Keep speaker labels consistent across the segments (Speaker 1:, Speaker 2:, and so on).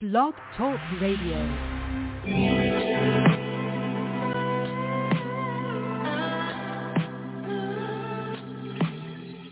Speaker 1: Blog Talk Radio.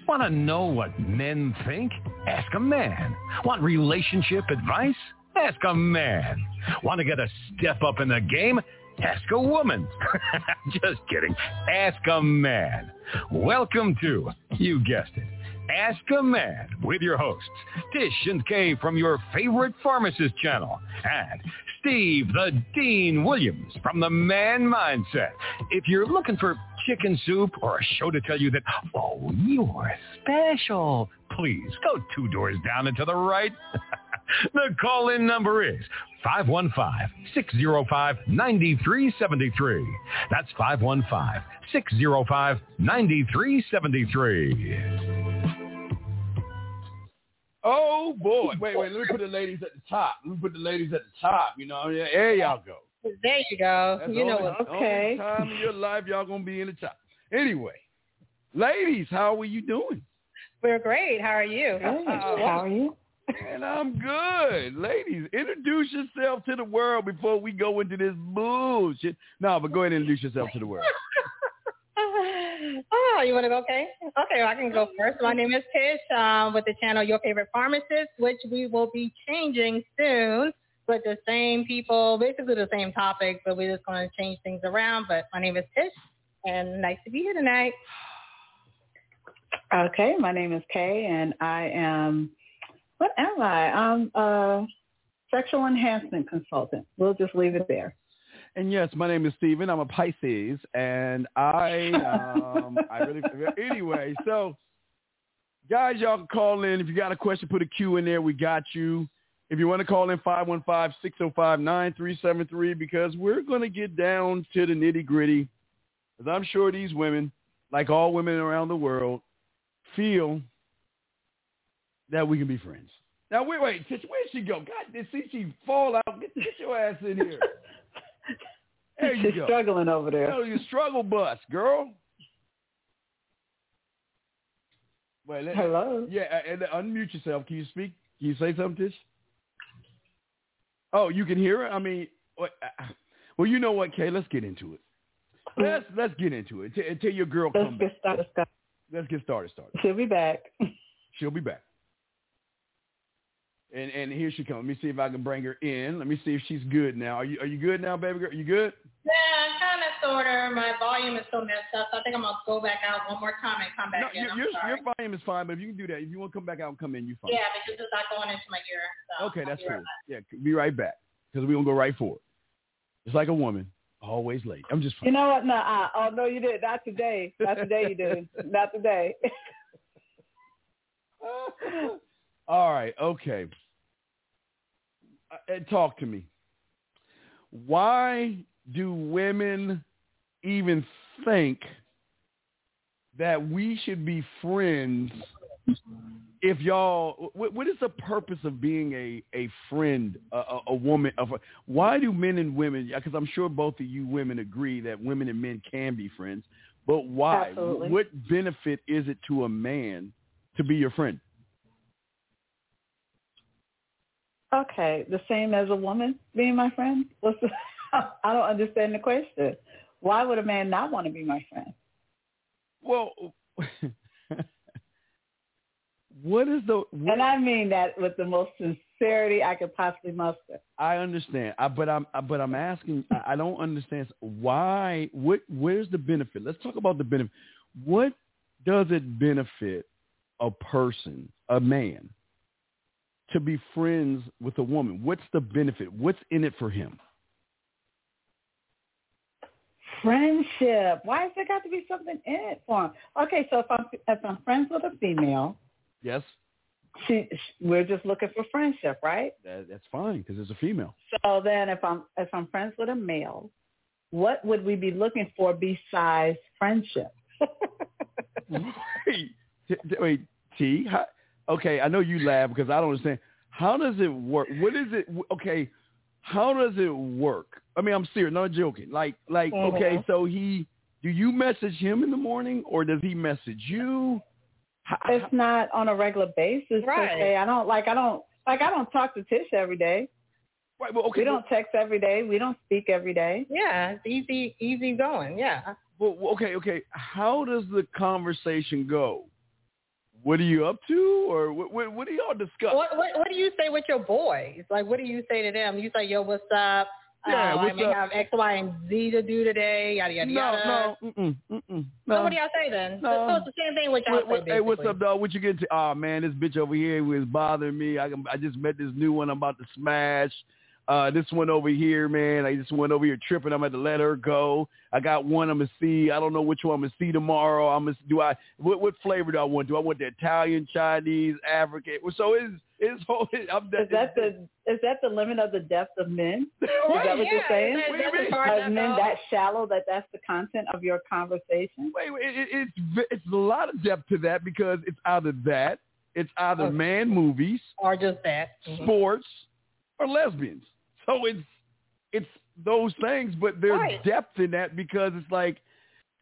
Speaker 2: Want to know what men think? Ask a man. Want relationship advice? Ask a man. Want to get a step up in the game? Ask a woman. Just kidding. Ask a man. Welcome to, you guessed it, Ask a Man with your hosts, Tish and Kay from your favorite pharmacist channel and Steve the Dean Williams from the Man Mindset. If you're looking for chicken soup or a show to tell you that, oh, you're special, please go two doors down and to the right. the call-in number is 515-605-9373. That's 515-605-9373.
Speaker 3: Oh boy! Wait, wait. Let me put the ladies at the top. Let me put the ladies at the top. You know, yeah, there y'all go.
Speaker 4: There you go.
Speaker 3: That's the
Speaker 4: you know
Speaker 3: only,
Speaker 4: what?
Speaker 3: only time in your life y'all gonna be in the top. Anyway, ladies, how are you doing?
Speaker 4: We're great. How uh, are you?
Speaker 5: How are you?
Speaker 3: And I'm good. Ladies, introduce yourself to the world before we go into this bullshit. No, but go ahead and introduce yourself to the world.
Speaker 4: Oh, you want to go? Okay. Okay, well, I can go first. My name is Tish um, with the channel Your Favorite Pharmacist, which we will be changing soon with the same people, basically the same topic, but we're just going to change things around. But my name is Tish, and nice to be here tonight.
Speaker 5: Okay, my name is Kay, and I am what am I? I'm a sexual enhancement consultant. We'll just leave it there.
Speaker 3: And yes, my name is Steven. I'm a Pisces, and I, um, I really, anyway, so guys, y'all can call in. If you got a question, put a Q in there. We got you. If you want to call in, 515-605-9373, because we're going to get down to the nitty gritty. Because I'm sure these women, like all women around the world, feel that we can be friends. Now, wait, wait, Tish, where'd she go? God, did see she fall out? Get, get your ass in here. There you
Speaker 5: She's
Speaker 3: go.
Speaker 5: struggling over there.
Speaker 3: Oh, you struggle bus, girl. Wait, let,
Speaker 5: Hello.
Speaker 3: Yeah, and unmute yourself. Can you speak? Can you say something, Tish? Oh, you can hear it. I mean, what- uh, well, you know what, Kay? Let's get into it. Let's let's get into it. T- until your girl
Speaker 5: Mm. Let's
Speaker 3: comes back.
Speaker 5: get started. Scott.
Speaker 3: Let's get started. Started.
Speaker 5: She'll be back.
Speaker 3: She'll be back. And and here she comes. Let me see if I can bring her in. Let me see if she's good now. Are you are you good now, baby girl? You good?
Speaker 4: Yeah, kind of sorter. My volume is so messed up, so I think I'm going to go back out one more time and come
Speaker 3: No,
Speaker 4: back in.
Speaker 3: your,
Speaker 4: I'm
Speaker 3: your,
Speaker 4: sorry.
Speaker 3: your volume is fine, but if you can do that, if you want to come back out and come in, you fine.
Speaker 4: yeah, because it's not going into my ear. So
Speaker 3: Okay,
Speaker 4: I'll
Speaker 3: that's
Speaker 4: be right
Speaker 3: cool. Yeah, be right back because we're gonna go right for it. It's like a woman, always late. I'm just.
Speaker 5: You know what? No, uh, oh no, you did not today. Not today, you did not today.
Speaker 3: All right. Okay. Uh, And talk to me. Why do women even think that we should be friends? If y'all, what, what is the purpose of being a a friend, a, a, a woman? Of a, why do men and women? Because I'm sure both of you women agree that women and men can be friends, but why?
Speaker 5: Absolutely.
Speaker 3: What benefit is it to a man to be your friend?
Speaker 5: Okay, the same as a woman being my friend. What's the, I don't understand the question. Why would a man not want to be my friend?
Speaker 3: Well, what is the? What,
Speaker 5: And I mean that with the most sincerity I could possibly muster.
Speaker 3: I understand, I, but I'm I, but I'm asking. I, I don't understand why. What? Where's the benefit? Let's talk about the benefit. What does it benefit a person, a man, to be friends with a woman? What's the benefit? What's in it for him?
Speaker 5: friendship. Why has there got to be something in it for him? Okay, so if I'm if I'm friends with a female,
Speaker 3: Yes,
Speaker 5: she, sh we're just looking for friendship, right?
Speaker 3: that, that's fine because it's a female.
Speaker 5: So then, if I'm if I'm friends with a male, what would we be looking for besides friendship?
Speaker 3: wait, T- t- wait, T. How, okay, I know you laugh because I don't understand. How does it work? What is it? Okay, how does it work? I mean, I'm serious, not joking. Like, like,
Speaker 4: Uh-huh.
Speaker 3: okay, so he, do you message him in the morning or does he message you? How,
Speaker 5: It's not on a regular basis. per
Speaker 4: Right.
Speaker 5: se. I don't like I don't like I don't talk to Tish every day.
Speaker 3: Right. Well, okay.
Speaker 5: We don't text every day. We don't speak every day.
Speaker 4: Yeah, it's easy, easy going. Yeah.
Speaker 3: Well, well, okay, okay. How does the conversation go? What are you up to, or what? What, what do y'all discuss?
Speaker 4: What, what What do you say with your boys? Like, what do you say to them? You say, "Yo, what's up?
Speaker 3: Yeah,
Speaker 4: uh, I
Speaker 3: what's
Speaker 4: may
Speaker 3: up?
Speaker 4: have X, Y, and Z to do today. Yada yada yada."
Speaker 3: no, no, mm-mm, mm-mm,
Speaker 4: So
Speaker 3: no.
Speaker 4: what do y'all say then?
Speaker 3: No.
Speaker 4: So it's the same thing with y'all
Speaker 3: What- what-
Speaker 4: say,
Speaker 3: hey, what's up,
Speaker 4: basically.
Speaker 3: dog? What you getting to? Oh man, this bitch over here was bothering me. I can- I just met this new one. I'm about to smash. Uh, this one over here, man. I just went over here tripping. I'm about to let her go. I got one. I'm gonna see. I don't know which one I'm gonna see tomorrow. I'm gonna do I. What, what flavor do I want? Do I want the Italian, Chinese, African? So it's it's. whole. I'm
Speaker 5: Is that the is that the limit of the depth of men?
Speaker 3: Right,
Speaker 5: Is that what
Speaker 4: Oh, yeah,
Speaker 5: you're saying?
Speaker 4: Is that,
Speaker 3: What do
Speaker 4: is
Speaker 3: you
Speaker 4: that
Speaker 3: mean?
Speaker 4: the part
Speaker 5: Are
Speaker 4: that,
Speaker 5: men
Speaker 4: uh,
Speaker 5: that shallow that that's the content of your conversation?
Speaker 3: Wait, wait, it, it- it's v- it's a lot of depth to that because it's either that, it's either
Speaker 4: Okay.
Speaker 3: man movies,
Speaker 4: or just that? Mhm.
Speaker 3: sports, or lesbians. So it's it's those things, but there's
Speaker 4: Right.
Speaker 3: depth in that because it's like,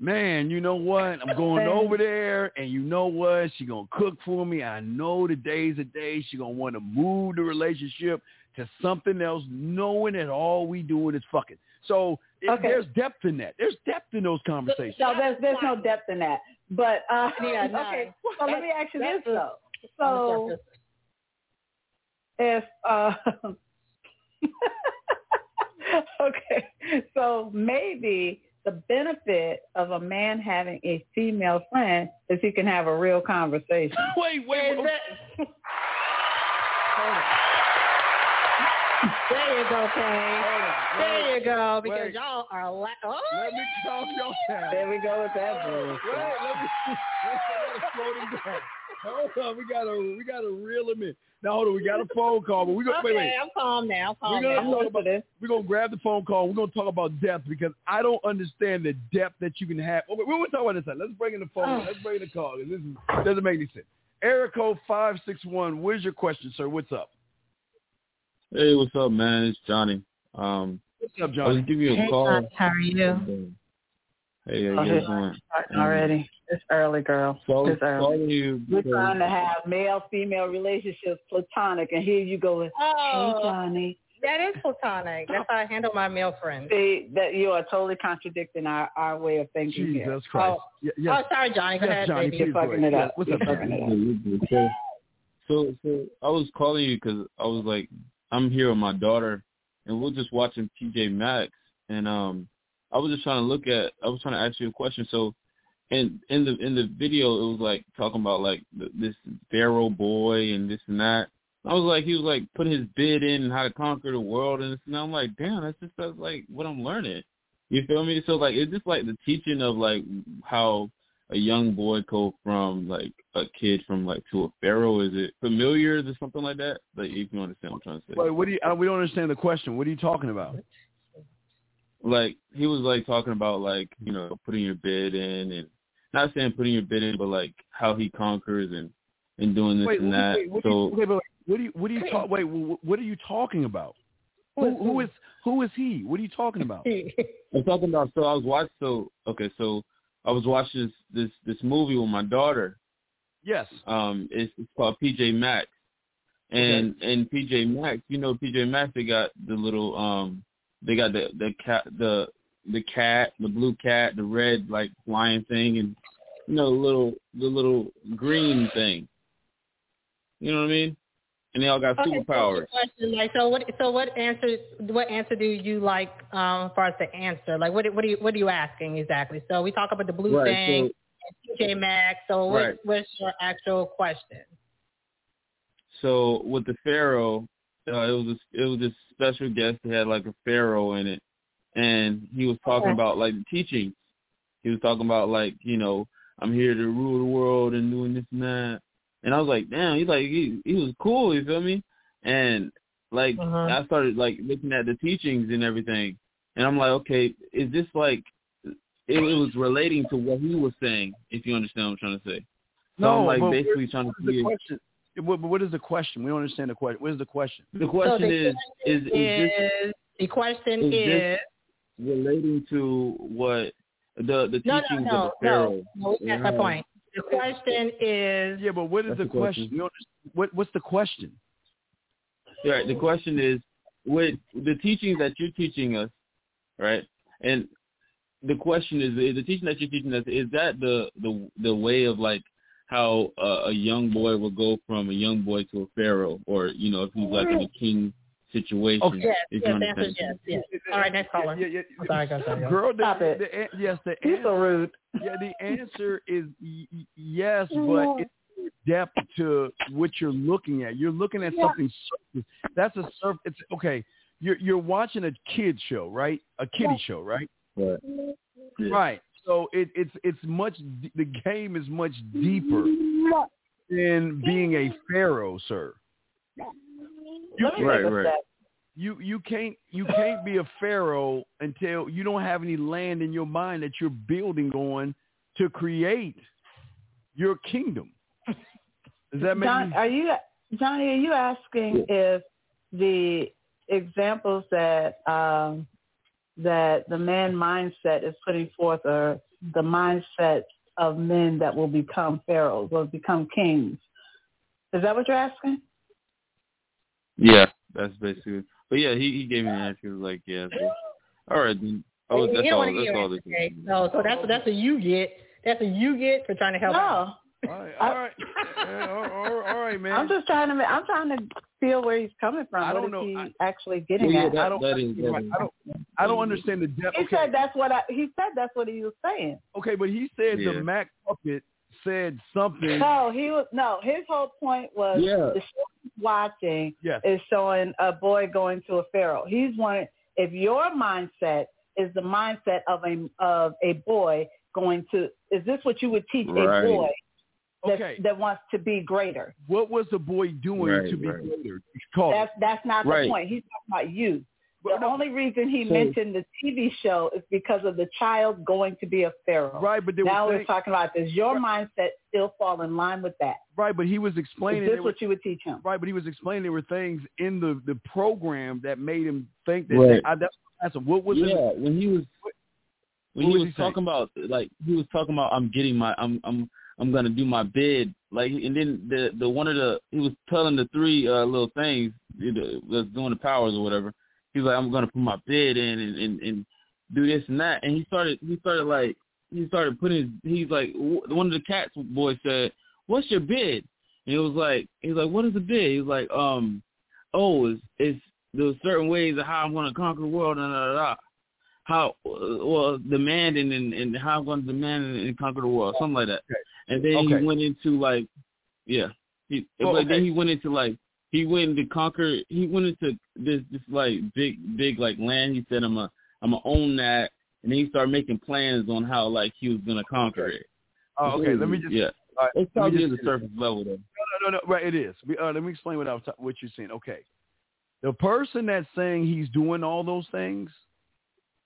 Speaker 3: man, you know what? I'm going
Speaker 5: Then-
Speaker 3: over there, and you know what? She gonna cook for me. I know today's a day. She gonna want to move the relationship to something else, knowing that all we doing is fucking. So it,
Speaker 5: Okay.
Speaker 3: there's depth in that. There's depth in those conversations.
Speaker 5: No, there's there's no depth in that. But uh,
Speaker 4: Yeah, no.
Speaker 5: okay. So let me ask you this
Speaker 4: That's a-
Speaker 5: though.
Speaker 4: On the
Speaker 5: So
Speaker 4: surface.
Speaker 5: if uh, uh, okay, so maybe the benefit of a man having a female friend is he can have a real conversation.
Speaker 3: wait, wait, wait.
Speaker 4: Is it- There you go, Kane. There you go, because
Speaker 3: Wait.
Speaker 4: y'all are la- oh,
Speaker 3: Let me
Speaker 4: yeah.
Speaker 3: calm y'all down.
Speaker 5: There we go with that
Speaker 3: Wait,
Speaker 5: bullshit.
Speaker 3: let me, let's slow them down. Hold on, we gotta we gotta reel them in. Now hold on, we got a phone call, but we gonna
Speaker 4: Okay,
Speaker 3: wait, wait.
Speaker 4: I'm calm now.
Speaker 3: We're
Speaker 4: Calm
Speaker 3: gonna
Speaker 4: down.
Speaker 5: I'm
Speaker 3: talk
Speaker 5: going for
Speaker 3: about
Speaker 5: this.
Speaker 3: we're gonna grab the phone call. We're gonna talk about depth because I don't understand the depth that you can have. Oh, wait, we will talk about this. Later. Let's bring in the
Speaker 1: Oh.
Speaker 3: phone. Let's bring in the call. 'cause This is, doesn't make any sense. Eric code five six one. What is your question, sir? What's up?
Speaker 1: Hey, what's up, man? It's Johnny. Um,
Speaker 3: What's up,
Speaker 1: I was
Speaker 3: Johnny?
Speaker 1: giving you a call.
Speaker 4: how are you?
Speaker 1: Hey, how
Speaker 5: Oh,
Speaker 1: you guys
Speaker 5: hey.
Speaker 1: doing?
Speaker 5: Starting already. It's early, girl.
Speaker 1: So I was
Speaker 5: It's early.
Speaker 1: calling you
Speaker 5: We're
Speaker 1: because-
Speaker 5: trying to have male-female relationships platonic, and here you go with, hey,
Speaker 4: Oh,
Speaker 5: Johnny.
Speaker 4: that is platonic. That's how I handle my male friends.
Speaker 5: See, that you are totally contradicting our, our way of thinking
Speaker 3: Jesus
Speaker 5: here.
Speaker 3: Christ. Y- yes.
Speaker 4: Oh, sorry, Johnny. Go
Speaker 3: Yes,
Speaker 4: ahead,
Speaker 3: Johnny,
Speaker 4: baby.
Speaker 5: You're
Speaker 3: please go
Speaker 5: fucking
Speaker 3: ahead.
Speaker 5: it up.
Speaker 3: What's
Speaker 5: You're
Speaker 3: up,
Speaker 5: fucking it up.
Speaker 1: So, so, so I was calling you because I was like, I'm here with my daughter, and we're just watching TJ Maxx, and um, I was just trying to look at, I was trying to ask you a question. So, in in the in the video, it was like talking about like th- this Pharaoh boy and this and that. I was like, he was like putting his bid in and how to conquer the world, and, this, and I'm like, damn, that's just that's like what I'm learning. You feel me? So like, it's just like the teaching of like how a young boy go from like a kid from like to a pharaoh? Is it familiars or something like that? Like if you understand what I'm trying to say.
Speaker 3: Wait, what do you? Uh, we don't understand the question. What are you talking about?
Speaker 1: like he was like talking about like you know putting your bid in and not saying putting your bid in, but like how he conquers and and doing this
Speaker 3: Wait,
Speaker 1: and that.
Speaker 3: wait, what, do you,
Speaker 1: so
Speaker 3: wait, wait, wait, what do you? What do you talk? Wait, wh- what are you talking about? Who, who is who is he? What are you talking about?
Speaker 1: I'm talking about. So I was watching. So okay, so I was watching this this this movie with my daughter,
Speaker 3: Yes.
Speaker 1: um it's, it's called PJ Maxx. And and PJ Maxx, you know PJ Maxx they got the little um they got the the cat the the cat, the blue cat, the red like lion thing and you know the little the little green thing. You know what I mean? And they all got
Speaker 4: Okay, so
Speaker 1: superpowers.
Speaker 4: good question. Like, so what? So what answer? What answer do you like um, as far as the answer? Like, what? What are you? What are you asking exactly? So we talk about the blue
Speaker 1: Right,
Speaker 4: thing,
Speaker 1: so-
Speaker 4: and TJ Maxx. So what,
Speaker 1: Right.
Speaker 4: what's your actual question?
Speaker 1: So with the pharaoh, uh, it was a, it was this special guest that had like a pharaoh in it, and he was talking
Speaker 4: Okay.
Speaker 1: about like the teachings. He was talking about like you know I'm here to rule the world and doing this and that, and I was like damn, he's like he he was cool, you feel me? And like
Speaker 4: Uh-huh.
Speaker 1: I started like looking at the teachings and everything, and I'm like okay, is this like it, it was relating to what he was saying, if you understand what I'm trying to say. So
Speaker 3: No,
Speaker 1: I'm like
Speaker 3: but
Speaker 1: basically trying to
Speaker 3: What is
Speaker 1: see
Speaker 3: the
Speaker 1: if-
Speaker 3: question? What, what is the question? We don't understand the question. What is the question?
Speaker 1: the question
Speaker 4: so the
Speaker 1: is, is,
Speaker 4: question
Speaker 1: is this
Speaker 4: is- the question
Speaker 1: is
Speaker 4: is,
Speaker 1: this relating to what the the
Speaker 4: no, no,
Speaker 1: teachings of
Speaker 4: no,
Speaker 1: the pharaoh.
Speaker 4: no, no. That's my
Speaker 1: Yeah.
Speaker 4: point. The question is,
Speaker 3: Yeah, but what is
Speaker 1: That's
Speaker 3: the
Speaker 1: the
Speaker 3: question?
Speaker 1: question.
Speaker 3: We don't, what what's the question?
Speaker 1: Right. The question is, with the teaching that you're teaching us, right? And the question is, is the teaching that you're teaching us is that the the the way of like how uh, a young boy will go from a young boy to a pharaoh, or you know, if he's like in a king situation.
Speaker 3: Okay.
Speaker 4: Yes,
Speaker 1: if
Speaker 4: yes,
Speaker 1: you
Speaker 4: the
Speaker 1: understand.
Speaker 4: answer is yes, yes. All right, next caller.
Speaker 3: Yeah, yeah, yeah.
Speaker 4: Sorry, go, sorry, go.
Speaker 3: Girl, the,
Speaker 5: Stop it.
Speaker 3: the an- yes, the
Speaker 5: You're so
Speaker 3: answer,
Speaker 5: rude.
Speaker 3: yeah, the answer is y- y- yes, but it's your depth to what you're looking at. You're looking at
Speaker 5: Yeah.
Speaker 3: something surface. That's a surf. It's okay. You're you're watching a kid show, right? A kiddie show, right?
Speaker 1: But Yeah.
Speaker 3: Right. So it, it's it's much. d- The game is much deeper than being a pharaoh, sir. You
Speaker 5: Let me
Speaker 1: Right,
Speaker 5: take a
Speaker 1: right.
Speaker 5: step.
Speaker 3: you you can't you can't be a pharaoh until you don't have any land in your mind that you're building on to create your kingdom. Does that make
Speaker 5: John,
Speaker 3: sense?
Speaker 5: are you Johnny? Are you asking if the examples that um, that the man mindset is putting forth are the mindsets of men that will become pharaohs, will become kings? Is that what you're asking?
Speaker 1: Yeah, that's basically. But yeah, he, he gave me an answer. He was like, yeah. So, all right, then. I was,
Speaker 4: You
Speaker 1: Oh, that's
Speaker 4: don't
Speaker 1: all.
Speaker 4: wanna
Speaker 1: That's
Speaker 4: hear
Speaker 1: all.
Speaker 4: it.
Speaker 1: This
Speaker 4: Okay. No, so that's that's what you get. That's what you get for trying to help. out.
Speaker 5: No,
Speaker 3: All right, all right, Yeah, all, all- all right, man.
Speaker 5: I'm just trying to I'm trying to feel where he's coming from.
Speaker 3: I
Speaker 5: What
Speaker 3: don't
Speaker 5: is
Speaker 3: know.
Speaker 5: he
Speaker 3: I-
Speaker 5: actually getting
Speaker 1: Yeah,
Speaker 5: at?
Speaker 1: that-
Speaker 3: I don't.
Speaker 1: that is- that
Speaker 3: right,
Speaker 1: is-
Speaker 3: I don't. I don't understand the depth.
Speaker 5: he
Speaker 3: okay,
Speaker 5: said that's what I. He said that's what he was saying.
Speaker 3: okay, but he said
Speaker 1: Yeah.
Speaker 3: the Mac puppet said something.
Speaker 5: No, he was no. His whole point was
Speaker 1: Yeah.
Speaker 5: the show he's watching
Speaker 3: Yes.
Speaker 5: is showing a boy going to a pharaoh. He's wanting if your mindset is the mindset of a of a boy going to is this what you would teach
Speaker 1: Right.
Speaker 5: a boy that,
Speaker 3: Okay,
Speaker 5: that wants to be greater?
Speaker 3: what was the boy doing
Speaker 1: Right,
Speaker 3: to be
Speaker 1: right.
Speaker 3: greater? Call
Speaker 5: That's that's not
Speaker 1: Right.
Speaker 5: the point. He's talking about you. The
Speaker 3: Well, no,
Speaker 5: only reason he
Speaker 1: So-
Speaker 5: mentioned the TV show is because of the child going to be a pharaoh.
Speaker 3: right, but they
Speaker 5: Now
Speaker 3: were
Speaker 5: we're
Speaker 3: saying,
Speaker 5: talking about does your mindset still fall in line with that?
Speaker 3: right, but he was
Speaker 5: Is
Speaker 3: explaining.
Speaker 5: this
Speaker 3: they were-
Speaker 5: what you would teach him?
Speaker 3: Right, but he was explaining there were things in the the program that made him think that.
Speaker 1: Right.
Speaker 3: I, that's what I asked him. What was it?
Speaker 1: yeah, when he was when
Speaker 3: What
Speaker 1: he
Speaker 3: was
Speaker 1: was
Speaker 3: he saying?
Speaker 1: talking about like he was talking about I'm getting my I'm I'm I'm gonna do my bid like and then the the one of the he was telling the three uh, little things you know, that's doing the powers or whatever. He's like I'm gonna put my bid in and, and and do this and that and he started he started like he started putting his, he's like w- one of the cats boy said what's your bid and it was like he's like what is the bid he was like um oh it's it's there's certain ways of how I'm gonna conquer the world and da da da how uh, well demanding and, and how I'm going to demand and, and conquer the world, something like that. And then
Speaker 3: Okay.
Speaker 1: he went into like, yeah, he,
Speaker 3: Oh,
Speaker 1: but then
Speaker 3: okay.
Speaker 1: he went into like he went to conquer. He went into this this like big big like land. He said I'm a I'm a own that, and then he started making plans on how like he was gonna conquer it.
Speaker 3: Oh, okay, let me just. Uh,
Speaker 1: yeah.
Speaker 3: all right,
Speaker 1: It's
Speaker 3: let
Speaker 1: probably
Speaker 3: me just
Speaker 1: the surface level though.
Speaker 3: No, no, no, no. Right, it is. We, uh, let me explain what I was ta- what you're saying. Okay, the person that's saying he's doing all those things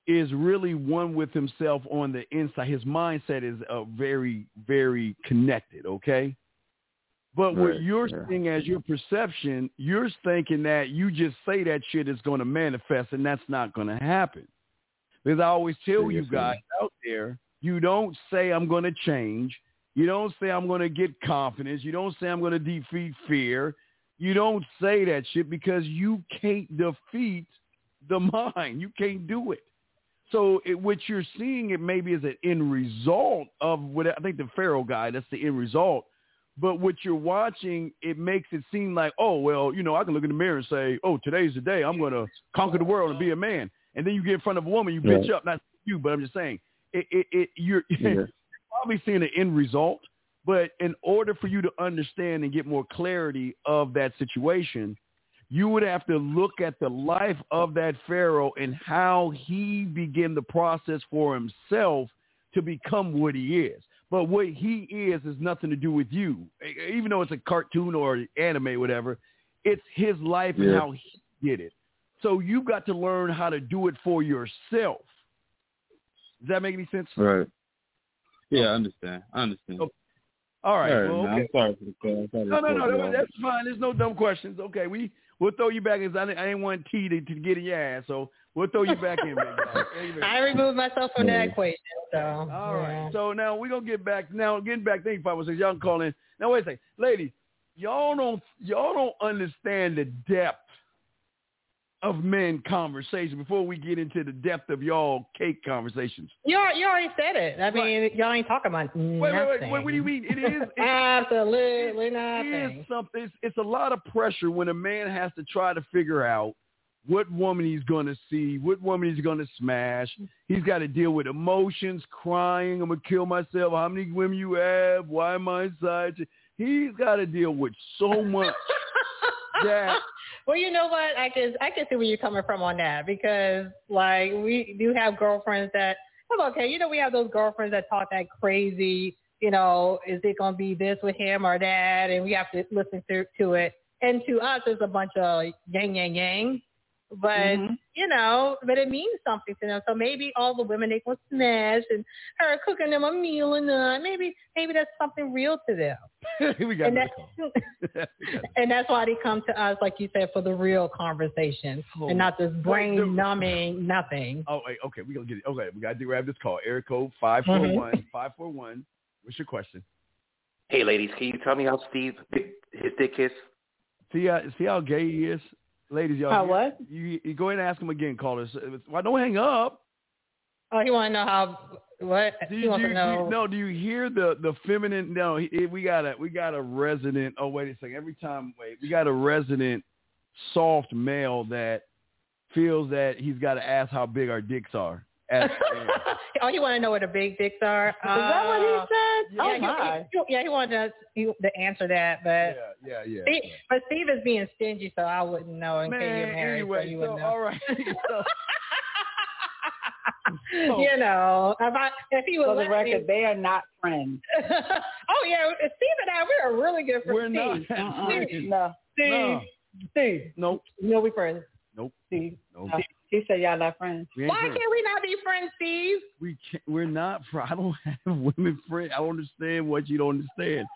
Speaker 3: is really one with himself on the inside. His mindset is uh, very, very connected. Okay, but what
Speaker 1: Right,
Speaker 3: you're
Speaker 1: yeah.
Speaker 3: seeing as your perception, you're thinking that you just say that shit is going to manifest, and that's not going to happen. Because I always tell
Speaker 1: Yeah,
Speaker 3: you
Speaker 1: yes, sir.
Speaker 3: guys out there, you don't say I'm going to change. You don't say I'm going to get confidence. You don't say I'm going to defeat fear. You don't say that shit because you can't defeat the mind. You can't do it. So it, what you're seeing, it maybe is an end result of what I think the Pharaoh guy. That's the end result. But what you're watching, it makes it seem like, oh well, you know, I can look in the mirror and say, oh, today's the day I'm going to conquer the world and be a man. And then you get in front of a woman, you bitch up. Not you, but I'm just saying, it, it, it you're
Speaker 1: Yeah.
Speaker 3: probably seeing an end result. But in order for you to understand and get more clarity of that situation, you would have to look at the life of that Pharaoh and how he began the process for himself to become what he is. But what he is has nothing to do with you. E- Even though it's a cartoon or anime, whatever, it's his life and
Speaker 1: Yeah.
Speaker 3: how he did it. So you've got to learn how to do it for yourself. Does that make any sense?
Speaker 1: Right. Yeah, I understand. I understand.
Speaker 3: Okay. Oh, All right.
Speaker 1: All right,
Speaker 3: well,
Speaker 1: man,
Speaker 3: okay.
Speaker 1: I'm sorry for the call. Sorry to
Speaker 3: No, no,
Speaker 1: cut
Speaker 3: no.
Speaker 1: you
Speaker 3: that-
Speaker 1: off.
Speaker 3: That's fine. There's no dumb questions. Okay, we we'll throw you back. in. I didn't, I didn't want T to, to get in your ass, so we'll throw you back in. Big dog.
Speaker 4: I removed myself from
Speaker 1: Yeah.
Speaker 4: that equation. So
Speaker 3: All right.
Speaker 4: yeah.
Speaker 3: So now we're gonna get back. Now getting back. Thank you, Papa. Says y'all can call in. Now wait a second, ladies. Y'all don't y'all don't understand the depth of men conversation before we get into the depth of y'all cake conversations.
Speaker 4: You al- you already said it. I mean, y'all ain't talking about nothing.
Speaker 3: Wait, wait, wait, wait. What do you mean? It is. It, it
Speaker 4: Absolutely
Speaker 3: is
Speaker 4: nothing.
Speaker 3: something. It's, it's a lot of pressure when a man has to try to figure out what woman he's going to see, what woman he's going to smash. He's got to deal with emotions, crying, I'm going to kill myself. How many women you have? Why am I such? He's got to deal with so much that
Speaker 4: Well, you know what? I can I can see where you're coming from on that because like we do have girlfriends that I'm okay. You know, we have those girlfriends that talk that crazy. You know, is it going to be this with him or that? And we have to listen to to it. And to us, it's a bunch of yang yang yang. But
Speaker 3: Mm-hmm.
Speaker 5: Mhm.
Speaker 4: you know, but it means something to them. So maybe all the women they will smash and her cooking them a meal and uh, maybe maybe that's something real to them.
Speaker 3: we got
Speaker 4: And
Speaker 3: to
Speaker 4: that's
Speaker 3: call. We got
Speaker 4: and that's why they come to us, like you said, for the real conversation
Speaker 3: Oh,
Speaker 4: and not this brain
Speaker 3: dude.
Speaker 4: numbing nothing.
Speaker 3: Oh, wait, okay, we gonna get it. Okay, we gotta grab this call. Area code five four one five four one. What's your question?
Speaker 6: Hey, ladies, can you tell me how Steve his dick is?
Speaker 3: See how see how gay he is, ladies. Y'all,
Speaker 5: How
Speaker 3: you-
Speaker 5: what?
Speaker 3: You, you go ahead and ask him again, callers. Why don't hang up?
Speaker 4: Oh, he want to know how what
Speaker 3: Do
Speaker 4: he
Speaker 3: you, do
Speaker 4: wants
Speaker 3: you, do
Speaker 4: to know.
Speaker 3: you, no, do you hear the the feminine? No, he, he- we got a we got a resident. Oh wait a second. Every time, wait, we got a resident soft male that feels that he's got to ask how big our dicks are. As,
Speaker 4: oh, he want to know what the big dicks are. Is
Speaker 5: Is that what he said?
Speaker 3: yeah,
Speaker 5: oh
Speaker 4: yeah,
Speaker 5: my.
Speaker 4: He, he, yeah, he wanted us he, to answer that, but
Speaker 3: yeah, yeah, yeah.
Speaker 4: Steve, but Steve is being stingy, so I wouldn't know. In
Speaker 3: Man,
Speaker 4: case you're married,
Speaker 3: anyway,
Speaker 4: so you
Speaker 3: so,
Speaker 4: wouldn't know.
Speaker 3: all right. So- Oh. so-
Speaker 4: you know, if I if he was
Speaker 5: For the
Speaker 4: let me-
Speaker 5: record, they are not friends.
Speaker 4: oh yeah, Steve and I, we're really good friends.
Speaker 3: We're not.
Speaker 4: Steve,
Speaker 5: Uh-uh.
Speaker 4: Steve,
Speaker 5: No.
Speaker 3: No.
Speaker 4: Steve, Steve.
Speaker 3: Nope.
Speaker 4: You know we friends.
Speaker 3: Nope.
Speaker 4: Steve.
Speaker 3: Nope.
Speaker 5: No. He said y'all not friends.
Speaker 3: We ain't
Speaker 4: Why
Speaker 3: friends.
Speaker 4: can't we not be friends, Steve?
Speaker 3: we can't, we're not fr- I don't have women friends. I don't understand what you don't understand.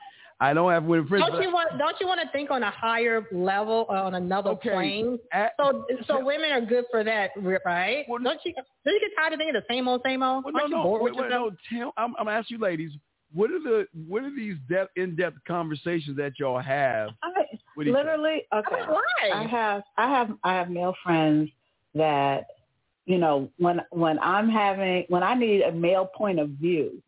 Speaker 3: I don't have women friends.
Speaker 4: Don't
Speaker 3: but
Speaker 4: you want? Don't you want to think on a higher level, or on another
Speaker 3: Okay.
Speaker 4: plane?
Speaker 3: at-
Speaker 4: So, so women are good for that, right?
Speaker 3: Well,
Speaker 4: don't you? Don't you get tired of thinking the same old, same old?
Speaker 3: well, Oh, no,
Speaker 4: Aren't you
Speaker 3: no,
Speaker 4: bored
Speaker 3: wait,
Speaker 4: with
Speaker 3: wait,
Speaker 4: yourself?
Speaker 3: no. Tell, I'm, I'm asking you, ladies, what are the what are these depth in depth conversations that y'all have
Speaker 5: I,
Speaker 3: with each other?
Speaker 5: literally,
Speaker 4: I
Speaker 5: okay.
Speaker 4: mean,
Speaker 5: I
Speaker 4: why?
Speaker 5: have I have I have male friends that you know when when I'm having when I need a male point of view,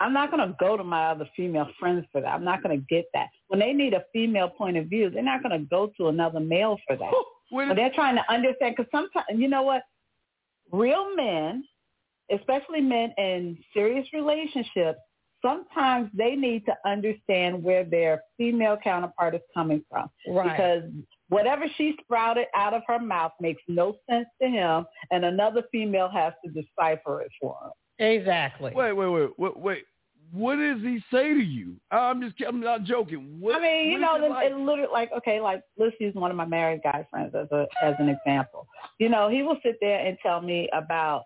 Speaker 5: I'm not going to go to my other female friends for that. I'm not going to get that. When they need a female point of view, they're not going to go to another male for that.
Speaker 3: What
Speaker 5: But
Speaker 3: is-
Speaker 5: they're trying to understand because sometimes you know what, real men, especially men in serious relationships, sometimes they need to understand where their female counterpart is coming from
Speaker 4: Right.
Speaker 5: because whatever she sprouted out of her mouth makes no sense to him, and another female has to decipher it for him.
Speaker 4: exactly.
Speaker 3: wait, wait, wait, wait, wait. What does he say to you? I'm just I'm not joking. What,
Speaker 5: I mean, you
Speaker 3: what
Speaker 5: know,
Speaker 3: is
Speaker 5: it,
Speaker 3: it like?
Speaker 5: it literally like okay, like let's use one of my married guy friends as a as an example. You know, he will sit there and tell me about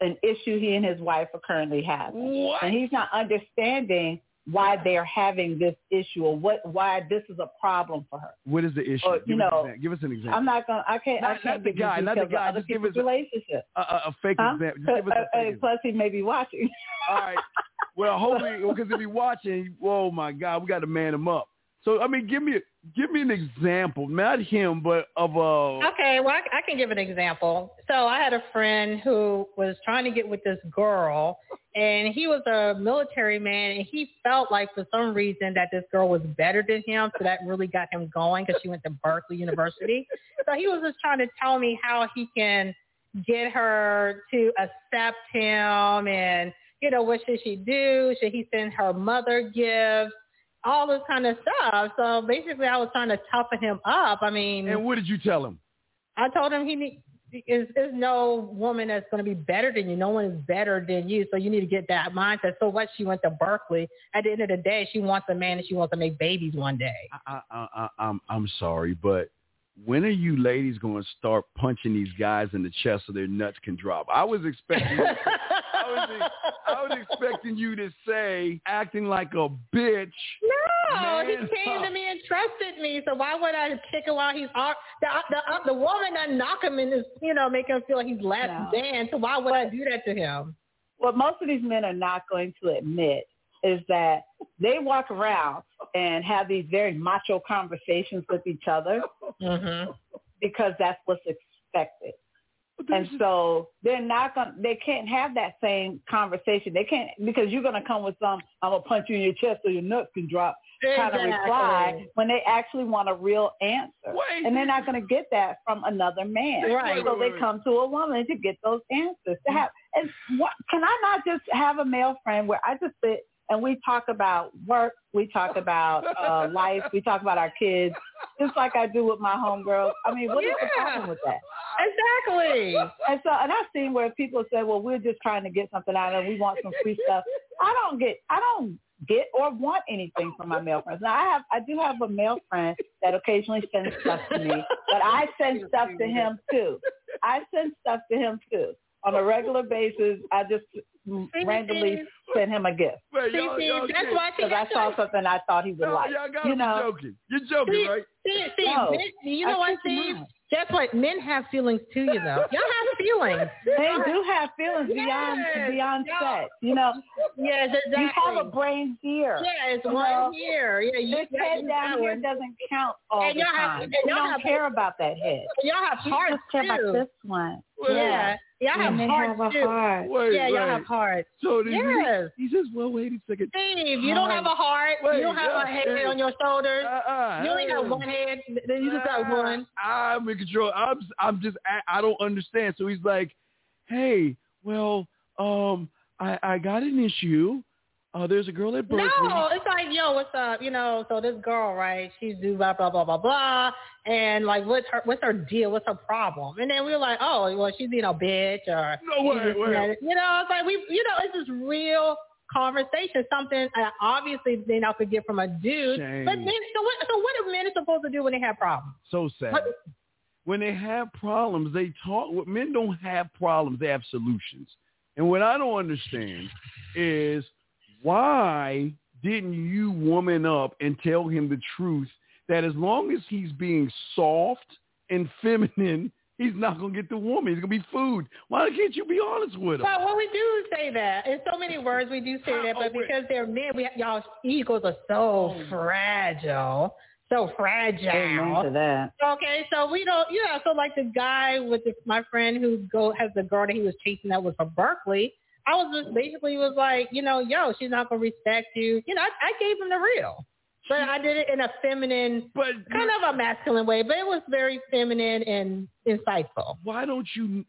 Speaker 5: an issue he and his wife are currently having.
Speaker 3: what?
Speaker 5: and he's not understanding why they're having this issue or what why this is a problem for her.
Speaker 3: What is the issue?
Speaker 5: Or, Uh, you
Speaker 3: give, us
Speaker 5: know,
Speaker 3: an example. give us an example.
Speaker 5: I'm not gonna. I can't.
Speaker 3: Not-
Speaker 5: I
Speaker 3: not
Speaker 5: can't
Speaker 3: the
Speaker 5: give you
Speaker 3: guy, not the
Speaker 5: details of
Speaker 3: guy,
Speaker 5: other
Speaker 3: just give
Speaker 5: people's
Speaker 3: us a-
Speaker 5: relationship.
Speaker 3: a, a, a fake
Speaker 5: Huh?
Speaker 3: example. Just give us a
Speaker 5: Uh,
Speaker 3: fake
Speaker 5: uh,
Speaker 3: example.
Speaker 5: plus, he may be watching.
Speaker 3: All right. Well, hopefully, because if you're watching, oh my God, we got to man him up. So I mean, give me give me an example, not him, but of uh, a
Speaker 4: Okay, well, I, I can give an example. So I had a friend who was trying to get with this girl, and he was a military man, and he felt like for some reason that this girl was better than him, so that really got him going because she went to Berkeley University. So he was just trying to tell me how he can get her to accept him, and you know, what should she do? Should he send her mother gifts? All this kind of stuff. So basically, I was trying to toughen him up. I mean,
Speaker 3: and what did you tell him?
Speaker 4: I told him he need, is is no woman that's going to be better than you. No one is better than you. So you need to get that mindset. So what? She went to Berkeley. At the end of the day, she wants a man and she wants to make babies one day.
Speaker 3: I, I, I, I'm I'm sorry, but when are you ladies going to start punching these guys in the chest so their nuts can drop? I was expecting I was I was expecting you to say acting like a bitch.
Speaker 4: No, Oh, he
Speaker 3: Man
Speaker 4: came
Speaker 3: up.
Speaker 4: to me and trusted me. So why would I kick him while he's out? The the, uh, the woman that knock him and is you know make him feel he's less
Speaker 5: No.
Speaker 4: than. So why would I do that to him?
Speaker 5: what most of these men are not going to admit is that they walk around and have these very macho conversations with each other.
Speaker 4: Mm-hmm.
Speaker 5: because that's what's expected. And so they're not going to, they can't have that same conversation. They can't, because you're going to come with some, I'm going to punch you in your chest so your nuts can drop kind of reply when they actually want a real answer.
Speaker 3: Wait.
Speaker 5: And they're not going to get that from another man.
Speaker 3: Right.
Speaker 5: So
Speaker 3: Wait, wait,
Speaker 5: they
Speaker 3: wait.
Speaker 5: come to a woman to get those answers. To have, and what, can I not just have a male friend where I just sit and we talk about work, we talk about uh, life, we talk about our kids, just like I do with my homegirls. I mean, what is the
Speaker 4: Yeah.
Speaker 5: problem with that?
Speaker 4: Exactly.
Speaker 5: And so, and I've seen where people say, "Well, we're just trying to get something out of it. We want some free stuff." I don't get, I don't get or want anything from my male friends. Now, I have, I do have a male friend that occasionally sends stuff to me, but I send stuff to him too. I send stuff to him too on a regular basis. I just randomly send him a gift
Speaker 3: Wait,
Speaker 4: See,
Speaker 3: y'all,
Speaker 4: see,
Speaker 3: y'all
Speaker 4: that's
Speaker 3: kidding.
Speaker 4: why she
Speaker 5: because I
Speaker 4: got
Speaker 5: saw
Speaker 4: your-
Speaker 5: something I thought he would
Speaker 3: Y'all,
Speaker 5: like.
Speaker 3: y'all gotta
Speaker 5: You
Speaker 3: be
Speaker 5: know,
Speaker 3: joking. You're joking,
Speaker 4: See,
Speaker 3: right?
Speaker 4: see, see,
Speaker 5: No.
Speaker 4: men, you
Speaker 5: I
Speaker 4: know what,
Speaker 5: kid you
Speaker 4: Steve?
Speaker 5: not.
Speaker 4: That's what men have feelings too, you know. Y'all have feelings.
Speaker 5: They do have feelings beyond
Speaker 4: Yes,
Speaker 5: beyond
Speaker 4: yes.
Speaker 5: sex. You know,
Speaker 4: Yes, exactly.
Speaker 5: you have a brain here.
Speaker 4: yeah, it's
Speaker 5: you
Speaker 4: one
Speaker 5: know,
Speaker 4: here. Yeah, you,
Speaker 5: This
Speaker 4: yeah,
Speaker 5: head
Speaker 4: you
Speaker 5: down
Speaker 4: got
Speaker 5: here
Speaker 4: one.
Speaker 5: doesn't count all
Speaker 4: And
Speaker 5: the
Speaker 4: y'all have-
Speaker 5: time.
Speaker 4: and
Speaker 5: we
Speaker 4: y'all
Speaker 5: don't
Speaker 4: have-
Speaker 5: care about that head.
Speaker 4: Y'all have
Speaker 5: We
Speaker 4: hearts
Speaker 5: just care about
Speaker 4: too.
Speaker 5: this one.
Speaker 3: Wait,
Speaker 5: Yeah.
Speaker 4: Y'all have
Speaker 5: Women
Speaker 4: hearts
Speaker 5: have a
Speaker 4: too.
Speaker 5: heart.
Speaker 3: Wait,
Speaker 4: yeah, y'all
Speaker 3: wait.
Speaker 4: have hearts.
Speaker 3: So did you-
Speaker 4: Yes.
Speaker 3: he says, well, wait a second.
Speaker 4: Steve, you don't have a heart.
Speaker 3: Wait,
Speaker 4: you don't have a
Speaker 3: yeah,
Speaker 4: head
Speaker 3: yeah.
Speaker 4: on your shoulders.
Speaker 3: Uh-uh.
Speaker 4: you only got one head. Then you just got
Speaker 3: Uh,
Speaker 4: one.
Speaker 3: I'm in control. I'm I'm just I, I don't understand. So he's like, hey, well, um, I I got an issue. Uh, there's a girl at Berkeley.
Speaker 4: No, it's like, yo, what's up? You know, so this girl, right? She's do blah blah blah blah blah, and like, what's her what's her deal? What's her problem? And then we were like, oh, well, she's being a bitch or
Speaker 3: No way,
Speaker 4: she's this
Speaker 3: way.
Speaker 4: and that. you know, it's like we, you know, it's just real conversation. Something uh, obviously they not could get from a dude.
Speaker 3: Shame.
Speaker 4: But men, so what? So what are men supposed to do when they have problems?
Speaker 3: So sad.
Speaker 4: What?
Speaker 3: When they have problems, they talk. What men don't have problems; they have solutions. And what I don't understand is why didn't you woman up and tell him the truth that as long as he's being soft and feminine, he's not gonna get the woman. He's gonna be food. Why can't you be honest with him?
Speaker 4: But well, we do say that in so many words, we do say that.
Speaker 3: Oh,
Speaker 4: But
Speaker 3: wait.
Speaker 4: because they're men, we y'all egos are so
Speaker 3: Oh.
Speaker 4: fragile, so fragile.
Speaker 5: Amen to that.
Speaker 4: Okay, so we don't, yeah. So like the guy with the, my friend who go has the girl that he was chasing that was from Berkeley. I was just basically was like, you know, yo, she's not gonna respect you. You know, I, I gave him the real, but I did it in a feminine,
Speaker 3: But
Speaker 4: kind of a masculine way, but it was very feminine and insightful.
Speaker 3: why don't you?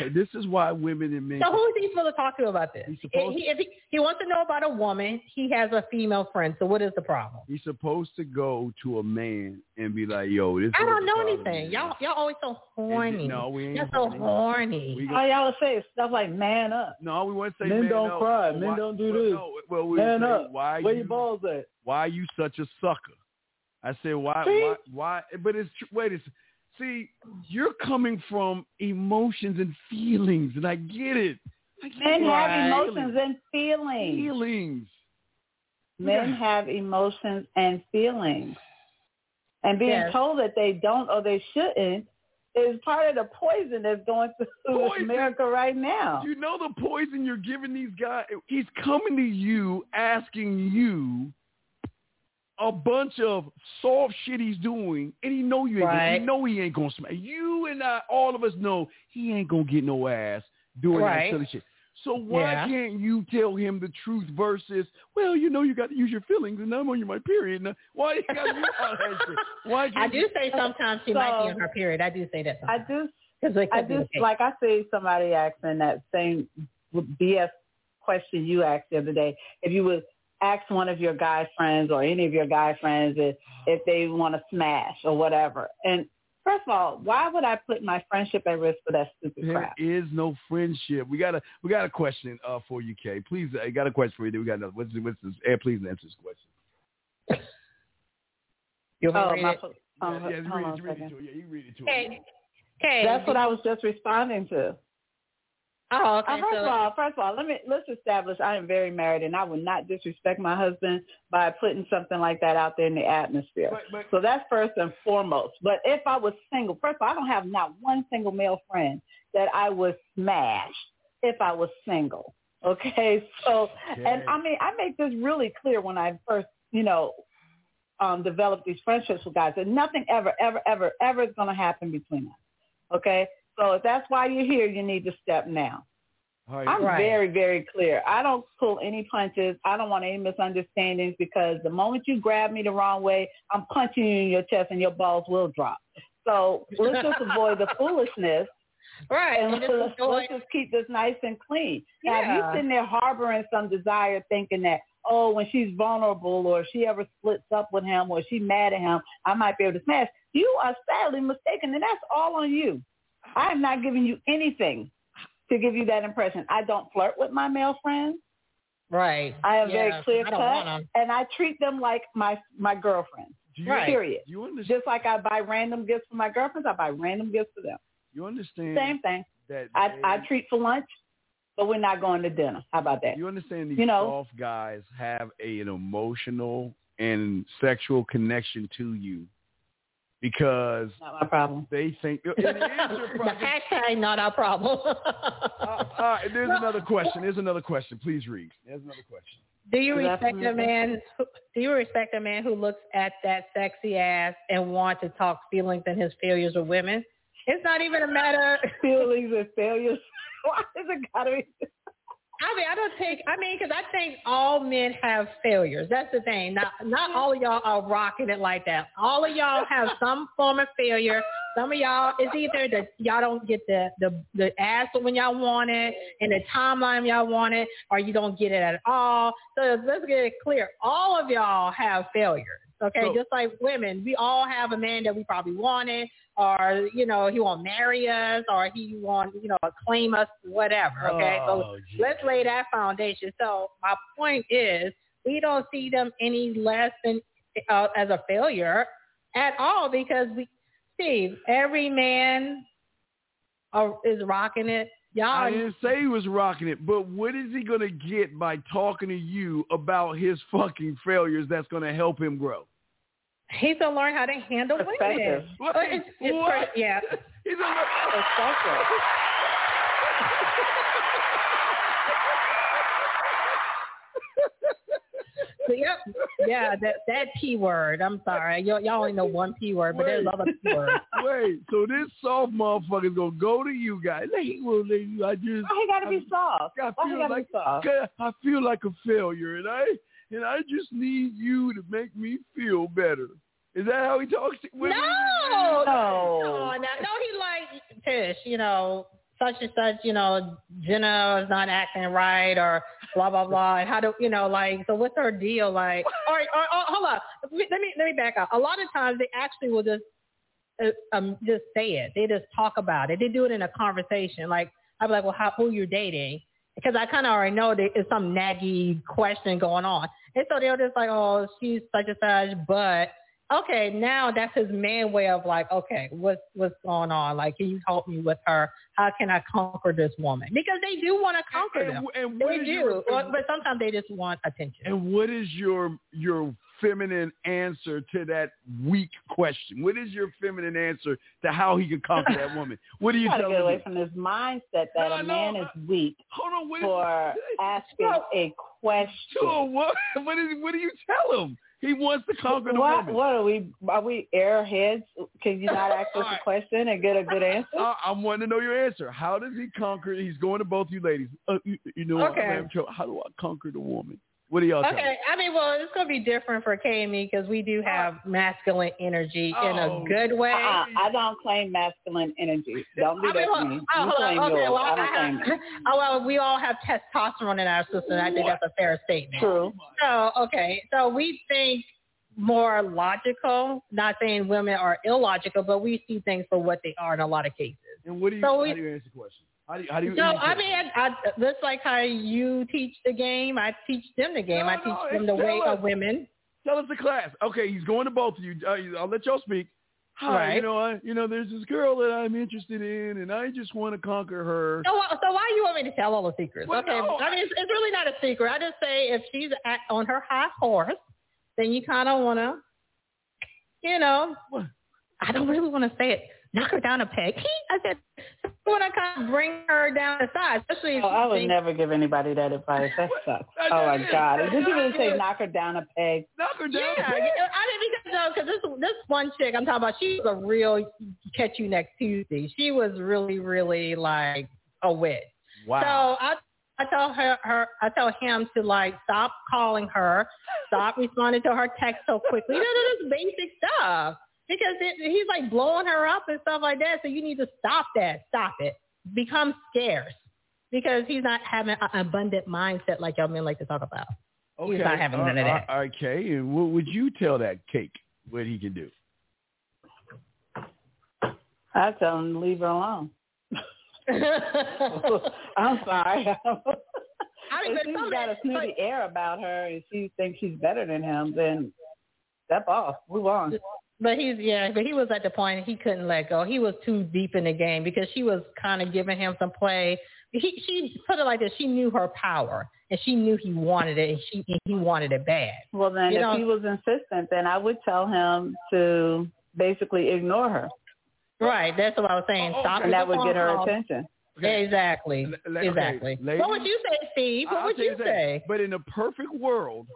Speaker 3: Okay, this is why women and men.
Speaker 4: So who is he supposed to talk to about this?
Speaker 3: He's
Speaker 4: If
Speaker 3: supposed
Speaker 4: he, if he, he wants to know about a woman. He has a female friend. So what is the problem?
Speaker 3: He's supposed to go to a man and be like, "Yo, this." is
Speaker 4: I
Speaker 3: what
Speaker 4: don't
Speaker 3: the
Speaker 4: know
Speaker 3: problem
Speaker 4: anything.
Speaker 3: is.
Speaker 4: Y'all, y'all always so
Speaker 3: And-
Speaker 4: horny.
Speaker 3: No, we ain't.
Speaker 4: You're so
Speaker 3: horny.
Speaker 4: horny.
Speaker 3: We go,
Speaker 5: All y'all would say is stuff like man up.
Speaker 3: no, we want to say
Speaker 7: Men
Speaker 3: man
Speaker 7: don't
Speaker 3: up.
Speaker 7: cry.
Speaker 3: Well,
Speaker 7: Men
Speaker 3: why-
Speaker 7: don't do
Speaker 3: well,
Speaker 7: this.
Speaker 3: no, well, we
Speaker 7: Man
Speaker 3: say,
Speaker 7: up.
Speaker 3: Why
Speaker 7: Where
Speaker 3: you,
Speaker 7: your balls at?
Speaker 3: Why you such a sucker? I said, why,
Speaker 5: See?
Speaker 3: why, why? But it's tr- wait, it's see, you're coming from emotions and feelings, and I get it. I get
Speaker 5: Men
Speaker 3: it.
Speaker 5: have emotions and feelings.
Speaker 3: feelings.
Speaker 5: Men have emotions and feelings. And being
Speaker 4: Yes.
Speaker 5: told that they don't or they shouldn't is part of the poison that's going through
Speaker 3: Poison.
Speaker 5: America right now.
Speaker 3: You know the poison you're giving these guys. He's coming to you asking you a bunch of soft shit he's doing, and he know you ain't. Gonna,
Speaker 4: Right.
Speaker 3: he know he ain't gonna smack. You and I, all of us know he ain't gonna get no ass doing
Speaker 4: Right.
Speaker 3: that silly shit. So why
Speaker 4: Yeah.
Speaker 3: can't you tell him the truth versus, well, you know you got to use your feelings, and I'm on my period. Now. Why you got to do all that shit? Why Uh,
Speaker 4: I
Speaker 3: can't
Speaker 4: do say sometimes she might be on her period. I do say that.
Speaker 5: I
Speaker 4: Sometimes.
Speaker 5: do
Speaker 4: 'Cause it
Speaker 5: I
Speaker 4: could be the
Speaker 5: just
Speaker 4: case.
Speaker 5: like I see somebody asking that same BS question you asked the other day. If you would ask one of your guy friends or any of your guy friends if, if they want to smash or whatever, and first of all, why would I put my friendship at risk for that stupid
Speaker 3: There
Speaker 5: crap?
Speaker 3: is no friendship. We got a we got a question uh, for you, Kay. Please, I got a question for you. then We got another. What's, what's this? Eh, please answer this question.
Speaker 4: You want me to
Speaker 5: Oh,
Speaker 4: read
Speaker 5: my.
Speaker 4: it?
Speaker 5: po- Um,
Speaker 3: yeah, yeah, read, it,
Speaker 5: hold on a
Speaker 3: read it
Speaker 5: second.
Speaker 3: to her. Yeah, you read it to her.
Speaker 4: Okay. Okay.
Speaker 5: That's what I was just responding to.
Speaker 4: Oh, okay.
Speaker 5: Uh, first
Speaker 4: so,
Speaker 5: of all, first of all, let me let's establish I am very married and I would not disrespect my husband by putting something like that out there in the atmosphere.
Speaker 3: But, but
Speaker 5: So that's first and foremost. But if I was single, first of all, I don't have not one single male friend that I would smash if I was single. Okay. So, and I mean, I make this really clear when I first, you know, um, develop these friendships with guys. And nothing ever, ever, ever, ever is going to happen between us. Okay? So if that's why you're here, you need to step now.
Speaker 3: All right.
Speaker 5: I'm
Speaker 4: Right.
Speaker 5: very, very clear. I don't pull any punches. I don't want any misunderstandings because the moment you grab me the wrong way, I'm punching you in your chest and your balls will drop. So let's just avoid the foolishness
Speaker 4: Right. And
Speaker 5: and let's,
Speaker 4: this is going-
Speaker 5: let's just keep this nice and clean. Now, if
Speaker 4: Yeah.
Speaker 5: you're sitting there harboring some desire, thinking that, oh, when she's vulnerable or if she ever splits up with him or she's mad at him, I might be able to smash. You are sadly mistaken, and that's all on you. I am not giving you anything to give you that impression. I don't flirt with my male friends,
Speaker 4: Right.
Speaker 5: I am very
Speaker 4: Yeah,
Speaker 5: clear
Speaker 4: I don't
Speaker 5: cut.
Speaker 4: want 'em.
Speaker 5: and I treat them like my my girlfriend.
Speaker 3: Do you,
Speaker 4: Right.
Speaker 5: Period.
Speaker 3: do you understand?
Speaker 5: Just like I buy random gifts for my girlfriends, I buy random gifts for them.
Speaker 3: You understand
Speaker 5: Same thing.
Speaker 3: that
Speaker 5: I,
Speaker 3: they-
Speaker 5: I treat for lunch, but we're not going to dinner. How about that?
Speaker 3: you understand these
Speaker 5: you know.
Speaker 3: soft guys have a, an emotional and sexual connection to you because
Speaker 5: Not my problem.
Speaker 3: they think it is your
Speaker 4: the
Speaker 3: problem.
Speaker 4: hashtag not our problem.
Speaker 3: Uh, all right, there's another question. There's another question. Please read. There's another question.
Speaker 4: do you
Speaker 5: Is that
Speaker 4: respect a
Speaker 5: permissible?
Speaker 4: man? Who, do you respect a man who looks at that sexy ass and wants to talk feelings and his failures with women? It's not even a matter.
Speaker 5: Feelings and failures. Why does it gotta be?
Speaker 4: I mean, I don't think. I mean, because I think all men have failures. That's the thing. Not not all of y'all are rocking it like that. All of y'all have some form of failure. Some of y'all it's either that y'all don't get the the the ass when y'all want it and the timeline y'all want it, or you don't get it at all. So let's get it clear. All of y'all have failures. Okay,
Speaker 3: So-
Speaker 4: just like women, we all have a man that we probably wanted, or you know, he won't marry us, or he won't, you know, claim us, whatever. Okay, so
Speaker 3: Oh,
Speaker 4: Let's lay that foundation. So my point is, we don't see them any less than uh, as a failure at all because we, Steve, every man uh, is rocking it.
Speaker 5: Um,
Speaker 3: I
Speaker 4: Y'all,
Speaker 3: didn't say he was rocking it, but what is he going to get by talking to you about his fucking failures that's going to help him grow?
Speaker 4: he's gonna learn how to handle
Speaker 5: Perspective.
Speaker 4: women. Uh,
Speaker 3: What?
Speaker 4: It's- it's
Speaker 3: What?
Speaker 4: per- yeah,
Speaker 3: He's a-
Speaker 5: Perspective.
Speaker 4: So, yep, yeah. That that p word. I'm sorry, y'all, y'all only know one p word, but there's
Speaker 3: Wait.
Speaker 4: other p words.
Speaker 3: Wait, so this soft motherfucker's going to go to you guys. Like, he will let you. I just,
Speaker 5: Why Oh, he gotta be soft?
Speaker 3: I
Speaker 5: Why he
Speaker 3: feel
Speaker 5: gotta
Speaker 3: like-
Speaker 5: be soft?
Speaker 3: God, I feel like a failure, and I and I just need you to make me feel better. Is that how he talks to
Speaker 4: No,
Speaker 3: women?
Speaker 4: no,
Speaker 5: No.
Speaker 4: no, he like Tish, you know, such and such, you know, Jenna is not acting right, or blah blah blah. And how do you know, like, so what's her deal, like? All right, all right, all- hold up, let me let me- let me back up. A lot of times they actually will just uh, um just say it. They just talk about it. They do it in a conversation. Like I'd be like, well, how who you're dating? Because I kind of already know there is some naggy question going on, and so they're just like, oh, she's such and such, but okay, now that's his man way of like, okay, what's what's going on? Like, can you help me with her? How can I conquer this woman? Because they do want to conquer
Speaker 3: And,
Speaker 4: them.
Speaker 3: and what
Speaker 4: They
Speaker 3: is
Speaker 4: do,
Speaker 3: your-
Speaker 4: but but sometimes they just want attention.
Speaker 3: and what is your your feminine answer to that weak question? What is your feminine answer to how he could conquer that woman? What do you
Speaker 5: gotta
Speaker 3: tell
Speaker 5: get away
Speaker 3: him?
Speaker 5: from this mindset that
Speaker 3: No,
Speaker 5: a
Speaker 3: no,
Speaker 5: man
Speaker 3: I-
Speaker 5: is weak
Speaker 3: Hold on, what is
Speaker 5: for asking
Speaker 3: No.
Speaker 5: a
Speaker 3: to a
Speaker 5: question.
Speaker 3: wo- What is what do you tell him? He wants to conquer the
Speaker 5: What,
Speaker 3: woman.
Speaker 5: what are we? Are we airheads? Can you not ask us a question and get a
Speaker 3: Uh,
Speaker 5: good answer?
Speaker 3: I, I'm wanting to know your answer. How does he conquer? He's going to both you ladies. Uh, you, you know, what? I'm
Speaker 4: Okay.
Speaker 3: having trouble. How do I conquer the woman? What do y'all tell me?
Speaker 4: Okay, I mean, well, it's gonna be different for K and me because we do have masculine energy in
Speaker 3: Oh.
Speaker 4: a good way.
Speaker 5: Uh-uh. I don't claim masculine energy. Don't do
Speaker 4: I
Speaker 5: that
Speaker 4: mean,
Speaker 5: to
Speaker 4: hold-
Speaker 5: me.
Speaker 4: oh,
Speaker 5: You
Speaker 4: hold
Speaker 5: claim
Speaker 4: on. Okay,
Speaker 5: yours.
Speaker 4: well,
Speaker 5: I
Speaker 4: I
Speaker 5: don't claim
Speaker 4: have, oh, well, we all have testosterone in our system. I think that's a fair statement.
Speaker 5: true.
Speaker 4: So okay, so we think more logical. Not saying women are illogical, but we see things for what they are in a lot of cases.
Speaker 3: And what do you?
Speaker 4: So
Speaker 3: how
Speaker 4: we-
Speaker 3: do you answer the question? How do you? How do you
Speaker 4: No,
Speaker 3: answer
Speaker 4: I
Speaker 3: it?
Speaker 4: mean, I, I, that's like how you teach the game. I teach them the game.
Speaker 3: No,
Speaker 4: I
Speaker 3: no,
Speaker 4: teach them the
Speaker 3: it's
Speaker 4: way
Speaker 3: still a-
Speaker 4: of women.
Speaker 3: tell us the class. Okay, he's going to both of you. Uh, I'll let y'all speak. Hi, you
Speaker 4: Right.
Speaker 3: know, I, you know, there's this girl that I'm interested in, and I just want to conquer her.
Speaker 4: So, why- so why you want me to tell all the secrets?
Speaker 3: Well,
Speaker 4: okay,
Speaker 3: no,
Speaker 4: I mean, it's, it's really not a secret. I just say if she's at, on her high horse, then you kind of want to, you know,
Speaker 3: What?
Speaker 4: I don't really want to say it. Knock her down a peg. I said, when I kind bring her down to size, especially.
Speaker 5: Oh, I would
Speaker 4: being-
Speaker 5: never give anybody that advice. That sucks.
Speaker 3: That's
Speaker 5: Oh my
Speaker 3: it.
Speaker 5: God! Did you even say
Speaker 3: That's it.
Speaker 5: knock her down a peg?
Speaker 3: Knock her down.
Speaker 4: Yeah, I didn't because no, because this this one chick I'm talking about, she was a real catch you next Tuesday. She was really, really like a witch.
Speaker 3: Wow.
Speaker 4: So I I tell her, her I tell him to like stop calling her, stop responding to her text so quickly. You know, this basic stuff because it, he's like blowing her up and stuff like that. So you need to stop that. Stop it. Become scarce because he's not having an abundant mindset like y'all men like to talk about.
Speaker 3: okay. Uh,
Speaker 4: he's not having
Speaker 3: all-
Speaker 4: none of that.
Speaker 3: all- Okay. And what would you tell that cake what he can do?
Speaker 5: I tell him leave her alone. I'm sorry.
Speaker 4: I mean,
Speaker 5: if
Speaker 4: but
Speaker 5: she's
Speaker 4: some
Speaker 5: got
Speaker 4: men-
Speaker 5: a snooty air about her and she thinks she's better than him, then step off, move on.
Speaker 4: But he's yeah, but he was at the point he couldn't let go. He was too deep in the game because she was kind of giving him some play. He she put it like this: she knew her power and she knew he wanted it, and she and he wanted it bad.
Speaker 5: Well, then
Speaker 4: You
Speaker 5: if
Speaker 4: know-
Speaker 5: he was insistent, then I would tell him to basically ignore her,
Speaker 4: Right, that's what I was saying.
Speaker 3: Oh,
Speaker 4: Stop
Speaker 5: and that would
Speaker 4: the
Speaker 5: get her
Speaker 4: phone calls.
Speaker 5: attention.
Speaker 4: Exactly,
Speaker 3: L- l- okay,
Speaker 4: exactly.
Speaker 3: ladies,
Speaker 4: what would you say, Steve? What
Speaker 3: I'll
Speaker 4: would
Speaker 3: tell
Speaker 4: you
Speaker 3: this,
Speaker 4: say?
Speaker 3: But in a perfect world,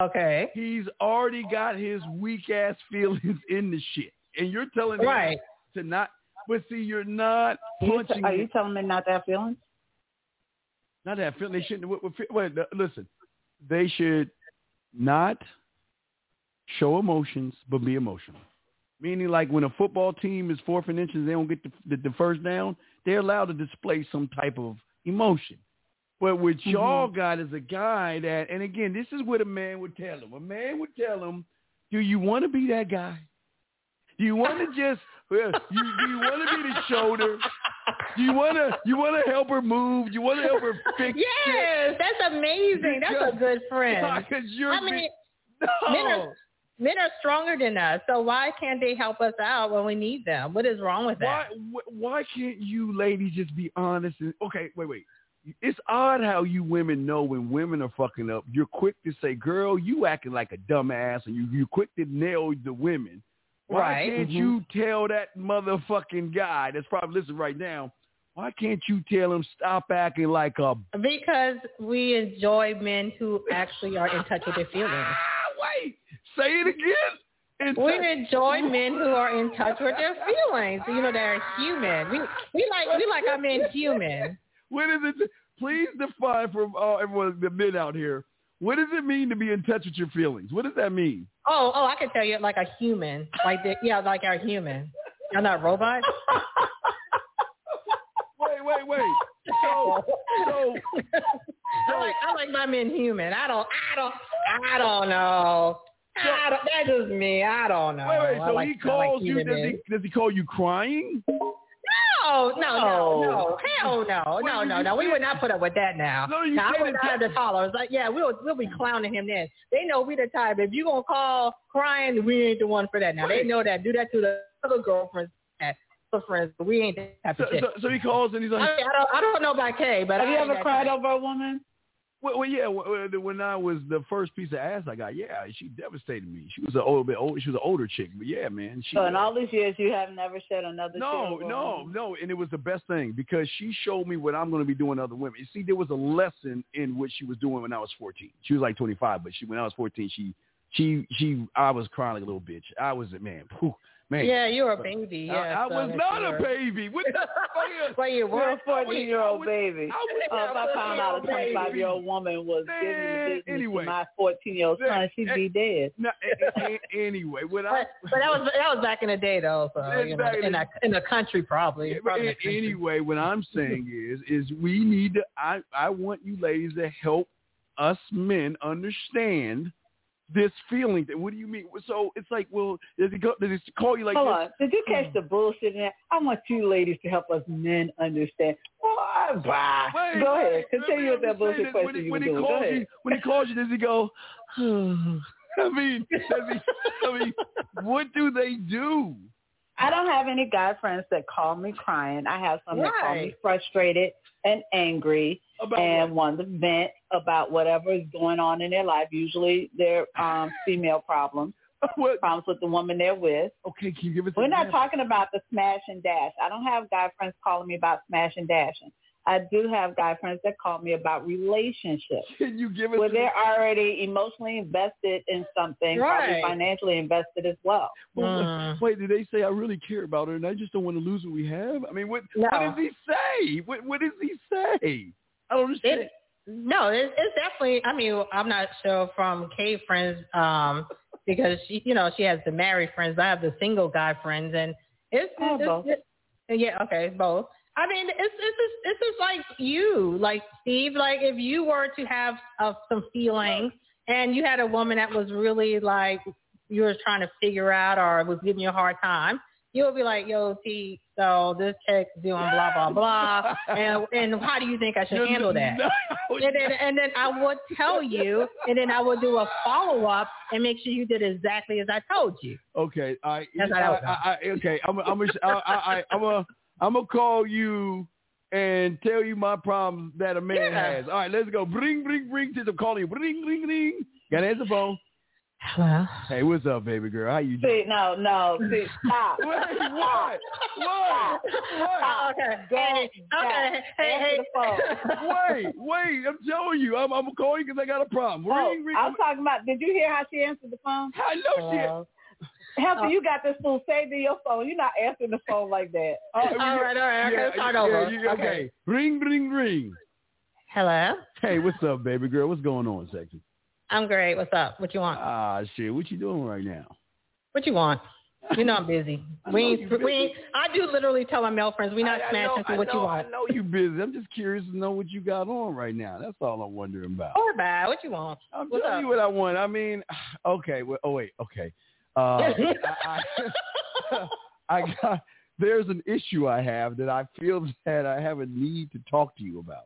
Speaker 4: Okay,
Speaker 3: he's already got his weak ass feelings in the shit, and you're telling
Speaker 4: right.
Speaker 3: him to not. But see, you're not
Speaker 5: You
Speaker 3: punching.
Speaker 5: are you telling me not to have feelings?
Speaker 3: not that feeling. They shouldn't. Wait, wait, wait, no, listen, they should not show emotions, but be emotional. Meaning, like when a football team is fourth and inches, they don't get the, the, the first down. They're allowed to display some type of emotion. But what y'all
Speaker 5: Mhm.
Speaker 3: got is a guy that, and again, this is what a man would tell him. A man would tell him, "Do you want to be that guy? Do you want to just? well, You, do you want to be the shoulder? Do you want to? You want to help her move? Do you want to help her fix shit?
Speaker 4: Yes, that's amazing. That's a good friend.
Speaker 3: Because you're
Speaker 4: I mean,
Speaker 3: big-
Speaker 4: men
Speaker 3: no.
Speaker 4: are- men are stronger than us, so why can't they help us out when we need them? What is wrong with that?
Speaker 3: why wh- why can't you ladies just be honest and okay wait wait it's odd how you women know when women are fucking up you're quick to say girl you acting like a dumbass and you you quick to nail the women why
Speaker 4: Right.
Speaker 3: can't you tell that motherfucking guy that's probably listening right now why can't you tell him stop acting like a
Speaker 4: Because we enjoy men who actually are in touch with their feelings.
Speaker 3: ah, wait say it again and
Speaker 4: We enjoy men who are in touch with their feelings. You know, they're human. We we like we like our men human.
Speaker 3: What is it? Please define for uh, everyone, the men out here. What does it mean to be in touch with your feelings? What does that mean?
Speaker 4: Oh, oh, I can tell you like a human. Like the, yeah, like our human. You're not a robot.
Speaker 3: Wait, wait, wait. So, so,
Speaker 4: I like I like my men human. I don't I don't I don't know. I don't, that's just me. I don't know.
Speaker 3: wait, wait.
Speaker 4: I
Speaker 3: So
Speaker 4: like-
Speaker 3: he
Speaker 4: I like
Speaker 3: calls you.
Speaker 4: human
Speaker 3: Does
Speaker 4: men.
Speaker 3: he, does he call you crying?
Speaker 4: No, no, no,
Speaker 5: No.
Speaker 4: no. Hell no. No,
Speaker 3: you-
Speaker 4: no,
Speaker 3: you
Speaker 4: no. We
Speaker 3: said-
Speaker 4: would not put up with that now.
Speaker 3: No, you
Speaker 4: Now, I
Speaker 3: said
Speaker 4: would
Speaker 3: it-
Speaker 4: not have the tolerance. Like, yeah, we'll we'll be clowning him then. They know we the type. If you gonna call crying, we ain't the one for that now. They
Speaker 3: Right.
Speaker 4: know that. Do that to the other girlfriends that the friends, but we ain't that type
Speaker 3: So,
Speaker 4: of shit.
Speaker 3: so, so he calls and he's
Speaker 4: I,
Speaker 3: like,
Speaker 4: mean, I don't I don't know about Kay, but
Speaker 5: Have
Speaker 4: I
Speaker 5: you
Speaker 4: ain't
Speaker 5: ever
Speaker 4: that
Speaker 5: cried
Speaker 4: type.
Speaker 5: over a woman?
Speaker 3: well, well, yeah. well, well, When I was the first piece of ass I got, yeah, she devastated me. She was a old bit older. She was an older chick, but yeah, man. She,
Speaker 5: So in all these years, you have never shed another tear.
Speaker 3: no,
Speaker 5: over a
Speaker 3: no,
Speaker 5: woman.
Speaker 3: no. And it was the best thing because she showed me what I'm going to be doing to other women. You see, there was a lesson in what she was doing when I was 14. She was like 25, but she when I was 14, she she she I was crying like a little bitch. I was a man. Whew, man.
Speaker 4: Yeah, you're a baby.
Speaker 3: I-
Speaker 4: Yeah,
Speaker 3: I,
Speaker 4: so
Speaker 3: was
Speaker 4: that's
Speaker 3: not a
Speaker 4: your-
Speaker 3: baby. What the fuck?
Speaker 4: Well, you
Speaker 5: You're
Speaker 4: were.
Speaker 5: a 14-year-old
Speaker 3: I would-
Speaker 5: baby.
Speaker 3: I was
Speaker 5: Oh, if I
Speaker 3: not
Speaker 5: found out a
Speaker 3: baby.
Speaker 5: 25 year old woman was giving
Speaker 3: Man,
Speaker 5: the business
Speaker 3: anyway. eh,
Speaker 5: to my 14 year old son, she'd be dead.
Speaker 3: No, a- a- a- anyway, when I
Speaker 4: But, but that was that was back in the day though, so
Speaker 3: That's
Speaker 4: Uh, you know,
Speaker 3: back in
Speaker 4: in
Speaker 3: the-
Speaker 4: the in the country probably.
Speaker 3: Yeah, but
Speaker 4: probably in the
Speaker 3: a-
Speaker 4: country.
Speaker 3: anyway, what I'm saying is, is we need to. I I want you ladies to help us men understand this feeling. That what do you mean? So it's like, well, does it go? Does it call you like?
Speaker 5: Hold
Speaker 3: this? Hmm.
Speaker 5: on. Did you catch the bullshit in that? I want you ladies to help us men understand. Boy, bye.
Speaker 3: Wait,
Speaker 5: Go ahead.
Speaker 3: wait, let
Speaker 5: Continue with
Speaker 3: me
Speaker 5: that
Speaker 3: understand
Speaker 5: bullshit
Speaker 3: this. When
Speaker 5: question
Speaker 3: he-
Speaker 5: you were
Speaker 3: when he
Speaker 5: doing. Go
Speaker 3: calls you-
Speaker 5: ahead.
Speaker 3: When he calls you, does he go? I mean, does he? I mean, what do they do?
Speaker 5: I don't have any guy friends that call me crying. I have some that call me
Speaker 4: Right.
Speaker 5: frustrated and angry
Speaker 3: About
Speaker 5: and
Speaker 3: what?
Speaker 5: want to vent about whatever is going on in their life. Usually they're um, female problems.
Speaker 3: What?
Speaker 5: problems with the woman they're with.
Speaker 3: Okay, can you give us?
Speaker 5: We're
Speaker 3: an
Speaker 5: not
Speaker 3: example?
Speaker 5: talking about the smash and dash. I don't have guy friends calling me about smash and dashing. I do have guy friends that call me about relationships.
Speaker 3: Can you give us?
Speaker 5: Where
Speaker 3: an-
Speaker 5: they're already emotionally invested in something,
Speaker 4: Right.
Speaker 5: probably financially invested as well.
Speaker 3: Well,
Speaker 4: Mm.
Speaker 3: Wait, did they say I really care about her and I just don't want to lose what we have? I mean, what what
Speaker 4: No.
Speaker 3: does he say? What what does he say? I don't understand.
Speaker 4: It, no, it's, it's definitely. I mean, I'm not sure from Kay friends um, because she, you know, she has the married friends. I have the single guy friends, and it's,
Speaker 5: I have
Speaker 4: it's-
Speaker 5: both.
Speaker 4: it's- yeah, okay, both. I mean, it's it's just, it's just like you, like Steve, like if you were to have uh, some feelings and you had a woman that was really like you were trying to figure out or was giving you a hard time, you would be like, "Yo, T, so this chick's doing blah blah blah, and and how do you think I should
Speaker 3: No, no,
Speaker 4: handle that?"
Speaker 3: no.
Speaker 4: and then and then I would tell you, and then I would do a follow up and make sure you did exactly as I told you.
Speaker 3: okay, I,
Speaker 4: That's
Speaker 3: I,
Speaker 4: how that
Speaker 3: I, I okay, I'm a, I'm a, I, I, I'm a, I'm gonna call you and tell you my problems that a man
Speaker 4: Yeah.
Speaker 3: has. All right, let's go. Bring, bring, bring. Since I'm calling you, bring, bring, bring. Gotta answer the phone.
Speaker 4: Well,
Speaker 3: Hey, what's up, baby girl? How you doing?
Speaker 5: See, no, no, see, stop.
Speaker 3: Wait, what? What?
Speaker 4: oh, okay,
Speaker 5: Go
Speaker 4: hey, okay,
Speaker 5: back.
Speaker 4: hey,
Speaker 5: Answer the
Speaker 4: hey.
Speaker 3: Wait, wait! I'm telling you, I'm, I'm gonna call you because I got a problem.
Speaker 5: Oh,
Speaker 3: Ring, ring.
Speaker 5: I was talking about, did you hear how she answered the phone?
Speaker 3: I know Uh, shit.
Speaker 5: Helper, you got this fool saved in your phone. You're not answering the phone like that.
Speaker 3: All
Speaker 4: All right, all right, okay, let's start over.
Speaker 3: you- okay. Ring, ring, ring.
Speaker 4: Hello,
Speaker 3: Hey, what's up, baby girl? What's going on, sexy?
Speaker 4: I'm great. What's up? What you want?
Speaker 3: Ah, shit. What you doing right now?
Speaker 4: What you want? You know I'm busy.
Speaker 3: I
Speaker 4: We
Speaker 3: know
Speaker 4: ain't,
Speaker 3: you
Speaker 4: we ain't, I do literally tell our male friends we not
Speaker 3: I- I know-
Speaker 4: smashing
Speaker 3: I
Speaker 4: to what you
Speaker 3: know-
Speaker 4: want.
Speaker 3: I know you busy. I'm just curious to know what you got on right now. That's all I'm wondering about.
Speaker 4: Or bad, what you want?
Speaker 3: I'm
Speaker 4: what's
Speaker 3: telling
Speaker 4: up?
Speaker 3: you what I want. I mean, okay. Well, oh wait. Okay. Uh, I, I, I got. There's an issue I have that I feel that I have a need to talk to you about.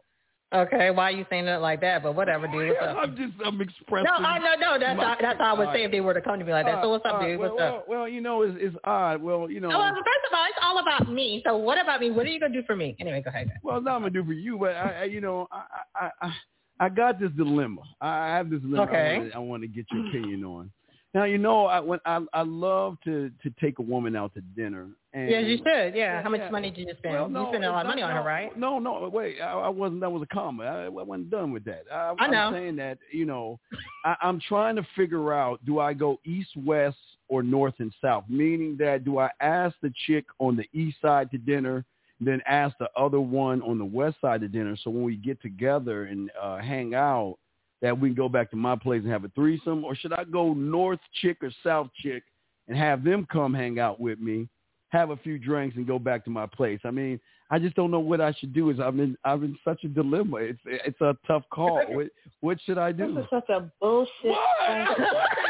Speaker 4: Okay, why you saying it like that? But whatever, dude. What's up?
Speaker 3: I'm just I'm expressing.
Speaker 4: No, I no no. That's
Speaker 3: My-
Speaker 4: how, that's how I would
Speaker 3: all
Speaker 4: say if they were to come to me like that. So what's
Speaker 3: All
Speaker 4: up,
Speaker 3: right,
Speaker 4: dude?
Speaker 3: Uh, well,
Speaker 4: What's up?
Speaker 3: Well, well, you know, it's, it's odd. Well, you know,
Speaker 4: Oh, well, first of all, it's all about me. So what about me? What are you gonna do for me? Anyway, go ahead.
Speaker 3: well, it's not gonna do for you, but I, I you know, I, I, I, I got this dilemma. I I have this dilemma.
Speaker 4: Okay.
Speaker 3: I wanna- I want to get your opinion on. Now, you know, I when I, I love to to take a woman out to dinner. And
Speaker 4: Yes, you should. Yeah.
Speaker 3: Yeah,
Speaker 4: How much
Speaker 3: yeah.
Speaker 4: money did you spend?
Speaker 3: Well,
Speaker 4: you
Speaker 3: no,
Speaker 4: spent a lot of
Speaker 3: no,
Speaker 4: money on her,
Speaker 3: no,
Speaker 4: right?
Speaker 3: No, no, wait. I, I wasn't. That was a comment. I, I wasn't done with that. I,
Speaker 4: I know.
Speaker 3: am saying that you know, I, I'm trying to figure out: do I go east, west, or north and south? Meaning that do I ask the chick on the east side to dinner, then ask the other one on the west side to dinner? So when we get together and uh, hang out, that we can go back to my place and have a threesome, or should I go north chick or south chick and have them come hang out with me? have a few drinks and go back to my place. I mean, I just don't know what I should do. Is I'm in I'm in such a dilemma. It's it's a tough call. What what should I
Speaker 5: This
Speaker 3: do?
Speaker 5: is such a bullshit thing.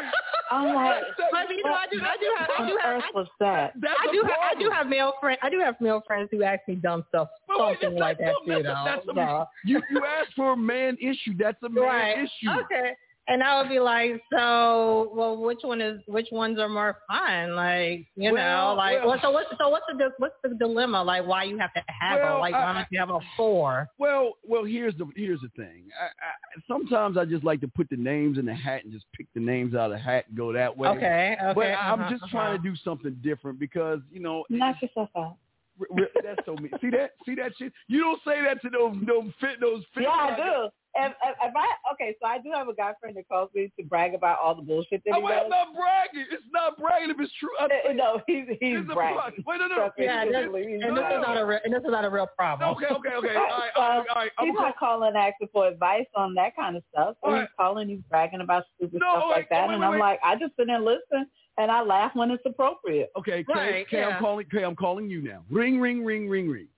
Speaker 5: I'm like,
Speaker 4: But you know, I do I do have I
Speaker 5: what
Speaker 4: do
Speaker 5: on
Speaker 4: have
Speaker 5: earth was that?
Speaker 3: That's
Speaker 4: I
Speaker 3: a
Speaker 4: do have, I do
Speaker 3: problem.
Speaker 4: have male friend I do have male friends who ask me dumb stuff
Speaker 3: But wait,
Speaker 4: something
Speaker 3: that's
Speaker 4: like that
Speaker 3: not dumb.
Speaker 4: too though.
Speaker 3: That's- that's
Speaker 4: No.
Speaker 3: You you asked for a man issue. That's a man
Speaker 4: right.
Speaker 3: issue.
Speaker 4: Okay. And I would be like, so, well, which one is which ones are more fun? Like, you know,
Speaker 3: Well,
Speaker 4: like,
Speaker 3: well-
Speaker 4: well, so what's so what's the di- what's the dilemma? Like, why you have to have
Speaker 3: Well,
Speaker 4: a like
Speaker 3: I-
Speaker 4: why don't you have a four?
Speaker 3: Well, well, here's the here's the thing. I, I, sometimes I just like to put the names in the hat and just pick the names out of the hat and go that way.
Speaker 4: Okay. Okay.
Speaker 3: But I'm
Speaker 4: uh-huh,
Speaker 3: just
Speaker 4: uh-huh.
Speaker 3: trying to do something different because you know
Speaker 5: Knock yourself out.
Speaker 3: R- r- that's so mean. See that? See that shit? You don't say that to those no fit those fit.
Speaker 5: Yeah, I do. If, if, if I okay, so I do have a guy friend that calls me to brag about all the bullshit that
Speaker 3: Oh,
Speaker 5: he
Speaker 3: wait, I'm
Speaker 5: does.
Speaker 3: not bragging. It's not bragging if it's true. I'm
Speaker 5: Uh,
Speaker 3: saying
Speaker 5: No, he's he's
Speaker 3: it's a brag.
Speaker 5: bragging.
Speaker 3: Wait, no, no.
Speaker 5: Trust me,
Speaker 4: Yeah,
Speaker 5: you
Speaker 4: this-
Speaker 5: can believe- he's
Speaker 4: And this is
Speaker 5: bragging.
Speaker 4: not a real, and this is not a real problem.
Speaker 3: Okay, okay, okay. All right, all right, all right. I'm
Speaker 5: He's
Speaker 3: gonna-
Speaker 5: not calling asking for advice on that kind of stuff. So
Speaker 3: Alright.
Speaker 5: he's calling, he's bragging about stupid
Speaker 3: No,
Speaker 5: stuff
Speaker 3: wait,
Speaker 5: like that,
Speaker 3: wait,
Speaker 5: and
Speaker 3: wait,
Speaker 5: I'm
Speaker 3: wait.
Speaker 5: like, I just sit there and listen, and I laugh when it's appropriate.
Speaker 3: Okay, Kay,
Speaker 4: Right,
Speaker 3: Kay,
Speaker 4: yeah.
Speaker 3: I'm calling. Kay, I'm calling you now. Ring, ring, ring, ring, ring.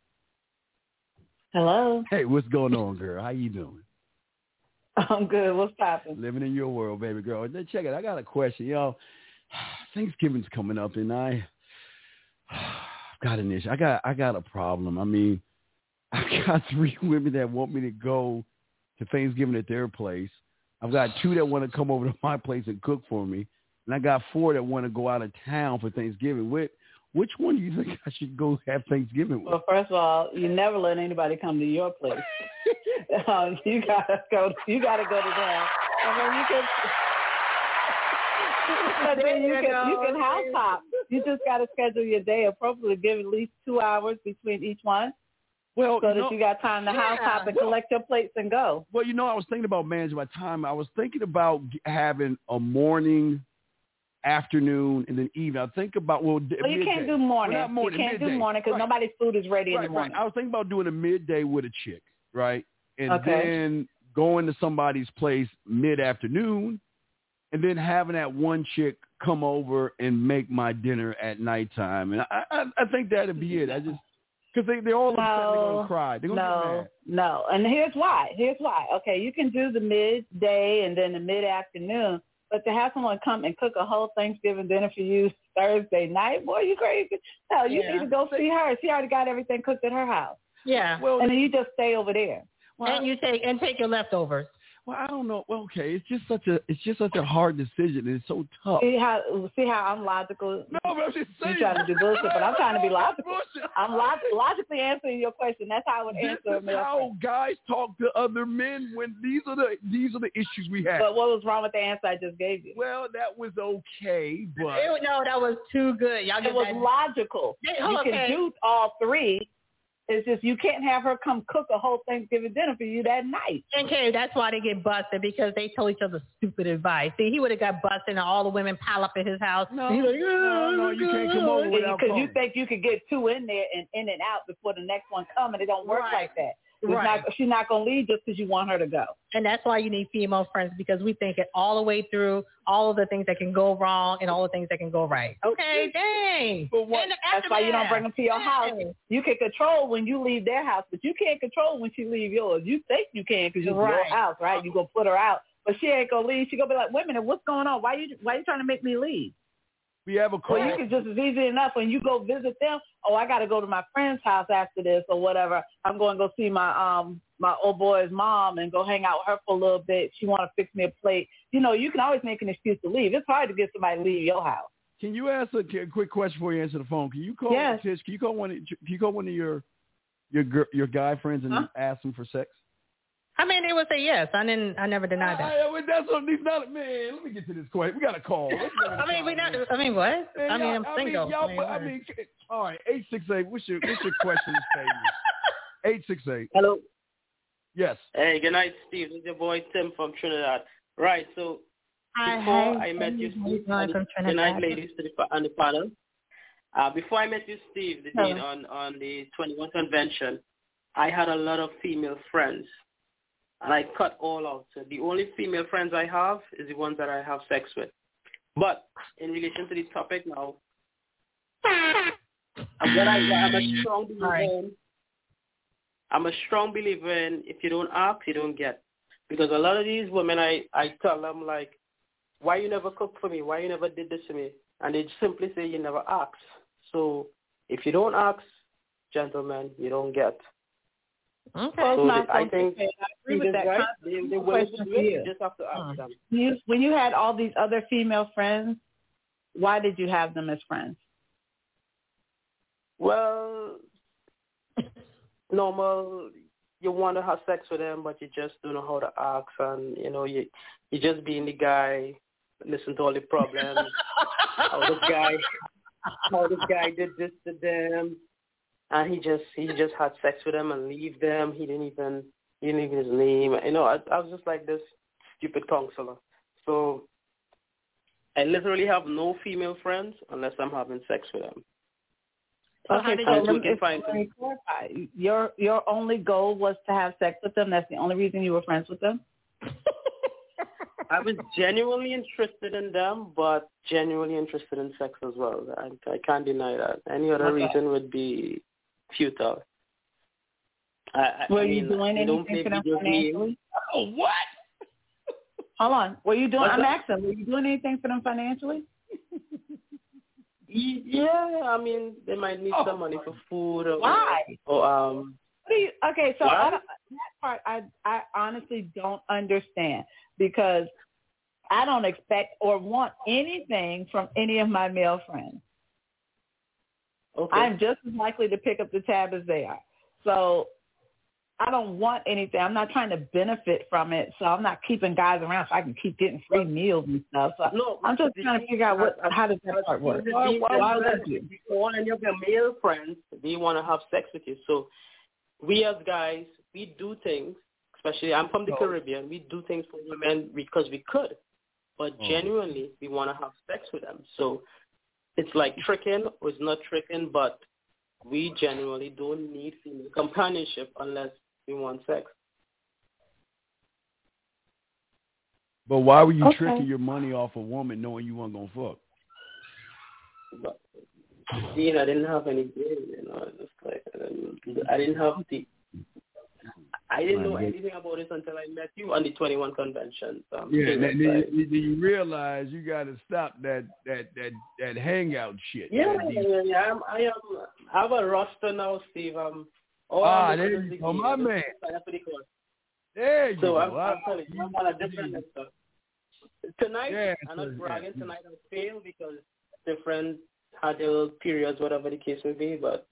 Speaker 5: Hello,
Speaker 3: Hey, what's going on, girl? How you doing?
Speaker 5: I'm good. What's poppin'?
Speaker 3: Living in your world, baby girl. Now, Check it. I got a question, y'all. Thanksgiving's coming up, and I I've got an issue. I got I got a problem. I mean, I've got three women that want me to go to Thanksgiving at their place. I've got two that want to come over to my place and cook for me, and I got four that want to go out of town for Thanksgiving. Which which one do you think I should go have Thanksgiving with?
Speaker 5: Well, first of all, you never let anybody come to your place. Uh, um, you gotta go. You gotta go to them, and then you can. But then you
Speaker 4: You
Speaker 5: can you
Speaker 4: know,
Speaker 5: can house hop. You just got to schedule your day appropriately. Give at least two hours between each one,
Speaker 3: Well,
Speaker 5: so
Speaker 3: you know,
Speaker 5: that you got time to house
Speaker 4: Yeah.
Speaker 5: hop and collect your plates and go.
Speaker 3: well, you know, I was thinking about managing my time. I was thinking about g- having a morning, afternoon, and then evening. I think about well, d-
Speaker 5: Well, you can't
Speaker 3: midday.
Speaker 5: do morning.
Speaker 3: Well, not morning,
Speaker 5: you can't do
Speaker 3: midday.
Speaker 5: morning because
Speaker 3: Right.
Speaker 5: nobody's food is ready in
Speaker 3: right,
Speaker 5: the morning.
Speaker 3: Right. I was thinking about doing a midday with a chick, right? And
Speaker 5: Okay.
Speaker 3: then going to somebody's place mid afternoon and then having that one chick come over and make my dinner at nighttime. And I I, I think that'd be it. I just because they, they're all upset. They're going
Speaker 5: No.
Speaker 3: to cry. They're going to get
Speaker 5: No,
Speaker 3: mad.
Speaker 5: no. And here's why. Here's why. Okay, you can do the midday and then the mid afternoon, but to have someone come and cook a whole Thanksgiving dinner for you Thursday night, boy, you crazy. No, you
Speaker 4: Yeah.
Speaker 5: need to go see her. She already got everything cooked at her house.
Speaker 4: Yeah.
Speaker 3: Well,
Speaker 5: And then you just stay over there.
Speaker 3: well, I-
Speaker 4: and you take and take your leftovers.
Speaker 3: well, I don't know. Well, okay. It's just such a it's just such a hard decision. and It's so tough.
Speaker 5: See how see how I'm logical.
Speaker 3: Oh. no, but I'm just saying.
Speaker 5: You trying to do bullshit, but I'm trying to be logical.
Speaker 3: Bullshit.
Speaker 5: I'm log- logically answering your question. That's how I would
Speaker 3: This
Speaker 5: answer a
Speaker 3: is
Speaker 5: male
Speaker 3: how guys talk to other men when these are the these are the issues we have.
Speaker 5: But what was wrong with the answer I just gave you?
Speaker 3: Well, that was okay, but
Speaker 4: Ew, no, that was too good. Y'all
Speaker 5: It
Speaker 4: get
Speaker 5: was
Speaker 4: that.
Speaker 5: logical.
Speaker 4: Hey,
Speaker 5: You
Speaker 4: okay.
Speaker 5: can do all three. It's just you can't have her come cook a whole Thanksgiving dinner for you that night.
Speaker 4: And Kay, that's why they get busted because they told each other stupid advice. See, he would have got busted and all the women pile up at his house.
Speaker 3: No.
Speaker 4: He's like,
Speaker 3: No, no, you can't come over with- Without
Speaker 5: Because you
Speaker 3: calling.
Speaker 5: think you could get two in there and in and out before the next one come, and it don't work
Speaker 4: Right.
Speaker 5: like that. It's
Speaker 4: Right.
Speaker 5: not- she's not gonna leave just because you want her to go.
Speaker 4: And that's why you need female friends because we think it all the way through all of the things that can go wrong and all the things that can go right. Okay, dang.
Speaker 3: But what-
Speaker 4: And the
Speaker 5: That's why you don't
Speaker 4: aftermath.
Speaker 5: bring them to your house.
Speaker 4: Dang.
Speaker 5: You can control when you leave their house, but you can't control when she leave yours. You think you can because it's your
Speaker 4: Right.
Speaker 5: house, right? You gonna put her out, but she ain't gonna leave. She gonna be like, "Wait a minute, what's going on? Why you why you trying to make me leave?"
Speaker 3: we have a
Speaker 5: Well,
Speaker 3: call.
Speaker 5: you can just as easy enough when you go visit them. Oh, I got to go to my friend's house after this or whatever. I'm going to go see my um my old boy's mom and go hang out with her for a little bit. She want to fix me a plate. You know, you can always make an excuse to leave. It's hard to get somebody to leave your house.
Speaker 3: Can you ask a, a quick question before you answer the phone? Can you call
Speaker 5: Yes.
Speaker 3: Tish? Can you call one? Of, can you call one of your your gir- your guy friends and
Speaker 5: Huh?
Speaker 3: ask them for sex?
Speaker 4: I mean, they would say yes. I didn't. I never denied that.
Speaker 3: I, I, mean, that's what he's not. Man, let me get to this question. We got a call. Let's go.
Speaker 4: I mean, we not. I mean, what?
Speaker 3: Man,
Speaker 4: I mean, I'm
Speaker 3: y'all-
Speaker 4: single.
Speaker 3: I mean, y'all, I mean, all right, eight six eight. What's your what's your question, Miss Payne? Eight six eight.
Speaker 5: Hello.
Speaker 3: Yes.
Speaker 7: Hey, good night, Steve. This is your boy Tim from Trinidad. Right, so before I met you, Steve,
Speaker 4: Going
Speaker 7: and
Speaker 4: from
Speaker 7: good night,
Speaker 4: Trinidad.
Speaker 7: ladies, to the, pa- on the panel. Uh, before I met you, Steve, the
Speaker 5: Hello.
Speaker 7: date on, on the 21 convention, I had a lot of female friends, and I cut all out. So the only female friends I have is the ones that I have sex with. But in relation to the topic now, I'm, what I, I'm a strong believer
Speaker 4: Sorry.
Speaker 7: in. I'm a strong believer in if you don't ask, you don't get. Because a lot of these women, I, I tell them, like, why you never cook for me? Why you never did this for me? And they simply say you never asked. So if you don't ask, gentlemen, you don't get.
Speaker 4: Okay.
Speaker 5: Well,
Speaker 7: So
Speaker 5: it's not
Speaker 7: that- I
Speaker 5: so
Speaker 7: think
Speaker 5: bad. I agree with
Speaker 7: Steve is
Speaker 5: that.
Speaker 7: right.
Speaker 5: concept.
Speaker 7: They, they willing to
Speaker 5: Question
Speaker 7: do
Speaker 5: for
Speaker 7: it.
Speaker 5: you.
Speaker 7: You just have to ask
Speaker 4: Hmm.
Speaker 7: them.
Speaker 5: You, when you had all these other female friends, why did you have them as friends?
Speaker 7: Well, normal. You want to have sex with them, but you just don't know how to ask, and you know you you just being the guy, listen to all the problems. how this guy, how this guy did this to them, and he just he just had sex with them and leave them. He didn't even he didn't even his name. You know, I, I was just like this stupid counselor. So I literally have no female friends unless I'm having sex with them.
Speaker 4: So how
Speaker 5: Okay,
Speaker 4: did
Speaker 5: so
Speaker 4: you
Speaker 7: I'm
Speaker 5: let me
Speaker 7: looking fine.
Speaker 5: let me clarify. Your your only goal was to have sex with them. That's the only reason you were friends with them.
Speaker 7: I was genuinely interested in them, but genuinely interested in sex as well. I, I can't deny that. Any other
Speaker 5: Okay.
Speaker 7: reason would be futile. I, I-
Speaker 5: Were
Speaker 7: I
Speaker 5: you
Speaker 7: mean,
Speaker 5: doing
Speaker 7: I don't
Speaker 5: anything
Speaker 7: play
Speaker 5: for them
Speaker 7: video games.
Speaker 5: financially?
Speaker 3: Oh, what?
Speaker 5: Hold on. Were you doing?
Speaker 7: What's
Speaker 5: I'm
Speaker 7: that?
Speaker 5: asking. Were you doing anything for them financially?
Speaker 7: Y- Yeah, I mean, they might need
Speaker 3: Oh,
Speaker 7: some money for food or,
Speaker 5: Why?
Speaker 7: or um.
Speaker 5: What do you, okay, so
Speaker 7: Why?
Speaker 5: I don't, that part I I honestly don't understand because I don't expect or want anything from any of my male friends.
Speaker 7: Okay.
Speaker 5: I'm just as likely to pick up the tab as they are. So I don't want anything. I'm not trying to benefit from it, so I'm not keeping guys around so I can keep getting free meals and stuff. So
Speaker 7: No,
Speaker 5: I'm just
Speaker 7: the
Speaker 5: trying to
Speaker 7: thing
Speaker 5: figure out
Speaker 7: is,
Speaker 5: what
Speaker 7: I- I-
Speaker 5: how does that part work.
Speaker 7: Because
Speaker 5: Why,
Speaker 7: these
Speaker 5: why,
Speaker 7: guys,
Speaker 5: would I do?
Speaker 7: one of your male friends, they want to have sex with you. So we as guys, we do things, especially I'm from the Caribbean, we do things for women because we could. But genuinely, we want to have sex with them. So it's like tricking or it's not tricking, but we generally don't need female companionship unless we want sex.
Speaker 3: But why were you
Speaker 5: Okay.
Speaker 3: tricking your money off a woman knowing you weren't gonna fuck?
Speaker 7: But you know, I didn't have any game. You know, it's like um, I didn't have the. I didn't know anything about this until I met you on the 21 convention. So I'm
Speaker 3: Yeah,
Speaker 7: serious,
Speaker 3: then, then,
Speaker 7: like-
Speaker 3: you- then you realize you got to stop that that that that hangout shit.
Speaker 7: yeah,
Speaker 3: that
Speaker 7: yeah,
Speaker 3: deep-
Speaker 7: yeah, yeah. I'm, I am. I have a roster now, Steve. I'm. Oh,
Speaker 3: Ah,
Speaker 7: I'm
Speaker 3: there
Speaker 7: listening
Speaker 3: you
Speaker 7: to the
Speaker 3: go,
Speaker 7: game.
Speaker 3: my
Speaker 7: This is
Speaker 3: man.
Speaker 7: the Africa one.
Speaker 3: There you
Speaker 7: So
Speaker 3: go.
Speaker 7: I'm, I'm
Speaker 3: I-
Speaker 7: telling you, I'm on a different level. Tonight,
Speaker 3: Yeah,
Speaker 7: I'm
Speaker 3: so,
Speaker 7: not bragging.
Speaker 3: yeah.
Speaker 7: Tonight I failed because different had their little periods, whatever the case may be. But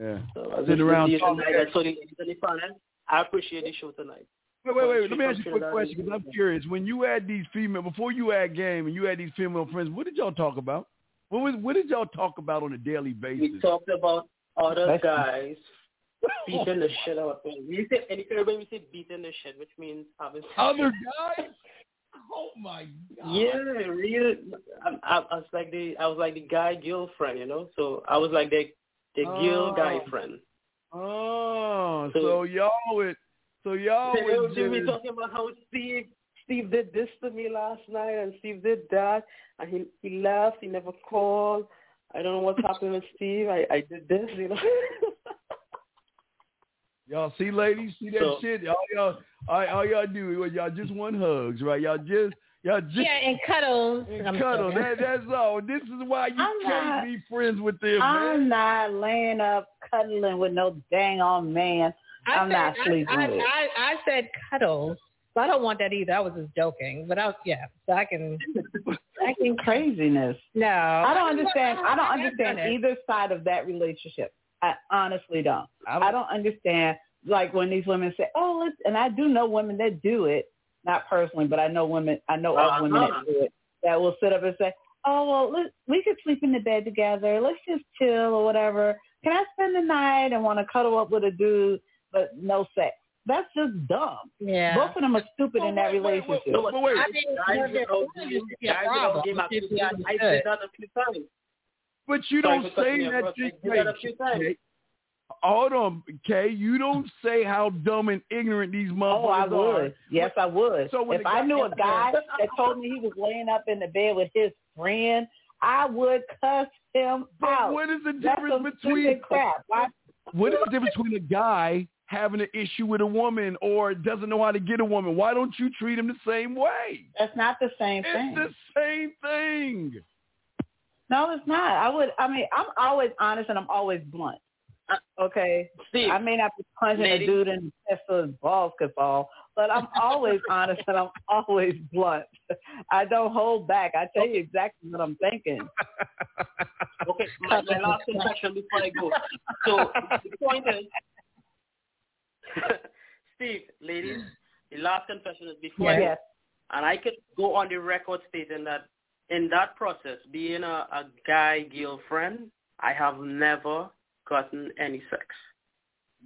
Speaker 7: uh,
Speaker 3: yeah.
Speaker 7: So I
Speaker 3: Sit
Speaker 7: just
Speaker 3: around talking
Speaker 7: around tonight.
Speaker 3: about-
Speaker 7: That's all it is. Any problem? I appreciate the show tonight.
Speaker 3: Wait, wait, wait. Let me
Speaker 7: Well,
Speaker 3: ask you a
Speaker 7: she
Speaker 3: quick
Speaker 7: considered
Speaker 3: question because I'm curious. When you had these female, before you had game and you had these female friends, what did y'all talk about? What was what did y'all talk about on a daily
Speaker 7: We
Speaker 3: basis?
Speaker 7: talked about other
Speaker 5: That's-
Speaker 7: guys beating the shit out of me. We say in the Caribbean we say beating the shit, which means having sex.
Speaker 3: Other guys? Oh my god.
Speaker 7: Yeah, real. I, I, I was like the I was like the guy girlfriend, you know. So I was like the the girl
Speaker 3: Oh.
Speaker 7: guy friend.
Speaker 3: Oh,
Speaker 7: So-
Speaker 3: so y'all would, so y'all
Speaker 7: They
Speaker 3: would.
Speaker 7: Jimmy
Speaker 3: just-
Speaker 7: talking about how Steve Steve did this to me last night and Steve did that and he he left, he never called. I don't know what's happened with Steve. I, I did this, you know.
Speaker 3: Y'all see, ladies, see that
Speaker 7: So-
Speaker 3: shit. All y'all, all, all y'all do, well, y'all just want hugs, right? Y'all just, y'all just
Speaker 4: Yeah, and cuddles. I'm
Speaker 3: cuddle.
Speaker 4: joking.
Speaker 3: That, that's all. This is why you
Speaker 5: I'm
Speaker 3: can't
Speaker 5: not-
Speaker 3: be friends with them, man.
Speaker 5: I'm not laying up cuddling with no dang on man.
Speaker 4: I
Speaker 5: I'm
Speaker 4: said,
Speaker 5: not sleeping
Speaker 4: I, I,
Speaker 5: with.
Speaker 4: I, I said cuddles. So I don't want that either. I was just joking, but I was yeah. So I can, I can.
Speaker 5: Craziness.
Speaker 4: No,
Speaker 5: I don't understand. I don't
Speaker 4: I've done
Speaker 5: understand
Speaker 4: it.
Speaker 5: either side of that relationship. I honestly don't. I don't understand like when these women say, "Oh, let's," and I do know women that do it. Not personally, but I know women. I know
Speaker 7: Uh-huh.
Speaker 5: of women that do it that will sit up and say, "Oh, well, let, we could sleep in the bed together. Let's just chill or whatever. Can I spend the night and want to cuddle up with a dude, but no sex? That's just dumb.
Speaker 4: Yeah.
Speaker 5: Both of them are stupid
Speaker 3: Well,
Speaker 5: in that
Speaker 3: wait, wait, wait,
Speaker 5: relationship.
Speaker 7: No, but
Speaker 3: But wait.
Speaker 4: I mean,
Speaker 7: guys
Speaker 4: there's
Speaker 7: without
Speaker 4: one
Speaker 7: game-
Speaker 4: is to be a
Speaker 7: guys
Speaker 4: problem,
Speaker 7: without game, I
Speaker 4: which is
Speaker 7: I
Speaker 4: understood.
Speaker 7: did that a few times.
Speaker 3: But you
Speaker 7: Sorry
Speaker 3: don't
Speaker 7: for cutting
Speaker 3: say
Speaker 7: you off,
Speaker 3: that.
Speaker 7: Ross.
Speaker 3: you-
Speaker 7: I did that a few times.
Speaker 3: Kay, Hold on, Kay. You don't say how dumb and ignorant these motherfuckers
Speaker 5: Oh, I
Speaker 3: are.
Speaker 5: would. Yes, I would.
Speaker 3: So when
Speaker 5: if
Speaker 3: the
Speaker 5: I
Speaker 3: guy
Speaker 5: knew a
Speaker 3: comes
Speaker 5: guy that told me he was laying up in the bed with his friend, I would cuss him
Speaker 3: But
Speaker 5: out.
Speaker 3: what is the
Speaker 5: That's
Speaker 3: difference
Speaker 5: some
Speaker 3: between
Speaker 5: stupid crap. Why-
Speaker 3: what is the difference between a guy having an issue with a woman or doesn't know how to get a woman? Why don't you treat him the same way?
Speaker 5: That's not the same
Speaker 3: It's
Speaker 5: thing.
Speaker 3: the same thing.
Speaker 5: No, it's not. I would. I mean, I'm always honest and I'm always blunt. Okay,
Speaker 7: Steve,
Speaker 5: I may not be punching
Speaker 7: Lady-
Speaker 5: a dude in the chest so his balls could fall, but I'm always honest and I'm always blunt. I don't hold back. I tell you exactly what I'm thinking.
Speaker 7: okay, my, my last question before I go. So the point is, Steve, ladies, the last confession is before I
Speaker 5: Yes.
Speaker 7: And I could go on the record stating that in that process, being a, a guy girlfriend, I have never gotten any sex.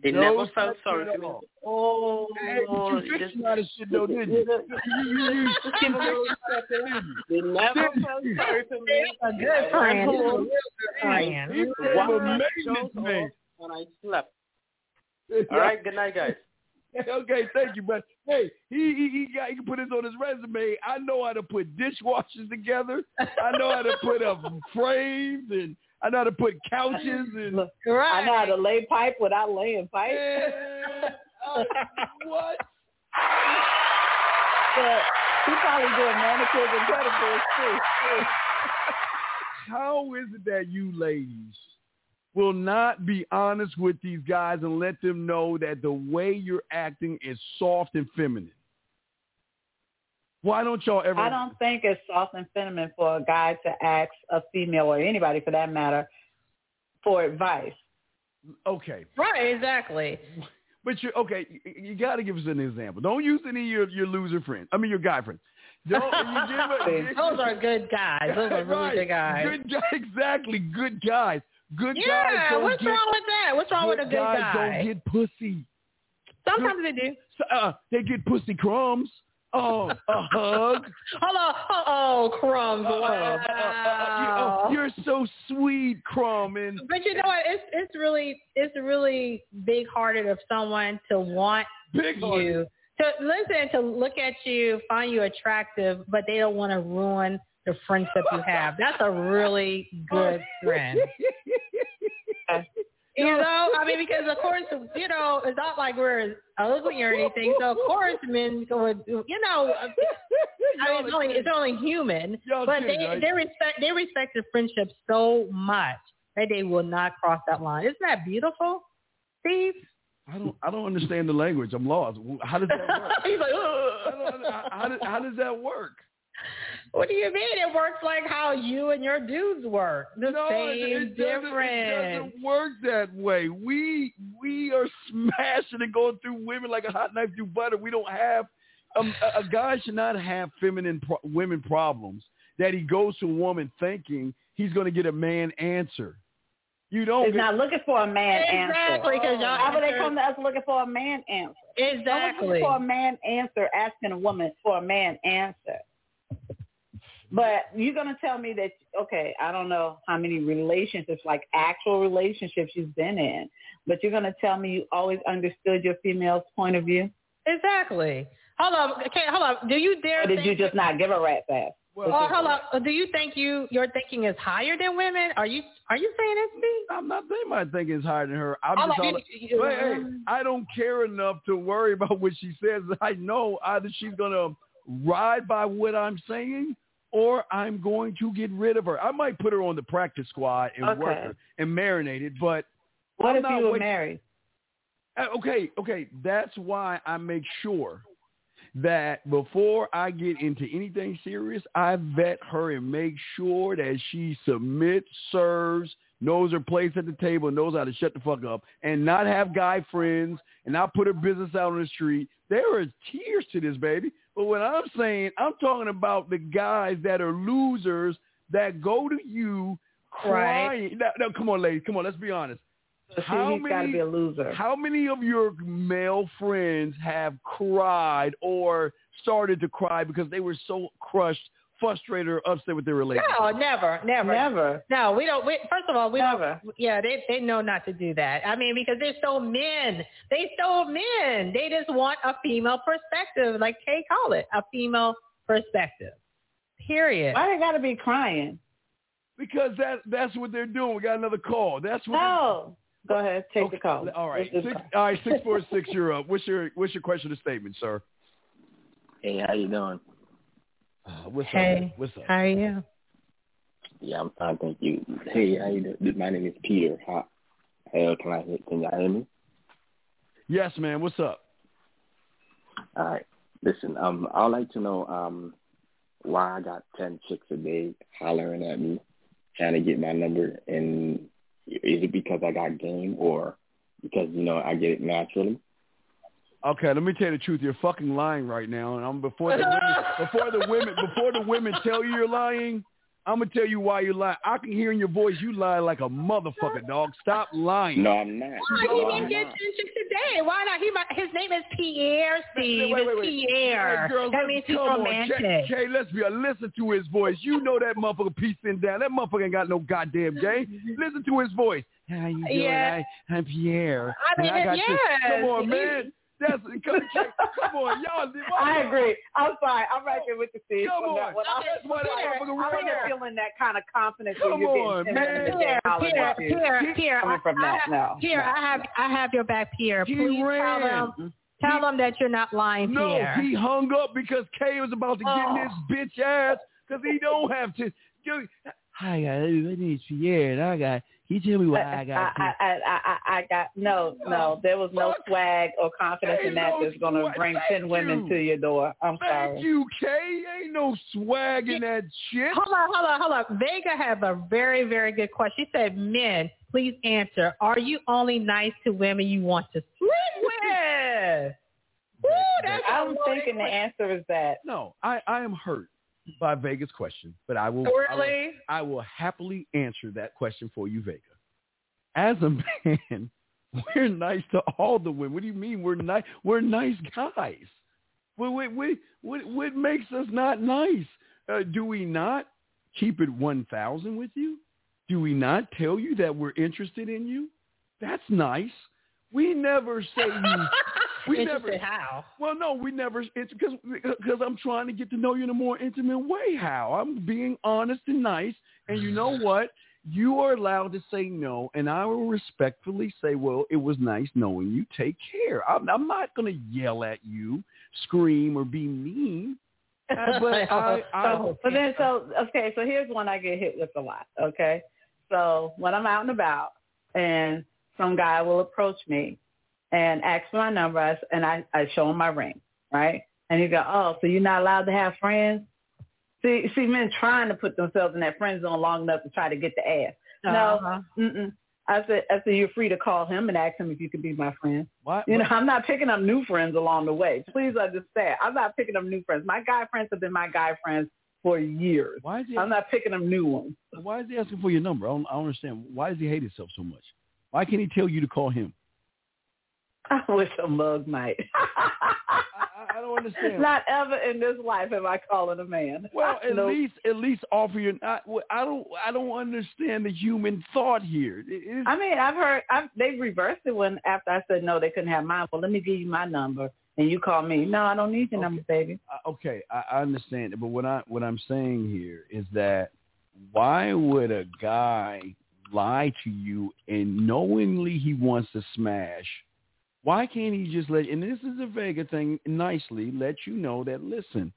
Speaker 7: They
Speaker 3: No
Speaker 7: never
Speaker 3: sex
Speaker 7: felt
Speaker 3: at
Speaker 7: sorry for me.
Speaker 3: all.
Speaker 7: Oh,
Speaker 3: Hey,
Speaker 7: no,
Speaker 3: you
Speaker 7: just-
Speaker 3: fixed a lot of shit though, didn't you? You, you, you
Speaker 7: just give me a little second. They never
Speaker 3: Didn't
Speaker 7: felt
Speaker 3: you?
Speaker 7: sorry for me.
Speaker 4: A good
Speaker 7: I
Speaker 4: friend.
Speaker 7: went
Speaker 4: He's a real
Speaker 7: home
Speaker 4: good friend.
Speaker 3: He said I'm
Speaker 7: Wow.
Speaker 3: a maintenance
Speaker 7: Shows
Speaker 3: man.
Speaker 7: and I slept. All right, good night, guys.
Speaker 3: Okay, thank you, but hey, he he, he got he can put this on his resume. I know how to put dishwashers together. I know how to put up frames and I know how to put couches and
Speaker 5: Look,
Speaker 4: Right.
Speaker 5: I know how to lay pipe without laying pipe.
Speaker 3: Yeah. Oh, what?
Speaker 5: But he probably doing manicures and pedicures too.
Speaker 3: How is it that you ladies will not be honest with these guys and let them know that the way you're acting is soft and feminine? Why don't y'all ever?
Speaker 5: I don't think it's soft and feminine for a guy to ask a female or anybody for that matter for advice.
Speaker 3: Okay.
Speaker 4: Right, exactly.
Speaker 3: But you okay? You, you got to give us an example. Don't use any of your, your loser friends. I mean, your guy friends. Don't you give a,
Speaker 4: Those are good guys. Those are really
Speaker 3: Right.
Speaker 4: good guys.
Speaker 3: Good guy, exactly. Good guys. Good guys.
Speaker 4: yeah,
Speaker 3: don't
Speaker 4: what's
Speaker 3: get,
Speaker 4: wrong with that? What's wrong with a
Speaker 3: good
Speaker 4: good
Speaker 3: guys
Speaker 4: guy?
Speaker 3: Don't get pussy.
Speaker 4: Sometimes they do.
Speaker 3: So, uh, they get pussy crumbs. Oh, a hug.
Speaker 4: Hold on. Oh, oh crumbs.
Speaker 3: Uh, uh, uh, uh, uh,
Speaker 4: Wow.
Speaker 3: you- oh, you're so sweet, crumb. And
Speaker 4: But you know what? It's it's really it's really big hearted of someone to want
Speaker 3: big hearted.
Speaker 4: you to listen to look at you, find you attractive, but they don't want to ruin the friendship you have. That's a really
Speaker 3: Oh,
Speaker 4: good friend. You know, I mean, because of course, you know, it's not like we're ugly or anything. So of course, men would, you know, I mean, it's only it's only human.
Speaker 3: Y'all
Speaker 4: But
Speaker 3: kidding,
Speaker 4: they
Speaker 3: right?
Speaker 4: they respect they respect the friendship so much that they will not cross that line. Isn't that beautiful, Steve?
Speaker 3: I don't. I don't understand the language. I'm lost. How does that work?
Speaker 4: He's like,
Speaker 3: I
Speaker 4: "Ugh."
Speaker 3: don't, how, how, does, how does that work?
Speaker 4: what do you mean? It works like how you and your dudes work. The
Speaker 3: no, it-
Speaker 4: same
Speaker 3: it, doesn't, it
Speaker 4: difference.
Speaker 3: doesn't work that way. We we are smashing and going through women like a hot knife through butter. We don't have um, a, a guy should not have feminine pro- women problems that he goes to a woman thinking he's going to get a man answer. You don't.
Speaker 5: Is
Speaker 3: get-
Speaker 5: not looking for a man answer.
Speaker 4: Exactly, because y'all.
Speaker 5: Why would they
Speaker 4: answer-
Speaker 5: come to us looking for a man answer? No one's looking
Speaker 4: exactly.
Speaker 5: for a man answer, asking a woman for a man answer. But you're gonna tell me that okay, I don't know how many relationships, like actual relationships you've been in, but you're gonna tell me you always understood your female's point of view?
Speaker 4: Exactly. Hold on. Okay, hold on. Do you dare?
Speaker 5: Or did
Speaker 4: think-
Speaker 5: you just not give a rat's ass?
Speaker 3: well,
Speaker 4: Oh, hold on. Do you think you your thinking is higher than women? Are you are you saying that, Steve?
Speaker 3: I'm not saying my thinking is higher than her. I'm
Speaker 4: All
Speaker 3: just
Speaker 4: of
Speaker 3: all,
Speaker 4: you- you-
Speaker 3: Wait, hey, I don't care enough to worry about what she says. I know either she's gonna ride by what I'm saying, or I'm going to get rid of her. I might put her on the practice squad and work
Speaker 5: Okay.
Speaker 3: her and marinate it. But
Speaker 5: What
Speaker 3: I'm
Speaker 5: if
Speaker 3: not
Speaker 5: you were
Speaker 3: wait-
Speaker 5: married?
Speaker 3: uh, okay, okay, that's why I make sure that before I get into anything serious, I vet her and make sure that she submits, serves, knows her place at the table, knows how to shut the fuck up, and not have guy friends, and not put her business out on the street. There are tears to this, baby. But what I'm saying, I'm talking about the guys that are losers that go to you
Speaker 4: Right.
Speaker 3: crying. No, no, come on, ladies. Come on, let's be honest.
Speaker 5: So see,
Speaker 3: How
Speaker 5: he's gotta
Speaker 3: many-
Speaker 5: be a loser.
Speaker 3: How many of your male friends have cried or started to cry because they were so crushed, frustrated, or upset with their relationship?
Speaker 4: No, never, never,
Speaker 5: Never.
Speaker 4: No, we don't. We, first of all, we
Speaker 5: Never.
Speaker 4: don't. Yeah, they they know not to do that. I mean, because they're so men. They so men. They just want a female perspective, like Kay call it, a female perspective. Period.
Speaker 5: Why they gotta be crying?
Speaker 3: Because that that's what they're doing. We got another call. That's what.
Speaker 5: No. Go ahead,
Speaker 3: they're-
Speaker 5: take the call.
Speaker 3: All right,
Speaker 5: This is-
Speaker 3: six, all right, six four six. You're up. What's your what's your question or statement, sir?
Speaker 6: Hey, how you doing?
Speaker 3: Uh, what's
Speaker 4: Hey.
Speaker 3: up? What's up?
Speaker 4: How are you?
Speaker 6: Yeah, I'm fine, thank you. Hey, how you doing? My name is Peter. How, how can I hear? Can y'all hear me?
Speaker 3: Yes, man. What's up?
Speaker 6: All right. Listen, um, I'd like to know um why I got ten chicks a day hollering at me, trying to get my number, and is it because I got game or because you know I get it naturally?
Speaker 3: Okay, let me tell you the truth. You're fucking lying right now, and I'm before the women, before the women, before the women tell you you're lying. I'm gonna tell you why you lie. I can hear in your voice you lie like a motherfucker, dog. Stop lying.
Speaker 6: No, I'm not.
Speaker 4: Why
Speaker 6: No,
Speaker 4: he
Speaker 6: I'm
Speaker 4: didn't
Speaker 6: not.
Speaker 4: get attention today? Why not? He might, his name is Pierre. Steve
Speaker 3: wait, wait,
Speaker 4: It's
Speaker 3: wait.
Speaker 4: Pierre.
Speaker 3: Hey, girls,
Speaker 4: that means he's
Speaker 3: come on.
Speaker 4: romantic.
Speaker 3: Jay, Jay, let's be uh, listen to his voice. You know that motherfucker piecing down. That motherfucker ain't got no goddamn game. Listen to his voice. How you doing?
Speaker 4: Yeah.
Speaker 3: I, I'm Pierre.
Speaker 4: I mean,
Speaker 3: and I got this.
Speaker 4: yes.
Speaker 3: Come on,
Speaker 4: He-
Speaker 3: man. That's come, Jay, come on, y'all.
Speaker 5: I agree. I'm sorry. I'm right there with the Steve.
Speaker 3: Come
Speaker 5: on.
Speaker 3: on. That's why that
Speaker 5: I
Speaker 3: motherfucker
Speaker 5: wasn't
Speaker 3: run.
Speaker 5: feeling that kind of confidence
Speaker 3: Come
Speaker 5: when you're
Speaker 3: on,
Speaker 5: getting
Speaker 3: man.
Speaker 4: Pierre, Pierre, Pierre, Pierre,
Speaker 5: Coming from
Speaker 4: I, I
Speaker 5: that,
Speaker 4: have,
Speaker 5: no,
Speaker 4: Pierre, I
Speaker 5: no.
Speaker 4: have, I have your back, Pierre.
Speaker 3: He
Speaker 4: Please
Speaker 3: ran.
Speaker 4: tell them, tell them that you're not lying,
Speaker 3: No,
Speaker 4: Pierre.
Speaker 3: he hung up because Kay was about to get in his bitch ass because he don't have to. Hi, guys. My name's Pierre, and I got. He tell me
Speaker 5: I,
Speaker 3: why I got.
Speaker 5: I, I, I, I got no, no. There was no
Speaker 3: Fuck.
Speaker 5: swag or confidence in
Speaker 3: Ain't
Speaker 5: that
Speaker 3: no
Speaker 5: that's going to
Speaker 3: swag.
Speaker 5: bring
Speaker 3: Thank
Speaker 5: ten women
Speaker 3: you.
Speaker 5: to your door. I'm
Speaker 3: Thank
Speaker 5: sorry.
Speaker 3: you, Kay. Ain't no swag in that shit.
Speaker 4: Hold on, hold on, hold on. Vega have a very, very good question. She said, "Men, please answer. Are you only nice to women you want to sleep
Speaker 5: Yes.
Speaker 4: Woo, that's
Speaker 5: I'm thinking the answer is that.
Speaker 3: No, I, I am hurt by Vega's question, but I will, I will
Speaker 4: Really?
Speaker 3: I will happily answer that question for you, Vega. As a man, we're nice to all the women. What do you mean we're nice? We're nice guys. What, what, what, what, what makes us not nice? Uh, do we not keep it 1,000 with you? Do we not tell you that we're interested in you? That's nice. We never say you. We never,
Speaker 4: Interested how?
Speaker 3: well, no, we never. It's because because I'm trying to get to know you in a more intimate way. How I'm being honest and nice, and you know what? You are allowed to say no, and I will respectfully say, well, it was nice knowing you. Take care. I'm, I'm not going to yell at you, scream, or be mean. Uh, But I, I,
Speaker 5: So, but then, so okay, so here's one I get hit with a lot. Okay, so when I'm out and about, and some guy will approach me and ask for my number, I s- and I, I show him my ring, right? And he go, oh, so you're not allowed to have friends? See, see, men trying to put themselves in that friend zone long enough to try to get the ass.
Speaker 4: Uh-huh.
Speaker 5: No, mm-mm. I said, I said, you're free to call him and ask him if you could be my friend.
Speaker 3: why,
Speaker 5: You know, I'm not picking up new friends along the way. Please understand. I'm not picking up new friends. My guy friends have been my guy friends for years.
Speaker 3: why is he
Speaker 5: I'm not picking up new ones.
Speaker 3: why is he asking for your number? I don't, I don't understand. Why does he hate himself so much? Why can't he tell you to call him?
Speaker 5: I wish a mug might.
Speaker 3: I, I don't understand.
Speaker 5: not ever in this life am I calling a man.
Speaker 3: Well, Oh, at
Speaker 5: No.
Speaker 3: least at least offer your. I, well, I don't I don't understand the human thought here. It- it's-
Speaker 5: I mean, I've heard I've, they reversed it when after I said no, they couldn't have mine. Well, let me give you my number and you call me. No, I don't need your
Speaker 3: Okay.
Speaker 5: number, baby.
Speaker 3: I- okay, I, I understand it, but what I what I'm saying here is that why would a guy lie to you and knowingly he wants to smash? Why can't he just let? And this is a Vega thing. Nicely let you know that. Listen,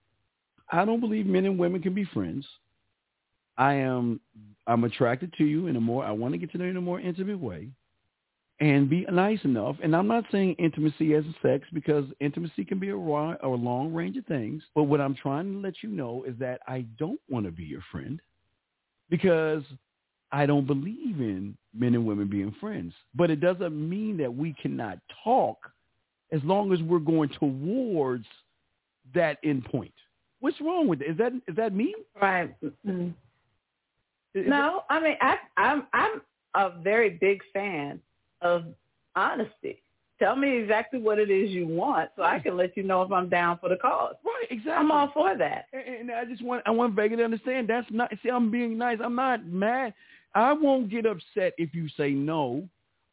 Speaker 3: I don't believe men and women can be friends. I am I'm attracted to you in a more I want to get to know you in a more intimate way and be nice enough. And I'm not saying intimacy as in sex because intimacy can be a, wi- a long range of things. But what I'm trying to let you know is that I don't want to be your friend because I don't believe in men and women being friends. But it doesn't mean that we cannot talk as long as we're going towards that end point. What's wrong with it? Is that is that me?
Speaker 5: Right. Mm.
Speaker 3: Is- is
Speaker 5: No, I mean I I'm I'm a very big fan of honesty. Tell me exactly what it is you want so I can let you know if I'm down for the cause.
Speaker 3: Right, exactly.
Speaker 5: I'm all for that.
Speaker 3: And and I just want I want Vega to understand that's not see I'm being nice. I'm not mad. I won't get upset if you say no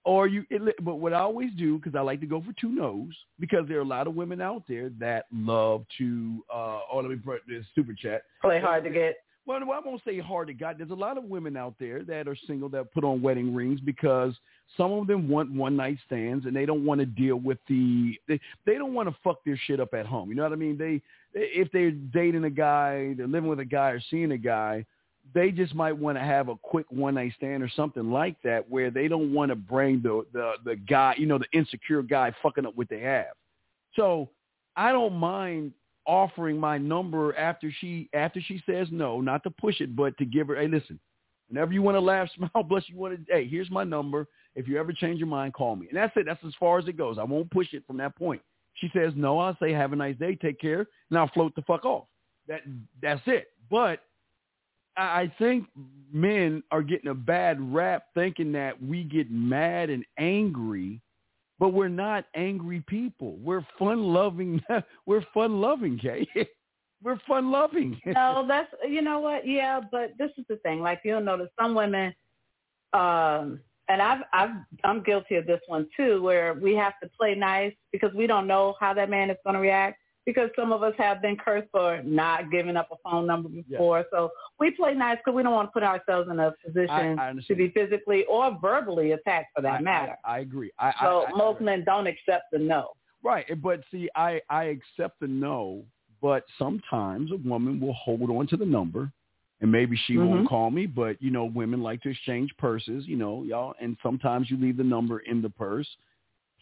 Speaker 3: or you it, li- but what I always do cuz I like to go for two no's because there are a lot of women out there that love to uh oh let me put this super chat.
Speaker 5: Play hard to get.
Speaker 3: Well, no, I won't say hard to God. There's a lot of women out there that are single that put on wedding rings because some of them want one night stands and they don't want to deal with the they, they don't want to fuck their shit up at home. You know what I mean? They if they're dating a guy, they're living with a guy or seeing a guy, they just might want to have a quick one night stand or something like that where they don't want to bring the the the guy, you know, the insecure guy fucking up what they have. So I don't mind offering my number after she after she says no, not to push it, but to give her, hey, listen, whenever you want to laugh, smile, blush, you want to, hey, here's my number. If you ever change your mind, call me. And that's it. That's as far as it goes. I won't push it from that point. She says no, I'll say have a nice day, take care, and I'll float the fuck off. That that's it. But I I think men are getting a bad rap thinking that we get mad and angry but we're not angry people. We're fun loving. We're fun loving, Kay. We're fun loving.
Speaker 5: no, Oh, that's you know what? Yeah, but this is the thing. Like you'll notice some women, um, and I've I've I'm guilty of this one too, where we have to play nice because we don't know how that man is going to react. Because some of us have been cursed for not giving up a phone number before, so we play nice because we don't want to put ourselves in a position
Speaker 3: I
Speaker 5: to
Speaker 3: understand.
Speaker 5: be physically or verbally attacked for
Speaker 3: I-
Speaker 5: that matter.
Speaker 3: I, I agree. I, I-
Speaker 5: so
Speaker 3: I-
Speaker 5: most men don't accept the no.
Speaker 3: right, but see, I I accept the no, but sometimes a woman will hold on to the number, and maybe she
Speaker 5: Mm-hmm.
Speaker 3: won't call me. But you know, women like to exchange purses, you know, y'all, and sometimes you leave the number in the purse.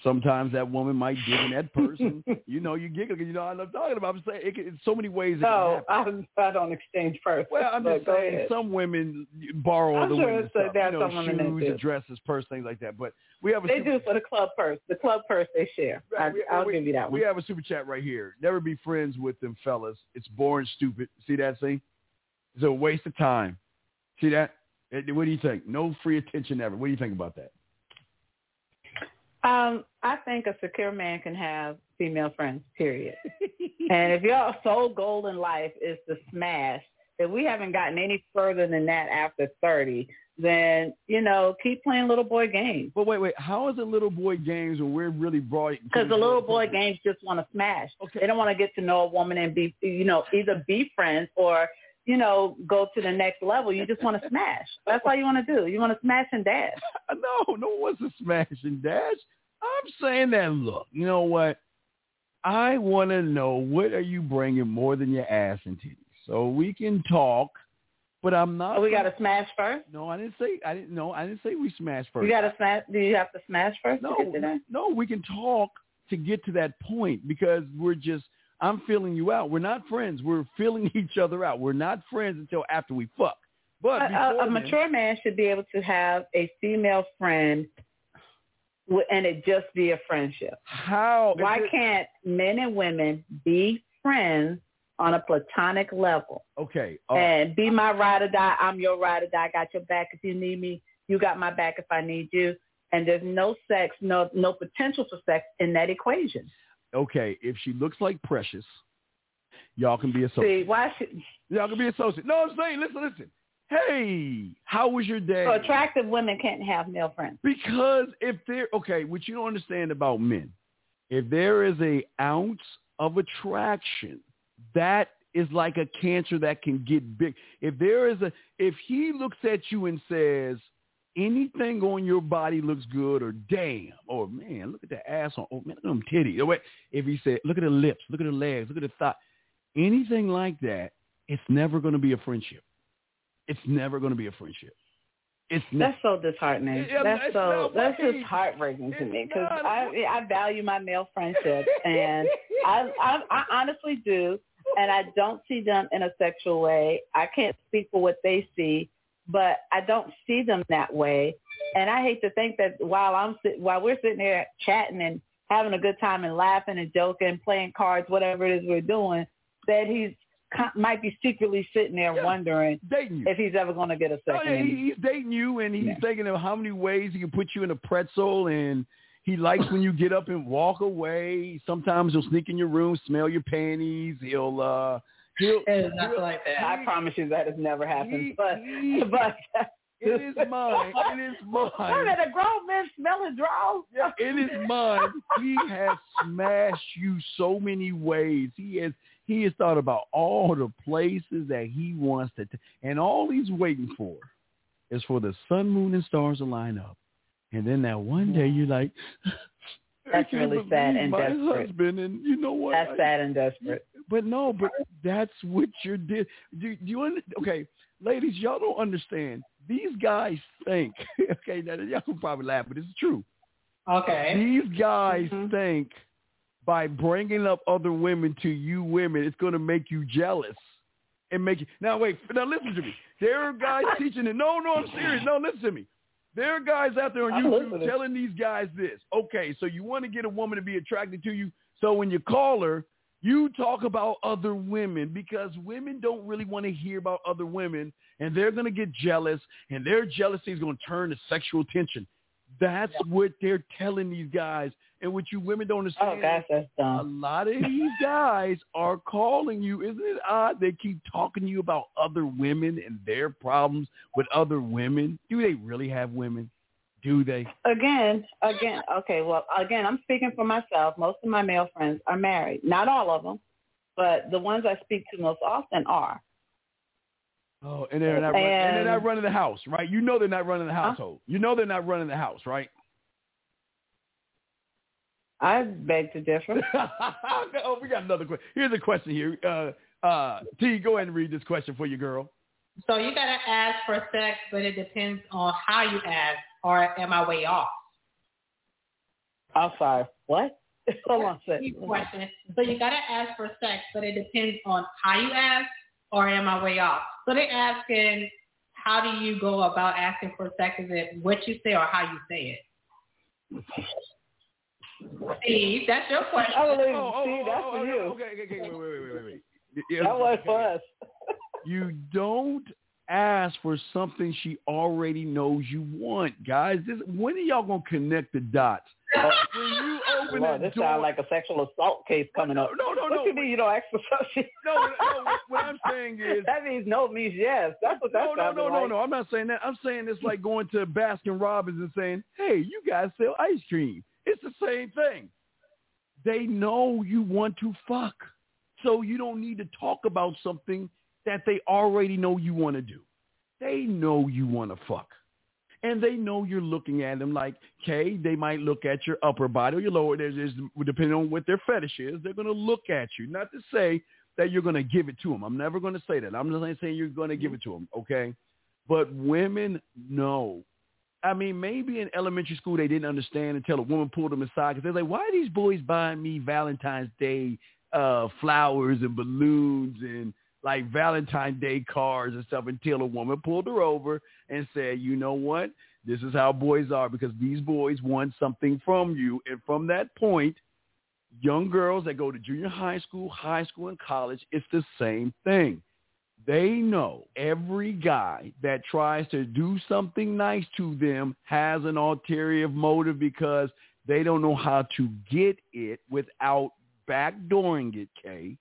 Speaker 3: Sometimes that woman might dig in that person. you know, you giggle 'cause you know I love talking about. I'm saying it can, it's so many ways. It can
Speaker 5: No,
Speaker 3: happen.
Speaker 5: I, I don't exchange purses.
Speaker 3: Well, I'm
Speaker 5: but
Speaker 3: just
Speaker 5: go
Speaker 3: saying
Speaker 5: ahead.
Speaker 3: some women borrow
Speaker 5: I'm
Speaker 3: other
Speaker 5: sure
Speaker 3: women's
Speaker 5: it's a-
Speaker 3: stuff,
Speaker 5: there are
Speaker 3: you know,
Speaker 5: some women that
Speaker 3: shoes,
Speaker 5: do.
Speaker 3: and dresses, purse, things like that. But we have a
Speaker 5: They
Speaker 3: super,
Speaker 5: do for the club purse. The club purse they share.
Speaker 3: Right, we-
Speaker 5: I, I'll
Speaker 3: we-
Speaker 5: give you that
Speaker 3: we
Speaker 5: one.
Speaker 3: have a super chat right here. Never be friends with them fellas. It's boring, stupid. See that thing? It's a waste of time. See that? Eh, What do you think? No free attention ever. What do you think about that?
Speaker 5: Um, I think a secure man can have female friends. Period. and if your sole goal in life is to smash, if we haven't gotten any further than that after thirty, then you know keep playing little boy games.
Speaker 3: But wait, wait. How is it little boy games when we're really broad?
Speaker 5: Because the little boy games just want to smash.
Speaker 3: Okay.
Speaker 5: They don't want to get to know a woman and be, you know, either be friends or, you know, go to the next level. You just want to smash. That's all you want to do. You want to smash and dash.
Speaker 3: no, no one wants to smash and dash. I'm saying that. Look, you know what? I want to know what are you bringing more than your ass and titties, so we can talk. But I'm not.
Speaker 5: Oh, we got to smash first.
Speaker 3: No, I didn't say. I didn't. No, I didn't say we smash first.
Speaker 5: We got to smash. Do you have to smash first
Speaker 3: no,
Speaker 5: to get to that?
Speaker 3: no. We can talk to get to that point because we're just. I'm feeling you out. We're not friends. We're feeling each other out. We're not friends until after we fuck. But
Speaker 5: A, a,
Speaker 3: before
Speaker 5: a
Speaker 3: then-
Speaker 5: mature man should be able to have a female friend, wi- and it just be a friendship.
Speaker 3: how?
Speaker 5: Why
Speaker 3: is it-
Speaker 5: can't men and women be friends on a platonic level?
Speaker 3: Okay. uh, all right.
Speaker 5: and be my ride or die. I'm your ride or die. I got your back if you need me. You got my back if I need you. And there's no sex, no no potential for sex in that equation.
Speaker 3: okay, if she looks like Precious, y'all can be associates.
Speaker 5: See, why should
Speaker 3: Y'all can be associates. No, I'm saying, listen, listen. Hey, how was your day?
Speaker 5: so attractive women can't have male friends?
Speaker 3: Because if there, okay, what you don't understand about men, if there is a ounce of attraction, that is like a cancer that can get big. If there is a, if he looks at you and says, anything on your body looks good, or damn, or man, look at the ass on, oh man, look at them titties. Or wait, if he said, look at the lips, look at the legs, look at the thigh, anything like that, it's never going to be a friendship. It's never going to be a friendship. It's never.
Speaker 5: That's so disheartening.
Speaker 3: Yeah,
Speaker 5: that's
Speaker 3: that's
Speaker 5: so
Speaker 3: not
Speaker 5: that's
Speaker 3: right.
Speaker 5: just heartbreaking to
Speaker 3: It's
Speaker 5: me because
Speaker 3: not.
Speaker 5: I I value my male friendships and I, I I honestly do, and I don't see them in a sexual way. I can't speak for what they see, but I don't see them that way. And I hate to think that while I'm sit- while we're sitting there chatting and having a good time and laughing and joking, playing cards, whatever it is we're doing, that he's co- might be secretly sitting there
Speaker 3: Yeah.
Speaker 5: wondering
Speaker 3: dating you.
Speaker 5: if he's ever going to get a
Speaker 3: Oh,
Speaker 5: second.
Speaker 3: yeah,
Speaker 5: interview.
Speaker 3: he, he's dating you, and he's
Speaker 5: Yeah.
Speaker 3: thinking of how many ways he can put you in a pretzel, and he likes when you get up and walk away. Sometimes he'll sneak in your room, smell your panties. He'll uh, he'll.
Speaker 4: It is nothing like that.
Speaker 5: I promise you that has never happened.
Speaker 3: He-
Speaker 5: But
Speaker 3: he-
Speaker 5: but
Speaker 3: It is mine. It is
Speaker 5: Wait a
Speaker 3: mine.
Speaker 5: minute, a grown man smelling draws.
Speaker 3: It is mine. He has smashed you so many ways. He has he has thought about all the places that he wants to, t- and all he's waiting for is for the sun, moon, and stars to line up. And then that one day you're like, I
Speaker 5: That's
Speaker 3: can't
Speaker 5: really sad
Speaker 3: believe
Speaker 5: and
Speaker 3: my
Speaker 5: desperate.
Speaker 3: husband, and you know what?
Speaker 5: That's
Speaker 3: I-
Speaker 5: sad and desperate.
Speaker 3: But no, but that's what you're did. Do, do you under, okay, ladies? Y'all don't understand. These guys think. Okay, now, y'all can probably laugh, but it's true.
Speaker 4: Okay.
Speaker 3: These guys
Speaker 5: Mhm.
Speaker 3: think by bringing up other women to you women, it's going to make you jealous and make you. Now wait, now listen to me. There are guys teaching it. No, no, I'm serious. No, listen to me. There are guys out there on
Speaker 5: I'm
Speaker 3: YouTube
Speaker 5: listening.
Speaker 3: telling these guys this. Okay, so you want to get a woman to be attracted to you. So when you call her, you talk about other women because women don't really want to hear about other women and they're going to get jealous and their jealousy is going to turn to sexual tension. That's what they're telling these guys. And what you women don't understand
Speaker 5: Oh gosh, that's
Speaker 3: a
Speaker 5: dumb.
Speaker 3: lot of these guys are calling you. Isn't it odd they keep talking to you about other women and their problems with other women? Do they really have women? Do they?
Speaker 5: Again, again, okay. Well, again, I'm speaking for myself. Most of my male friends are married. Not all of them, but the ones I speak to most often are.
Speaker 3: Oh, and they're not. Run, and they're
Speaker 5: And-
Speaker 3: not running the house, right? You know they're not running the
Speaker 5: Huh?
Speaker 3: household. You know they're not running the house, right?
Speaker 5: I beg to differ.
Speaker 3: oh, we got another question. Here's a question here. Uh, uh, T, go ahead and read this question for your girl.
Speaker 4: So you gotta ask for sex, but it depends on how you ask, or am I way off?
Speaker 5: I'm sorry. What? Hold on a second.
Speaker 4: Good question. So you gotta ask for sex, but it depends on how you ask or am I way off? So they asking how do you go about asking for sex? Is it what you say or how you say it? Steve, that's your question.
Speaker 5: I believe
Speaker 3: Oh, oh,
Speaker 5: see,
Speaker 3: oh,
Speaker 5: that's
Speaker 3: oh,
Speaker 5: for
Speaker 3: no,
Speaker 5: you.
Speaker 3: Okay, okay, okay, wait, wait, wait, wait, wait. Yeah,
Speaker 5: That was for us.
Speaker 3: You don't ask for something she already knows you want, guys. This, when are y'all gonna connect the dots?
Speaker 5: Oh,
Speaker 3: When oh. you open
Speaker 5: Lord,
Speaker 3: that
Speaker 5: this
Speaker 3: door,
Speaker 5: sounds like a sexual assault case coming up.
Speaker 3: No, no,
Speaker 5: what
Speaker 3: no,
Speaker 5: you mean you don't ask for something?
Speaker 3: no, no. what- What I'm saying is,
Speaker 5: that means no means yes. That's what that
Speaker 3: no, no,
Speaker 5: sounded
Speaker 3: no, no,
Speaker 5: like.
Speaker 3: no. I'm not saying that. I'm saying it's like going to Baskin Robbins and saying, "Hey, you guys sell ice cream." It's the same thing. They know you want to fuck, so you don't need to talk about something that they already know you want to do. They know you want to fuck, and they know you're looking at them like, "Okay." They might look at your upper body or your lower. There's, there's depending on what their fetish is, they're gonna look at you. Not to say that you're going to give it to them. I'm never going to say that. I'm not saying you're going to give it to them, okay? But women know. I mean, maybe in elementary school they didn't understand until a woman pulled them aside because they're like, why are these boys buying me Valentine's Day uh, flowers and balloons and like Valentine's Day cards and stuff until a woman pulled her over and said, you know what? This is how boys are because these boys want something from you. And from that point, young girls that go to junior high school, high school, and college, it's the same thing. They know every guy that tries to do something nice to them has an ulterior motive because they don't know how to get it without backdooring it, Kay,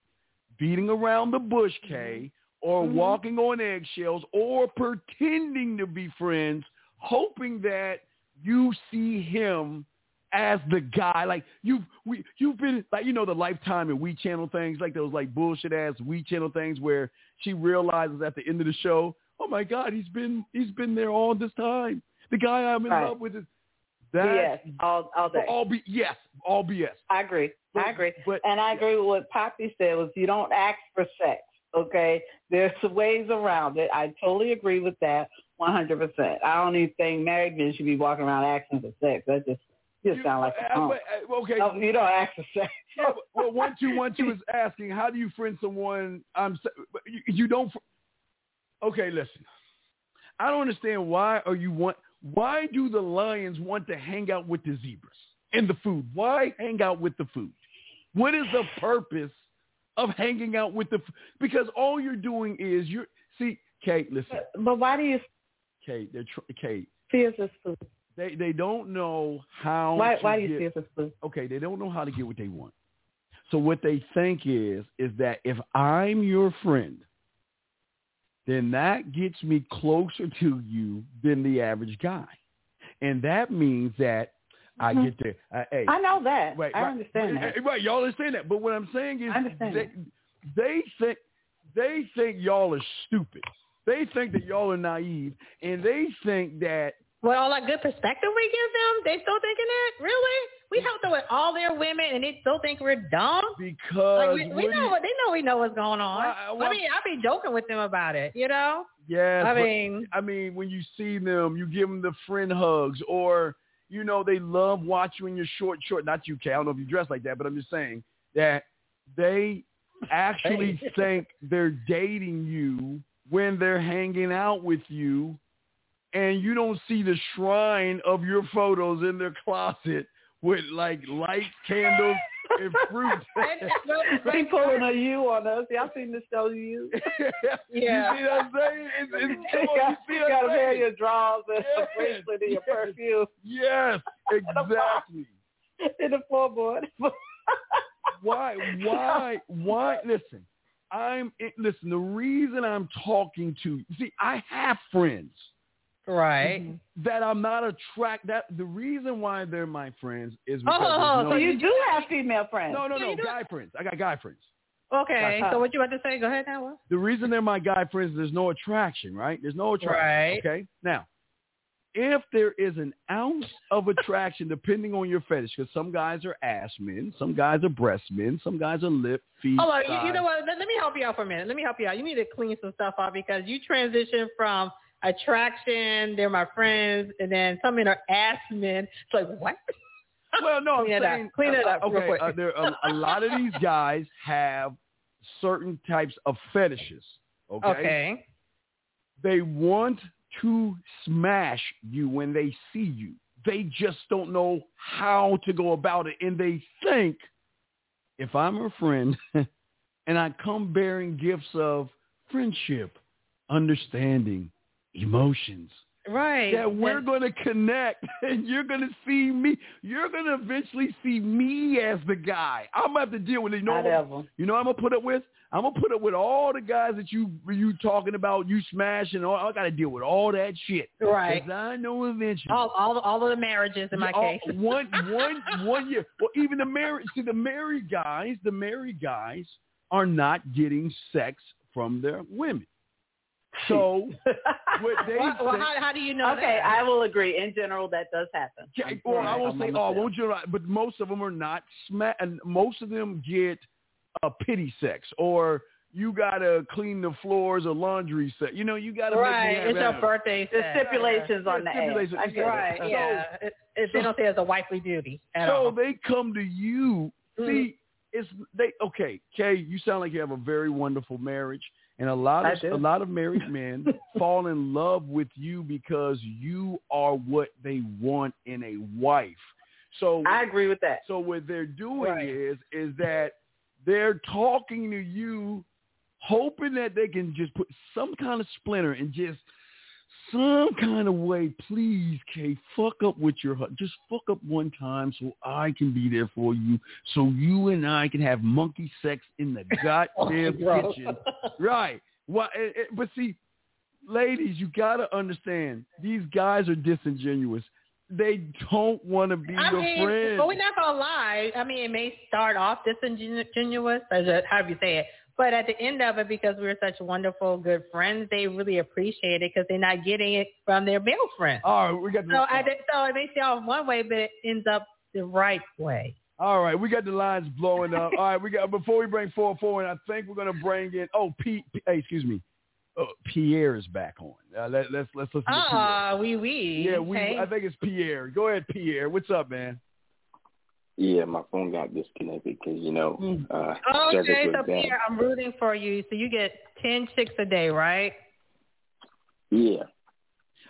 Speaker 3: beating around the bush, Kay,
Speaker 5: Mm-hmm.
Speaker 3: or walking on eggshells or pretending to be friends, hoping that you see him as the guy. Like you've we you've been like you know the lifetime and we channel things like those like bullshit ass we channel things where she realizes at the end of the show, oh my god, he's been he's been there all this time. The guy I'm in
Speaker 5: Right.
Speaker 3: love with is that
Speaker 5: Yes, all, all day.
Speaker 3: all B yes all BS.
Speaker 5: I agree. I agree.
Speaker 3: But
Speaker 5: And I agree with what Poppy said was you don't ask for sex, okay? There's ways around it. I totally agree with that 100%. I don't even think married men should be walking around asking for sex. That just, just
Speaker 3: you-
Speaker 5: sounds like a
Speaker 3: uh,
Speaker 5: punk.
Speaker 3: uh, okay.
Speaker 5: No, you don't ask for sex.
Speaker 3: Yeah, but- well, one two one two is asking, how do you friend someone? I'm s- but you, you don't. fr- Okay, listen. I don't understand why are you want. Why do the lions want to hang out with the zebras and the food? Why hang out with the food? What is the purpose of hanging out with the? f- Because all you're doing is you're see, Kate. Listen,
Speaker 5: But why do you
Speaker 3: Kate. They're tr- Kate.
Speaker 5: see us as food?
Speaker 3: They they don't know how.
Speaker 5: Why,
Speaker 3: to
Speaker 5: why do you
Speaker 3: get-
Speaker 5: see us as food?
Speaker 3: okay, they don't know how to get what they want. So what they think is is that if I'm your friend, then that gets me closer to you than the average guy. And that means that I
Speaker 5: Mhm.
Speaker 3: get to uh, hey,
Speaker 5: I know that.
Speaker 3: Right,
Speaker 5: I
Speaker 3: right.
Speaker 5: understand that.
Speaker 3: Hey, Right, y'all understand that. But what I'm saying is
Speaker 5: I understand
Speaker 3: they,
Speaker 5: that.
Speaker 3: they think they think y'all are stupid. They think that y'all are naive and they think that
Speaker 4: With all that good perspective we give them, they still thinking that? Really? We helped them with all their women and they still think we're dumb? Like,
Speaker 3: because
Speaker 4: we,
Speaker 3: what
Speaker 4: we
Speaker 3: do you-
Speaker 4: know what they know. We know what's going on.
Speaker 3: Well, I-
Speaker 4: I,
Speaker 3: well-
Speaker 4: mean, I be joking with them about it. You know,
Speaker 3: yes,
Speaker 4: I
Speaker 3: but-
Speaker 4: mean,
Speaker 3: I mean, when you see them, you give them the friend hugs, or you know, they love watch you in your short short. Not you, Kay. I don't know if you dress like that, but I'm just saying that they actually think they're dating you when they're hanging out with you, and you don't see the shrine of your photos in their closet with like lights, candles, and fruit.
Speaker 4: and, but- but-
Speaker 5: They pulling a you on us. Y'all seen the show you?
Speaker 4: Yeah.
Speaker 3: You see what I'm saying? It's, it's,
Speaker 5: you
Speaker 3: come on,
Speaker 5: got,
Speaker 3: you see
Speaker 5: you
Speaker 3: what
Speaker 5: got
Speaker 3: I'm
Speaker 5: to wear
Speaker 3: saying?
Speaker 5: your drawers and
Speaker 3: Yes,
Speaker 5: a bracelet and your
Speaker 3: yes.
Speaker 5: perfume
Speaker 3: Yes, exactly.
Speaker 5: in the floorboard.
Speaker 3: why why why listen i'm it, listen the reason i'm talking to you see i have friends Mm-hmm.
Speaker 4: right.
Speaker 3: that i'm not attract that the reason why they're my friends is because
Speaker 4: Oh,
Speaker 3: there's
Speaker 5: so
Speaker 3: no,
Speaker 5: you do have female friends.
Speaker 3: no no
Speaker 4: so
Speaker 3: no
Speaker 4: you do-
Speaker 3: guy friends i got guy friends
Speaker 4: Okay.
Speaker 5: Gotcha.
Speaker 4: So what you about to say? Go ahead now. Will.
Speaker 3: the reason they're my guy friends is there's no attraction right there's no attraction
Speaker 4: Right.
Speaker 3: okay now if there is an ounce of attraction, depending on your fetish, because some guys are ass men, some guys are breast men, some guys are lip, feet.
Speaker 4: Hold on. You, you
Speaker 3: thighs.
Speaker 4: know what? Let, let me help you out for a minute. Let me help you out. You need to clean some stuff up because you transitioned from attraction. They're my friends, and then some men are ass men. It's like what?
Speaker 3: Well, no, I'm
Speaker 4: Clean it up.
Speaker 3: saying
Speaker 4: Clean it
Speaker 3: uh,
Speaker 4: up real
Speaker 3: Okay,
Speaker 4: quick.
Speaker 3: uh, there a, a lot of these guys have certain types of fetishes. Okay?
Speaker 4: Okay.
Speaker 3: they want to smash you when they see you. They just don't know how to go about it, and they think if I'm her friend and I come bearing gifts of friendship, understanding, emotions,
Speaker 4: Right.
Speaker 3: that we're
Speaker 4: And-
Speaker 3: going to connect and you're going to see me. You're going to eventually see me as the guy. I'm going to have to deal with it. You know,
Speaker 5: Not
Speaker 3: what I'm-
Speaker 5: ever.
Speaker 3: you know what I'm going to put up with? I'm going to put up with all the guys that you you talking about, you smashing. All, I got to deal with all that shit.
Speaker 4: Right.
Speaker 3: 'Cause I know eventually.
Speaker 4: All, all, all of the marriages in my
Speaker 3: Yeah, all-
Speaker 4: case.
Speaker 3: One, one, one year. Well, even the married, see, the married guys, the married guys are not getting sex from their women. So what they
Speaker 4: Well, well,
Speaker 3: think-
Speaker 4: how, how do you know
Speaker 5: Okay,
Speaker 4: that?
Speaker 5: I will agree. In general, that does happen.
Speaker 3: Yeah, well, I
Speaker 5: Right,
Speaker 3: won't
Speaker 5: I'm
Speaker 3: say oh,
Speaker 5: on the
Speaker 3: all,
Speaker 5: fence.
Speaker 3: won't you? right, But most of them are not sma and most of them get a pity sex, or you gotta clean the floors or laundry set. You know, you gotta
Speaker 4: right.
Speaker 3: make me
Speaker 4: It's
Speaker 3: have
Speaker 4: your birthday.
Speaker 5: The
Speaker 4: sex.
Speaker 5: stipulations on the
Speaker 3: Yeah,
Speaker 5: ad.
Speaker 3: stipulations.
Speaker 5: I get it.
Speaker 4: Right.
Speaker 3: So-
Speaker 4: yeah. It, it, they don't say it's a wifely duty at
Speaker 3: So
Speaker 4: all.
Speaker 3: they come to you.
Speaker 4: Mm.
Speaker 3: See, it's they okay, Kay. You sound like you have a very wonderful marriage, and a lot
Speaker 5: I
Speaker 3: of a
Speaker 5: do.
Speaker 3: lot of married men fall in love with you because you are what they want in a wife. So
Speaker 5: I agree with that.
Speaker 3: So what they're doing
Speaker 4: Right.
Speaker 3: is is that they're talking to you, hoping that they can just put some kind of splinter and just some kind of way, please, Kay, fuck up with your hu- just fuck up one time so I can be there for you, so you and I can have monkey sex in the goddamn
Speaker 4: Gross.
Speaker 3: kitchen, right? Why? it- it- but see, ladies, you gotta understand, these guys are disingenuous. They don't want to be
Speaker 4: I
Speaker 3: your
Speaker 4: mean,
Speaker 3: friend.
Speaker 4: but we're not gonna lie. I mean, it may start off disingenuous, as a, however you say it, but at the end of it, because we were such wonderful, good friends, they really appreciate it because they're not getting it from their male friends.
Speaker 3: All right, we got the,
Speaker 4: So, I, think- so it may sound one way, but it ends up the right way.
Speaker 3: all right, we got the lines blowing up. All right, we got before we bring four four in, I think we're gonna bring in. Oh, Pete, P- hey, excuse me, uh, Pierre is back on. Uh, let, let's let's listen to Pierre.
Speaker 4: Ah, we we.
Speaker 3: Yeah, we. I think it's Pierre. Go ahead, Pierre. What's up, man?
Speaker 6: Yeah, my phone got disconnected because you know
Speaker 3: Mm.
Speaker 6: uh,
Speaker 5: Oh,
Speaker 6: service
Speaker 4: Okay,
Speaker 6: was
Speaker 4: so
Speaker 6: down.
Speaker 4: Pierre, I'm rooting for you. So you get ten chicks a day, right?
Speaker 6: Yeah,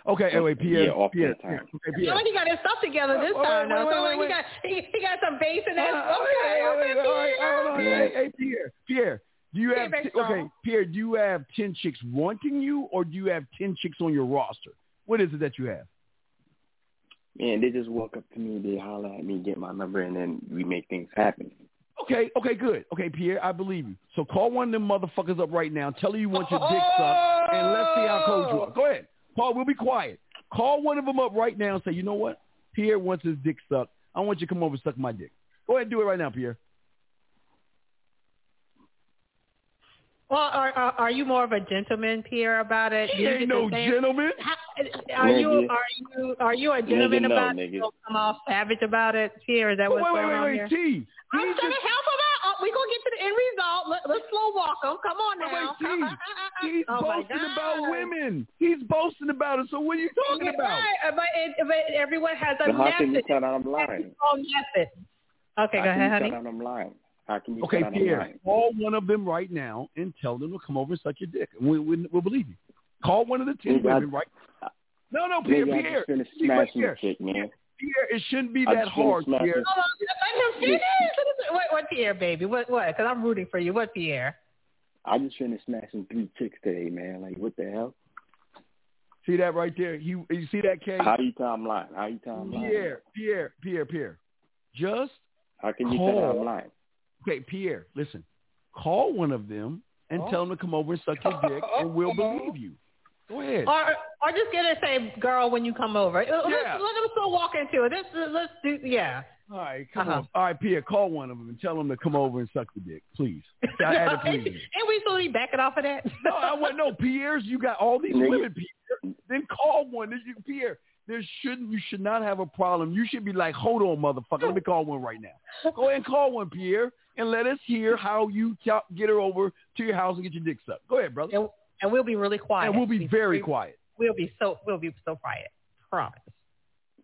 Speaker 3: Okay, anyway, Pierre.
Speaker 6: Yeah, off the
Speaker 3: Pierre.
Speaker 6: time.
Speaker 3: Okay,
Speaker 4: No,
Speaker 3: Pierre.
Speaker 4: he got his stuff together this
Speaker 3: Wait, wait,
Speaker 4: time. now.
Speaker 3: wait,
Speaker 4: so
Speaker 3: wait, wait.
Speaker 4: He, got, he, he got some bass in
Speaker 3: Uh,
Speaker 4: his. okay,
Speaker 3: okay,
Speaker 4: okay,
Speaker 3: wait, wait, all right,
Speaker 4: Pierre.
Speaker 3: hold on. Hey, hey, Pierre. Pierre, do you have
Speaker 4: Pierre
Speaker 3: t-
Speaker 4: Bastrop.
Speaker 3: okay, Pierre? Do you have ten chicks wanting you, or do you have ten chicks on your roster? What is it that you have?
Speaker 6: man, they just walk up to me, they holler at me, get my number, and then we make things happen.
Speaker 3: Okay, okay, good. Okay, Pierre, I believe you. So call one of them motherfuckers up right now. Tell her you want your dick sucked, and let's see how cold you are. Go ahead, Paul. We'll be quiet. Call one of them up right now and say, you know what? Pierre wants his dick sucked. I want you to come over and suck my dick. Go ahead and do it right now, Pierre.
Speaker 4: Well, are, are are you more of a gentleman, Pierre, about it?
Speaker 3: He
Speaker 4: You
Speaker 3: ain't
Speaker 4: get
Speaker 3: no
Speaker 4: the same-
Speaker 3: gentleman.
Speaker 4: How- Are you
Speaker 6: Nigga.
Speaker 4: are you are you a gentleman
Speaker 6: Nigga, no,
Speaker 4: about it?
Speaker 6: nigga.
Speaker 4: Don't come off savage about it, Pierre. Is that
Speaker 3: Wait,
Speaker 4: what's
Speaker 3: wait,
Speaker 4: going
Speaker 3: wait,
Speaker 4: on
Speaker 3: wait,
Speaker 4: here?
Speaker 3: T.
Speaker 4: I'm
Speaker 3: He
Speaker 4: trying
Speaker 3: just-
Speaker 4: to help him out. We're gonna get to the end result. Let, let's slow walk him. Come on
Speaker 3: Wait,
Speaker 4: now.
Speaker 3: wait, T. He's
Speaker 4: oh my
Speaker 3: boasting
Speaker 4: God.
Speaker 3: about women. He's boasting about it. So what are you talking
Speaker 4: You're
Speaker 3: about?
Speaker 4: Right, but, it, but everyone has a
Speaker 6: But how can you
Speaker 4: method.
Speaker 6: tell that I'm lying?
Speaker 4: Oh, method. Okay,
Speaker 6: how
Speaker 4: go
Speaker 6: can
Speaker 4: ahead,
Speaker 6: you
Speaker 4: honey.
Speaker 6: tell that I'm lying? How can you
Speaker 3: Okay,
Speaker 6: tell that I'm
Speaker 3: Pierre,
Speaker 6: lying?
Speaker 3: call one of them right now and tell them to come over and suck your dick. We, we, we'll believe you. Call one of the ten
Speaker 6: Nigga, I-
Speaker 3: women right No, no, Pierre,
Speaker 6: Nigga, I
Speaker 3: Pierre.
Speaker 6: just finished
Speaker 3: Wait,
Speaker 6: smashing
Speaker 3: Pierre,
Speaker 6: the chick, man.
Speaker 3: Pierre, it shouldn't be
Speaker 6: I
Speaker 3: that
Speaker 6: just finished
Speaker 3: hard,
Speaker 6: smashing
Speaker 3: Pierre.
Speaker 4: Hold on, let him finish. What, what Pierre, baby? What, what? Because I'm rooting for you. What Pierre?
Speaker 6: I just finished smashing three chicks today, man. Like, what the hell?
Speaker 3: See that right there? You, you see that, Kay?
Speaker 6: How you tell I'm lying? How you tell I'm lying?
Speaker 3: Pierre, Pierre, Pierre, Pierre. Just
Speaker 6: How can you tell that
Speaker 3: Call.
Speaker 6: I'm lying?
Speaker 3: okay, Pierre. Listen, call one of them and
Speaker 4: Oh.
Speaker 3: tell them to come over and suck your dick, and we'll believe you. Go ahead.
Speaker 4: Or, or just get her to say, "Girl, when you come over." Uh, Let's,
Speaker 3: Yeah.
Speaker 4: let them still walk into it. Let's, let's do. Yeah.
Speaker 3: All right, come
Speaker 4: Uh-huh.
Speaker 3: on. All right, Pierre, call one of them and tell them to come over and suck your dick, please. I had to
Speaker 4: and
Speaker 3: please. you.
Speaker 4: we still be backing off of that.
Speaker 3: No, I want no Pierre's. You got all these
Speaker 6: Nigga.
Speaker 3: women, Pierre. Then call one. This you, Pierre. There shouldn't. You should not have a problem. You should be like, hold on, motherfucker. Let me call one right now. Go ahead and call one, Pierre, and let us hear how you t- get her over to your house and get your dick sucked. Go ahead, brother.
Speaker 4: and, and we'll be really quiet.
Speaker 3: And we'll be very quiet.
Speaker 4: We'll be so. We'll be so quiet. Promise.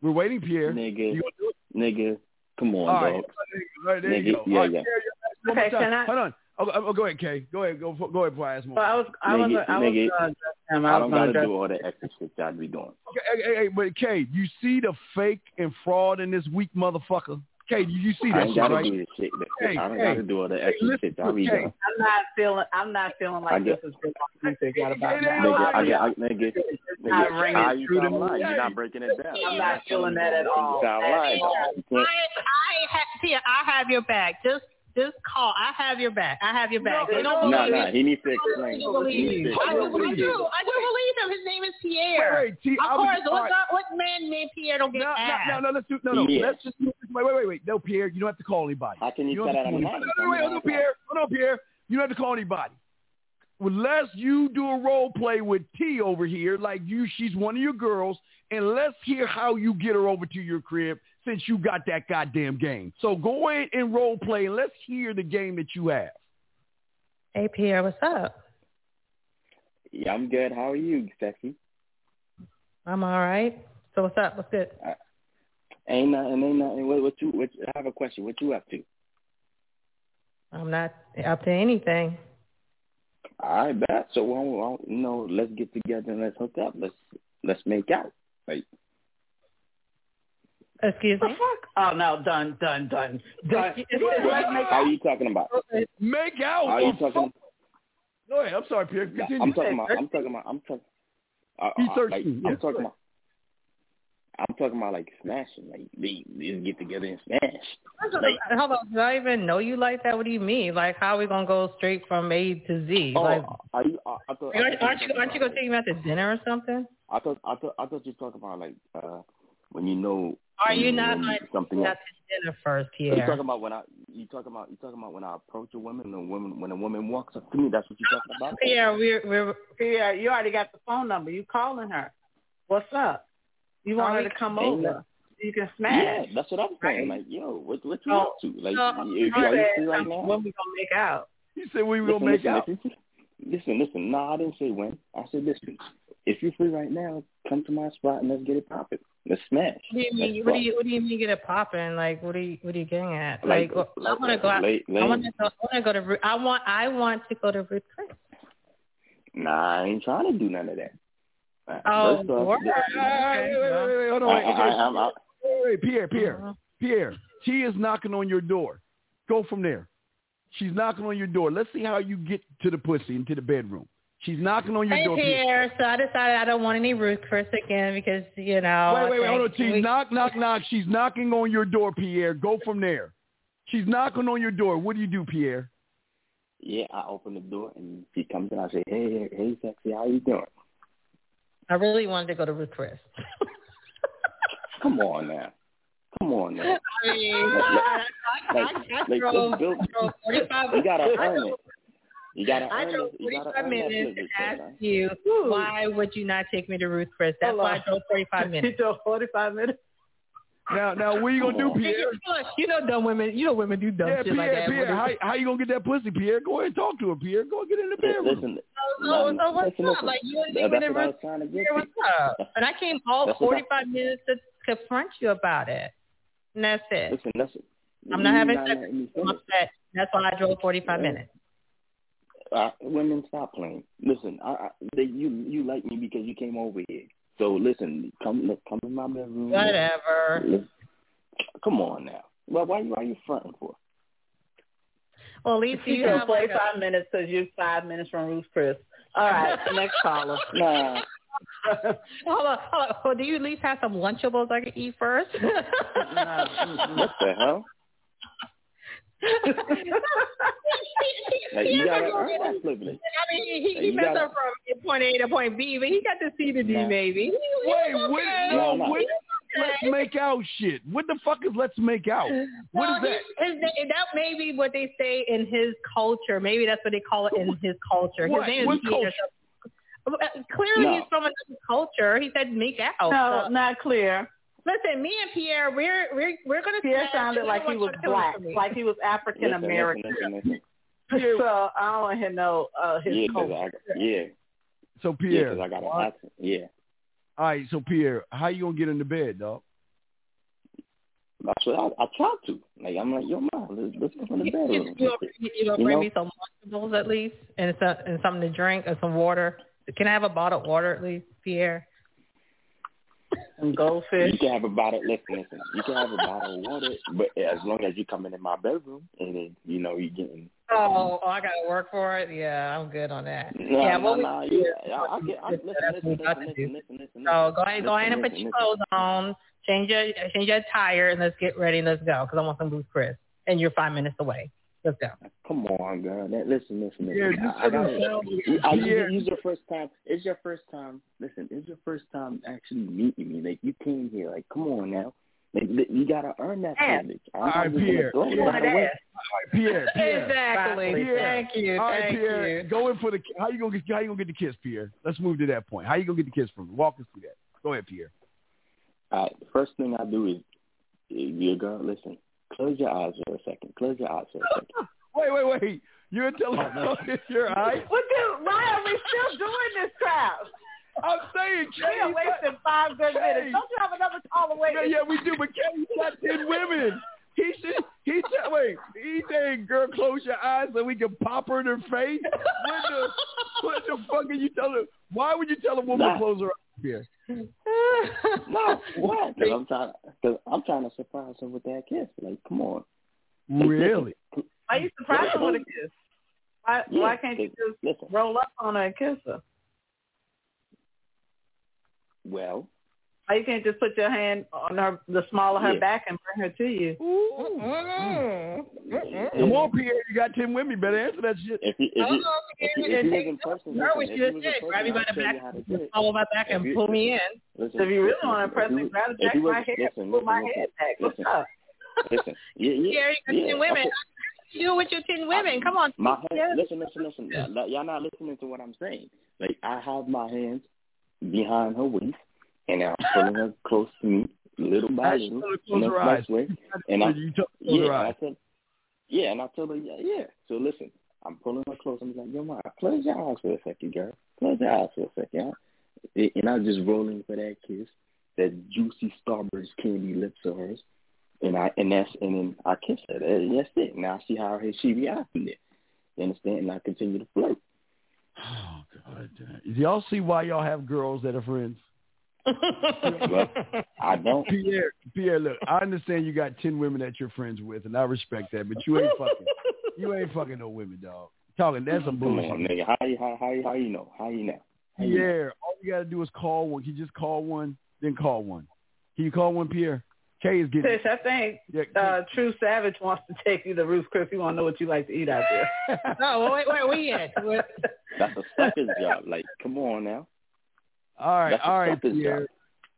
Speaker 3: We're waiting, Pierre.
Speaker 6: Nigga,
Speaker 3: You gonna do it?
Speaker 6: nigga, Come on,
Speaker 3: All
Speaker 6: dog.
Speaker 3: right, all right, there you go.
Speaker 6: Nigga, yeah,
Speaker 3: All right,
Speaker 6: yeah.
Speaker 3: Carrie, your last
Speaker 5: Okay,
Speaker 3: one more
Speaker 5: can
Speaker 3: time.
Speaker 5: I-
Speaker 3: Hold on. Oh, oh, go ahead, Kay. Go ahead. Go, for- go ahead for last
Speaker 5: Well,
Speaker 3: one.
Speaker 5: I was I was
Speaker 6: Nigga,
Speaker 5: I was
Speaker 6: nigga,
Speaker 5: gonna address
Speaker 3: uh,
Speaker 5: him. I,
Speaker 6: I
Speaker 5: was
Speaker 6: don't
Speaker 5: gonna
Speaker 6: gotta
Speaker 5: address.
Speaker 6: do all that extra shit y'all be doing.
Speaker 3: Okay, hey, hey, hey, but Kay, you see the fake and fraud in this weak motherfucker. Kay, you, you see
Speaker 6: I
Speaker 3: that
Speaker 6: ain't
Speaker 3: shit,
Speaker 6: gotta
Speaker 3: right?
Speaker 6: do this shit. That,
Speaker 3: Hey,
Speaker 6: I don't
Speaker 3: hey,
Speaker 6: gotta do all that extra
Speaker 3: listen,
Speaker 6: shit y'all be
Speaker 3: hey.
Speaker 6: doing.
Speaker 5: I'm not feeling I'm not feeling
Speaker 6: I
Speaker 5: like this
Speaker 6: get-
Speaker 5: is good music. What about
Speaker 3: It
Speaker 5: that?
Speaker 3: ain't all
Speaker 5: I'm
Speaker 6: Nigga,
Speaker 5: not
Speaker 6: I,
Speaker 3: right.
Speaker 5: feeling
Speaker 6: get- I, nigga,
Speaker 5: not
Speaker 6: nigga,
Speaker 5: ringing
Speaker 6: how you
Speaker 5: true to
Speaker 6: sound lying? You're
Speaker 5: me.
Speaker 6: not breaking it down.
Speaker 5: I'm
Speaker 6: You're
Speaker 5: not feeling that at
Speaker 6: You
Speaker 5: all.
Speaker 6: sound
Speaker 5: At
Speaker 6: lying.
Speaker 5: all.
Speaker 6: You
Speaker 4: I,
Speaker 6: can't.
Speaker 4: I have, Tia, I have your back. Just, just call. I have your back. I have your back.
Speaker 7: No,
Speaker 4: they don't
Speaker 7: no,
Speaker 6: Nah,
Speaker 4: believe me.
Speaker 6: nah. He needs to
Speaker 4: I don't
Speaker 6: explain.
Speaker 4: even
Speaker 6: He
Speaker 4: believe
Speaker 6: needs to
Speaker 4: you. I do,
Speaker 6: explain.
Speaker 4: I do. I do believe him. His name is Pierre.
Speaker 3: Wait, wait, T, I was-
Speaker 4: Of course,
Speaker 3: all
Speaker 4: what,
Speaker 3: right.
Speaker 4: guy- what man named Pierre don't get
Speaker 3: No,
Speaker 4: ass?
Speaker 3: no, no, no, let's do, no, no,
Speaker 6: Yeah.
Speaker 3: let's just, wait, wait, wait, wait. No, Pierre, you don't have to call anybody.
Speaker 6: How can you
Speaker 3: You
Speaker 6: say
Speaker 3: don't
Speaker 6: that
Speaker 3: have to
Speaker 6: I'm
Speaker 3: call
Speaker 6: lying?
Speaker 3: anybody. No, no, wait, hold on, Pierre. Hold on, Pierre. You don't have to call anybody. Unless you do a role play with T over here, like you, she's one of your girls, and let's hear how you get her over to your crib since you got that goddamn game. So go ahead and role play, and let's hear the game that you have.
Speaker 4: Hey, Pierre, what's up?
Speaker 6: Yeah, I'm good. How are you, Sexy?
Speaker 4: I'm all right. So what's up? What's good?
Speaker 3: Uh,
Speaker 6: Ain't nothing, ain't nothing. What, what you? What, I have a question. What you up to?
Speaker 4: I'm not up to anything.
Speaker 6: I bet. So, why don't- why don't- you know, let's get together and let's hook up. Let's let's make out. Like,
Speaker 4: Excuse
Speaker 5: The
Speaker 4: me.
Speaker 5: fuck? Oh no, done, done, done, done.
Speaker 4: Excuse-
Speaker 5: Let's make
Speaker 6: how are you talking about?
Speaker 3: Make out.
Speaker 6: How are
Speaker 3: or
Speaker 6: you talking?
Speaker 3: fuck- Go ahead. I'm sorry, Pierre.
Speaker 6: Nah,
Speaker 3: Continue.
Speaker 6: I'm talking about. I'm talking about. I'm talking. Uh,
Speaker 3: He's
Speaker 6: uh, like,
Speaker 3: thirsty, yeah.
Speaker 6: I'm talking about. I'm talking about like smashing. Like, they, let's get together and smash. Like,
Speaker 4: How about, do I even know you like that? What do you mean? Like, how are we going to go straight from A to Z?
Speaker 6: oh,
Speaker 4: like,
Speaker 6: are you? I, I thought, I
Speaker 4: aren't,
Speaker 6: thought
Speaker 4: aren't you,
Speaker 6: were
Speaker 4: aren't you
Speaker 6: talking
Speaker 4: going
Speaker 6: about,
Speaker 4: to take me out to dinner or something?
Speaker 6: I thought. I thought. I thought you were talking about like uh, when you know.
Speaker 4: Are
Speaker 6: when
Speaker 4: you not
Speaker 6: when
Speaker 4: going to
Speaker 6: Mm, something
Speaker 4: take me
Speaker 6: else.
Speaker 4: out to dinner first,
Speaker 6: You
Speaker 4: Pierre?
Speaker 6: talking about when I you talking about you talking about when I approach a woman and woman when a woman walks up to me, that's what you talking about?
Speaker 4: Pierre, we're, we're,
Speaker 5: Pierre, you already got the phone number. You calling her. What's up? You want her to come
Speaker 6: Ain't
Speaker 5: over. You can
Speaker 6: Yeah,
Speaker 5: smash.
Speaker 6: that's what I'm saying.
Speaker 5: Right. Oh,
Speaker 6: Like, yo, what what you
Speaker 5: No,
Speaker 6: up to? Like
Speaker 4: no,
Speaker 6: if
Speaker 5: You
Speaker 6: you are you
Speaker 5: said,
Speaker 6: free right
Speaker 5: um, when
Speaker 6: now?
Speaker 5: we gonna make out?
Speaker 3: He said we will
Speaker 6: Listen,
Speaker 3: make
Speaker 6: listen,
Speaker 3: out.
Speaker 6: listen, listen, listen. No, I didn't say when. I said listen. If you're free right now, come to my spot and let's get it popping. Let's smash.
Speaker 4: What do you
Speaker 6: Let's
Speaker 4: mean? What do
Speaker 6: fuck.
Speaker 4: you What do you mean get it popping? Like what are you What are you getting at?
Speaker 6: Like,
Speaker 4: Like, well, I
Speaker 6: like,
Speaker 4: want to go. Out,
Speaker 6: late,
Speaker 4: I
Speaker 6: late.
Speaker 4: want to go. I want to go to. Ru- I want. I want to go to Ruth Chris.
Speaker 6: Nah, I ain't trying to do none of that. Uh,
Speaker 4: Oh,
Speaker 6: let's talk.
Speaker 4: Lord.
Speaker 3: All right, wait, wait, wait, wait, hold
Speaker 6: I,
Speaker 3: on. Wait,
Speaker 6: I, I, I'm, I,
Speaker 3: wait, wait, Pierre, Pierre.
Speaker 4: Uh-huh.
Speaker 3: Pierre, she is knocking on your door. Go from there. She's knocking on your door. Let's see how you get to the pussy into the bedroom. She's knocking on your
Speaker 4: Hey
Speaker 3: door.
Speaker 4: Pierre, so I decided I don't want any Ruth Chris again because you know.
Speaker 3: Wait, wait, wait, hold on. She's
Speaker 4: we-
Speaker 3: knock, knock, knock. She's knocking on your door, Pierre. Go from there. She's knocking on your door. What do you do, Pierre?
Speaker 6: Yeah, I open the door and she comes in. I say, "Hey, hey, hey, sexy, how you doing?"
Speaker 4: I really wanted to go to Ruth Chris.
Speaker 6: Come on now, come on now.
Speaker 4: I mean, I,
Speaker 6: Like-
Speaker 4: I,
Speaker 6: Like,
Speaker 4: I,
Speaker 6: like
Speaker 4: drove,
Speaker 6: this built,
Speaker 4: I drove 45
Speaker 6: you gotta
Speaker 4: I
Speaker 6: earn it. You gotta
Speaker 4: I
Speaker 6: earn
Speaker 4: drove
Speaker 6: it. You gotta
Speaker 4: 45
Speaker 6: earn that
Speaker 4: minutes
Speaker 6: nigga
Speaker 4: to
Speaker 6: shit,
Speaker 4: ask
Speaker 6: man.
Speaker 4: you,
Speaker 5: Ooh.
Speaker 4: why would you not take me to Ruth Chris? That's
Speaker 5: Hold
Speaker 4: why I
Speaker 5: on.
Speaker 4: drove 45 minutes.
Speaker 5: You drove 45 minutes.
Speaker 3: Now, now, what are you gonna do,
Speaker 6: Come on.
Speaker 4: Hey,
Speaker 3: Pierre?
Speaker 4: Look, you know dumb women. You know women do dumb
Speaker 3: Yeah,
Speaker 4: shit
Speaker 3: Pierre,
Speaker 4: like that.
Speaker 3: Pierre, how, how you gonna get that pussy, Pierre? Go ahead and talk to her, Pierre. Go get in the
Speaker 6: Li-
Speaker 3: bedroom.
Speaker 6: Listen,
Speaker 4: so, so Oh, what's
Speaker 6: listen,
Speaker 4: up?
Speaker 6: listen.
Speaker 4: Like you and me
Speaker 6: That-
Speaker 4: went
Speaker 6: That's
Speaker 4: in
Speaker 6: what I
Speaker 4: room
Speaker 6: was trying to get
Speaker 4: here.
Speaker 6: to.
Speaker 4: What's up? And I came all
Speaker 6: That's what I-
Speaker 4: 45 minutes to confront you about it, and that's it.
Speaker 6: Listen, listen.
Speaker 4: I'm not having
Speaker 6: You're
Speaker 4: sex.
Speaker 6: letting me
Speaker 4: I'm
Speaker 6: finish.
Speaker 4: upset. That's why I drove 45 minutes.
Speaker 6: Uh, women, stop playing. Listen, I, I, they, you you like me because you came over here. So listen, come look, come in my bedroom.
Speaker 4: Whatever.
Speaker 6: Listen, Come on now. Well, why you why you fronting for?
Speaker 4: Well, at least
Speaker 5: She
Speaker 4: you
Speaker 5: drove
Speaker 4: have like a,
Speaker 5: 45 minutes because you're five minutes from Ruth Chris. All right, next caller.
Speaker 6: Nah.
Speaker 4: hold on, hold on. Well, do you at least have some Lunchables I can eat first?
Speaker 5: No.
Speaker 6: What the hell? Like you gotta earn that privilege.
Speaker 4: I mean, he,
Speaker 6: Hey,
Speaker 4: he
Speaker 6: you
Speaker 4: messed
Speaker 6: gotta-
Speaker 4: up from point A to point B, but he got to see the D
Speaker 6: Nah.
Speaker 4: maybe. He- he
Speaker 3: Wait,
Speaker 4: was
Speaker 3: what?
Speaker 4: okay.
Speaker 3: No,
Speaker 6: No, no.
Speaker 3: what? Let's make out shit. What the fuck is let's make out? What
Speaker 4: Well,
Speaker 3: is that?
Speaker 4: His, his, that may be what they say in his culture. Maybe that's what they call it in his culture. His
Speaker 3: What?
Speaker 4: name is
Speaker 3: What
Speaker 4: Peter,
Speaker 3: culture?
Speaker 4: so- Uh, Clearly,
Speaker 6: No.
Speaker 4: he's from another culture. He said, "Make out."
Speaker 5: No,
Speaker 4: So,
Speaker 5: not clear.
Speaker 4: listen, me and Pierre, we're we're we're gonna.
Speaker 5: Pierre
Speaker 4: smash.
Speaker 5: sounded
Speaker 4: You
Speaker 5: like
Speaker 4: know
Speaker 5: he was
Speaker 4: what you're doing
Speaker 5: black,
Speaker 4: for me.
Speaker 5: like he was African
Speaker 6: Listen, listen,
Speaker 5: American.
Speaker 6: listen, listen.
Speaker 5: So I don't want to know uh, his
Speaker 6: Yeah, cause
Speaker 5: culture.
Speaker 6: I yeah,
Speaker 3: So
Speaker 6: yeah,
Speaker 3: Pierre,
Speaker 6: cause I got an
Speaker 3: all right,
Speaker 6: accent. Yeah,
Speaker 3: all right, so Pierre, how you gonna get into bed, dog?
Speaker 6: That's what I, I try to. Like I'm like, yo, mom, let's, let's go in the bedroom.
Speaker 4: You don't, you don't
Speaker 6: You
Speaker 4: bring
Speaker 6: know?
Speaker 4: me some vegetables at least, and some, and something to drink or some water. Can I have a bottle of water at least, Pierre?
Speaker 5: Some goldfish.
Speaker 6: You can have a bottle. Listen, listen. You can have a bottle of water, but as long as you coming in my bedroom and then you know you getting.
Speaker 4: Oh, oh I gotta work for it. Yeah, I'm good on that.
Speaker 6: No,
Speaker 4: yeah,
Speaker 6: no,
Speaker 4: what we
Speaker 6: no.
Speaker 4: do
Speaker 6: You,
Speaker 4: is-
Speaker 6: I, I get. I, listen, listen, listen, listen, listen, listen.
Speaker 4: So go ahead, go
Speaker 6: Listen,
Speaker 4: ahead and put
Speaker 6: listen,
Speaker 4: your
Speaker 6: listen.
Speaker 4: clothes on, change your change your attire, and let's get ready and let's go because I want some Boost Chris. And you're five minutes away. Let's go.
Speaker 6: Come on, girl. That, listen, listen, listen.
Speaker 3: Yeah, this
Speaker 6: I, I gotta,
Speaker 3: doesn't sound
Speaker 6: You- I, you,
Speaker 3: Pierre.
Speaker 6: you- it's your first time. It's your first time. Listen, it's your first time actually meeting me. Like you came here. Like come on now. Like li- you gotta earn that
Speaker 4: Yeah.
Speaker 6: privilege. I'm
Speaker 3: All
Speaker 6: not
Speaker 3: right,
Speaker 6: just gonna
Speaker 3: Pierre.
Speaker 6: throw it
Speaker 3: Pierre.
Speaker 6: that away.
Speaker 3: Pierre, Pierre.
Speaker 4: Exactly.
Speaker 3: Pierre.
Speaker 4: Thank you.
Speaker 3: All right,
Speaker 4: Thank
Speaker 3: Pierre.
Speaker 4: you.
Speaker 3: Go in for the. How you gonna get? How you gonna get the kiss, Pierre? Let's move to that point. How you gonna get the kiss from? me? Walk us through that. Go ahead, Pierre.
Speaker 6: All right, first thing I do is, you girl, listen. Close your eyes for a second. Close your eyes for a second.
Speaker 3: Wait, wait, wait. You're telling
Speaker 6: Oh,
Speaker 3: me you're all right.
Speaker 5: What the, why are we still doing this crap?
Speaker 3: I'm saying,
Speaker 5: We are
Speaker 3: Katie,
Speaker 5: wasting five good minutes. Don't you have another call away?
Speaker 3: yeah, yeah, we do. But Katie shot ten women. He should. He said, wait. He said, girl, close your eyes so we can pop her in her face. What the? What the fuck are you telling? Why would you tell a woman to
Speaker 6: Nah.
Speaker 3: close her eyes, Pierre?
Speaker 6: No, what? Cause I'm trying. Cause I'm trying to surprise her with that kiss. Like come on.
Speaker 3: Really?
Speaker 5: Are you surprised her with a kiss? Why,
Speaker 6: Yeah,
Speaker 5: why can't you just
Speaker 6: Listen.
Speaker 5: roll up on her and kiss her?
Speaker 6: Well,
Speaker 5: Why you can't just put your hand on her, the small of her
Speaker 6: Yeah.
Speaker 5: back and bring her to you?
Speaker 4: Mm.
Speaker 3: Come on, Pierre. You got ten women. You better answer that shit.
Speaker 6: if you if
Speaker 4: Hold
Speaker 6: you
Speaker 4: on,
Speaker 6: if you,
Speaker 4: Pierre.
Speaker 6: if you was in person,
Speaker 4: Girl, what
Speaker 6: listen,
Speaker 4: she
Speaker 6: if you was in
Speaker 4: just said,
Speaker 6: person,
Speaker 4: grab me by
Speaker 6: I'd
Speaker 4: the
Speaker 6: show you
Speaker 4: back.
Speaker 6: how to do it.
Speaker 4: Follow my back
Speaker 6: If
Speaker 4: and
Speaker 6: you-
Speaker 4: pull me in.
Speaker 6: Listen,
Speaker 5: So if you really
Speaker 6: listen,
Speaker 5: want to impress
Speaker 6: if
Speaker 5: me,
Speaker 6: you-
Speaker 5: grab
Speaker 6: if
Speaker 5: Jack
Speaker 6: you was-
Speaker 5: my hair,
Speaker 6: listen,
Speaker 5: pull my
Speaker 6: listen,
Speaker 5: hair back. What's
Speaker 6: listen.
Speaker 5: up?
Speaker 6: Listen, yeah, yeah,
Speaker 4: Pierre, you got
Speaker 6: yeah.
Speaker 4: ten women.
Speaker 6: okay.
Speaker 4: You with your ten women. Come on.
Speaker 6: My hand,
Speaker 4: Yes.
Speaker 6: listen, listen, listen.
Speaker 4: Yeah.
Speaker 6: Like, Y'all not listening to what I'm saying. Like I have my hands behind her waist, and I'm pulling her close to me, little by
Speaker 3: Actually,
Speaker 6: little,
Speaker 3: tell her to
Speaker 6: in
Speaker 3: close
Speaker 6: a
Speaker 3: her
Speaker 6: nice
Speaker 3: eyes.
Speaker 6: way. And I,
Speaker 3: you tell her to close
Speaker 6: yeah,
Speaker 3: her
Speaker 6: and I
Speaker 3: eyes.
Speaker 6: said, yeah, and I told her, yeah, yeah. So listen, I'm pulling her close. I'm like, yo, ma, close your eyes for a second, girl. Close your eyes for a second. I- And I'm just rolling for that kiss, that juicy starburst candy lips of hers. And I and that's and then I kiss her. That- That's it. Now I see how she reacting there. You understand? And I continue to flirt.
Speaker 3: Oh God! damn. Y'all see why y'all have girls that are friends?
Speaker 6: Well, I don't.
Speaker 3: Pierre, Pierre, look, I understand you got ten women that you're friends with, and I respect that, but you ain't fucking, you ain't fucking no women, dog. Talking that's some
Speaker 6: Come
Speaker 3: bullshit.
Speaker 6: on, nigga. How you how how, how you know? How you know? How you know?
Speaker 3: Pierre, all you gotta do is call one. Can you just call one? Then call one. Can you call one, Pierre? Kay is getting.
Speaker 5: Tish, I think
Speaker 3: Yeah,
Speaker 5: uh, True Savage wants to take you to Ruth Chris. He want to know what you like to eat out there.
Speaker 4: No, wait, where are we at? We're-
Speaker 6: That's a sucker's job. Like, come on now.
Speaker 3: all right,
Speaker 6: That's a
Speaker 3: all right,
Speaker 6: sucker's
Speaker 3: Pierre.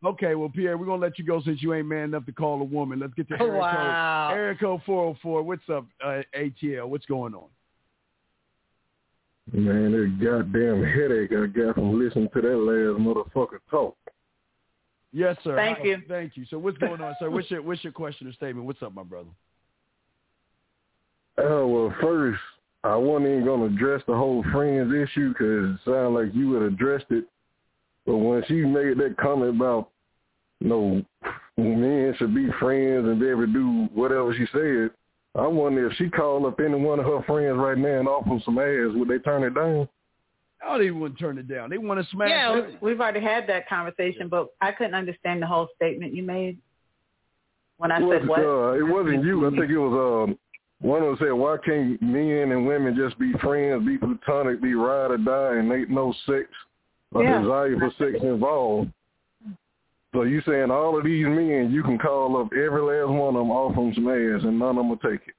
Speaker 3: Okay, well, Pierre, we're gonna let you go since you ain't man enough to call a woman. Let's get to Erico.
Speaker 4: Wow.
Speaker 3: Erico four hundred four. What's up, uh, ATL? What's going on?
Speaker 8: Man, that goddamn headache I got from listening to that last motherfucker talk.
Speaker 3: Yes, sir.
Speaker 5: Thank
Speaker 3: Hi-
Speaker 5: you.
Speaker 3: Thank you. So what's going on, sir? What's your what's your question or statement? What's up, my brother?
Speaker 8: Oh, well, first, I wasn't even going to address the whole friends issue 'cause it sounded like you would addressed it. But when she made that comment about, you know, men should be friends and be able to do whatever she said, I wonder if she called up any one of her friends right now and offered them some ass, would they turn it down?
Speaker 3: Oh, they wouldn't turn it down. They want to smash
Speaker 4: Yeah.
Speaker 3: it.
Speaker 5: We've already had that conversation, but I couldn't understand the whole statement you made when I
Speaker 8: was,
Speaker 5: said what.
Speaker 8: Uh, it wasn't you. I think it was um, one of them said, "Why can't men and women just be friends, be platonic, be ride or die, and ain't no sex or
Speaker 5: Yeah.
Speaker 8: desire for sex involved?" So you saying all of these men, you can call up every last one of them, off them some ass, and none of them will take it.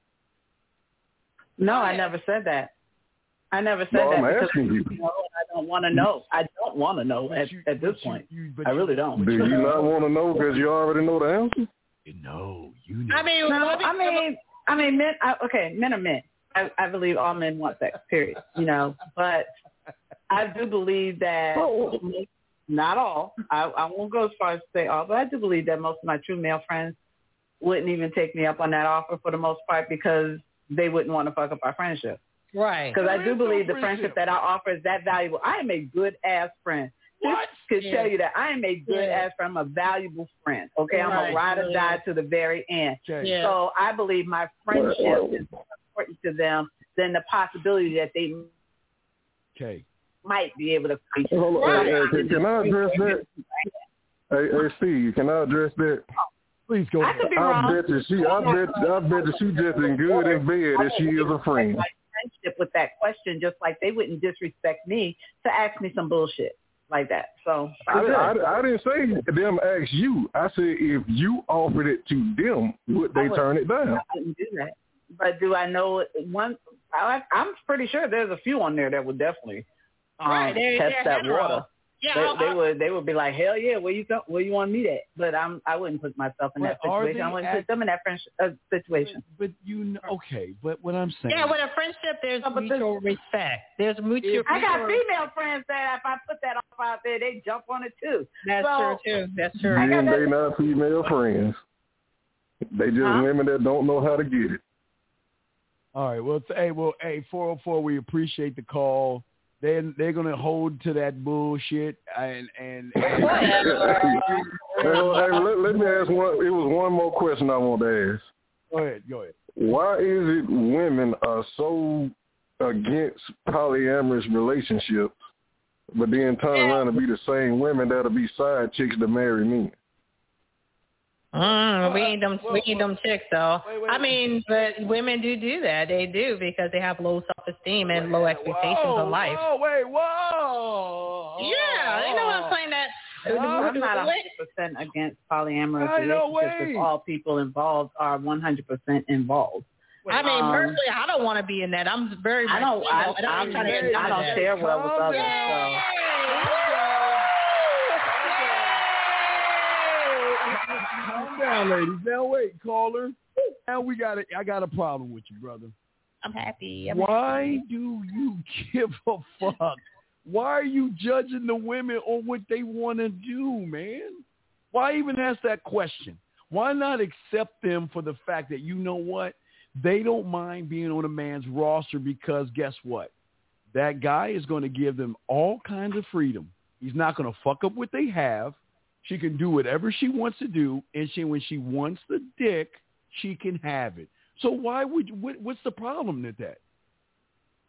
Speaker 5: No, I never said that. I never said
Speaker 8: No,
Speaker 5: that
Speaker 8: I'm
Speaker 5: because
Speaker 8: asking you.
Speaker 5: no, I don't want to know. I don't want to know at,
Speaker 3: You-
Speaker 5: at this
Speaker 3: but you-
Speaker 5: point.
Speaker 3: you- but
Speaker 5: I
Speaker 3: you-
Speaker 5: really don't.
Speaker 8: Do you not want to know because you already know the answer?
Speaker 3: No, you know.
Speaker 4: I mean,
Speaker 5: No,
Speaker 4: let me-
Speaker 5: I mean, I mean, men. I, okay, men are men. I, I believe all men want sex. Period. You know, but I do believe that not all. I, I won't go as far as to say all, but I do believe that most of my true male friends wouldn't even take me up on that offer for the most part because they wouldn't want to fuck up our friendship.
Speaker 4: right.
Speaker 5: Because I
Speaker 3: There
Speaker 5: do
Speaker 3: is no
Speaker 5: believe the
Speaker 3: friendship.
Speaker 5: friendship that I offer is that valuable. I am a good ass friend.
Speaker 3: What?
Speaker 5: could
Speaker 4: Yeah.
Speaker 5: show you that I am a good
Speaker 4: Yeah.
Speaker 5: ass friend. I'm a valuable friend. Okay, I'm
Speaker 4: Right.
Speaker 5: a ride or
Speaker 4: Yeah.
Speaker 5: die to the very end.
Speaker 3: Okay.
Speaker 4: Yeah.
Speaker 5: So I believe my friendship
Speaker 6: Well-
Speaker 5: is more important to them than the possibility that they
Speaker 3: Okay.
Speaker 5: might be able to.
Speaker 8: Hold on,
Speaker 4: Right.
Speaker 8: hey, hey, can, can I address that? Hey, hey, Steve, can I address that?
Speaker 3: Please go
Speaker 5: I
Speaker 3: ahead.
Speaker 5: could be
Speaker 8: I
Speaker 5: wrong.
Speaker 8: bet that she, I bet, I bet that she just as good in bed as she is a friend.
Speaker 5: My friendship with that question, just like they wouldn't disrespect me to ask me some bullshit like that. So
Speaker 8: I, I, I didn't say them ask you. I said if you offered it to them, would they turn it down?
Speaker 5: I wouldn't do that. But do I know one? I, I'm pretty sure there's a few on there that would definitely um,
Speaker 4: Right, they-
Speaker 5: test
Speaker 4: they're
Speaker 5: that
Speaker 4: hetero.
Speaker 5: water.
Speaker 4: Yeah, uh-huh.
Speaker 5: They,
Speaker 4: I-
Speaker 5: they
Speaker 4: I-
Speaker 5: would they would be like, hell yeah, where you go, where you want to meet at? But I'm I wouldn't put myself in that
Speaker 3: But are
Speaker 5: situation. I
Speaker 3: they
Speaker 5: wouldn't
Speaker 3: act-
Speaker 5: put them in that friends uh, situation.
Speaker 3: But you know, okay. But what I'm saying.
Speaker 4: yeah, with a friendship, there's
Speaker 5: No, but this-
Speaker 4: mutual respect. There's mutual.
Speaker 5: I got
Speaker 4: mutual-
Speaker 5: female friends that if I put that off out there, they jump on it too.
Speaker 4: That's
Speaker 5: so-
Speaker 4: true too. That's true.
Speaker 8: Then they not female friends. They just
Speaker 5: Huh?
Speaker 8: women that don't know how to get it.
Speaker 3: All right. Well, it's- hey, well, hey, 404. We appreciate the call. They're they're gonna hold to that bullshit and and. and
Speaker 4: Whatever.
Speaker 8: Hey, well, hey, let, let me ask one. It was one more question I want to ask.
Speaker 3: go ahead. Go ahead.
Speaker 8: Why is it women are so against polyamorous relationships, but then turn around and be the same women that'll be side chicks to marry men?
Speaker 4: Mm, we ain't them. we ain't them chicks though.
Speaker 3: Wait, wait,
Speaker 4: I mean, but women do do that. They do because they have low self-esteem and low expectations
Speaker 3: Whoa,
Speaker 4: of life.
Speaker 3: Whoa, Oh, wait, whoa.
Speaker 4: Yeah, they know what I'm saying. That
Speaker 3: Oh,
Speaker 5: I'm not
Speaker 4: What?
Speaker 5: 100% against polyamorous
Speaker 3: Ain't no
Speaker 5: relationships
Speaker 3: way.
Speaker 5: if all people involved are 100% involved.
Speaker 4: I mean,
Speaker 5: Um,
Speaker 4: personally, I don't want to be in that. I'm very.
Speaker 5: I don't.
Speaker 4: much
Speaker 5: I,
Speaker 4: single, and
Speaker 5: I,
Speaker 4: I'm trying to
Speaker 5: I,
Speaker 4: get out of
Speaker 5: don't
Speaker 4: that.
Speaker 5: share well with
Speaker 3: Calm
Speaker 5: others.
Speaker 3: down.
Speaker 5: So.
Speaker 3: Calm down, ladies. Now wait, caller. Now we got a, I got a problem with you, brother.
Speaker 4: I'm happy. I'm
Speaker 3: Why do you give a fuck? Why are you judging the women on what they want to do, man? Why even ask that question? Why not accept them for the fact that you know what? They don't mind being on a man's roster because guess what? That guy is going to give them all kinds of freedom. He's not going to fuck up what they have. She can do whatever she wants to do, and she when she wants the dick, she can have it. So why would you, what, what's the problem with that?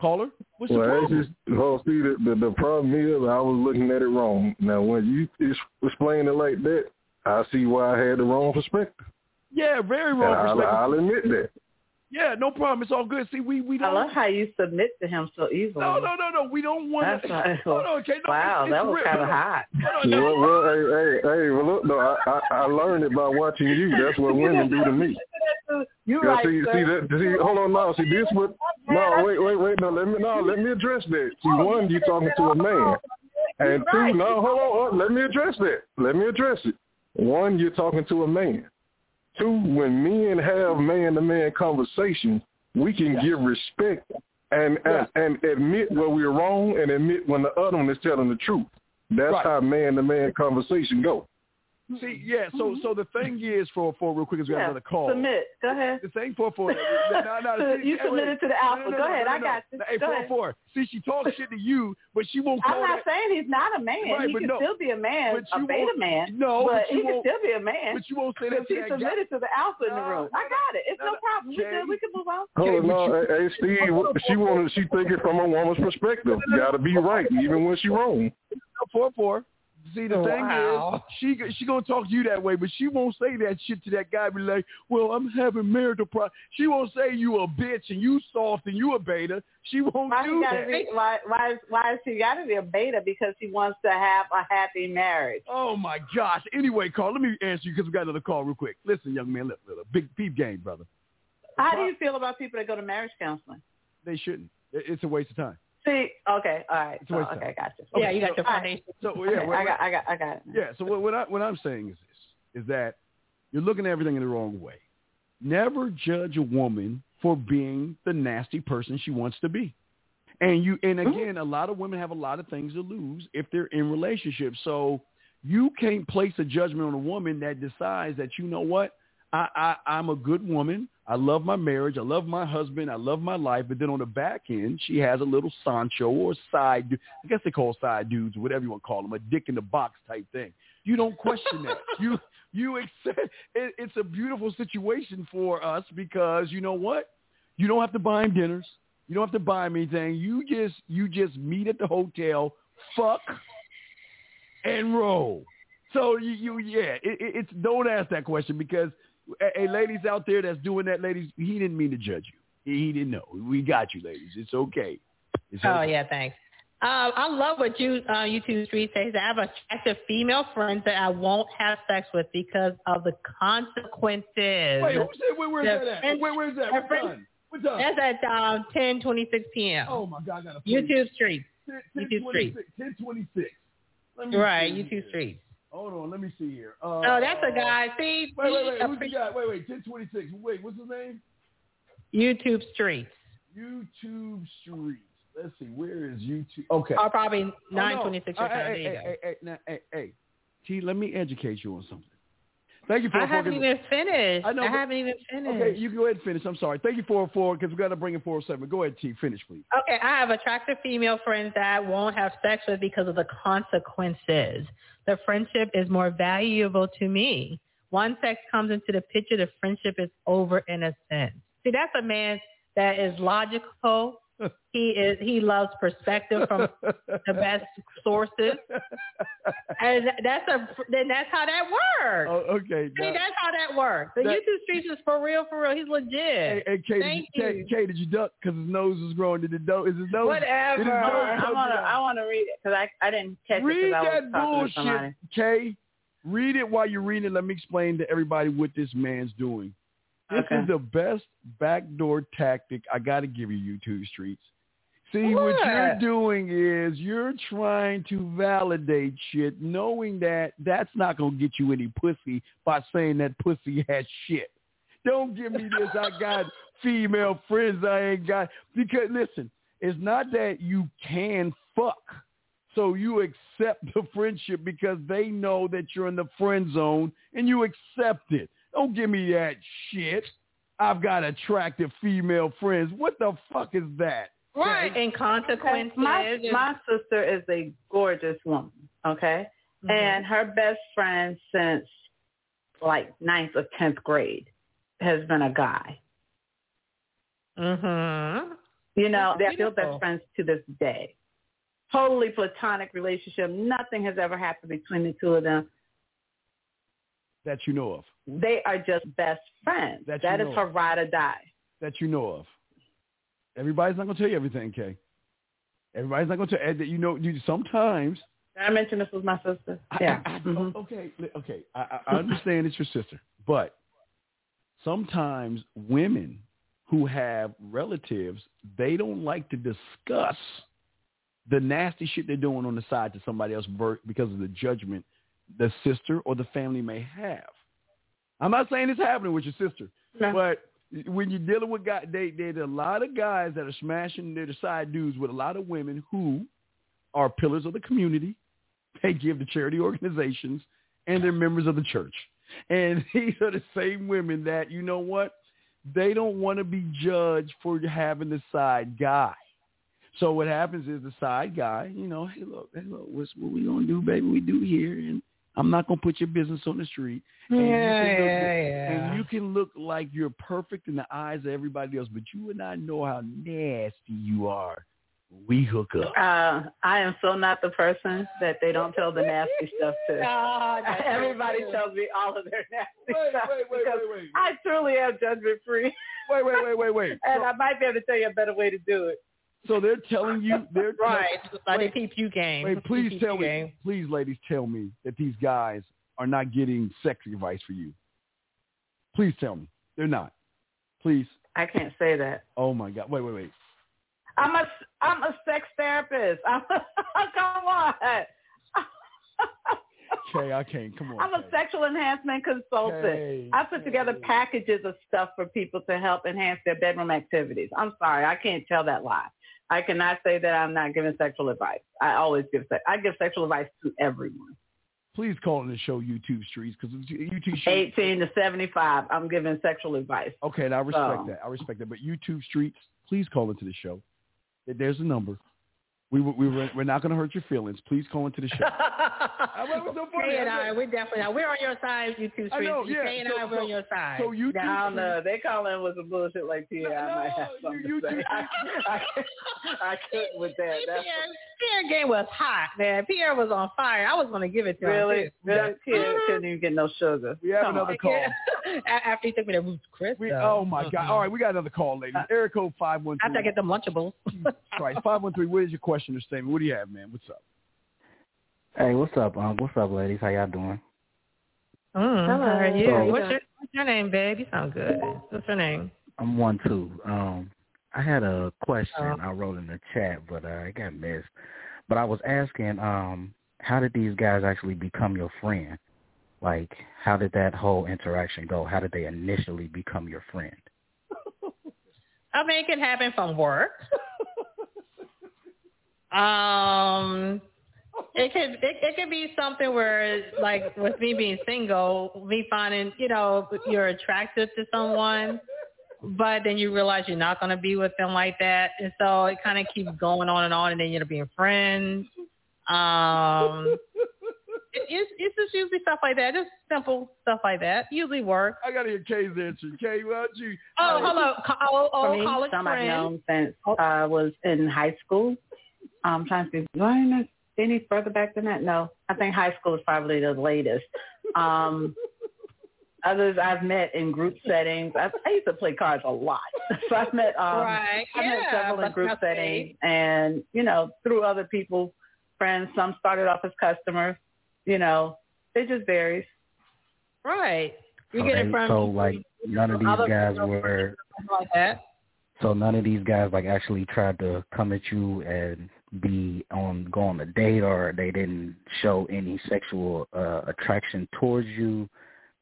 Speaker 3: Caller, what's the
Speaker 8: Well, it's
Speaker 3: problem?
Speaker 8: just, well, see, the, the, the problem is I was looking at it wrong. Now, when you ex- explain it like that, I see why I had the wrong perspective.
Speaker 3: Yeah, very
Speaker 8: And
Speaker 3: wrong
Speaker 8: I'll,
Speaker 3: perspective.
Speaker 8: I'll admit that.
Speaker 3: yeah, no problem. It's all good. See, we we
Speaker 5: I
Speaker 3: don't.
Speaker 5: love how you submit to him so easily.
Speaker 3: no, no, no, no. We don't want
Speaker 5: That's
Speaker 3: to.
Speaker 5: right.
Speaker 3: No, no, okay, no,
Speaker 5: wow,
Speaker 3: it's,
Speaker 5: that
Speaker 3: it's
Speaker 5: was
Speaker 3: real.
Speaker 5: kind
Speaker 3: No, no,
Speaker 5: of hot.
Speaker 3: no, no,
Speaker 8: Well, well, hey, hey, hey, well, look, no, I, I, I learned it by watching you. That's what women do to me.
Speaker 5: You're
Speaker 8: Yeah,
Speaker 5: right.
Speaker 8: see,
Speaker 5: sir.
Speaker 8: see, that, see, hold on, now, see, this what, no, wait, wait, wait, no, let me, no, let me address that. See, one, you talking to a man, and two, no, hold on, hold on, let me address that. Let me address it. One, you're talking to a man. Two, when men have man-to-man conversations, we can give respect and, and and admit where we're wrong and admit when the other one is telling the truth. That's
Speaker 3: Right.
Speaker 8: how man-to-man conversation go.
Speaker 3: See, yeah. So so the thing is, for for real quick, is we got
Speaker 5: Mm-hmm. Yeah,
Speaker 3: another call.
Speaker 5: Submit. Go ahead.
Speaker 3: The thing for for no, no,
Speaker 5: You
Speaker 3: see,
Speaker 5: submitted
Speaker 3: wait.
Speaker 5: to the
Speaker 3: No,
Speaker 5: alpha.
Speaker 3: no, no,
Speaker 5: Go
Speaker 3: no,
Speaker 5: ahead,
Speaker 3: no,
Speaker 5: I
Speaker 3: no.
Speaker 5: got you.
Speaker 3: Hey,
Speaker 5: Go
Speaker 3: four
Speaker 5: ahead.
Speaker 3: four. See, she talks shit to you, but she won't
Speaker 5: I'm
Speaker 3: call
Speaker 5: not
Speaker 3: that.
Speaker 5: saying he's not a man.
Speaker 3: Right,
Speaker 5: he
Speaker 3: but
Speaker 5: can
Speaker 3: no.
Speaker 5: still be a man,
Speaker 3: But
Speaker 5: a
Speaker 3: you
Speaker 5: beta
Speaker 3: won't-
Speaker 5: man.
Speaker 3: no, but
Speaker 5: but
Speaker 3: you
Speaker 5: he can
Speaker 3: won't-
Speaker 5: still be a man.
Speaker 3: But you won't say
Speaker 5: But
Speaker 3: that
Speaker 5: she
Speaker 3: to that guy.
Speaker 5: submitted to the alpha in the
Speaker 3: No,
Speaker 5: room.
Speaker 3: no,
Speaker 5: I
Speaker 3: no.
Speaker 5: got it. It's
Speaker 3: No,
Speaker 5: no
Speaker 3: no.
Speaker 5: problem. We
Speaker 3: Jay.
Speaker 5: good. We can move on.
Speaker 8: Hold
Speaker 3: Okay,
Speaker 8: on,
Speaker 3: but
Speaker 8: Oh, no, hey, hey, Steve, she wanted, she thinking from a woman's perspective. Got to be right, even when she wrong.
Speaker 3: up four four. See, the thing is, she she gonna talk to you that way, but she won't say that shit to that guy. Be like, well, I'm having marital problems. She won't say you a bitch and you soft and you a beta. She won't
Speaker 5: Why he
Speaker 3: do
Speaker 5: gotta
Speaker 3: that.
Speaker 5: be why why is why is he gotta be a beta? Because he wants to have a happy marriage.
Speaker 3: Oh my gosh. Anyway, Carl, let me answer you because we got another call real quick. Listen, young man, look, look, look, big peep game, brother.
Speaker 5: How do you feel about people that go to marriage counseling?
Speaker 3: They shouldn't. It- It's a waste of time.
Speaker 5: See, okay, all right,
Speaker 3: It's a
Speaker 5: so,
Speaker 3: waste of
Speaker 5: okay, gotcha.
Speaker 4: yeah, you got your
Speaker 5: All right.
Speaker 4: foundation.
Speaker 3: So yeah,
Speaker 5: Okay,
Speaker 3: what-
Speaker 5: I got, I got, I got it.
Speaker 3: Yeah. So what, what I what I'm saying is this: is that you're looking at everything in the wrong way. Never judge a woman for being the nasty person she wants to be. And you and again, a lot of women have a lot of things to lose if they're in relationships. So you can't place a judgment on a woman that decides that you know what I, I I'm a good woman. I love my marriage. I love my husband. I love my life. But then on the back end, she has a little Sancho or side. du- I guess they call side dudes, whatever you want to call them, a dick in the box type thing. You don't question that. you you accept. It, it's a beautiful situation for us because you know what? You don't have to buy him dinners. You don't have to buy him anything. You just you just meet at the hotel, fuck, and roll. So you, you yeah, it, it, it's don't ask that question because hey, ladies out there that's doing that, ladies, he didn't mean to judge you. He, he didn't know. We got you, ladies. It's okay. It's
Speaker 4: Oh
Speaker 3: okay.
Speaker 4: yeah, thanks. Um, I love what you uh, you two three says. I have attractive female friends that I won't have sex with because of the consequences.
Speaker 3: Wait, who said where, where's
Speaker 4: The
Speaker 3: that at?
Speaker 4: French-
Speaker 3: where, where's that?
Speaker 4: the
Speaker 3: What
Speaker 4: French-
Speaker 3: time? What time?
Speaker 4: That's at um, 10, 26 p.m.
Speaker 3: oh my God, I gotta pull
Speaker 4: YouTube Street.
Speaker 3: Ten-
Speaker 4: YouTube Street.
Speaker 3: 1026. 1026. Let me
Speaker 4: Right,
Speaker 3: see here.
Speaker 4: YouTube Street.
Speaker 3: Hold on, let me see here. Uh,
Speaker 4: Oh, that's a guy. See,
Speaker 3: Wait, wait,
Speaker 4: he
Speaker 3: wait. Who's the
Speaker 4: appre-
Speaker 3: guy? Wait, wait. 1026. Wait, what's his name?
Speaker 4: YouTube Street.
Speaker 3: YouTube Street. Let's see. Where is YouTube? Okay.
Speaker 4: Or probably
Speaker 3: Oh, no.
Speaker 4: nine twenty six
Speaker 3: Uh,
Speaker 4: or something.
Speaker 3: Hey, hey, hey, hey, now, hey, hey. T, let me educate you on something. Thank you for
Speaker 4: I
Speaker 3: the
Speaker 4: haven't
Speaker 3: fucking-
Speaker 4: even finished.
Speaker 3: I
Speaker 4: I,
Speaker 3: know, but-
Speaker 4: haven't even finished.
Speaker 3: Okay, you can go ahead and finish. I'm sorry. Thank you for four because we got to bring in four seven. Go ahead, T. Finish, please.
Speaker 4: Okay, I have attractive female friends that I won't have sex with because of the consequences. The friendship is more valuable to me. One sex comes into the picture, the friendship is over in a sense. See, that's a man that is logical. He is he loves perspective from the best sources. And that's a then that's how that works.
Speaker 3: Oh, okay.
Speaker 4: See,
Speaker 3: now-
Speaker 4: that's how that works. The
Speaker 3: that-
Speaker 4: YouTube streets is for real, for real. He's
Speaker 3: hey,
Speaker 4: legit.
Speaker 3: hey, K,
Speaker 4: Thank
Speaker 3: did you,
Speaker 4: you.
Speaker 3: K, K, did you duck because his nose was growing? Did it do? Is his nose?
Speaker 5: Whatever.
Speaker 3: It is no
Speaker 5: I want to.
Speaker 3: subject.
Speaker 5: I want to read it because I I didn't catch it
Speaker 3: Read
Speaker 5: because I was
Speaker 3: that
Speaker 5: talking to somebody.
Speaker 3: bullshit, K. Read it while you're reading it. Let me explain to everybody what this man's doing. This
Speaker 5: Okay.
Speaker 3: is the best backdoor tactic I got to give you, YouTube streets. See, what? you're
Speaker 4: What?
Speaker 3: doing is you're trying to validate shit, knowing that that's not going to get you any pussy by saying that pussy has shit. Don't give me this. I got female friends I ain't got. Because listen, it's not that you can fuck. So you accept the friendship because they know that you're in the friend zone and you accept it. Don't give me that shit. I've got attractive female friends. What the fuck is that?
Speaker 4: Right. And consequences.
Speaker 5: My
Speaker 4: and-
Speaker 5: my sister is a gorgeous woman. Okay,
Speaker 4: Mhm.
Speaker 5: and her best friend since like ninth or tenth grade has been a guy.
Speaker 4: Mhm.
Speaker 5: You know,
Speaker 4: That's
Speaker 5: they're still
Speaker 4: beautiful.
Speaker 5: best friends to this day. Totally platonic relationship. Nothing has ever happened between the two of them.
Speaker 3: That you know of.
Speaker 5: They are just best friends.
Speaker 3: That you
Speaker 5: that is
Speaker 3: know
Speaker 5: her
Speaker 3: of.
Speaker 5: ride or die.
Speaker 3: That you know of. Everybody's not gonna tell you everything, Kay. Everybody's not gonna tell Ed, that you know. You sometimes.
Speaker 5: Did I mention this was my sister?
Speaker 3: I-
Speaker 5: Yeah.
Speaker 3: I- I-
Speaker 5: Mhm.
Speaker 3: Okay. li- Okay. I, I- I understand it's your sister, but sometimes women who have relatives, they don't like to discuss the nasty shit they're doing on the side to somebody else ver- because of the judgment the sister or the family may have. I'm not saying it's happening with your sister,
Speaker 5: No.
Speaker 3: but when you're dealing with guys, they, there's a lot of guys that are smashing their side dudes with a lot of women who are pillars of the community. They give to charity organizations and they're members of the church. And these are the same women that, you know what? They don't want to be judged for having the side guy. So what happens is the side guy, you know, hey look, hey look, what's what we gonna do, baby? We do here, and I'm not gonna put your business on the street.
Speaker 4: Yeah,
Speaker 3: And you can look-
Speaker 4: yeah,
Speaker 3: and
Speaker 4: yeah.
Speaker 3: you can look like you're perfect in the eyes of everybody else, but you would not know how nasty you are. We hook up.
Speaker 5: Uh, I am so not the person that they don't tell the nasty stuff to.
Speaker 4: Ah, that's so
Speaker 5: Everybody
Speaker 4: cute.
Speaker 5: tells me all of their nasty
Speaker 3: Wait,
Speaker 5: stuff.
Speaker 3: wait, wait,
Speaker 5: because
Speaker 3: wait,
Speaker 5: I truly am judgment free,
Speaker 3: wait, wait, wait, wait, wait, wait.
Speaker 5: and
Speaker 3: So,
Speaker 5: I might be able to tell you a better way to do it.
Speaker 3: so they're telling you they're tell-
Speaker 4: Right. Like
Speaker 3: Wait.
Speaker 4: the PPU game.
Speaker 3: Wait, please
Speaker 4: PPU
Speaker 3: tell me,
Speaker 4: game.
Speaker 3: please, ladies, tell me that these guys are not getting sex advice for you. Please tell me they're not. Please.
Speaker 5: I can't say that.
Speaker 3: Oh my God. Wait, wait, wait.
Speaker 5: I'm a I'm a sex therapist. I'm a, come on.
Speaker 3: Kay, I can't. Come on.
Speaker 5: I'm a
Speaker 3: Kay.
Speaker 5: sexual enhancement consultant.
Speaker 3: Kay,
Speaker 5: I put together
Speaker 3: Kay.
Speaker 5: packages of stuff for people to help enhance their bedroom activities. I'm sorry, I can't tell that lie. I cannot say that I'm not giving sexual advice. I always give sex. I give sexual advice to everyone.
Speaker 3: please call in the show YouTube Streets because YouTube Streets.
Speaker 5: 18 to 75. I'm giving sexual advice.
Speaker 3: Okay, and I respect
Speaker 5: Oh.
Speaker 3: that. I respect that. But YouTube Streets, please call into the show. There- There's a number. We w- we were, we're not going to hurt your feelings. Please call into the show. I, it was so funny.
Speaker 4: Tay and
Speaker 3: I
Speaker 4: I,
Speaker 3: said-
Speaker 4: we definitely are. We're on your side, you two
Speaker 3: I
Speaker 4: streets.
Speaker 3: know,
Speaker 4: You
Speaker 3: yeah.
Speaker 4: Tay and
Speaker 3: So-
Speaker 4: I, we're
Speaker 3: so-
Speaker 4: on your side.
Speaker 3: so YouTube
Speaker 5: I don't
Speaker 3: Streets-
Speaker 5: know. They call in with some bullshit like T.I.
Speaker 3: No,
Speaker 5: I might have
Speaker 3: no,
Speaker 5: something
Speaker 3: you-
Speaker 5: to
Speaker 3: you
Speaker 5: say.
Speaker 3: do-
Speaker 5: I, I, I couldn't with that.
Speaker 4: Pierre,
Speaker 5: That's
Speaker 4: Pierre game was hot, man. Pierre was on fire. I was going to give it to
Speaker 5: really,
Speaker 4: him.
Speaker 5: really couldn't, couldn't even get no sugar.
Speaker 3: we have
Speaker 5: Come
Speaker 3: another
Speaker 5: on.
Speaker 3: call.
Speaker 4: too. A- After he took me to Ruth's Chris.
Speaker 3: We,
Speaker 4: though.
Speaker 3: oh my God! All right, we got another call, ladies. Area code five one
Speaker 4: After I
Speaker 3: three.
Speaker 4: get them Lunchables.
Speaker 3: Sorry, five one three. What is your question or statement? What do you have, man? What's up?
Speaker 6: Hey, what's up? Um, what's up, ladies? How y'all doing?
Speaker 4: Mm,
Speaker 5: Hello.
Speaker 4: how are you?
Speaker 6: So-
Speaker 4: what's, your, what's your name, babe? You sound good. What's your name?
Speaker 6: I'm one two. Um, I had a
Speaker 4: Oh.
Speaker 6: question I wrote in the chat, but uh, it got missed. But I was asking, um, how did these guys actually become your friend? Like, how did that whole interaction go? How did they initially become your friend?
Speaker 4: I mean, it can happen from work. um, it could it, it could be something where like with me being single, me finding you know you're attracted to someone, but then you realize you're not gonna be with them like that, and so it kind of keeps going on and on, and then you're being friends. Um, it, it's it's just usually stuff like that, just simple stuff like that. Usually work.
Speaker 3: I got to hear Kay's answer. Kay, what about you? uh,
Speaker 4: Oh, hello, co- oh,
Speaker 5: For
Speaker 4: oh,
Speaker 5: me,
Speaker 4: college
Speaker 5: some I've
Speaker 4: friends.
Speaker 5: known since I was in high school. I'm trying to think, do I know any further back than that? No, I think high school is probably the latest. Um, others I've met in group settings. I, I used to play cards a lot, so I've met um,
Speaker 4: right.
Speaker 5: I've
Speaker 4: yeah,
Speaker 5: had several in
Speaker 4: but
Speaker 5: group
Speaker 4: that's
Speaker 5: settings and, you know, through other people, friends, some started off as customers, you know, it just varies.
Speaker 4: Right. You
Speaker 6: so,
Speaker 4: get it
Speaker 6: they-
Speaker 4: from
Speaker 6: so like none of
Speaker 4: other
Speaker 6: these guys
Speaker 4: people.
Speaker 6: were
Speaker 4: something like that.
Speaker 6: so none of these guys like actually tried to come at you and be on go on a date or they didn't show any sexual uh attraction towards you.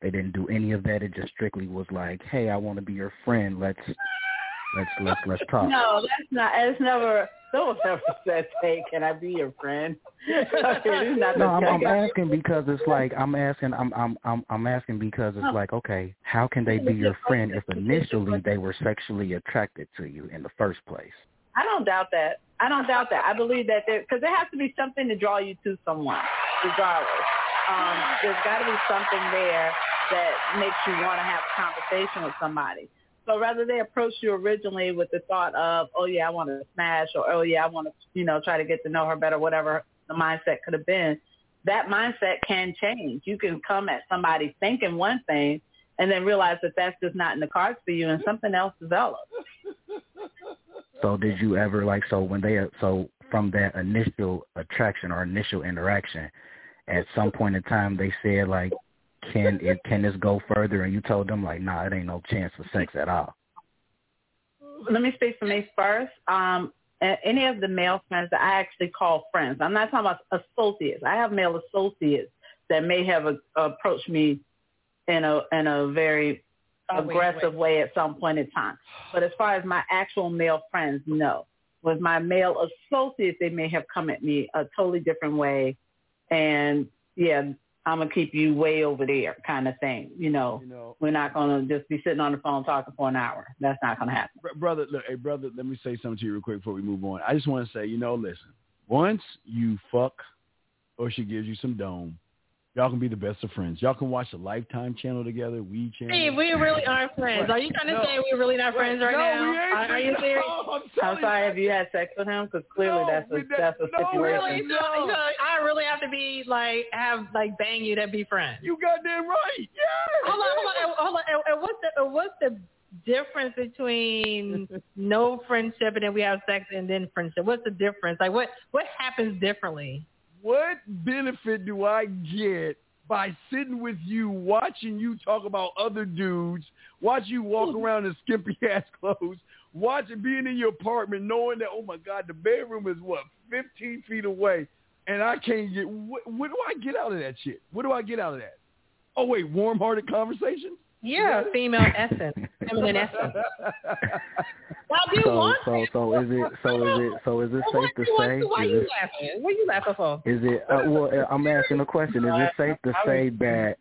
Speaker 6: They didn't do any of that. It just strictly was like, Hey, I wanna be your friend, let's let's let's let's talk.
Speaker 5: No, that's not, it's never, no one ever says, hey, can I be your friend? It's not
Speaker 6: No,
Speaker 5: the
Speaker 6: I'm, I'm
Speaker 5: kind of-
Speaker 6: asking because it's like I'm asking I'm I'm I'm I'm asking because it's like okay, how can they be your friend if initially they were sexually attracted to you in the first place?
Speaker 5: I don't doubt that. I don't doubt that. I believe that there, because there has to be something to draw you to someone, regardless. Um, there's got to be something there that makes you want to have a conversation with somebody. So rather they approach you originally with the thought of, oh yeah, I want to smash, or oh yeah, I want to, you know, try to get to know her better, whatever the mindset could have been. That mindset can change. You can come at somebody thinking one thing and then realize that that's just not in the cards for you, and something else develops.
Speaker 6: So did you ever like so when they so from that initial attraction or initial interaction, at some point in time they said like, can it can this go further? And you told them like, nah, it ain't no chance for sex at all.
Speaker 5: let me speak for me first. Um, a- any of the male friends that I actually call friends, I'm not talking about associates. I have male associates that may have a, approached me in a in a very
Speaker 4: Oh, wait,
Speaker 5: aggressive way at some point in time. But as far as my actual male friends, no. With my male associates, they may have come at me a totally different way, and yeah, I'm gonna keep you way over there, kind of thing. You know,
Speaker 3: You know,
Speaker 5: we're not gonna just be sitting on the phone talking for an hour. That's not gonna happen.
Speaker 3: Br- brother, look, hey, brother, let me say something to you real quick before we move on. I just want to say, you know, listen, once you fuck or she gives you some dome, y'all can be the best of friends. Y'all can watch the Lifetime channel together, We channel.
Speaker 4: Steve, we really aren't friends. Are you trying to
Speaker 3: No.
Speaker 4: say we're really not friends right
Speaker 3: no,
Speaker 4: now?
Speaker 3: We ain't
Speaker 4: Are, are you
Speaker 3: no,
Speaker 4: serious?
Speaker 3: I'm
Speaker 5: I'm
Speaker 3: telling
Speaker 5: sorry if you had sex with him, because clearly
Speaker 3: No,
Speaker 5: that's a
Speaker 3: we didn't.
Speaker 5: that's a
Speaker 3: No, we
Speaker 5: situation.
Speaker 4: Really?
Speaker 3: No.
Speaker 4: So- so I really have to be like have like bang you to be friends.
Speaker 3: you. You goddamn right. Yeah.
Speaker 4: Hold on, hold on, and- hold on. And- And what's the and what's the difference between no friendship and then we have sex and then friendship? What's the difference? Like what what happens differently?
Speaker 3: What benefit do I get by sitting with you, watching you talk about other dudes, watch you walk
Speaker 4: Hmm.
Speaker 3: around in skimpy ass clothes, watching being in your apartment, knowing that oh my god, the bedroom is what fifteen feet away, and I can't get what, what do I get out of that shit? What do I get out of that? Oh wait, warm-hearted conversations. Yeah.
Speaker 4: Yeah, female essence, feminine essence. Now, do you
Speaker 6: So
Speaker 4: want
Speaker 6: so so is it so is it so is it
Speaker 4: Well,
Speaker 6: safe to
Speaker 4: why,
Speaker 6: say?
Speaker 4: Why, why
Speaker 6: is
Speaker 4: you
Speaker 6: it-
Speaker 4: laughing? What are you laughing for?
Speaker 6: Is it? Uh, well, uh, I'm asking a question. Is it safe to say that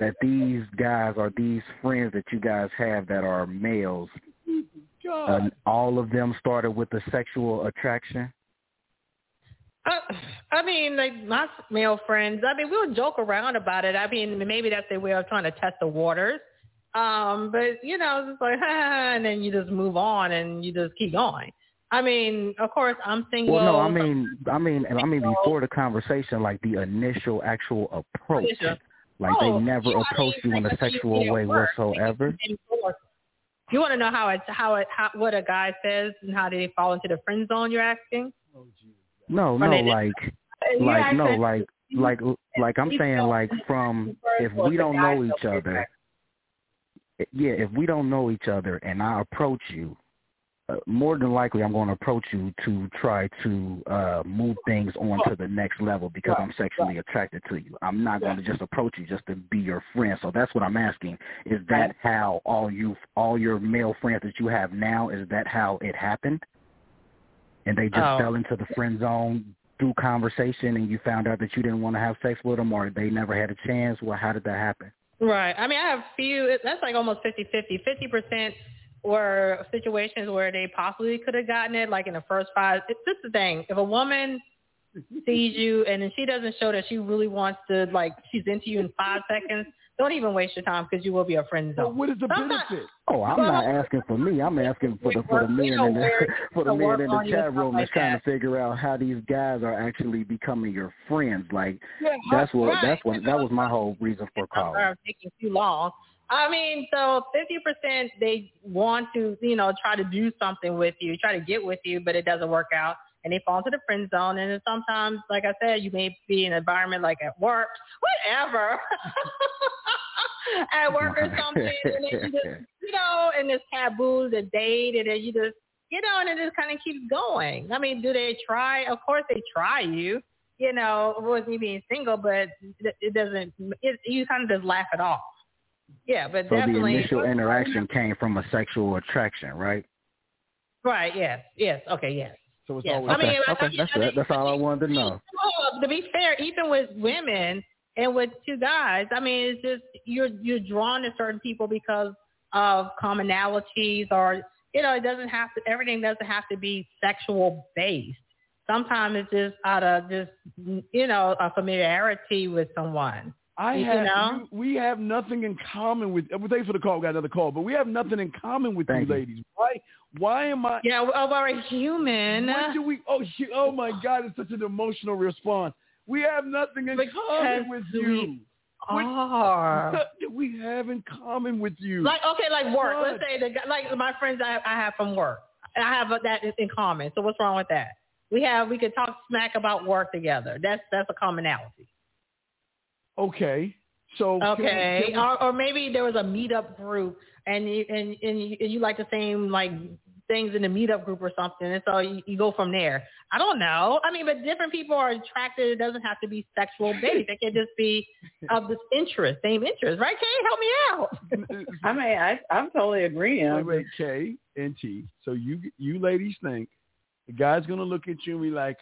Speaker 6: that these guys or these friends that you guys have that are males, uh,
Speaker 3: Um,
Speaker 6: all of them started with a sexual attraction?
Speaker 4: Uh, I mean, like my male friends. I mean, we'll joke around about it. I mean, maybe that's their way of trying to test the waters. Um, but you know, it's just like, and then you just move on and you just keep going. I mean, of course, I'm single.
Speaker 6: Well, no, I mean, I mean, I mean before the conversation, like the initial actual approach,
Speaker 4: Initial.
Speaker 6: like
Speaker 4: Oh,
Speaker 6: they never
Speaker 4: yeah, I
Speaker 6: approached
Speaker 4: mean,
Speaker 6: you in
Speaker 4: like,
Speaker 6: a
Speaker 4: I mean,
Speaker 6: sexual
Speaker 4: yeah,
Speaker 6: way
Speaker 4: work.
Speaker 6: whatsoever.
Speaker 4: And so- You want to know how it, how it, how, what a guy says and how they fall into the friend zone? You're asking.
Speaker 6: No, no, like
Speaker 4: You
Speaker 6: like no
Speaker 4: asking-
Speaker 6: like like like I'm saying like from if we don't know each other eh, yeah if we don't know each other and I approach you uh, more than likely I'm going to approach you to try to uh move things on to the next level because I'm sexually attracted to you. I'm not going to just approach you just to be your friend. So that's what I'm asking. Is that how all you all your male friends that you have now is that how it happened? and they just
Speaker 4: Oh.
Speaker 6: fell into the friend zone through conversation and you found out that you didn't want to have sex with them or they never had a chance well how did that happen
Speaker 4: Right. I mean, I have few. That's like almost 50-50. Fifty percent were situations where they possibly could have gotten it, like in the first five. It's just the thing. If a woman sees you and then she doesn't show that she really wants to, like she's into you in five seconds, don't even waste your time because you will be a friend
Speaker 3: But
Speaker 4: zone.
Speaker 3: what is the
Speaker 4: Sometimes-
Speaker 3: benefit?
Speaker 6: oh i'm
Speaker 4: Well,
Speaker 6: not asking for me i'm asking for the for the
Speaker 4: We
Speaker 6: men
Speaker 4: don't
Speaker 6: in the
Speaker 4: worry.
Speaker 6: for the
Speaker 4: We don't
Speaker 6: men in the
Speaker 4: work on you and
Speaker 6: chat
Speaker 4: stuff
Speaker 6: room
Speaker 4: like
Speaker 6: that's trying
Speaker 4: that.
Speaker 6: to figure out how these guys are actually becoming your friends like
Speaker 4: Yeah,
Speaker 6: that's what
Speaker 4: right.
Speaker 6: that's what that was my whole reason for
Speaker 4: I'm
Speaker 6: calling
Speaker 4: sorry, I'm taking too long. I mean, so 50% they want to, you know, try to do something with you, try to get with you, but it doesn't work out. And they fall into the friend zone. And then sometimes, like I said, you may be in an environment like at work, whatever, at work or something. And then you just, you know, and it's taboo to date. And then you just, you know, and it just kind of keeps going. I mean, do they try? Of course they try you you know, with me being single, but it it doesn't. It, you kind of just laugh it off. Yeah, but
Speaker 6: so the
Speaker 4: definitely.
Speaker 6: initial interaction came from a sexual attraction right
Speaker 4: Right. Yes. Yes. Okay. Yes.
Speaker 3: So it's
Speaker 4: Yes.
Speaker 3: always
Speaker 4: I mean, I-
Speaker 6: okay
Speaker 4: I-
Speaker 6: that's
Speaker 4: I
Speaker 6: it
Speaker 4: think-
Speaker 6: that's all i wanted to know
Speaker 4: Well, Oh, to be fair, even with women and with two guys, I mean, it's just you're you're drawn to certain people because of commonalities, or you know, it doesn't have to. Everything doesn't have to be sexual based. Sometimes it's just out of just you know a familiarity with someone.
Speaker 3: I
Speaker 4: You
Speaker 3: have,
Speaker 4: know?
Speaker 3: we we have nothing in common with. Well, thanks for the call. We got another call, but we have nothing in common with
Speaker 6: Thank
Speaker 3: you,
Speaker 6: you.
Speaker 3: ladies. Why? Why am I?
Speaker 4: Yeah, well, we're a human.
Speaker 3: What do we? Oh, she, oh my God! It's such an emotional response. We have nothing in
Speaker 4: Because
Speaker 3: common with
Speaker 4: we
Speaker 3: you. What-
Speaker 4: are.
Speaker 3: What do we have in common with you?
Speaker 4: Like okay, like work.
Speaker 3: What?
Speaker 4: Let's say the guy- like my friends I, I have from work. I have that in common. So what's wrong with that? We have we could talk smack about work together. That's that's a commonality.
Speaker 3: okay, so can we-
Speaker 4: Okay,
Speaker 3: can we-
Speaker 4: or, or maybe there was a meetup group, and you and and you, and you like the same like things in the meetup group or something, and so you, you go from there. I don't know. I mean, but different people are attracted. It doesn't have to be sexual based. It can just be of this interest, same interest, right? Kay, help me out.
Speaker 9: I mean, I, I'm totally
Speaker 3: Wait,
Speaker 9: agreeing.
Speaker 3: wait, K and T. So you you ladies think the guy's gonna look at you and be like,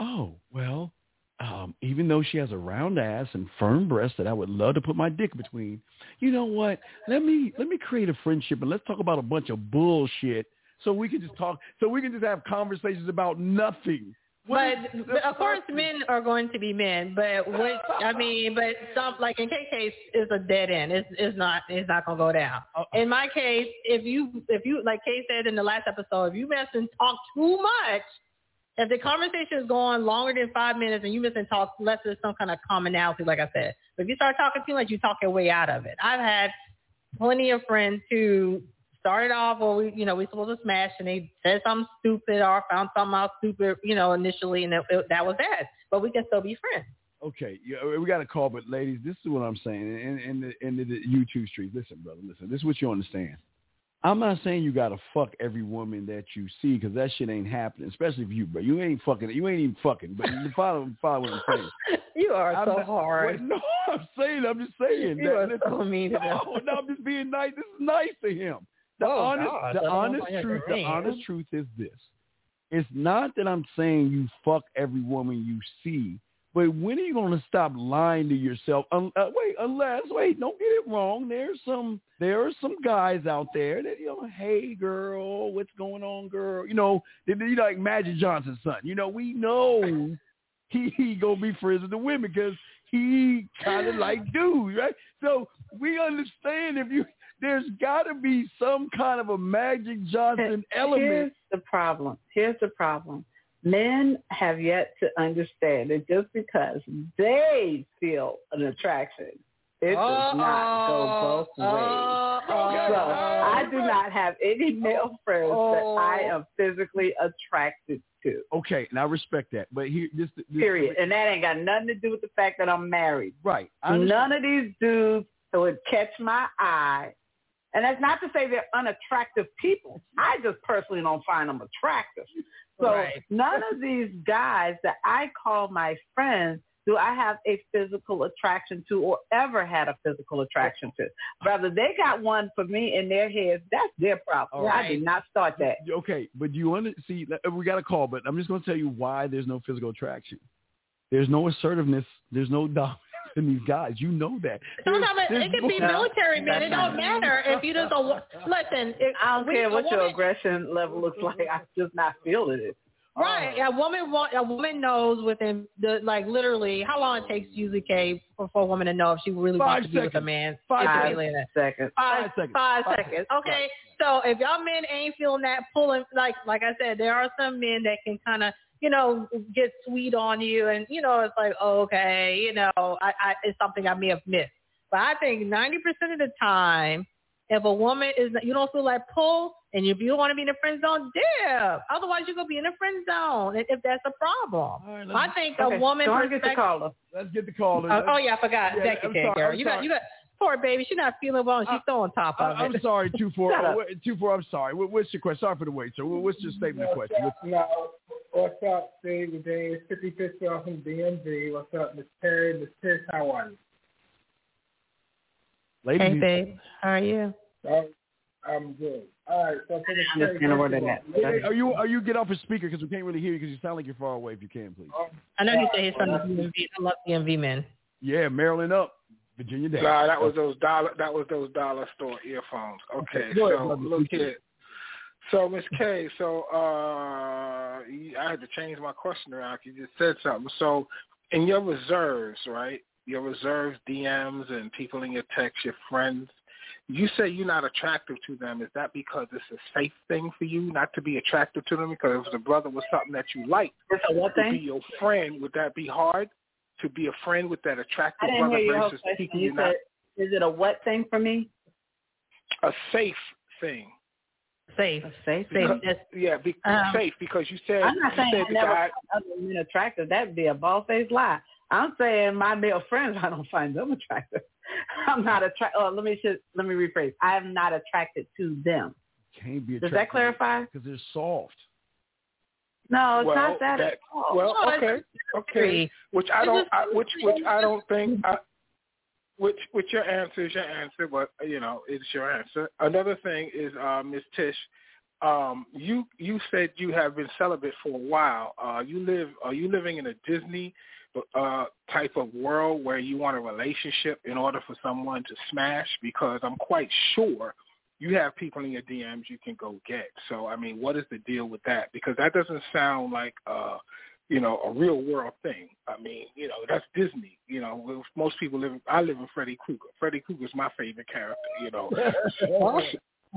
Speaker 3: oh well, um, even though she has a round ass and firm breasts that I would love to put my dick between, you know what? Let me let me create a friendship and let's talk about a bunch of bullshit so we can just talk so we can just have conversations about nothing. What
Speaker 4: But,
Speaker 3: is-
Speaker 4: but of course, men are going to be men. But what I mean, but some like in K case, it's a dead end. It's it's not it's not gonna go down. In my case, if you if you like Kay said in the last episode, if you mess and talk too much, if the conversation is going longer than five minutes and you miss and talk unless there's some kind of commonality, like I said. But if you start talking too much, you talk your way out of it. I've had plenty of friends who started off where we you know, we supposed to smash and they said something stupid or found something out stupid, you know, initially and it, it- that was that. But we can still be friends.
Speaker 3: Okay, yeah, uh, we got a call, but ladies, this is what I'm saying, and and the, and the, the YouTube streets. Listen, brother, listen. This is what you understand. I'm not saying you gotta fuck every woman that you see, because that shit ain't happening. Especially if you, bro, you ain't fucking. You ain't even fucking. But you follow, follow what I'm saying.
Speaker 4: You are
Speaker 3: I'm
Speaker 4: so
Speaker 3: not- Wait,
Speaker 4: hard.
Speaker 3: no, I'm saying. I'm just saying.
Speaker 4: You
Speaker 3: that-
Speaker 4: are
Speaker 3: listen,
Speaker 4: so mean to them.
Speaker 3: no, no, I'm just being nice. This is nice to him. the
Speaker 7: Oh,
Speaker 3: honest,
Speaker 7: God.
Speaker 3: the
Speaker 7: That
Speaker 3: honest
Speaker 7: almost like a
Speaker 3: truth, the
Speaker 7: ring.
Speaker 3: honest truth is this: it's not that I'm saying you fuck every woman you see, but when are you going to stop lying to yourself? Un- uh, wait, unless wait, don't get it wrong. There's some there are some guys out there that you know, hey girl, what's going on, girl? You know, they, they like Magic Johnson's son. You know, we know he, he gonna be friends with the women because he kind of like dudes, right? So we understand if you there's got to be some kind of a Magic Johnson
Speaker 5: Here's
Speaker 3: element.
Speaker 5: the problem. Here's the problem. Men have yet to understand that just because they feel an attraction, it does not go both
Speaker 4: Oh.
Speaker 5: ways.
Speaker 3: Oh,
Speaker 5: so I do not have any male friends
Speaker 7: Oh.
Speaker 5: that I am physically attracted to.
Speaker 3: Okay, and I respect that, but here this, this
Speaker 5: Period. And that ain't got nothing to do with the fact that I'm married.
Speaker 3: Right. I understand.
Speaker 5: None of these dudes would catch my eye. And that's not to say they're unattractive people. I just personally don't find them attractive. So
Speaker 7: Right.
Speaker 5: none of these guys that I call my friends do I have a physical attraction to or ever had a physical attraction to. Rather, they got one for me in their heads. That's their problem. I did not start that.
Speaker 3: Okay, but you under see uh, we got a call, but I'm just going to tell you why there's no physical attraction. There's no assertiveness. There's no dominance in these guys. You know that. There's-
Speaker 4: Sometimes it,
Speaker 3: there's
Speaker 4: it can be
Speaker 3: no-
Speaker 4: military, man. It
Speaker 5: That's
Speaker 4: don't matter if you just a wo- listen. If
Speaker 5: I don't
Speaker 4: we-
Speaker 5: care
Speaker 4: a
Speaker 5: what your
Speaker 4: woman-
Speaker 5: aggression level looks like.
Speaker 10: Mm-hmm.
Speaker 5: I'm just not feeling it.
Speaker 4: Right. A woman wa- a woman knows within the like literally how long it takes usually K for, for a woman to know if she really
Speaker 3: Five
Speaker 4: wants to be with a
Speaker 3: seconds.
Speaker 4: man.
Speaker 3: Five
Speaker 4: It's
Speaker 3: seconds.
Speaker 4: really that.
Speaker 5: Second.
Speaker 3: Five seconds.
Speaker 4: Five,
Speaker 3: Five
Speaker 4: seconds.
Speaker 3: seconds.
Speaker 4: Okay. So if y'all men ain't feeling that pulling, like like I said, there are some men that can kind of you know get sweet on you, and you know it's like oh, okay, you know I, I it's something I may have missed. But I think ninety percent of the time, if a woman is you don't feel like pull, and if you don't want to be in the friend zone, dip. Otherwise, you're gonna be in the friend zone, if- if that's a problem.
Speaker 3: All right,
Speaker 4: I
Speaker 3: let's,
Speaker 4: think
Speaker 5: Okay,
Speaker 4: a woman
Speaker 5: Don't get the
Speaker 4: perspective-
Speaker 5: caller.
Speaker 3: let's get the call.
Speaker 4: Oh, oh, yeah, I forgot.
Speaker 3: Yeah,
Speaker 4: Becky
Speaker 3: I'm
Speaker 4: came,
Speaker 3: sorry,
Speaker 4: girl.
Speaker 3: I'm
Speaker 4: You got
Speaker 3: sorry.
Speaker 4: you got uh, poor baby. She's not feeling well. And she's so on top
Speaker 3: Uh, I,
Speaker 4: of it.
Speaker 3: I'm sorry, two four.
Speaker 5: Shut up.
Speaker 3: oh, two four. I'm sorry. What, what's your question? Sorry for the wait, sir. What, what's your statement of question? What's-
Speaker 10: No. What's up, Dave? and Dave, 5050 off from DMV. What's up, Miss Terry? Miss Terry, how are you?
Speaker 3: ladies,
Speaker 4: Hey, babe. How are you?
Speaker 10: Oh, I'm good. All right, so for the
Speaker 5: I'm just gonna word it out.
Speaker 3: hey, hey, are you are you get off a speaker because we can't really hear you because you sound like you're far away. If you can, please.
Speaker 4: I know you say he's from the DMV. I love DMV men.
Speaker 3: Yeah, Maryland up, Virginia down.
Speaker 10: Nah, that was those dollar. That was those dollar store earphones. Okay,
Speaker 3: Go ahead,
Speaker 10: so
Speaker 3: brother.
Speaker 10: look here. So Miss K, so uh, you- I had to change my question around. 'cause You just said something. So in your reserves, right? Your reserves, DMs, and people in your text, your friends. You say you're not attractive to them. Is that because it's a safe thing for you not to be attractive to them? Because if the brother was something that you liked,
Speaker 5: It's a what
Speaker 10: to be
Speaker 5: thing?
Speaker 10: your friend, would that be hard? To be a friend with that
Speaker 5: I
Speaker 10: attractive
Speaker 5: didn't
Speaker 10: brother
Speaker 5: hear your whole
Speaker 10: versus
Speaker 5: question.
Speaker 10: people
Speaker 5: You
Speaker 10: you're not
Speaker 5: said, is it a what thing for me?
Speaker 10: a safe thing.
Speaker 4: Safe.
Speaker 5: safe
Speaker 4: Safe.
Speaker 10: Because-
Speaker 4: That's,
Speaker 10: Yeah, be,
Speaker 4: Um,
Speaker 10: safe because you said
Speaker 5: I'm not
Speaker 10: you
Speaker 5: saying
Speaker 10: said
Speaker 5: I
Speaker 10: the
Speaker 5: never
Speaker 10: guy.
Speaker 5: find other men attractive. That'd be a bald faced lie. I'm saying my male friends, I don't find them attractive. I'm not attracted. Oh, let me just, let me rephrase. I am not attracted to them.
Speaker 3: Can't be.
Speaker 5: Does that clarify?
Speaker 3: Because they're soft.
Speaker 5: No, it's
Speaker 10: Well,
Speaker 5: not that,
Speaker 10: that-
Speaker 5: at all.
Speaker 10: Well,
Speaker 4: No, it's
Speaker 10: okay, okay,
Speaker 4: three.
Speaker 10: which I
Speaker 4: It's
Speaker 10: don't,
Speaker 4: just-
Speaker 10: I, which which I don't think. I, which which your answer is your answer, but you know it's your answer. Another thing is, uh, Miss Tish, um, you you said you have been celibate for a while. Uh, you live are you living in a Disney uh, type of world where you want a relationship in order for someone to smash? Because I'm quite sure you have people in your DMs you can go get. So I mean, what is the deal with that? Because that doesn't sound like. Uh, you know, a real world thing. I mean, you know, that's Disney. You know, with- most people live. I live in Freddy Krueger. Freddy Krueger's my favorite character. You know,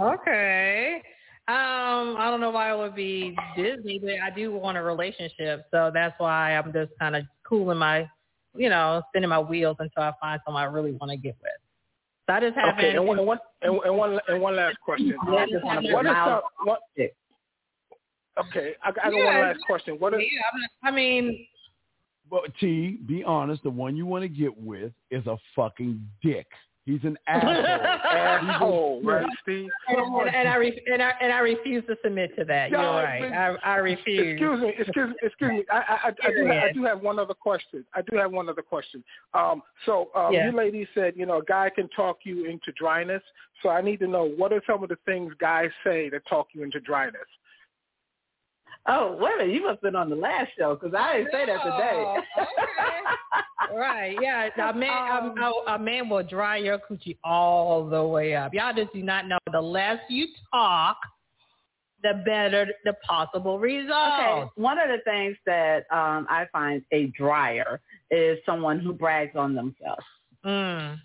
Speaker 4: Okay. Um, I don't know why it would be Disney, but I do want a relationship, so that's why I'm just kind of cooling my, you know, spinning my wheels until I find someone I really want to get with. So I just haven't.
Speaker 10: Okay, and one, and one, and and one, and one last question.
Speaker 5: Yeah, I just wanna be
Speaker 10: What is
Speaker 5: around
Speaker 10: up? What? Okay, I, I got one
Speaker 4: Yeah.
Speaker 10: last question. What
Speaker 4: yeah,
Speaker 10: is?
Speaker 4: I'm not, I mean,
Speaker 3: But T, be honest. The one you want to get with is a fucking dick. He's an asshole.
Speaker 10: Asshole, right, Steve?
Speaker 4: And, and, and I re- and I and I refuse to submit to that. You're
Speaker 10: No,
Speaker 4: right.
Speaker 10: but-
Speaker 4: I I refuse.
Speaker 10: Excuse me, excuse me, excuse me. I, I, I, I, do, have, I do have one other question. I do have one other question. Um, so um,
Speaker 4: Yeah.
Speaker 10: you ladies said, you know, a guy can talk you into dryness. So I need to know what are some of the things guys say that talk you into dryness?
Speaker 5: Oh, wait a minute. You must have been on the last show because I didn't say that today.
Speaker 4: Oh, right. Yeah. A man,
Speaker 5: Um,
Speaker 4: a, a man will dry your coochie all the way up. Y'all just do not know. The less you talk, the better the possible
Speaker 5: Okay.
Speaker 4: result.
Speaker 5: One of the things that um, I find a dryer is someone who brags on themselves.
Speaker 4: Mm.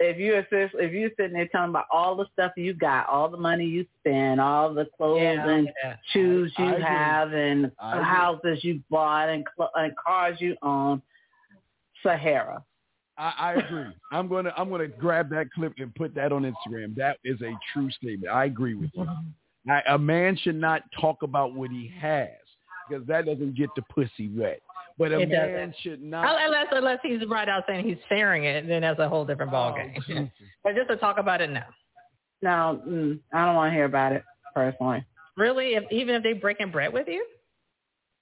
Speaker 5: If you assist, if you're sitting there telling about all the stuff you got, all the money you spend, all the clothes
Speaker 4: Yeah.
Speaker 5: and
Speaker 4: yeah.
Speaker 5: shoes you
Speaker 3: I agree.
Speaker 5: have, and
Speaker 3: I agree.
Speaker 5: houses you bought, and, cl- and cars you own, Sahara.
Speaker 3: I, I agree. I'm gonna I'm gonna grab that clip and put that on Instagram. That is a true statement. I agree with you. I, a man should not talk about what he has because that doesn't get the pussy wet. But a
Speaker 4: It
Speaker 3: man
Speaker 4: doesn't.
Speaker 3: should not.
Speaker 4: Unless unless he's right out saying he's sharing it, then that's a whole different
Speaker 3: Oh,
Speaker 4: ballgame. but just to talk about it now.
Speaker 5: No, mm, I don't want to hear about it personally.
Speaker 4: Really, if even if they breaking bread with you.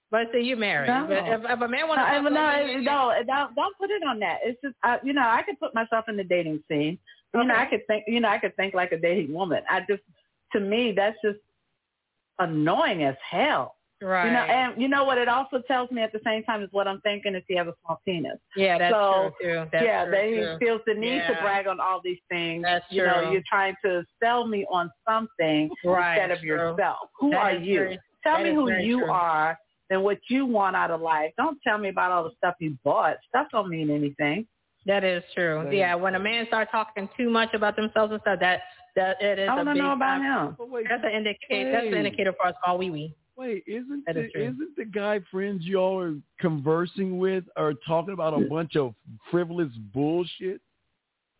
Speaker 4: But see, you married.
Speaker 5: No.
Speaker 4: But if, if a man
Speaker 5: No,
Speaker 4: wants
Speaker 5: I-
Speaker 4: to,
Speaker 5: no, no, don't, don't put it on that. It's just, I, you know, I could put myself in the dating scene. You know, I
Speaker 4: Okay.
Speaker 5: could think, you know, I could think like a dating woman. I just, to me, that's just annoying as hell.
Speaker 4: right?
Speaker 5: You know, and you know what? It also tells me at the same time is what I'm thinking if you have a small penis.
Speaker 4: yeah, that's
Speaker 5: so,
Speaker 4: true too. That's
Speaker 5: yeah,
Speaker 4: true,
Speaker 5: they
Speaker 4: too.
Speaker 5: feels the need to
Speaker 4: Yeah.
Speaker 5: brag on all these things.
Speaker 4: That's
Speaker 5: you know,
Speaker 4: true.
Speaker 5: you're trying to sell me on something
Speaker 4: right,
Speaker 5: instead of
Speaker 4: true.
Speaker 5: yourself. Who
Speaker 4: That
Speaker 5: are
Speaker 4: is
Speaker 5: you?
Speaker 4: very-
Speaker 5: tell
Speaker 4: that
Speaker 5: me
Speaker 4: is
Speaker 5: who
Speaker 4: very
Speaker 5: you
Speaker 4: true.
Speaker 5: are and what you want out of life. Don't tell me about all the stuff you bought. Stuff don't mean anything.
Speaker 4: That is true.
Speaker 3: That
Speaker 4: yeah, when a man starts talking too much about themselves and stuff, that that it is
Speaker 5: I
Speaker 4: a
Speaker 5: want to
Speaker 4: big
Speaker 5: know about
Speaker 4: sign.
Speaker 5: him.
Speaker 3: But wait,
Speaker 4: That's an indicator. That's an
Speaker 3: Hey.
Speaker 4: indicator for a small wee wee.
Speaker 3: wait, isn't
Speaker 4: That
Speaker 3: the,
Speaker 4: is true.
Speaker 3: isn't the guy friends y'all are conversing with are talking about a bunch of frivolous bullshit?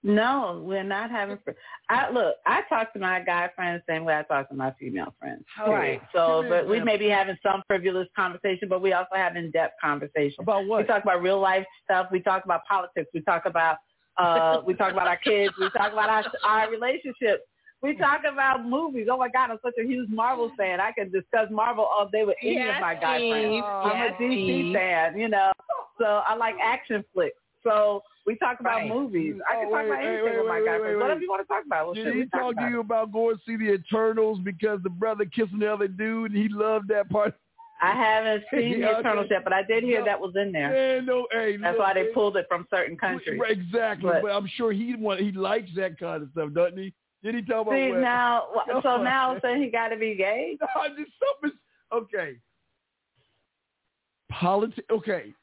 Speaker 5: No, we're not having. Fr- I look. I talk to my guy friends the same way I talk to my female friends.
Speaker 3: Right.
Speaker 5: So,
Speaker 3: Give me an
Speaker 5: but we may
Speaker 3: example.
Speaker 5: be having some frivolous conversation, but we also have in-depth conversation.
Speaker 3: About
Speaker 5: We
Speaker 3: what?
Speaker 5: talk about real life stuff. We talk about politics. We talk about uh, we talk about our kids. We talk about our our relationships. We talk about movies. Oh my God, I'm such a huge Marvel fan. I could discuss Marvel all day with any
Speaker 4: Yes,
Speaker 5: of my guy friends.
Speaker 4: Steve.
Speaker 5: I'm
Speaker 4: Yes,
Speaker 5: a DC
Speaker 4: Steve.
Speaker 5: fan, you know. So I like action flicks. So we talk about
Speaker 4: Right.
Speaker 5: movies. I can
Speaker 3: Oh,
Speaker 5: talk
Speaker 3: wait,
Speaker 5: about
Speaker 3: wait,
Speaker 5: anything
Speaker 3: wait,
Speaker 5: with my
Speaker 3: wait,
Speaker 5: guy
Speaker 3: wait,
Speaker 5: friends.
Speaker 3: wait.
Speaker 5: Whatever you want to talk about, well,
Speaker 3: Did
Speaker 5: shit,
Speaker 3: he
Speaker 5: we talk
Speaker 3: talk to
Speaker 5: about
Speaker 3: you
Speaker 5: it.
Speaker 3: about going to see the Eternals because the brother kissing the other dude and he loved that part?
Speaker 5: I haven't seen
Speaker 3: Yeah,
Speaker 5: the Eternals
Speaker 3: okay.
Speaker 5: yet, but I did hear
Speaker 3: No.
Speaker 5: that was in there.
Speaker 3: Man, no, hey,
Speaker 5: That's
Speaker 3: look,
Speaker 5: why they
Speaker 3: man.
Speaker 5: pulled it from certain countries.
Speaker 3: Exactly, but,
Speaker 5: But-
Speaker 3: I'm sure he want, he likes that kind of stuff, doesn't he? Did he talk about
Speaker 5: See
Speaker 3: what?
Speaker 5: now,
Speaker 3: No.
Speaker 5: so now all of a sudden he got to be gay.
Speaker 3: No, I just something. Okay. Politics. Okay.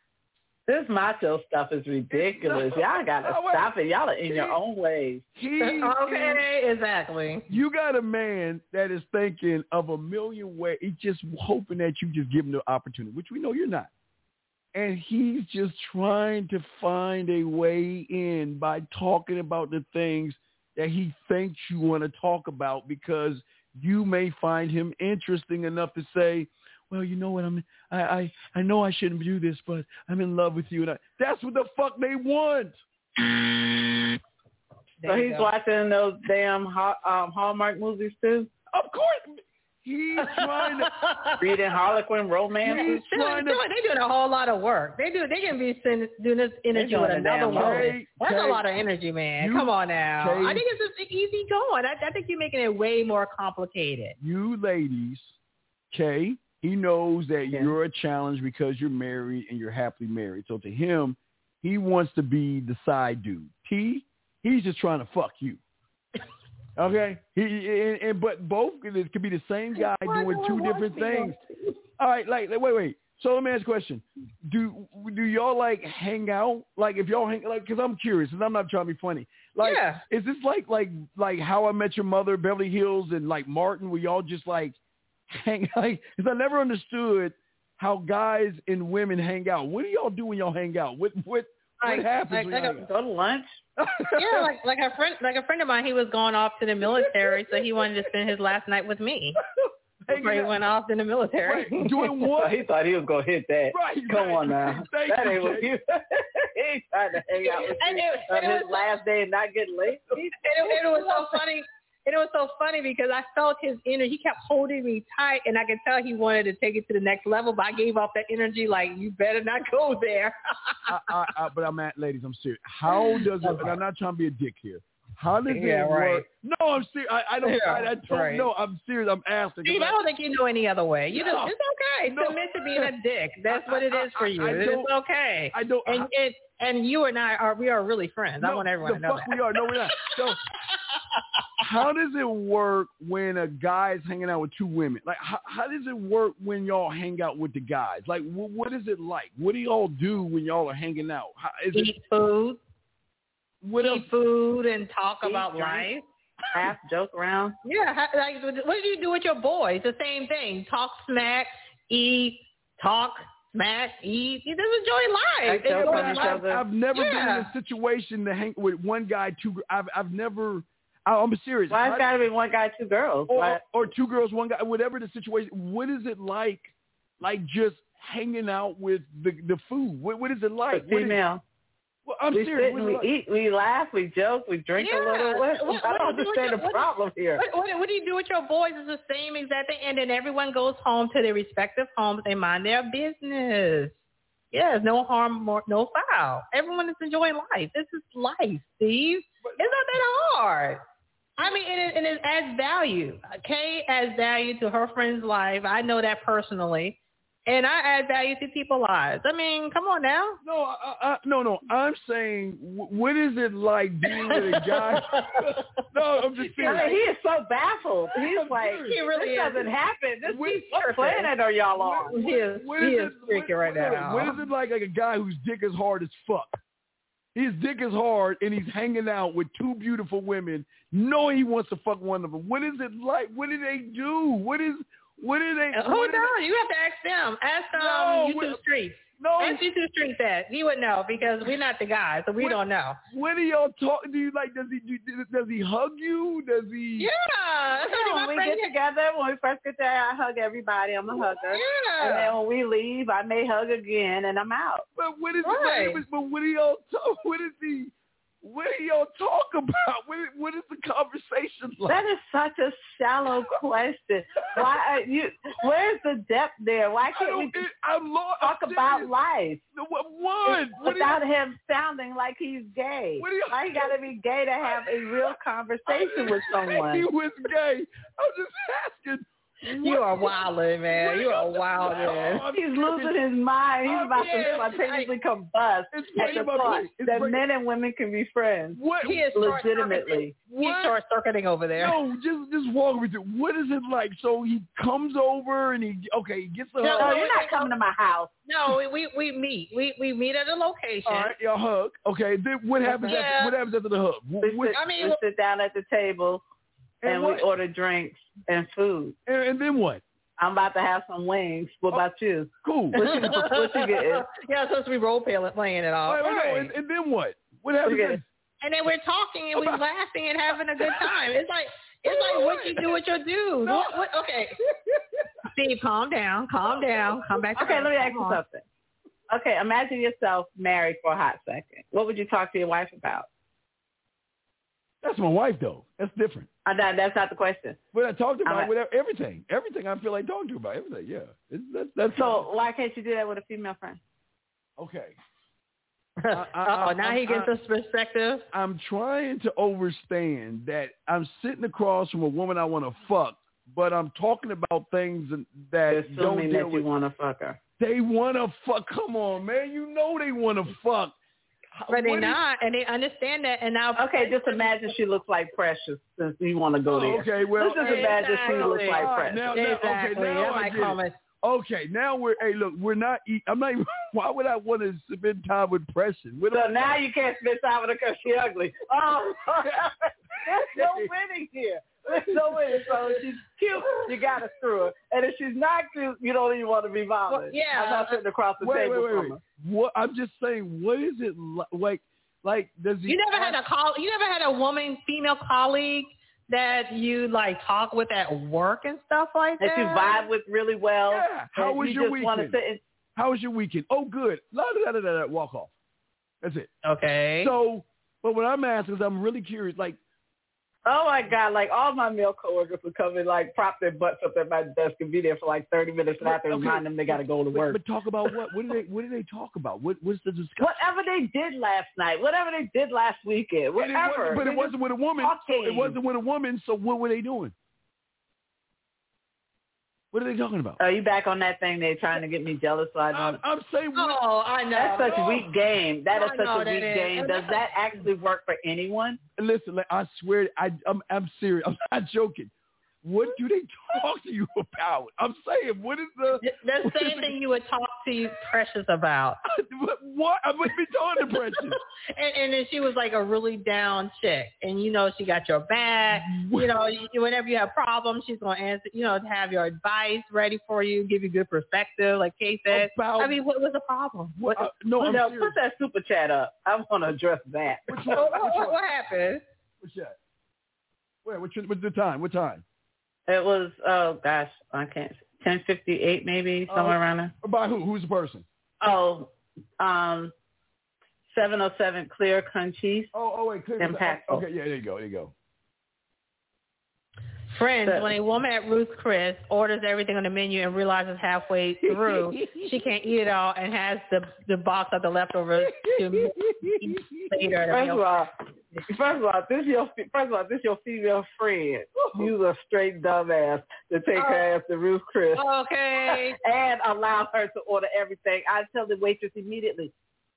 Speaker 5: This macho stuff is ridiculous. Y'all got to
Speaker 3: No, Oh, wait.
Speaker 5: stop it. Y'all are in your own ways.
Speaker 3: He.
Speaker 4: okay, exactly.
Speaker 3: You got a man that is thinking of a million ways. He's just hoping that you just give him the opportunity, which we know you're not. And he's just trying to find a way in by talking about the things that he thinks you want to talk about because you may find him interesting enough to say, well, you know what? I'm, I, I, I know I shouldn't do this, but I'm in love with you. And I, that's what the fuck they want.
Speaker 5: So he's watching those damn Ha- um, Hallmark movies too,
Speaker 3: Of course. He's trying to
Speaker 5: reading Harlequin romances.
Speaker 3: He's trying to-
Speaker 4: they doing a whole lot of work. They do. They can be sending, doing this energy
Speaker 5: doing
Speaker 4: with
Speaker 5: a
Speaker 4: another
Speaker 5: damn lot.
Speaker 4: woman. That's a
Speaker 3: Tay,
Speaker 4: lot of energy, man.
Speaker 3: you-
Speaker 4: Come on now.
Speaker 3: Tay-
Speaker 4: I think it's just easy going. I, I think you're making it way more complicated.
Speaker 3: you ladies, okay, he knows that you're a challenge because you're married and you're happily married. So to him, he wants to be the side dude. T, he's just trying to fuck you. Okay, he and, and but both of it could be the same guy doing two different things. All right, like like, wait, wait. So let me ask a question: Do do y'all like hang out? Like if y'all hang like, because I'm curious, and I'm not trying to be funny. Like,
Speaker 4: yeah.
Speaker 3: is this like like like how I Met Your Mother, Beverly Hills, and like Martin? Where y'all just like hang like? Because I never understood how guys and women hang out. What do y'all do when y'all hang out? What what what
Speaker 4: Like-
Speaker 3: happens
Speaker 4: like-
Speaker 3: when
Speaker 4: like
Speaker 3: y'all
Speaker 4: a-
Speaker 3: hang out?
Speaker 5: Go to lunch.
Speaker 4: yeah, like like a friend, like a friend of mine, he was going off to the military, so he wanted to spend his last night with me.
Speaker 3: taking
Speaker 4: Before he
Speaker 3: that-
Speaker 4: went off in the military.
Speaker 3: Right, doing what?
Speaker 11: he thought he was gonna hit that.
Speaker 3: Right,
Speaker 11: Come
Speaker 3: right.
Speaker 11: on now.
Speaker 3: Thank
Speaker 11: that
Speaker 3: you,
Speaker 11: ain't what
Speaker 3: Jay.
Speaker 11: you. he trying to hang out with
Speaker 4: And
Speaker 11: you
Speaker 4: it-
Speaker 11: on
Speaker 4: and it
Speaker 11: his
Speaker 4: was-
Speaker 11: last day and not get late.
Speaker 4: and it, it was so funny. And it was so funny because I felt his energy. He kept holding me tight, and I could tell he wanted to take it to the next level. But I gave off that energy, like you better not go there.
Speaker 3: I,
Speaker 11: Uh-uh.
Speaker 3: I, I, but I'm at, ladies, I'm serious. How does it, and I'm not trying to be a dick here. How does
Speaker 11: Yeah,
Speaker 3: it
Speaker 11: right.
Speaker 3: work? No, I'm serious. I, I don't, I, I don't
Speaker 11: right.
Speaker 3: know. I'm serious. I'm asking.
Speaker 4: Steve, I don't think you know any other way. You
Speaker 3: No.
Speaker 4: just, it's okay.
Speaker 3: No.
Speaker 4: Submit to being a dick. That's what it is for you.
Speaker 3: I- I- I
Speaker 4: it's
Speaker 3: don't-
Speaker 4: okay.
Speaker 3: I don't.
Speaker 4: And it, and you and I are we are really friends. I
Speaker 3: No,
Speaker 4: want everyone
Speaker 3: the
Speaker 4: to know
Speaker 3: fuck
Speaker 4: that.
Speaker 3: we are. No, we're not. So, how does it work when a guy's hanging out with two women? Like, how, how does it work when y'all hang out with the guys? Like, wh- what is it like? What do y'all do when y'all are hanging out? How, is it,
Speaker 4: Eat food,
Speaker 3: what else?
Speaker 4: eat food, and talk
Speaker 5: Eat,
Speaker 4: about
Speaker 5: drink.
Speaker 4: life.
Speaker 5: Half joke around.
Speaker 4: Yeah, ha- like what do you do with your boys? The same thing. Talk smack, eat, talk smack, eat. You just enjoy life.
Speaker 5: Act out
Speaker 4: Enjoy
Speaker 5: on each
Speaker 4: life.
Speaker 5: other.
Speaker 3: I've never been in
Speaker 4: Yeah.
Speaker 3: a situation to hang with one guy, two. gr- I've I've never. I, I'm serious.
Speaker 5: Why
Speaker 3: How-
Speaker 5: it's got to be one guy, two girls? Why-
Speaker 3: or, or two girls, one guy, whatever the situation. What is it like, like just hanging out with the the food? What, what is it like?
Speaker 5: But
Speaker 3: What is-
Speaker 5: female.
Speaker 3: well, I'm
Speaker 5: we
Speaker 3: serious.
Speaker 5: sit
Speaker 3: What
Speaker 5: and
Speaker 3: is
Speaker 5: we
Speaker 3: it like?
Speaker 5: eat, we laugh, we joke, we drink
Speaker 4: Yeah.
Speaker 5: a little. What,
Speaker 4: What-
Speaker 5: I
Speaker 4: what
Speaker 5: don't
Speaker 4: do you-
Speaker 5: understand the
Speaker 4: what-
Speaker 5: problem here.
Speaker 4: What, what, what do you do with your boys? It's the same exact thing. And then everyone goes home to their respective homes and mind their business. Yes, no harm, more, no foul. Everyone is enjoying life. This is life, Steve. It's not that hard. I mean, it, is- and it adds value. Kay adds value to her friend's life. I know that personally. And I add value to people's lives. I mean, come on now.
Speaker 3: No, I, I, I- no, no. I'm saying, wh- what is it like being with a guy? no, I'm just
Speaker 5: I mean,
Speaker 3: serious.
Speaker 5: he is so baffled. He's like,
Speaker 4: He really
Speaker 5: this
Speaker 4: is.
Speaker 5: doesn't happen. This
Speaker 3: What-
Speaker 5: what planet are y'all on?
Speaker 4: He is,
Speaker 3: What
Speaker 4: he
Speaker 3: is
Speaker 4: is
Speaker 3: it-
Speaker 4: freaking right
Speaker 3: what-
Speaker 4: now.
Speaker 3: What is it like, like a guy whose dick is hard as fuck? His dick is hard, and he's hanging out with two beautiful women, knowing he wants to fuck one of them. What is it like? What do they do? What is? What do they?
Speaker 4: Uh,
Speaker 3: what
Speaker 4: Who
Speaker 3: do they-
Speaker 4: knows? You have to ask them. Ask um,
Speaker 3: No,
Speaker 4: YouTube
Speaker 3: we-
Speaker 4: Street.
Speaker 3: No.
Speaker 4: Ask YouTube Street that. He would know because we're not the guys, so we
Speaker 3: What-
Speaker 4: don't know.
Speaker 3: What do y'all talk? Do you like? Does he? Do, does he hug you? Does he?
Speaker 4: Yeah, that's
Speaker 5: You know,
Speaker 4: what my
Speaker 5: when we
Speaker 4: friend
Speaker 5: get together, when we first get there, I hug everybody. I'm a hugger. And
Speaker 4: Yeah.
Speaker 5: then when we leave, I may hug again, and I'm out.
Speaker 3: But what is
Speaker 4: Right.
Speaker 3: it? But, but what do y'all talk? What is he? What do y'all talk about? What is, what is the conversation like?
Speaker 5: That is such a shallow question. Why are you? Where's the depth there? Why
Speaker 3: I
Speaker 5: can't
Speaker 3: don't.
Speaker 5: we
Speaker 3: It, I'm lo-
Speaker 5: talk
Speaker 3: I'm
Speaker 5: about
Speaker 3: serious.
Speaker 5: life
Speaker 3: No, what? What? What do y'all-
Speaker 5: without him sounding like he's gay?
Speaker 3: What do you-
Speaker 5: Why you got to be gay to have a real conversation
Speaker 3: He
Speaker 5: with someone?
Speaker 3: was gay. I'm just asking.
Speaker 4: You
Speaker 3: what-
Speaker 4: are wildin',
Speaker 3: what
Speaker 4: man. You are
Speaker 3: y'all-
Speaker 4: wildin'.
Speaker 3: No, I'm
Speaker 5: He's
Speaker 3: serious.
Speaker 5: losing his mind. He's
Speaker 3: I'm
Speaker 5: about
Speaker 3: serious.
Speaker 5: to spontaneously combust
Speaker 3: It's
Speaker 5: at
Speaker 3: breaking
Speaker 5: the
Speaker 3: my
Speaker 5: thought
Speaker 3: brain. It's
Speaker 5: that
Speaker 3: breaking-
Speaker 5: men and women can be friends
Speaker 3: What?
Speaker 4: He is short
Speaker 5: legitimately.
Speaker 4: He's
Speaker 3: what?
Speaker 4: short circuiting over there.
Speaker 3: No, just just walk me through. What is it like? So he comes over and he okay, he gets the
Speaker 4: No,
Speaker 5: No,
Speaker 3: hug.
Speaker 5: you're not coming to my house.
Speaker 4: No, we, we we meet. We we meet at a location.
Speaker 3: All right, y'all hug. Okay, then what happens
Speaker 4: Yeah.
Speaker 3: after what happens after the hug? What,
Speaker 5: We
Speaker 3: what-
Speaker 5: sit,
Speaker 4: I mean,
Speaker 5: we
Speaker 4: well-
Speaker 5: sit down at the table
Speaker 3: and,
Speaker 5: and
Speaker 3: what,
Speaker 5: we order drinks and food.
Speaker 3: and, and then what? Oh,
Speaker 5: I'm about to have some wings. What about you?
Speaker 3: Cool.
Speaker 5: What you, what you getting?
Speaker 4: yeah, supposed to be role play- playing and all.
Speaker 3: All right, well, no, and, and then what? What happens?
Speaker 5: Okay.
Speaker 3: then?
Speaker 4: and then we're talking and we're laughing and having a good time. It's like it's like what you do with your dudes. What, what, okay, Steve, calm down, calm down, come back. to
Speaker 5: Okay,
Speaker 4: earth.
Speaker 5: let me ask you
Speaker 4: Come on.
Speaker 5: something. Okay, imagine yourself married for a hot second. What would you talk to your wife about?
Speaker 3: That's my wife though. That's different.
Speaker 5: Uh, that, that's not the question.
Speaker 3: What I talked about,
Speaker 5: All right.
Speaker 3: whatever, everything, everything I feel like talking to you about, everything. Yeah, it's, that's that's
Speaker 5: So why can't you do that with a female friend?
Speaker 3: okay.
Speaker 4: Uh oh, now he gets
Speaker 3: I,
Speaker 4: this perspective.
Speaker 3: I'm trying to overstand that I'm sitting across from a woman I want to fuck, but I'm talking about things that don't
Speaker 5: Assuming
Speaker 3: deal
Speaker 5: that
Speaker 3: with
Speaker 5: you want to fuck her.
Speaker 3: They want to fuck. Come on, man. You know they want to fuck. How-
Speaker 4: But they
Speaker 3: what is-
Speaker 4: not, and they understand that, and now
Speaker 5: Okay, just imagine she looks like Precious since you want to go
Speaker 3: Oh,
Speaker 5: there.
Speaker 3: okay, well,
Speaker 5: Let's just
Speaker 3: hey,
Speaker 5: imagine she looks
Speaker 4: Exactly.
Speaker 5: like
Speaker 3: all right,
Speaker 5: Precious.
Speaker 3: now, now, okay,
Speaker 4: exactly.
Speaker 3: now
Speaker 4: That
Speaker 3: I
Speaker 4: might
Speaker 3: get
Speaker 4: call
Speaker 3: it.
Speaker 4: us.
Speaker 3: Okay, now we're. Hey, look, we're not. Eat, I'm not even. Why would I want to spend time with Preston? What am
Speaker 5: So
Speaker 3: I-
Speaker 5: now you can't spend time with her because she's ugly. Oh, there's no winning here. There's no winning. So if she's cute, you got to screw her. And if she's not cute, you don't even want to be bothered.
Speaker 4: Well, yeah.
Speaker 5: I'm not sitting across the
Speaker 3: wait,
Speaker 5: table
Speaker 3: wait,
Speaker 5: from
Speaker 3: wait, wait. What? I'm just saying. What is it li- like? Like, does he?
Speaker 4: You never had a call. You never had a woman, female colleague that you like talk with at work and stuff like that?
Speaker 5: That you vibe with really well.
Speaker 3: Yeah. How
Speaker 5: that
Speaker 3: was
Speaker 5: you
Speaker 3: your
Speaker 5: just wanna
Speaker 3: weekend?
Speaker 5: sit and-
Speaker 3: How was your weekend? Oh, good. La da da da da. da, Walk off. That's it.
Speaker 4: Okay.
Speaker 3: So, but what I'm asking is, I'm really curious. Like,
Speaker 5: Oh my god! Like all my male coworkers would come and like prop their butts up at my desk and be there for like thirty minutes, and I have to
Speaker 3: Okay.
Speaker 5: remind them they got to go to
Speaker 3: but,
Speaker 5: work.
Speaker 3: but talk about what? What do they? What do they talk about? What? What's the discussion?
Speaker 5: whatever they did last night, whatever they did last
Speaker 3: And it
Speaker 5: weekend,
Speaker 3: wasn't-
Speaker 5: whatever.
Speaker 3: but
Speaker 5: They
Speaker 3: it
Speaker 5: just-
Speaker 3: wasn't with a woman. So it
Speaker 5: talking.
Speaker 3: wasn't with a woman. So what were they doing? What are they talking about?
Speaker 5: Oh, you back on that thing? They're trying to get me jealous, so I
Speaker 3: I'm,
Speaker 5: don't.
Speaker 3: I'm saying what,
Speaker 4: Oh, I know.
Speaker 5: That's such
Speaker 4: Oh,
Speaker 5: weak game. That is
Speaker 4: I
Speaker 5: such
Speaker 4: know
Speaker 5: a
Speaker 4: that
Speaker 5: weak
Speaker 4: is.
Speaker 5: game.
Speaker 4: And
Speaker 5: Does
Speaker 4: that's-
Speaker 5: that actually work for anyone?
Speaker 3: listen. Like, I swear, I, I'm I'm serious. I'm not joking. What do they talk to you about? I'm saying, what is the
Speaker 4: th- The same thing you would talk to Precious about.
Speaker 3: what? what? I must be talking to Precious.
Speaker 4: And, and then she was like a really down chick, and you know she got your back. You know, you, whenever you have problems, she's gonna answer. You know, have your advice ready for you, give you good perspective, like Kate said.
Speaker 3: About
Speaker 4: I mean, what was the problem?
Speaker 3: what? uh, no, I'm
Speaker 5: now
Speaker 3: serious.
Speaker 5: put that super chat up. I want to address that.
Speaker 3: Which one?
Speaker 4: What,
Speaker 3: Which
Speaker 4: what,
Speaker 3: one?
Speaker 4: what happened?
Speaker 3: What's that? Where? What's, your, what's the time? What time?
Speaker 5: It was oh gosh, I can't. Ten fifty eight maybe somewhere around there.
Speaker 3: By Oh, who? Who's the person?
Speaker 5: Oh, um, seven oh seven clear conchise.
Speaker 3: Oh, oh wait, clear.
Speaker 5: Impactful.
Speaker 3: Okay, yeah, there you go, there you go.
Speaker 4: Friends,
Speaker 5: That-
Speaker 4: when a woman at Ruth's Chris orders everything on the menu and realizes halfway through she can't eat it all and has the the box of the leftovers to eat later. to
Speaker 5: First
Speaker 4: make
Speaker 5: of all, first of all, this your first of all, this your female friend. You's a straight dumbass to
Speaker 4: Oh.
Speaker 5: take her ass to Ruth Chris
Speaker 4: Okay.
Speaker 5: and allow her to order everything. I tell the waitress immediately,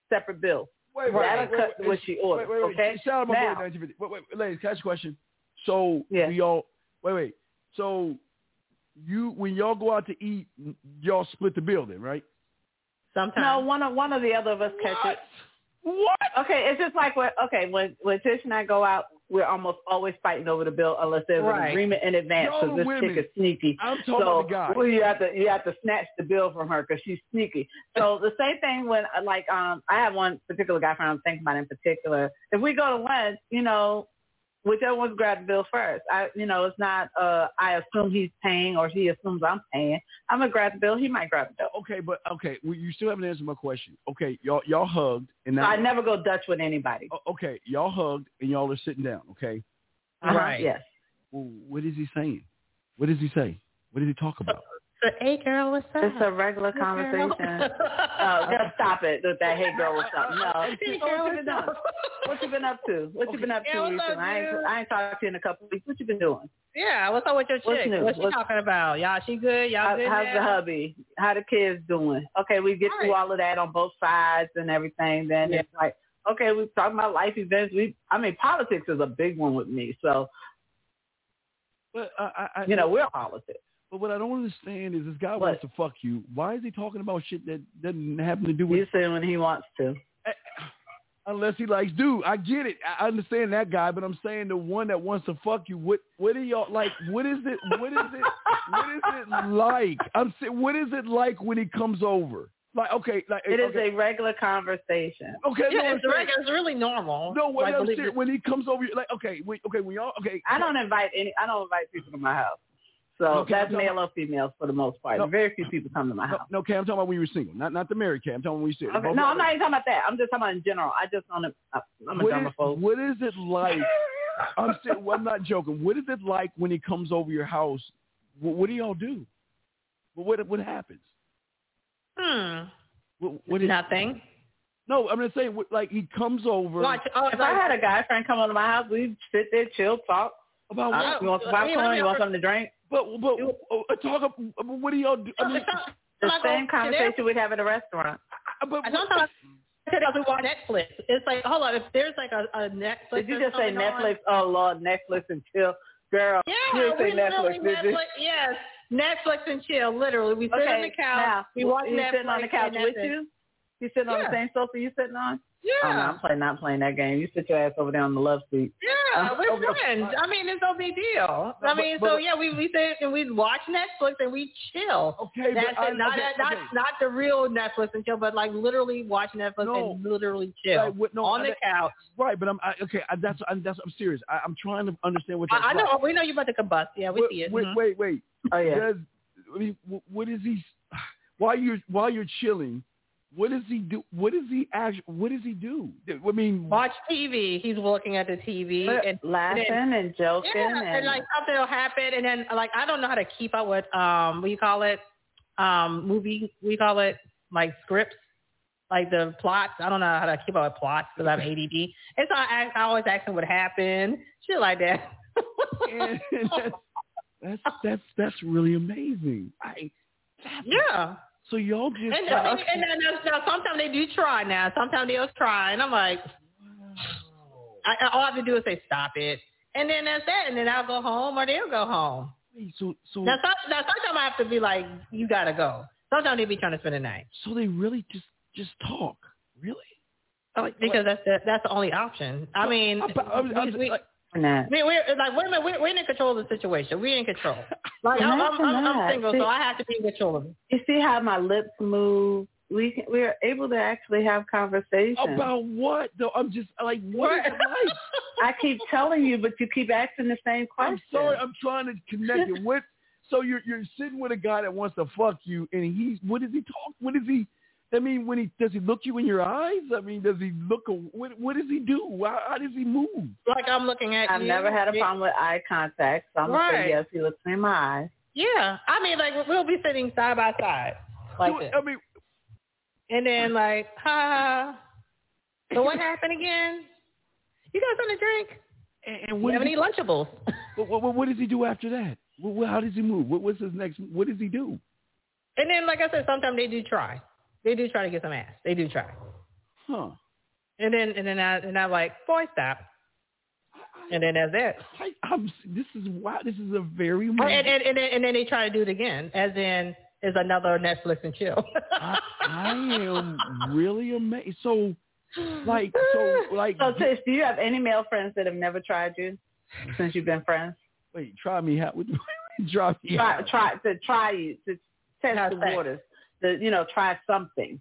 Speaker 5: separate bill.
Speaker 3: Wait,
Speaker 5: That'll cut what she ordered.
Speaker 3: Wait, wait, wait.
Speaker 5: Okay,
Speaker 3: Shout out my
Speaker 5: Now-
Speaker 3: boy, 1950. Wait, wait, ladies, catch question. So
Speaker 5: Yeah.
Speaker 3: we all wait, wait. So you when y'all go out to eat, y'all split the bill then, right?
Speaker 5: No,
Speaker 4: Sometimes.
Speaker 5: one of one of the other of us catch it.
Speaker 3: What?
Speaker 5: Okay, it's just like when okay when when Tish and I go out, we're almost always fighting over the bill unless there's
Speaker 4: Right.
Speaker 5: an agreement in advance
Speaker 3: Y'all
Speaker 5: because this
Speaker 3: women.
Speaker 5: chick is sneaky.
Speaker 3: I'm talking
Speaker 5: So
Speaker 3: about the guy.
Speaker 5: well, you have to you have to snatch the bill from her because she's sneaky. So the same thing when uh, like um I have one particular guy friend I'm thinking about in particular. If we go to lunch, you know, whichever one's grab the bill first. I you know it's not uh I assume he's paying or he assumes I'm paying. I'm gonna grab the bill. He might grab the bill.
Speaker 3: Okay, but okay, well, you still haven't answered my question. Okay, y'all y'all hugged and
Speaker 5: So
Speaker 3: now
Speaker 5: I never go Dutch with anybody.
Speaker 3: O- okay, y'all hugged and y'all are sitting down. Okay,
Speaker 5: Uh-huh,
Speaker 4: Right.
Speaker 5: Yes.
Speaker 3: well, what is he saying? What does he say? What does he talk about?
Speaker 4: So, hey girl, what's up?
Speaker 5: It's a regular conversation. Oh, just stop it with that hey girl what's up. No.
Speaker 4: Hey,
Speaker 5: So
Speaker 4: girl,
Speaker 5: what you been doing?
Speaker 4: what's up?
Speaker 5: What you been up to? What you been up to
Speaker 4: Yeah, what's up,
Speaker 5: recently? I ain't
Speaker 4: dude?
Speaker 5: I ain't talked to you in a couple weeks. What you been doing?
Speaker 4: Yeah, what's up with your
Speaker 5: What's
Speaker 4: chick?
Speaker 5: new?
Speaker 4: What's she
Speaker 5: What's-
Speaker 4: talking about? Y'all, she good? Y'all
Speaker 5: How,
Speaker 4: good?
Speaker 5: how's the
Speaker 4: now?
Speaker 5: hubby? How the kids doing? Okay, we get through
Speaker 4: Right.
Speaker 5: all of that on both sides and everything. Then
Speaker 4: Yeah.
Speaker 5: it's like, okay, we're talking about life events. We, I mean, politics is a big one with me. So
Speaker 3: But I, I, I
Speaker 5: you know, we're politics.
Speaker 3: But what I don't understand is this guy
Speaker 5: What?
Speaker 3: wants to fuck you. Why is he talking about shit that doesn't happen to do with
Speaker 5: You see when he wants to.
Speaker 4: Uh,
Speaker 3: unless he likes dude? I get it. I I understand that guy, but I'm saying the one that wants to fuck you. What what are y'all like? What is it? What is it? what is it like? I'm saying what is it like when he comes over? Like okay, like
Speaker 5: It is
Speaker 3: okay,
Speaker 5: a regular conversation.
Speaker 3: okay. no,
Speaker 4: Yeah,
Speaker 3: I'm
Speaker 4: it's,
Speaker 3: saying-
Speaker 4: reg- it's really normal.
Speaker 3: no, what
Speaker 4: Like,
Speaker 3: I'm
Speaker 4: believe
Speaker 3: saying,
Speaker 4: me.
Speaker 3: when he comes over, you're like okay, when, okay, when y'all okay,
Speaker 5: I don't invite any. I don't invite people to my house. So
Speaker 3: Okay, I'm
Speaker 5: that's
Speaker 3: talking
Speaker 5: male or female for the most part.
Speaker 3: No.
Speaker 5: Very few people come to my
Speaker 3: no,
Speaker 5: house.
Speaker 3: no, Cam, I'm talking about when you were single, not not the married Cam. I'm talking about when you said.
Speaker 5: Okay. No, I'm not even talking about that. I'm just talking about in general. I just don't. I'm a
Speaker 3: What is,
Speaker 5: germaphobe.
Speaker 3: what is it like? I'm saying, well, I'm not joking. What is it like when he comes over your house? What, what do y'all do? What what, what happens?
Speaker 4: Hmm.
Speaker 3: What, what is,
Speaker 4: Nothing.
Speaker 3: no, I'm just saying. What, like he comes over
Speaker 4: Watch. Oh,
Speaker 5: If I
Speaker 4: like,
Speaker 5: had a guy friend come over to my house, we'd sit there, chill, talk.
Speaker 3: about
Speaker 5: Uh,
Speaker 3: what?
Speaker 5: you want some
Speaker 4: Hey, let
Speaker 5: popcorn?
Speaker 4: me
Speaker 5: You want
Speaker 4: offer-
Speaker 5: something to drink?
Speaker 3: But but uh, talk. ab- What do y'all do? I mean,
Speaker 5: The
Speaker 4: Sometimes I go
Speaker 5: same
Speaker 4: to
Speaker 5: conversation we'd have at a restaurant.
Speaker 3: I- but
Speaker 4: I don't know. We watch Netflix. It's like, hold on, if there's like a, a Netflix.
Speaker 5: Did you
Speaker 4: that's
Speaker 5: just say
Speaker 4: coming on-
Speaker 5: Netflix? Oh Lord, Netflix and chill, girl. you
Speaker 4: Yeah,
Speaker 5: didn't
Speaker 4: we
Speaker 5: say Netflix,
Speaker 4: literally
Speaker 5: did you?
Speaker 4: Netflix. Yes, Netflix and chill. Literally, we sit
Speaker 5: Okay,
Speaker 4: on the couch.
Speaker 5: now
Speaker 4: we watch
Speaker 5: he's
Speaker 4: Netflix.
Speaker 5: sitting on the couch
Speaker 4: and
Speaker 5: with
Speaker 4: that's it.
Speaker 5: you. He's sitting on
Speaker 4: Yeah.
Speaker 5: the same sofa you sitting on. Oh, no, I'm playing, not playing that game. You sit your ass over there on the love seat.
Speaker 4: Yeah,
Speaker 5: Uh,
Speaker 4: we're
Speaker 5: over the-
Speaker 4: friends. I mean, it's no big deal. I
Speaker 5: But-
Speaker 4: mean,
Speaker 5: but-
Speaker 4: so yeah, we we sit and we watch Netflix and we chill.
Speaker 3: Okay,
Speaker 4: that's
Speaker 3: but I-
Speaker 4: it. Not
Speaker 3: okay,
Speaker 4: not
Speaker 3: okay.
Speaker 4: not the real Netflix and chill, but like literally watch Netflix
Speaker 3: No.
Speaker 4: and literally chill
Speaker 3: Like, what- no,
Speaker 4: on
Speaker 3: I-
Speaker 4: the couch.
Speaker 3: Right, but I'm I, okay. I, that's I, that's I'm serious. I, I'm trying to understand what you're.
Speaker 4: I, I know we know you're about to combust. Yeah, we
Speaker 3: wait,
Speaker 4: see it.
Speaker 3: Wait,
Speaker 4: Mhm.
Speaker 3: wait, wait.
Speaker 5: Oh yeah.
Speaker 3: Does, I mean, wh- what is he? While you're while you're chilling, what does he do? What does he actually? What does he do? I mean,
Speaker 4: Watch TV. He's looking at the TV and
Speaker 5: laughing and, joking
Speaker 4: yeah,
Speaker 5: and,
Speaker 4: and like something will happen, and then like I don't know how to keep up with um what you call it um movie we call it like scripts like the plots. I don't know how to keep up with plots because I'm ADD. It's I, ask- I always ask him what happened, shit like that.
Speaker 3: and that's, that's that's that's really amazing. I
Speaker 4: yeah,
Speaker 3: so y'all just
Speaker 4: and and, and, then now, now sometimes they do try. Now sometimes they'll try, and I'm like, I, I- all I have to do is say stop it, and then that's that, and then I'll go home or they'll go home.
Speaker 3: Wait, so so
Speaker 4: Now, some, now sometimes I have to be like, you gotta go. Sometimes they be trying to spend the night
Speaker 3: so they really just just talk really. Like,
Speaker 4: because that's the, that's the only option. I mean,
Speaker 3: like, I, am
Speaker 4: we, we,
Speaker 3: like,
Speaker 5: and that.
Speaker 4: I mean, we're like women. We're, we're in control of the situation. We're in control. Like I'm, I'm, I'm, I'm single, so I have to be in control of it.
Speaker 5: You see how my lips move? We can, we are able to actually have conversations.
Speaker 3: about what though? I'm just like what is
Speaker 4: Right.
Speaker 3: life?
Speaker 5: I keep telling you, but you keep asking the same question.
Speaker 3: I'm sorry, I'm trying to connect it. What? So you're you're sitting with a guy that wants to fuck you, and he's what does he talk? What is he? I mean, when he does he look you in your eyes? I mean, does he look? a- What what does he do? How, how does he move?
Speaker 4: Like I'm looking at
Speaker 5: I've
Speaker 4: you.
Speaker 5: never had a problem with eye contact, so I'm gonna
Speaker 4: Right.
Speaker 5: say yes. He looks me in my eyes.
Speaker 4: Yeah, I mean, like we'll be sitting side by side, like
Speaker 3: Do-
Speaker 4: this,
Speaker 3: I mean,
Speaker 4: and then like, ha. So what happened again? You got something to drink?
Speaker 3: and, and
Speaker 4: You
Speaker 3: what,
Speaker 4: have
Speaker 3: does
Speaker 4: any
Speaker 3: he,
Speaker 4: Lunchables?
Speaker 3: what, what what does he do after that? What, what, how does he move? What, what's his next? What does he do?
Speaker 4: And then, like I said, sometimes they do try. They do try to get some ass. They do try.
Speaker 3: Huh?
Speaker 4: And then, and then I, and I'm like, boy, stop. And then that's it.
Speaker 3: I, I'm, this is wow. This is a very.
Speaker 4: And, and, and, then, and then they try to do it again, as in is another Netflix and chill.
Speaker 3: I, I am really amazed. So like so like.
Speaker 5: So, Tish, do you have any male friends that have never tried you since you've been friends?
Speaker 3: wait, try me out. try me
Speaker 5: Try,
Speaker 3: out.
Speaker 5: try to try you to test
Speaker 4: Have
Speaker 5: the
Speaker 4: sex.
Speaker 5: waters. To, you know, try something.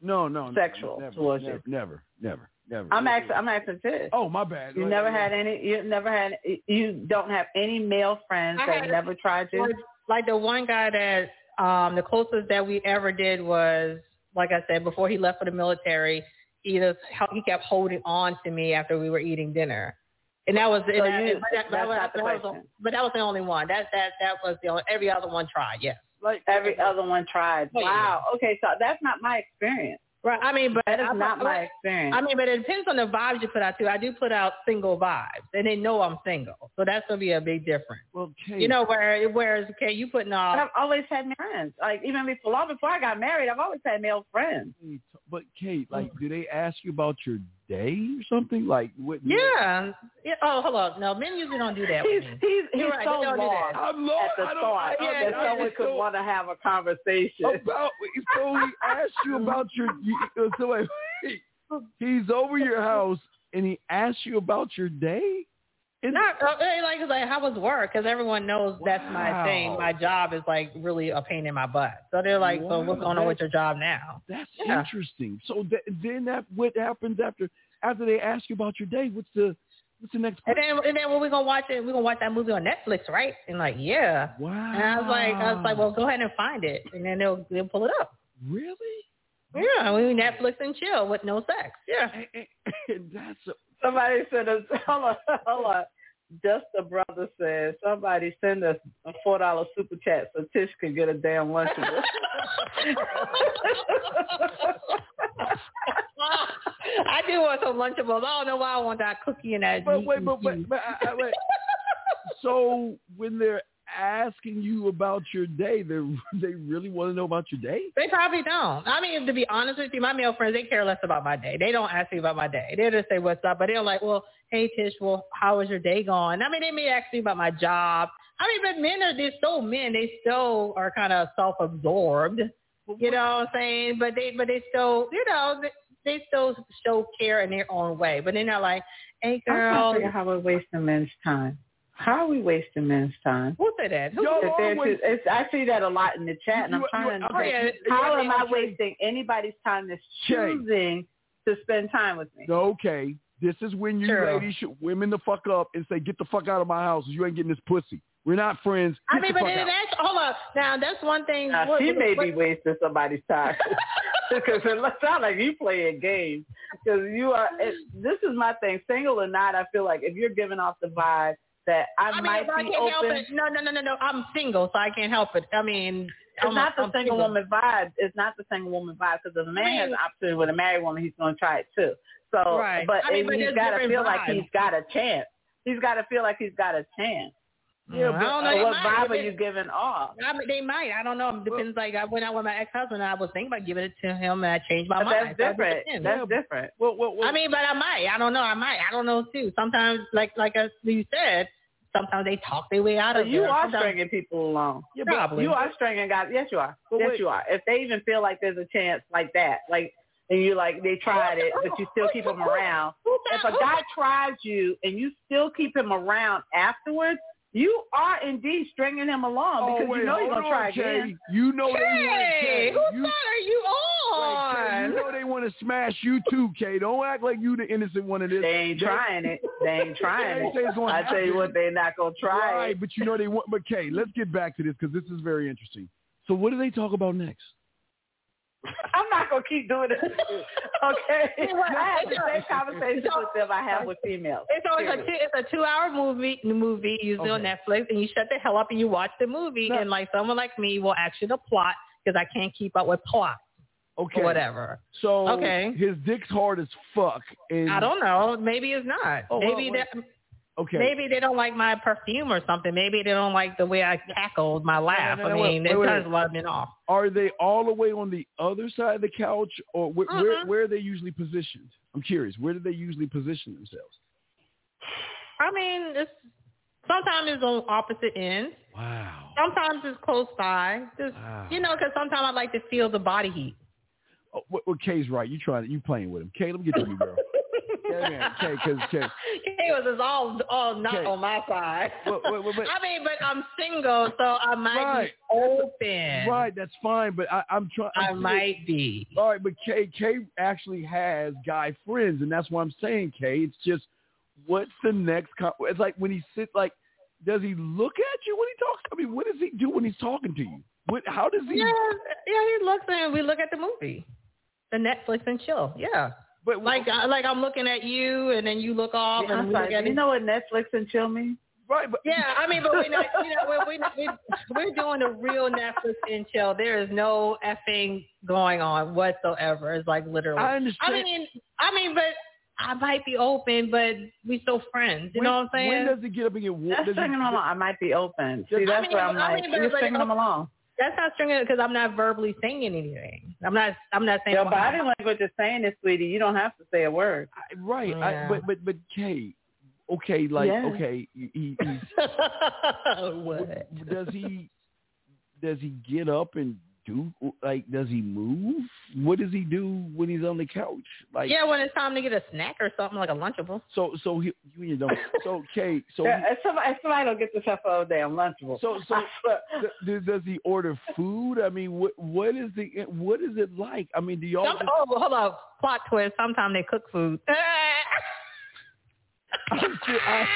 Speaker 3: No, no, no,
Speaker 5: Sexual
Speaker 3: never,
Speaker 5: towards
Speaker 3: never,
Speaker 5: you.
Speaker 3: Never, never, never.
Speaker 5: I'm asking. I'm asking Tish.
Speaker 3: Oh, my bad.
Speaker 5: You
Speaker 3: Like,
Speaker 5: never had any. You never had. You don't have any male friends
Speaker 4: I
Speaker 5: that
Speaker 4: had-
Speaker 5: never tried you.
Speaker 4: like, like the one guy that um the closest that we ever did was like I said before he left for the military. He just he kept holding on to me after we were eating dinner, and that was and
Speaker 5: So
Speaker 4: that,
Speaker 5: you-
Speaker 4: and that,
Speaker 5: that's
Speaker 4: that, was-
Speaker 5: not the
Speaker 4: that was
Speaker 5: question.
Speaker 4: but that was the only one. That that that was the only every other one tried. Yes,
Speaker 3: Like
Speaker 5: Every other one tried.
Speaker 4: Oh, yeah.
Speaker 5: Wow. Okay, so that's not my experience.
Speaker 4: right. I mean, but
Speaker 5: That is
Speaker 4: I'm-
Speaker 5: not my
Speaker 4: I
Speaker 5: experience.
Speaker 4: mean, but it depends on the vibes you put out too. I do put out single vibes, and they know I'm single, so that's gonna be a big difference.
Speaker 3: well, Kate,
Speaker 4: You know, where whereas okay, you putting
Speaker 5: But
Speaker 4: off.
Speaker 5: I've always had male friends. Like even before, long before I got married, I've always had male friends.
Speaker 3: Kate, but Kate, like, do they ask you about your day or something? Like, what?
Speaker 4: Yeah. yeah. Oh, hold on. No, men usually don't do that
Speaker 5: He's
Speaker 4: with me.
Speaker 5: he's he's
Speaker 4: You're right,
Speaker 5: so
Speaker 4: they don't do that.
Speaker 5: lost
Speaker 3: I'm lost.
Speaker 5: at the
Speaker 3: I don't.
Speaker 5: thought
Speaker 3: I,
Speaker 5: that
Speaker 3: I, I
Speaker 5: someone
Speaker 3: just
Speaker 5: could
Speaker 3: don't-
Speaker 5: want to have a conversation.
Speaker 3: about. So he asked you about your. You, so like, he's over your house and he asks you about your day. It's-
Speaker 4: Not uh, eh, like it's like how was work? Because everyone knows that's my
Speaker 3: Wow.
Speaker 4: thing. My job is like really a pain in my butt. So they're like, so what's
Speaker 3: Wow,
Speaker 4: going on
Speaker 3: that-
Speaker 4: with your job now?
Speaker 3: That's
Speaker 4: Yeah.
Speaker 3: interesting. So th- then that what happens after after they ask you about your day? What's the what's the next
Speaker 4: And
Speaker 3: question?
Speaker 4: then and then when we gonna watch it, we gonna watch that movie on Netflix, right? And like, yeah.
Speaker 3: Wow.
Speaker 4: And I was like, I was like, well, go ahead and find it, and then they'll they'll pull it up.
Speaker 3: really?
Speaker 4: Yeah, we Netflix and chill with no sex. Yeah.
Speaker 3: And, and- and that's a,
Speaker 5: Somebody sent us hold on, hold on. Just a brother says somebody send us a four dollar super chat so Tish can get a damn lunchable.
Speaker 4: I do want some Lunchables. I don't know why I want that cookie and that.
Speaker 3: but
Speaker 4: meat
Speaker 3: wait,
Speaker 4: and
Speaker 3: but
Speaker 4: cheese.
Speaker 3: wait, but I, I, wait. so when they're asking you about your day, they they really want to know about your day?
Speaker 4: They probably don't. I mean, to be honest with you, my male friends, they care less about my day. They don't ask me about my day. They just say, what's up? But they're like, well, hey, Tish, well, how was your day going? I mean, they may ask me about my job. I mean, but men are, they're so men. They still are kind of self-absorbed. You know what I'm saying? But they, but they still, you know, th- they still show care in their own way, but they're not like, hey
Speaker 5: I'm trying to
Speaker 4: girl,
Speaker 5: figure out how we're wasting men's time. How are we wasting men's time?
Speaker 4: who said that? Who
Speaker 3: Y'all
Speaker 5: That
Speaker 3: are
Speaker 5: they're too-
Speaker 3: wasting-
Speaker 5: it's- I see that a lot in the chat, and
Speaker 3: You-
Speaker 5: I'm trying
Speaker 3: you-
Speaker 5: to.
Speaker 3: okay,
Speaker 5: understand,
Speaker 3: you-
Speaker 5: how
Speaker 3: you-
Speaker 5: am I wasting anybody's time that's
Speaker 3: Jay.
Speaker 5: choosing to spend time with me?
Speaker 3: Okay, this is when you
Speaker 4: Sure.
Speaker 3: ladies should women the fuck up and say, get the fuck out of my house. You ain't getting this pussy. We're not friends.
Speaker 4: I
Speaker 3: Get
Speaker 4: mean,
Speaker 3: the
Speaker 4: but
Speaker 3: fuck
Speaker 4: then
Speaker 3: out.
Speaker 4: that's hold up. Now that's one thing.
Speaker 5: Now,
Speaker 4: what-
Speaker 5: she may
Speaker 4: what-
Speaker 5: be wasting somebody's time because it looks- sound like you playing games. Because you are. It, this is my thing, single or not. I feel like if you're giving off the vibe that I,
Speaker 4: I mean,
Speaker 5: might
Speaker 4: if I
Speaker 5: be
Speaker 4: can't help
Speaker 5: open,
Speaker 4: it, no, no, no, no, no. I'm single, so I can't help it. I mean,
Speaker 5: It's
Speaker 4: I'm
Speaker 5: not
Speaker 4: a,
Speaker 5: the
Speaker 4: I'm
Speaker 5: single woman vibe. It's not the single woman vibe because if a man
Speaker 4: I mean-
Speaker 5: has an opportunity with a married woman, he's going to try it too. So,
Speaker 4: Right.
Speaker 5: but
Speaker 4: I mean,
Speaker 5: and
Speaker 4: but
Speaker 5: he's
Speaker 4: there's
Speaker 5: got to
Speaker 4: different
Speaker 5: feel like
Speaker 4: vibes.
Speaker 5: he's got a chance. He's got to feel like he's got a chance.
Speaker 4: Yeah, but, Mm, I don't know.
Speaker 5: So
Speaker 4: they
Speaker 5: what
Speaker 4: might.
Speaker 5: vibe are you giving off?
Speaker 4: I mean, they might. I don't know. It depends. like I, when I was my ex husband, I was thinking about giving it to him, and I changed my
Speaker 5: But
Speaker 4: mind.
Speaker 5: that's
Speaker 4: So it
Speaker 5: different.
Speaker 4: depends.
Speaker 5: That's different.
Speaker 3: Well, well, well,
Speaker 4: I mean, but I might. I don't know. I might. I don't know too. Sometimes, like like as you said, sometimes they talk their way out
Speaker 5: So
Speaker 4: of
Speaker 5: you
Speaker 4: there.
Speaker 5: are
Speaker 4: Sometimes-
Speaker 5: stringing people along.
Speaker 3: yeah, but-
Speaker 4: Probably.
Speaker 5: You are stringing guys. Yes, you are.
Speaker 3: But
Speaker 5: yes,
Speaker 3: wait.
Speaker 5: you are. If they even feel like there's a chance like that, like, and you like they tried it, but you still keep them around.
Speaker 4: Who
Speaker 5: if
Speaker 4: got-
Speaker 5: a
Speaker 4: who
Speaker 5: guy
Speaker 4: got-
Speaker 5: tries you and you still keep him around afterwards, you are indeed stringing him along
Speaker 3: oh,
Speaker 5: because
Speaker 3: wait,
Speaker 5: you know he's
Speaker 3: hold
Speaker 5: gonna
Speaker 3: on,
Speaker 5: try
Speaker 3: Jay.
Speaker 5: again.
Speaker 3: You know they want to
Speaker 4: Hey,
Speaker 3: Jay.
Speaker 4: whose
Speaker 3: You-
Speaker 4: side are you
Speaker 3: like, Jay,
Speaker 4: on?
Speaker 3: you know they want to smash you too, Kay. Don't act like you the innocent one of this.
Speaker 5: They ain't
Speaker 3: They-
Speaker 5: trying it. They ain't
Speaker 3: They
Speaker 5: trying
Speaker 3: say it's
Speaker 5: it.
Speaker 3: gonna
Speaker 5: I tell you
Speaker 3: happen.
Speaker 5: what, they're not gonna try
Speaker 3: Right,
Speaker 5: it.
Speaker 3: but you know they want. But Kay, let's get back to this because this is very interesting. So, what do they talk about next?
Speaker 5: I'm not gonna keep doing it. Okay. I have the same conversations with them I have with females.
Speaker 4: It's always a two, it's a two hour movie movie usually on Netflix, and you shut the hell up and you watch the movie. And like someone like me will actually the plot because I can't keep up with plot
Speaker 3: Okay,
Speaker 4: or whatever.
Speaker 3: So,
Speaker 4: Okay.
Speaker 3: his dick's hard as fuck. And
Speaker 4: I don't know. Maybe it's not.
Speaker 3: Oh,
Speaker 4: maybe
Speaker 3: well,
Speaker 4: that
Speaker 3: Okay.
Speaker 4: maybe they don't like my perfume or something. Maybe they don't like the way I tackled my laugh.
Speaker 3: no, no,
Speaker 4: I mean,
Speaker 3: wait,
Speaker 4: it
Speaker 3: wait,
Speaker 4: turns
Speaker 3: wait.
Speaker 4: a lot of men off.
Speaker 3: Are they all the way on the other side of the couch, or wh- where
Speaker 4: Mhm.
Speaker 3: where are they usually positioned? I'm curious. Where do they usually position themselves?
Speaker 4: I mean, it's sometimes it's on opposite ends.
Speaker 3: Wow.
Speaker 4: Sometimes it's close by. Just
Speaker 3: Wow.
Speaker 4: you know, because sometimes I like to feel the body heat.
Speaker 3: Oh, well, well, Kay's right. You trying? You playing with him? Kay, let me get to you, girl. yeah, man. Kay, because Kay.
Speaker 4: He was just all all not
Speaker 3: Okay.
Speaker 4: on my side.
Speaker 3: Well, well, well, but-
Speaker 4: I mean, but I'm single, so I might
Speaker 3: Right.
Speaker 4: be open.
Speaker 3: Right, that's fine. But I, I'm trying.
Speaker 4: I might be.
Speaker 3: All right, but Kay, Kay actually has guy friends, and that's why I'm saying, Kay. It's just, what's the next? Con- it's like when he sits, like, does he look at you when he talks? I mean, what does he do when he's talking to you? What? How does he?
Speaker 4: Yeah, yeah. He looks and we look at the movie, the Netflix and chill. Yeah,
Speaker 3: but
Speaker 4: like I, like I'm looking at you, and then you look off, and
Speaker 5: I'm
Speaker 4: we look
Speaker 5: sorry,
Speaker 4: at
Speaker 5: do you
Speaker 4: each
Speaker 5: know what Netflix and chill means?
Speaker 3: right, but
Speaker 4: Yeah, I mean, but we're not, you know, we're, we're, not, we're, we're doing a real Netflix and chill. There is no effing going on whatsoever. It's like literally.
Speaker 3: I understand.
Speaker 4: I mean, I mean, but I might be open, but we still friends. You know what I'm saying?
Speaker 3: When does he get up and get warm?
Speaker 5: That's
Speaker 3: Does he-
Speaker 5: stringing them along. I might be open. See,
Speaker 4: I
Speaker 5: that's
Speaker 4: mean,
Speaker 5: what I'm
Speaker 4: I
Speaker 5: like.
Speaker 4: mean, but
Speaker 5: You're
Speaker 4: like-
Speaker 5: stringing them along.
Speaker 4: That's not stringing because I'm not verbally saying anything. I'm not. I'm not saying.
Speaker 5: Your
Speaker 4: I'm-
Speaker 5: body language is saying it, sweetie. You don't have to say a word.
Speaker 3: I- right, I,
Speaker 4: Yeah.
Speaker 3: but but but Kay, okay, like
Speaker 5: Yeah.
Speaker 3: okay, he, he, he's
Speaker 4: what?
Speaker 3: does he does he get up and do like does he move? What does he do when he's on the couch? Like
Speaker 4: Yeah, when it's time to get a snack or something like a lunchable.
Speaker 3: so so he, you and your dumb so Kate so
Speaker 5: Yeah,
Speaker 3: he,
Speaker 5: if somebody, if somebody don't get this up all damn lunchable.
Speaker 3: so so th- does he order food? I mean, what what is the what is it like? I mean, do y'all
Speaker 4: Some,
Speaker 3: just,
Speaker 4: oh, hold on. Plot twist. Sometimes they cook food.
Speaker 3: I'm ser- I,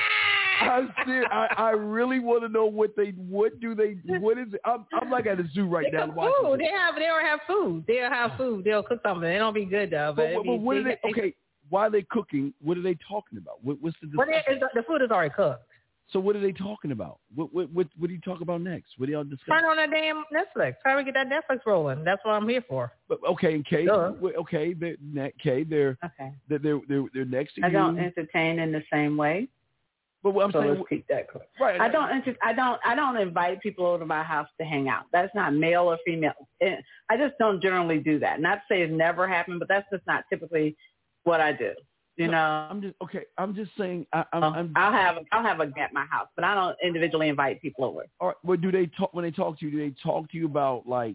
Speaker 3: I'm ser- I, I really want to know what they what do they what is it? I'm I'm like at a zoo right
Speaker 4: They
Speaker 3: now
Speaker 4: cook
Speaker 3: watching.
Speaker 4: food.
Speaker 3: this.
Speaker 4: They have. They don't have food. They'll have food. They'll cook something. It don't be good though. But,
Speaker 3: But,
Speaker 4: it
Speaker 3: but,
Speaker 4: be-
Speaker 3: what are they?
Speaker 4: they-
Speaker 3: Okay, why are they cooking? What are they talking about? What, what's the
Speaker 4: But it,
Speaker 3: discussion?
Speaker 4: it's- the food is already cooked.
Speaker 3: So what are they talking about? What what what, what do you talk about next? What do y'all discuss?
Speaker 4: Turn on that damn Netflix. Try to get that Netflix rolling. That's what I'm here for.
Speaker 3: But, okay, and Kay,
Speaker 4: Duh.
Speaker 3: wait, okay, they're ne- Kay, they're
Speaker 5: Okay.
Speaker 3: they're they're they're, they're next to
Speaker 5: I
Speaker 3: you.
Speaker 5: don't entertain in the same way.
Speaker 3: but what I'm
Speaker 5: So
Speaker 3: saying,
Speaker 5: let's keep that clear.
Speaker 3: right?
Speaker 5: I don't enter, I don't I don't invite people over to my house to hang out. That's not male or female. And I just don't generally do that. Not to say it's never happened, but that's just not typically what I do. You know, Uh,
Speaker 3: I'm just okay. I'm just saying. I, I'm, I'm,
Speaker 5: I'll have I'll have a at my house, but I don't individually invite people over.
Speaker 3: all right, well, do they talk when they talk to you? Do they talk to you about like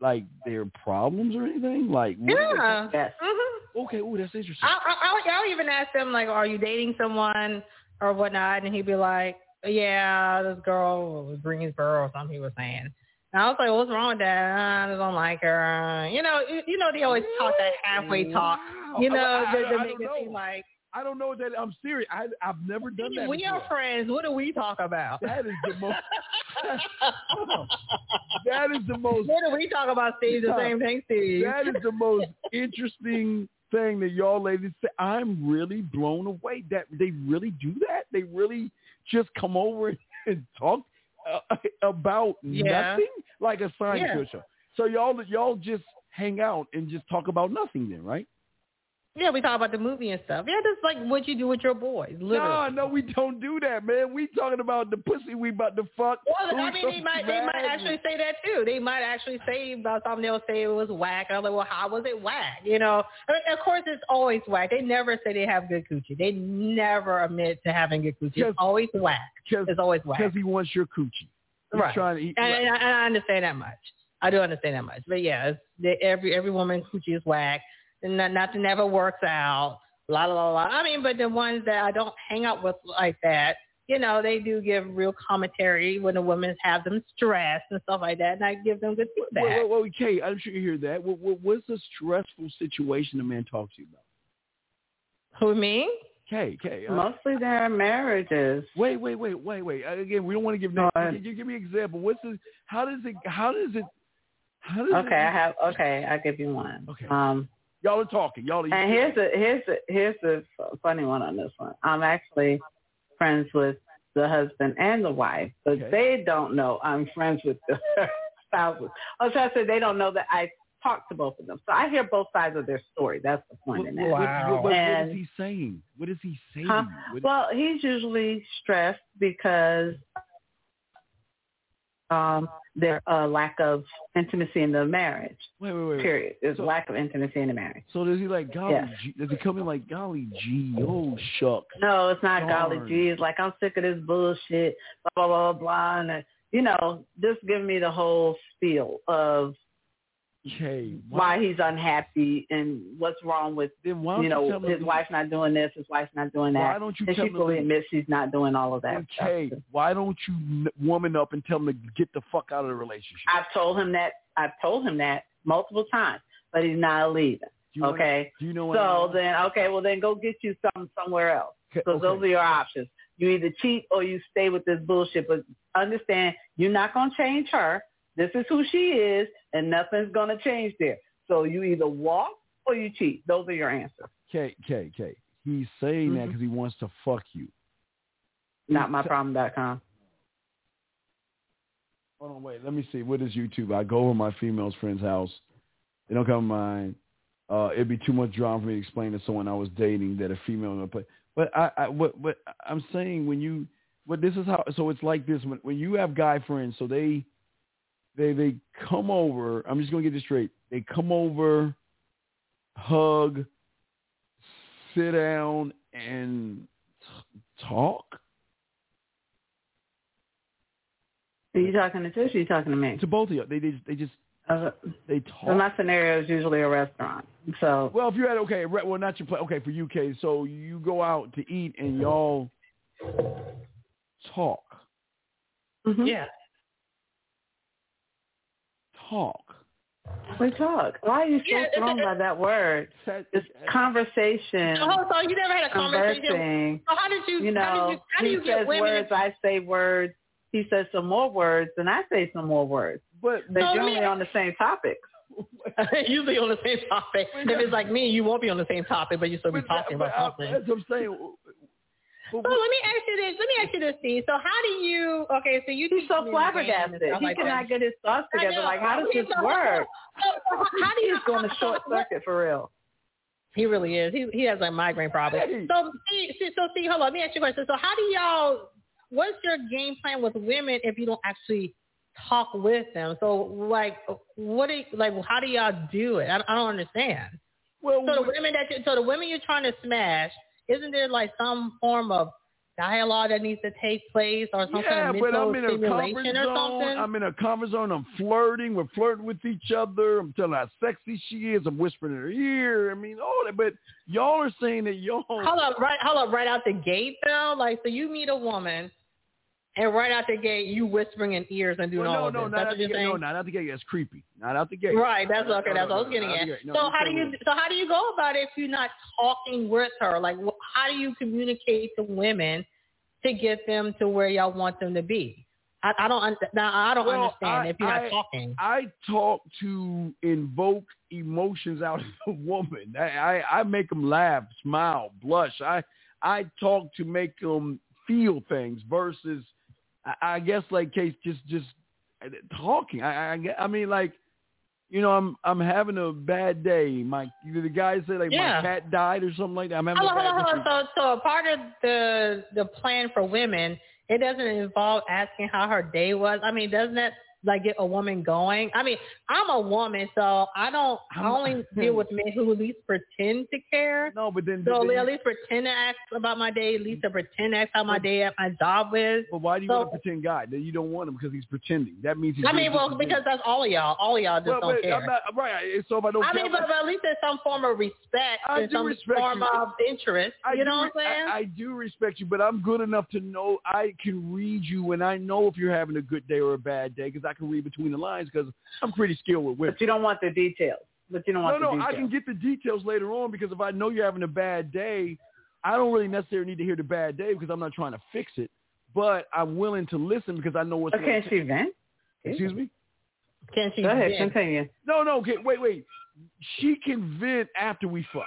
Speaker 3: like their problems or anything? Like what do they-
Speaker 4: Yeah.
Speaker 5: Yes.
Speaker 4: hmm
Speaker 3: okay, ooh, that's interesting.
Speaker 4: I'll, I'll, I'll even ask them like, "Are you dating someone or whatnot?" And he'd be like, "Yeah, this girl was Greensboro or something." He was saying, and I was like, "What's wrong with that? Uh, I don't like her." You know, you, you know, they always talk that halfway talk. You know,
Speaker 3: Mm-hmm. I- I-
Speaker 4: they, they
Speaker 3: I
Speaker 4: make
Speaker 3: don't
Speaker 4: it seem
Speaker 3: know.
Speaker 4: like
Speaker 3: I don't know that I'm serious. I, I've never done that.
Speaker 4: we are
Speaker 3: before.
Speaker 4: friends. What do we talk about?
Speaker 3: That is the most. that is the most.
Speaker 4: what do we talk about, Steve? The
Speaker 3: Yeah.
Speaker 4: same thing, Steve.
Speaker 3: That is the most interesting thing that y'all ladies say. I'm really blown away that they really do that. They really just come over and talk uh, about
Speaker 4: Yeah.
Speaker 3: nothing, like a sign
Speaker 4: Yeah.
Speaker 3: to a show. So y'all, y'all just hang out and just talk about nothing, then, right?
Speaker 4: yeah, we talk about the movie and stuff. Yeah, just like what you do with your boys, literally.
Speaker 3: No, no, we don't do that, man. We talking about the pussy we about to fuck.
Speaker 4: Well, I
Speaker 3: Who's
Speaker 4: mean, they
Speaker 3: gonna
Speaker 4: might they might
Speaker 3: marry?
Speaker 4: actually say that too. They might actually say about something. They'll say it was whack, and I'm like, well, how was it whack? You know, I mean, of course it's always whack. They never say they have good coochie. They never admit to having good coochie.
Speaker 3: Yes.
Speaker 4: It's always whack.
Speaker 3: Cause,
Speaker 4: It's always whack.
Speaker 3: 'cause he wants your coochie. He's
Speaker 4: Right.
Speaker 3: trying to eat.
Speaker 4: And, and, I, and I understand that much. I do understand that much. But yeah, it's, they, every every woman coochie is whack, and not, nothing ever works out. La la la la. I mean, but the ones that I don't hang out with like that, you know, they do give real commentary when the women have them stressed and stuff like that, and I give them good feedback.
Speaker 3: Well, well, well, Kay, I'm sure you hear that. What, what, what's a stressful situation a man talks to you about?
Speaker 4: Who me?
Speaker 3: Kay, Kay. uh,
Speaker 5: Mostly their marriages.
Speaker 3: wait, wait, wait, wait, wait. Uh, Again, we don't want to give names.
Speaker 5: No, I-
Speaker 3: Can you give me an example? What's the? How does it? How does it? How does
Speaker 5: Okay, I
Speaker 3: It,
Speaker 5: have. Okay, I'll give you one.
Speaker 3: Okay.
Speaker 5: Um,
Speaker 3: y'all are talking. Y'all are.
Speaker 5: and here's a here's a here's a f- funny one on this one. I'm actually friends with the husband and the wife, but
Speaker 3: Okay.
Speaker 5: they don't know I'm friends with the spouses. Oh, so I said they don't know that I talked to both of them. So I hear both sides of their story. That's the
Speaker 3: what,
Speaker 5: point in that.
Speaker 3: what- what- what- what
Speaker 5: And-
Speaker 3: is he saying? What is he saying?
Speaker 5: Huh?
Speaker 3: What-
Speaker 5: Well, he's usually stressed because um their uh, lack of intimacy in the marriage.
Speaker 3: wait, wait, wait. wait.
Speaker 5: Period. There's
Speaker 3: So-
Speaker 5: lack of intimacy in the marriage.
Speaker 3: So does he like golly?
Speaker 5: Yeah.
Speaker 3: G, does he come in like golly gee? Oh shucks.
Speaker 5: No, it's not
Speaker 3: Darn.
Speaker 5: golly geez. Like I'm sick of this bullshit. Blah blah blah blah. And uh, you know, just give me the whole spiel of
Speaker 3: Kay,
Speaker 5: why he's unhappy and what's wrong with
Speaker 3: Then why don't
Speaker 5: you
Speaker 3: you
Speaker 5: know
Speaker 3: tell him?
Speaker 5: his wife not doing this, his wife's not doing
Speaker 3: why
Speaker 5: that.
Speaker 3: don't you
Speaker 5: And
Speaker 3: tell
Speaker 5: she
Speaker 3: him?
Speaker 5: fully admits she's not doing all of that. stuff.
Speaker 3: Okay, why don't you n- woman up and tell him to get the fuck out of the relationship?
Speaker 5: I've told him that. I've told him that multiple times, but he's not leaving.
Speaker 3: Do you know what-
Speaker 5: Okay.
Speaker 3: do you know what? I
Speaker 5: So
Speaker 3: mean?
Speaker 5: then, okay, well then go get you some somewhere else.
Speaker 3: Okay,
Speaker 5: So those
Speaker 3: okay.
Speaker 5: are your options. You either cheat or you stay with this bullshit. But understand, you're not gonna change her. This is who she is, and nothing's gonna change there. So you either walk or you cheat. Those are your answers.
Speaker 3: K K K. He's saying that
Speaker 5: Mm-hmm.
Speaker 3: because he wants to fuck you.
Speaker 5: Not myproblem.com.
Speaker 3: Hold on, wait. Let me see. What is YouTube? I go over to my female's friend's house. They don't come to mind. Uh, it'd be too much drama for me to explain to someone I was dating that a female would play. But I, I what, what I'm saying when you, what this is how. So it's like this when when you have guy friends. So they, they they come over. I'm just gonna get this straight. They come over, hug, sit down, and t- talk.
Speaker 5: Are you talking to Tish? Or are you talking to me?
Speaker 3: to both of you. They they just they just
Speaker 5: Uh,
Speaker 3: they
Speaker 5: so
Speaker 3: talk.
Speaker 5: my scenario is usually a restaurant. So
Speaker 3: well, if you're at okay, re- well not your place. Okay, for UK, so you go out to eat and y'all talk,
Speaker 5: mhm.
Speaker 4: Yeah.
Speaker 3: talk.
Speaker 5: We talk. Why are you so
Speaker 4: Yeah, it's-
Speaker 5: thrown by that word?
Speaker 3: That-
Speaker 5: It's conversation,
Speaker 4: Oh, so you never had a conversation?
Speaker 5: conversing.
Speaker 4: So how did you?
Speaker 5: You
Speaker 4: how
Speaker 5: know,
Speaker 4: did you? How do you
Speaker 5: he says
Speaker 4: get women?
Speaker 5: words, I say words. He says some more words, and I say some more words.
Speaker 3: but
Speaker 5: They're
Speaker 4: So
Speaker 5: generally
Speaker 4: me-
Speaker 5: on the same topic.
Speaker 4: Usually on the same topic. If it's like me, you won't be on the same topic, but you still be
Speaker 3: but,
Speaker 4: talking
Speaker 3: but
Speaker 4: about
Speaker 3: I-
Speaker 4: something.
Speaker 3: that's what I'm saying. But,
Speaker 4: Well, let me ask you this. Let me ask you this, Steve. So how do you? Okay, so you
Speaker 5: He's
Speaker 4: teach
Speaker 5: so
Speaker 4: men games
Speaker 5: flabbergasted.
Speaker 4: and stuff
Speaker 5: He
Speaker 4: like that.
Speaker 5: cannot get his thoughts
Speaker 4: I
Speaker 5: together.
Speaker 4: know.
Speaker 5: Like, how does
Speaker 4: He's
Speaker 5: this
Speaker 4: so-
Speaker 5: work?
Speaker 4: So, so how do you?
Speaker 5: He's going to short circuit for real.
Speaker 4: He really is. He he has like migraine
Speaker 3: Hey.
Speaker 4: problems. So see, see- so see, hold on. Let me ask you a question. So how do y'all? What's your game plan with women if you don't actually talk with them? So like, what do you, like? How do y'all do it? I, I don't understand.
Speaker 3: well,
Speaker 4: So the
Speaker 3: what-
Speaker 4: women that you, so the women you're trying to smash, isn't there like some form of dialogue that needs to take place or some
Speaker 3: yeah,
Speaker 4: kind of
Speaker 3: but
Speaker 4: mental
Speaker 3: I'm in a comfort
Speaker 4: stimulation
Speaker 3: zone.
Speaker 4: or something.
Speaker 3: I'm in a comfort zone. I'm flirting. We're flirting with each other. I'm telling her how sexy she is. I'm whispering in her ear. I mean, all that. But y'all are saying that y'all.
Speaker 4: Hold up, right? Hold up, right out the gate though. Like, so you meet a woman, and right out the gate, you whispering in ears and doing
Speaker 3: Well,
Speaker 4: all
Speaker 3: no,
Speaker 4: of
Speaker 3: no, not
Speaker 4: this. That's
Speaker 3: out
Speaker 4: what
Speaker 3: the
Speaker 4: you're
Speaker 3: gate.
Speaker 4: saying.
Speaker 3: No, not out the gate. That's creepy. Not out the gate.
Speaker 4: Right, that's
Speaker 3: No,
Speaker 4: okay.
Speaker 3: no,
Speaker 4: That's
Speaker 3: no,
Speaker 4: what I was
Speaker 3: no,
Speaker 4: getting
Speaker 3: not out
Speaker 4: at.
Speaker 3: the gate. No,
Speaker 4: so
Speaker 3: you
Speaker 4: how do
Speaker 3: said
Speaker 4: you?
Speaker 3: it.
Speaker 4: So how do you go about it if you're not talking with her? Like, wh- how do you communicate to women to get them to where y'all want them to be? I, I don't. un- Now I don't
Speaker 3: Well,
Speaker 4: understand
Speaker 3: I-
Speaker 4: if you're
Speaker 3: I-
Speaker 4: not talking.
Speaker 3: I talk to invoke emotions out of the woman. I, I, I make them laugh, smile, blush. I I talk to make them feel things versus, I, I guess, like Case just just talking. I, I I- I mean like. You know, I'm I'm having a bad day. My the guy said like
Speaker 4: Yeah.
Speaker 3: my cat died or something like that. I'm having
Speaker 4: Hold
Speaker 3: a
Speaker 4: on,
Speaker 3: bad
Speaker 4: hold
Speaker 3: day.
Speaker 4: on, hold on. So, so a part of the the plan for women, it doesn't involve asking how her day was. I mean, doesn't that like get a woman going? I mean, I'm a woman, so I don't. I only deal with men who at least pretend to care.
Speaker 3: No, but then
Speaker 4: so
Speaker 3: then-
Speaker 4: they at least pretend to ask about my day. At least to pretend to ask how my day at my job is.
Speaker 3: But why do you
Speaker 4: So-
Speaker 3: want to pretend God? That you don't want him because he's pretending. That means he's.
Speaker 4: I mean, well,
Speaker 3: disobedient.
Speaker 4: because that's all of y'all. All of y'all just
Speaker 3: Well,
Speaker 4: don't
Speaker 3: but
Speaker 4: care.
Speaker 3: I'm not, right. So if I don't
Speaker 4: I
Speaker 3: care,
Speaker 4: mean, but, but at least there's some form of respect
Speaker 3: I
Speaker 4: and
Speaker 3: do
Speaker 4: some
Speaker 3: respect
Speaker 4: form
Speaker 3: you.
Speaker 4: of interest.
Speaker 3: I
Speaker 4: you
Speaker 3: do,
Speaker 4: know what I'm saying?
Speaker 3: I, I do respect you, but I'm good enough to know I can read you, and I know if you're having a good day or a bad day because I can read between the lines because I'm pretty skilled with women.
Speaker 11: But you don't want the details. But you don't
Speaker 3: No,
Speaker 11: want
Speaker 3: no,
Speaker 11: the
Speaker 3: I
Speaker 11: details.
Speaker 3: can get the details later on because if I know you're having a bad day, I don't really necessarily need to hear the bad day because I'm not trying to fix it. But I'm willing to listen because I know what's.
Speaker 11: But can she vent?
Speaker 3: Excuse me.
Speaker 4: Can she
Speaker 11: Go ahead,
Speaker 4: vent?
Speaker 11: continue.
Speaker 3: No, no, okay, wait, wait. She can vent after we fuck.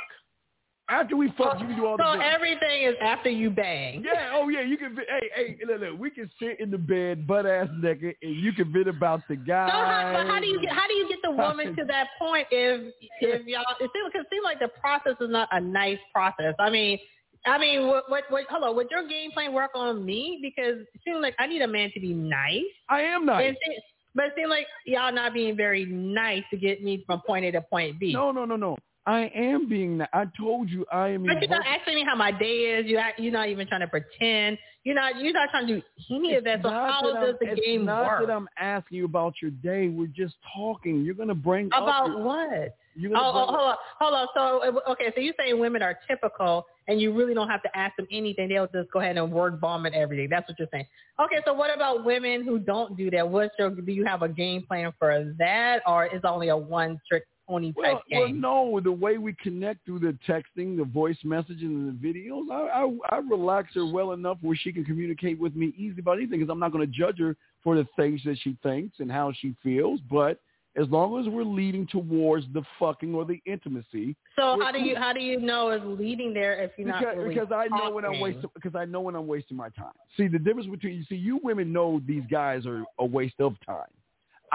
Speaker 3: After we fuck, you can do all the
Speaker 4: So
Speaker 3: venting.
Speaker 4: everything is after you bang.
Speaker 3: Yeah, oh yeah, you can. vi- Hey, hey, look, look, we can sit in the bed, butt ass naked, and you can vent about the guy.
Speaker 4: So how, but how do you get how do you get the woman to that point if if y'all it seems because seem like the process is not a nice process. I mean, I mean, what what what? Hello, would your game plan work on me? Because it seems like I need a man to be nice.
Speaker 3: I am nice.
Speaker 4: It seem- but it seems like y'all not being very nice to get me from point A to point B.
Speaker 3: No, no, no, no. I am being. ni- I told you, I am.
Speaker 4: But you're not
Speaker 3: invoking-
Speaker 4: asking me how my day is. You act, you're not even trying to pretend. You're not you're not trying to do any of that. So
Speaker 3: Not
Speaker 4: how
Speaker 3: that I'm-
Speaker 4: does the
Speaker 3: it's
Speaker 4: game
Speaker 3: not
Speaker 4: work?
Speaker 3: that I'm asking you about your day. We're just talking. You're gonna bring up
Speaker 4: About
Speaker 3: your-
Speaker 4: what?
Speaker 3: You're
Speaker 4: Oh,
Speaker 3: gonna
Speaker 4: oh,
Speaker 3: bring-
Speaker 4: hold on, hold on. So uh, okay, so you're saying women are typical, and you really don't have to ask them anything. They'll just go ahead and word bomb and everything. That's what you're saying. Okay, so what about women who don't do that? What's your? Do you have a game plan for that, or is it only a one trick pony type
Speaker 3: Well, well,
Speaker 4: game?
Speaker 3: no. The way we connect through the texting, the voice messaging, and the videos, I, I, I relax her well enough where she can communicate with me easily about anything because I'm not going to judge her for the things that she thinks and how she feels. But as long as we're leading towards the fucking or the intimacy,
Speaker 4: So
Speaker 3: we're
Speaker 4: how do
Speaker 3: cool.
Speaker 4: you how do you know is leading there if you're
Speaker 3: Because,
Speaker 4: not really
Speaker 3: because I know when I'm
Speaker 4: talking?
Speaker 3: wasting because I know when I'm wasting my time. See the difference between you see you women know these guys are a waste of time.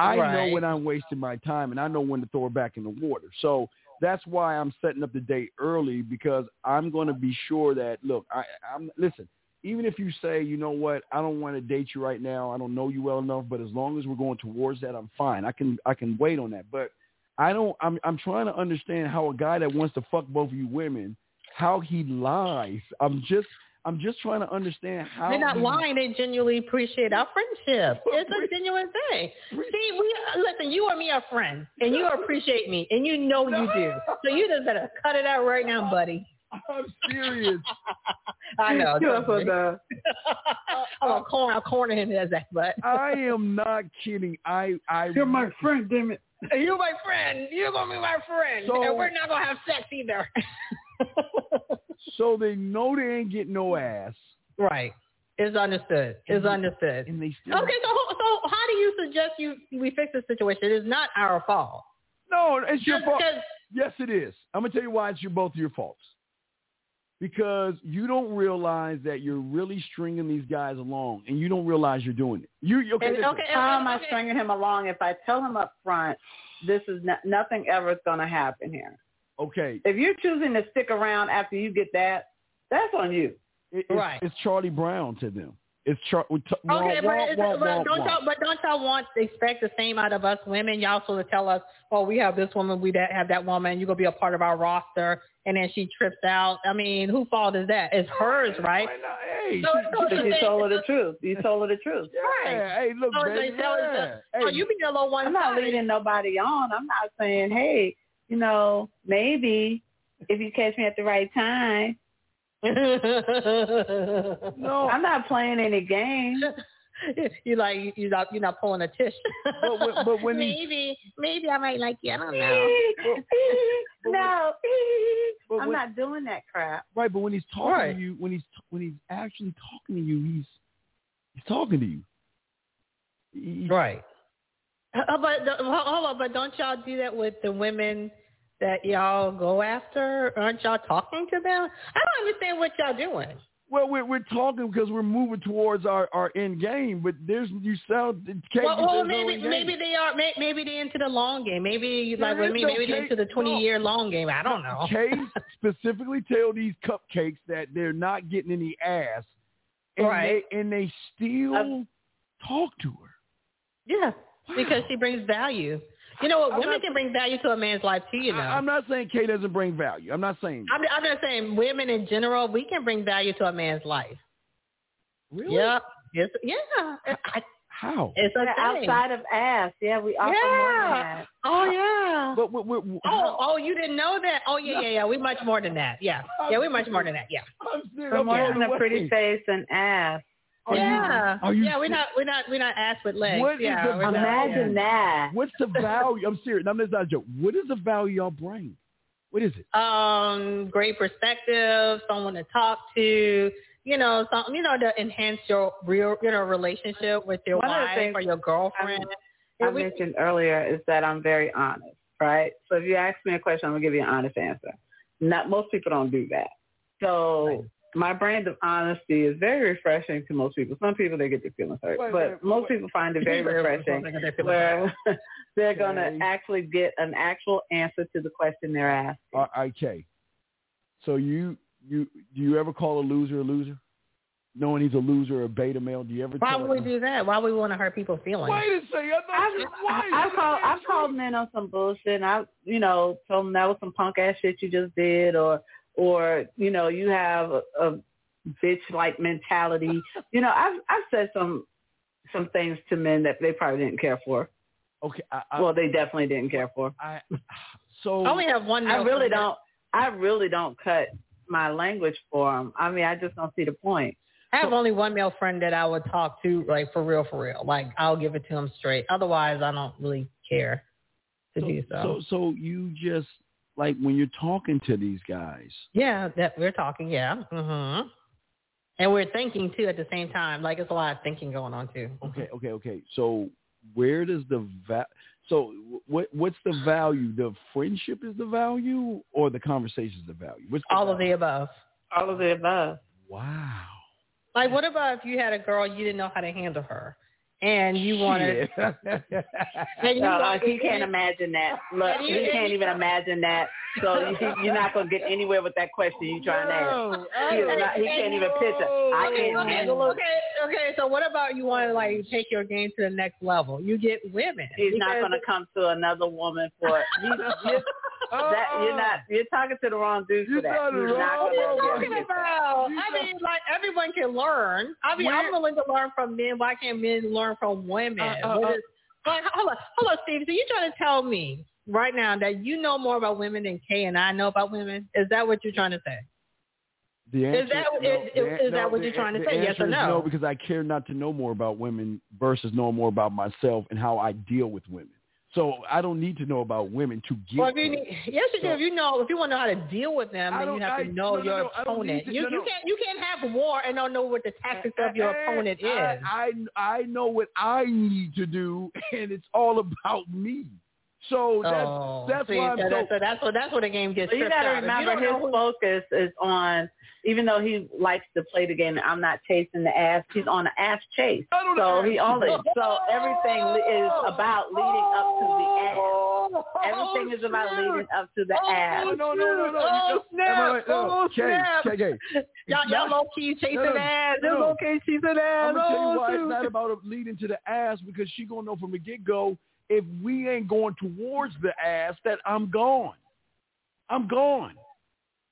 Speaker 3: I know
Speaker 4: Right.
Speaker 3: when I'm wasting my time and I know when to throw it back in the water. So that's why I'm setting up the date early because I'm going to be sure that look, I, I'm listen. Even if you say, you know what, I don't want to date you right now. I don't know you well enough, but as long as we're going towards that, I'm fine. I can I can wait on that. But I don't. I'm I'm trying to understand how a guy that wants to fuck both of you women, how he lies. I'm just I'm just trying to understand how
Speaker 4: They're not
Speaker 3: he-
Speaker 4: lying. They genuinely appreciate our friendship. It's a genuine thing. See, we listen. You and me are friends, and you appreciate me, and you know you do. So you just better cut it out right now, buddy.
Speaker 3: I'm serious.
Speaker 4: I know.
Speaker 11: You up for
Speaker 4: the? I'm gonna corner, I'll corner him as that, but
Speaker 3: I am not kidding. I I you're my
Speaker 11: friend, damn it.
Speaker 4: you're my friend. You're gonna be my friend,
Speaker 3: So-
Speaker 4: and we're not gonna have sex either.
Speaker 3: So they know they ain't getting no ass.
Speaker 4: Right. It's understood. It's understood.
Speaker 3: And they still
Speaker 4: Okay, so who- so how do you suggest you we fix the situation? It is not our fault.
Speaker 3: No, it's your
Speaker 4: Just
Speaker 3: fault.
Speaker 4: because-
Speaker 3: Yes, it is. I'm gonna tell you why it's your both of your faults. Because you don't realize that you're really stringing these guys along, and you don't realize you're doing it. You okay?
Speaker 4: And-
Speaker 3: listen.
Speaker 4: okay,
Speaker 11: How am I
Speaker 4: okay.
Speaker 11: stringing him along if I tell him up front, this is not, nothing ever is going to happen here?
Speaker 3: okay.
Speaker 11: If you're choosing to stick around after you get that, that's on you.
Speaker 3: It, it's,
Speaker 4: Right.
Speaker 3: it's Charlie Brown to them. It's char- we t-
Speaker 4: Okay, but,
Speaker 3: wah,
Speaker 4: is
Speaker 3: wah, wah,
Speaker 4: it, but don't
Speaker 3: wah.
Speaker 4: y'all but don't y'all want to expect the same out of us women? Y'all supposed to tell us, oh, we have this woman, we that have that woman. You gonna be a part of our roster, and then she trips out. I mean, whose fault is that? It's hers, right?
Speaker 3: Hey,
Speaker 4: So it's
Speaker 5: But
Speaker 4: the
Speaker 5: you
Speaker 4: same-
Speaker 5: told her the truth. You told her the truth.
Speaker 4: Right.
Speaker 3: Hey, look,
Speaker 4: So it's
Speaker 3: baby,
Speaker 4: like, tell us that,
Speaker 3: yeah.
Speaker 4: oh,
Speaker 3: Hey.
Speaker 4: you be a little one
Speaker 5: I'm not leading nobody on. I'm not saying, hey, you know, maybe if you catch me at the right time.
Speaker 3: No,
Speaker 5: I'm not playing any games.
Speaker 4: you like you not you not pulling a tish.
Speaker 3: But when- but when you-
Speaker 4: maybe maybe I might like you. I don't know.
Speaker 5: no,
Speaker 3: but
Speaker 5: I'm
Speaker 3: when-
Speaker 5: not doing that crap.
Speaker 3: right, but when he's talking
Speaker 4: Right.
Speaker 3: to you, when he's when he's actually talking to you, he's he's talking to you. He-
Speaker 12: Right.
Speaker 4: Uh, but the, hold hold on, but don't y'all do that with the women that y'all go after? Aren't y'all talking to them? I don't understand what y'all doing.
Speaker 3: Well, we're we're talking because we're moving towards our our end game, but there's you sound. Kate,
Speaker 4: Well, well
Speaker 3: there's no
Speaker 4: maybe
Speaker 3: end game.
Speaker 4: maybe they are. May, maybe they into the long game. Maybe
Speaker 3: No,
Speaker 4: like with
Speaker 3: that's
Speaker 4: me, maybe
Speaker 3: okay.
Speaker 4: they into the twenty year long game. I don't know.
Speaker 3: Kay specifically tell these cupcakes that they're not getting any ass, and
Speaker 4: Right.
Speaker 3: they and they still
Speaker 5: Uh,
Speaker 3: talk to her.
Speaker 4: Yeah, because she brings value. You know what?
Speaker 3: I'm
Speaker 4: women
Speaker 3: not-
Speaker 4: can bring value to a man's life too. You know.
Speaker 3: I, am not saying Kay doesn't bring value. I'm not saying
Speaker 4: I'm, I'm just saying, women in general, we can bring value to a man's life.
Speaker 3: really.
Speaker 4: Yep. It's, yeah. It's,
Speaker 3: How?
Speaker 4: it's a
Speaker 5: We're
Speaker 4: thing.
Speaker 5: outside of ass. Yeah, we offer more than
Speaker 4: Yeah.
Speaker 5: that.
Speaker 4: Oh yeah.
Speaker 3: But we we
Speaker 4: Oh, oh, you didn't know that? Oh, yeah, yeah, yeah. We much more than that. Yeah, yeah, we much more than that. Yeah,
Speaker 3: I'm saying,
Speaker 5: We're
Speaker 3: I'm
Speaker 5: more
Speaker 3: blown
Speaker 5: than a
Speaker 3: away.
Speaker 5: pretty face and ass.
Speaker 3: Are you-
Speaker 4: yeah,
Speaker 3: are you
Speaker 4: yeah. We're
Speaker 3: ser-
Speaker 4: not, we're not, we're not ass with legs.
Speaker 3: What is
Speaker 4: yeah,
Speaker 3: the-
Speaker 4: we're not-
Speaker 5: Imagine that.
Speaker 3: What's the value? I'm serious. I'm just not a joke. What is the value y'all bring? What is it?
Speaker 4: yeah. Um, great perspective, someone to talk to. You know, something. You know, to enhance your real, you know, relationship with your
Speaker 5: One of the
Speaker 4: wife
Speaker 5: things Um,
Speaker 4: or your girlfriend.
Speaker 5: I
Speaker 4: And we-
Speaker 5: mentioned earlier is that I'm very honest, right? So if you ask me a question, I'm gonna give you an honest answer. Not most people don't do that. So my brand of honesty is very refreshing to most people. Some people they get their feelings hurt,
Speaker 3: Wait,
Speaker 5: but
Speaker 3: wait,
Speaker 5: most
Speaker 3: wait.
Speaker 5: people find it very refreshing where they're gonna
Speaker 3: Okay.
Speaker 5: actually get an actual answer to the question they're asked.
Speaker 3: All right, Kay. So you you do you ever call a loser a loser? Knowing he's a loser or a beta male, do you ever?
Speaker 4: Why
Speaker 3: tell
Speaker 4: would we
Speaker 3: him-
Speaker 4: do that? Why would we want to hurt people's feelings?
Speaker 3: Wait a second. I thought
Speaker 5: I've,
Speaker 3: you- why?
Speaker 5: I've called I've called men on some bullshit. And I you know told them that was some punk ass shit you just did, or or you know you have a, a bitch like mentality. you know I've I've said some some things to men that they probably didn't care for.
Speaker 3: Okay. I, I,
Speaker 5: well, they definitely didn't care for.
Speaker 3: I so
Speaker 4: I only have one.
Speaker 5: I
Speaker 4: note
Speaker 5: really
Speaker 4: from that.
Speaker 5: don't. I really don't cut my language for them. I mean, I just don't see the point.
Speaker 4: I have only one male friend that I would talk to, like for real, for real. Like I'll give it to him straight. Otherwise, I don't really care to do so.
Speaker 3: so so you just like when you're talking to these guys.
Speaker 4: yeah, that we're talking. Yeah. hmm And we're thinking too at the same time. Like it's a lot of thinking going on too.
Speaker 3: Okay, okay, okay. So where does the va- so what what's the value? The friendship is the value, or the conversation is the value? What's the
Speaker 4: All of the
Speaker 3: value?
Speaker 4: above.
Speaker 5: All of the
Speaker 4: Uh,
Speaker 5: above.
Speaker 3: Wow.
Speaker 4: Like what about if you had a girl you didn't know how to handle her, and you wanted
Speaker 3: Shit.
Speaker 4: and you,
Speaker 5: No,
Speaker 4: wanted-
Speaker 5: like, he can't imagine that. Look,
Speaker 4: And you-
Speaker 5: he can't even imagine that. So you, you're not gonna get anywhere with that question you're trying to ask.
Speaker 3: No. Oh,
Speaker 5: He, is not, he can't even picture. I
Speaker 4: Okay,
Speaker 5: can't
Speaker 4: okay,
Speaker 5: handle it.
Speaker 4: okay, okay. So what about you want to like take your game to the next level? You get women.
Speaker 5: He's not
Speaker 4: because-
Speaker 5: gonna come to another woman for it. He's, you're, that, you're not. You're talking to the wrong dude
Speaker 3: Oh. You're
Speaker 5: for that.
Speaker 3: not wrong.
Speaker 4: What are
Speaker 5: He's not
Speaker 4: you
Speaker 5: gonna
Speaker 4: talking
Speaker 5: get that.
Speaker 4: about? I mean, like everyone can learn. I mean, I'm willing to learn from men. Why can't men learn from women?
Speaker 3: Uh, uh,
Speaker 4: What
Speaker 3: uh.
Speaker 4: is- like, hold on, hold on, Steve. So you trying to tell me right now that you know more about women than Kay and I know about women? Is that what you're trying to say?
Speaker 3: The answer,
Speaker 4: that-
Speaker 3: no,
Speaker 4: is-
Speaker 3: the an-
Speaker 4: is that
Speaker 3: no,
Speaker 4: what
Speaker 3: the-
Speaker 4: you're trying to
Speaker 3: the
Speaker 4: say, yes
Speaker 3: answer
Speaker 4: or
Speaker 3: is
Speaker 4: no?
Speaker 3: No, because I care not to know more about women versus knowing more about myself and how I deal with women. So I don't need to know about women to get.
Speaker 4: Well, if you
Speaker 3: them.
Speaker 4: need, yes, you do.
Speaker 3: So-
Speaker 4: If you know, if you want to know how to deal with them,
Speaker 3: I
Speaker 4: then
Speaker 3: don't-
Speaker 4: you have
Speaker 3: I-
Speaker 4: to
Speaker 3: no,
Speaker 4: know
Speaker 3: no,
Speaker 4: your
Speaker 3: no, I don't need
Speaker 4: opponent.
Speaker 3: to-
Speaker 4: you
Speaker 3: no,
Speaker 4: you
Speaker 3: no.
Speaker 4: can't you can't have war and don't know what the tactics of your
Speaker 3: And
Speaker 4: opponent is.
Speaker 3: I, I I know what I need to do, and it's all about me. So that's
Speaker 4: oh,
Speaker 3: that's
Speaker 4: see,
Speaker 3: why I'm
Speaker 4: so
Speaker 3: so.
Speaker 4: that's, so that's what that's what the game gets.
Speaker 5: But you
Speaker 4: got to
Speaker 5: remember
Speaker 4: you don't know
Speaker 5: his
Speaker 4: who-
Speaker 5: focus is on even though he likes to play the game, I'm not chasing the ass. He's on an ass chase. So Oh, he only so everything li- is about leading up to the
Speaker 4: Oh,
Speaker 5: ass. Everything is about leading up to the ass.
Speaker 3: No, no, no, no, no.
Speaker 4: Oh,
Speaker 3: You don't-
Speaker 4: snap.
Speaker 3: wait, wait, no.
Speaker 4: Oh,
Speaker 3: Kay,
Speaker 4: snap.
Speaker 3: Kay, Kay.
Speaker 4: Y'all,
Speaker 3: It's
Speaker 4: y'all
Speaker 3: not-
Speaker 4: low key chasing
Speaker 3: no, no,
Speaker 4: ass. They're
Speaker 3: no.
Speaker 4: low key chasing ass.
Speaker 3: I'm gonna tell you why
Speaker 4: Oh,
Speaker 3: it's not
Speaker 4: dude.
Speaker 3: about leading to the ass because she gonna know from the get go if we ain't going towards the ass that I'm gone. I'm gone.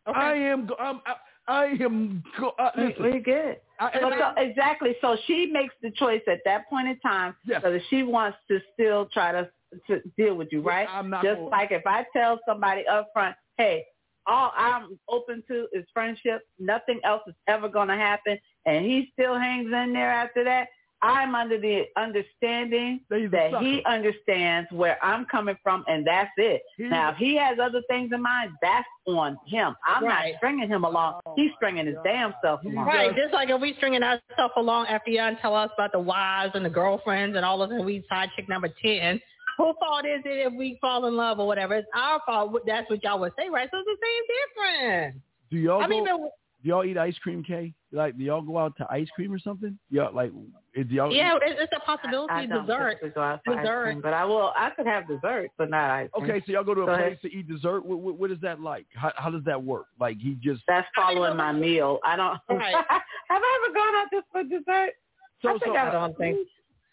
Speaker 3: I am. go- I'm, I, I am. Go- uh,
Speaker 5: We,
Speaker 3: listen,
Speaker 5: we good.
Speaker 3: I,
Speaker 5: But
Speaker 3: I-
Speaker 5: so, exactly. So she makes the choice at that point in time
Speaker 3: Yes.
Speaker 5: whether she wants to still try to, to deal with you, right?
Speaker 3: I'm not
Speaker 5: Just
Speaker 3: gonna-
Speaker 5: like if I tell somebody up front, hey, all I'm open to is friendship. Nothing else is ever going to happen. And he still hangs in there after that. I'm under the understanding
Speaker 3: That he's a
Speaker 5: that
Speaker 3: sucker.
Speaker 5: he understands where I'm coming from, and that's it.
Speaker 3: He's
Speaker 5: now,
Speaker 3: a-
Speaker 5: if he has other things in mind, that's on him. I'm
Speaker 4: Right.
Speaker 5: not stringing him along.
Speaker 3: Oh
Speaker 5: He's stringing his damn self
Speaker 3: He's
Speaker 5: along.
Speaker 4: Right, just like if we stringing ourselves along after y'all tell us about the wives and the girlfriends and all of them, we side chick number ten. Who fault is it if we fall in love or whatever? It's our fault. That's what y'all would say, right? So it's the same difference.
Speaker 3: do y'all
Speaker 4: I
Speaker 3: go,
Speaker 4: mean, the,
Speaker 3: do y'all eat ice cream, Kay? Like, do y'all go out to ice cream or something? Y'all like, eh, do y'all?
Speaker 4: yeah, it's, it's a
Speaker 5: I
Speaker 4: possibility.
Speaker 5: don't
Speaker 4: Dessert.
Speaker 5: typically go out for
Speaker 4: Dessert.
Speaker 5: ice cream, but I will. I could have dessert, but not ice cream.
Speaker 3: Okay, so y'all go to a
Speaker 5: Go
Speaker 3: place
Speaker 5: ahead.
Speaker 3: to eat dessert. What, what, what is that like? How, how does that work? Like, he just
Speaker 5: That's
Speaker 4: I mean,
Speaker 5: following my meal. I don't.
Speaker 4: Right.
Speaker 5: have I ever gone out just for dessert?
Speaker 3: so
Speaker 5: I think
Speaker 3: so
Speaker 5: I don't think.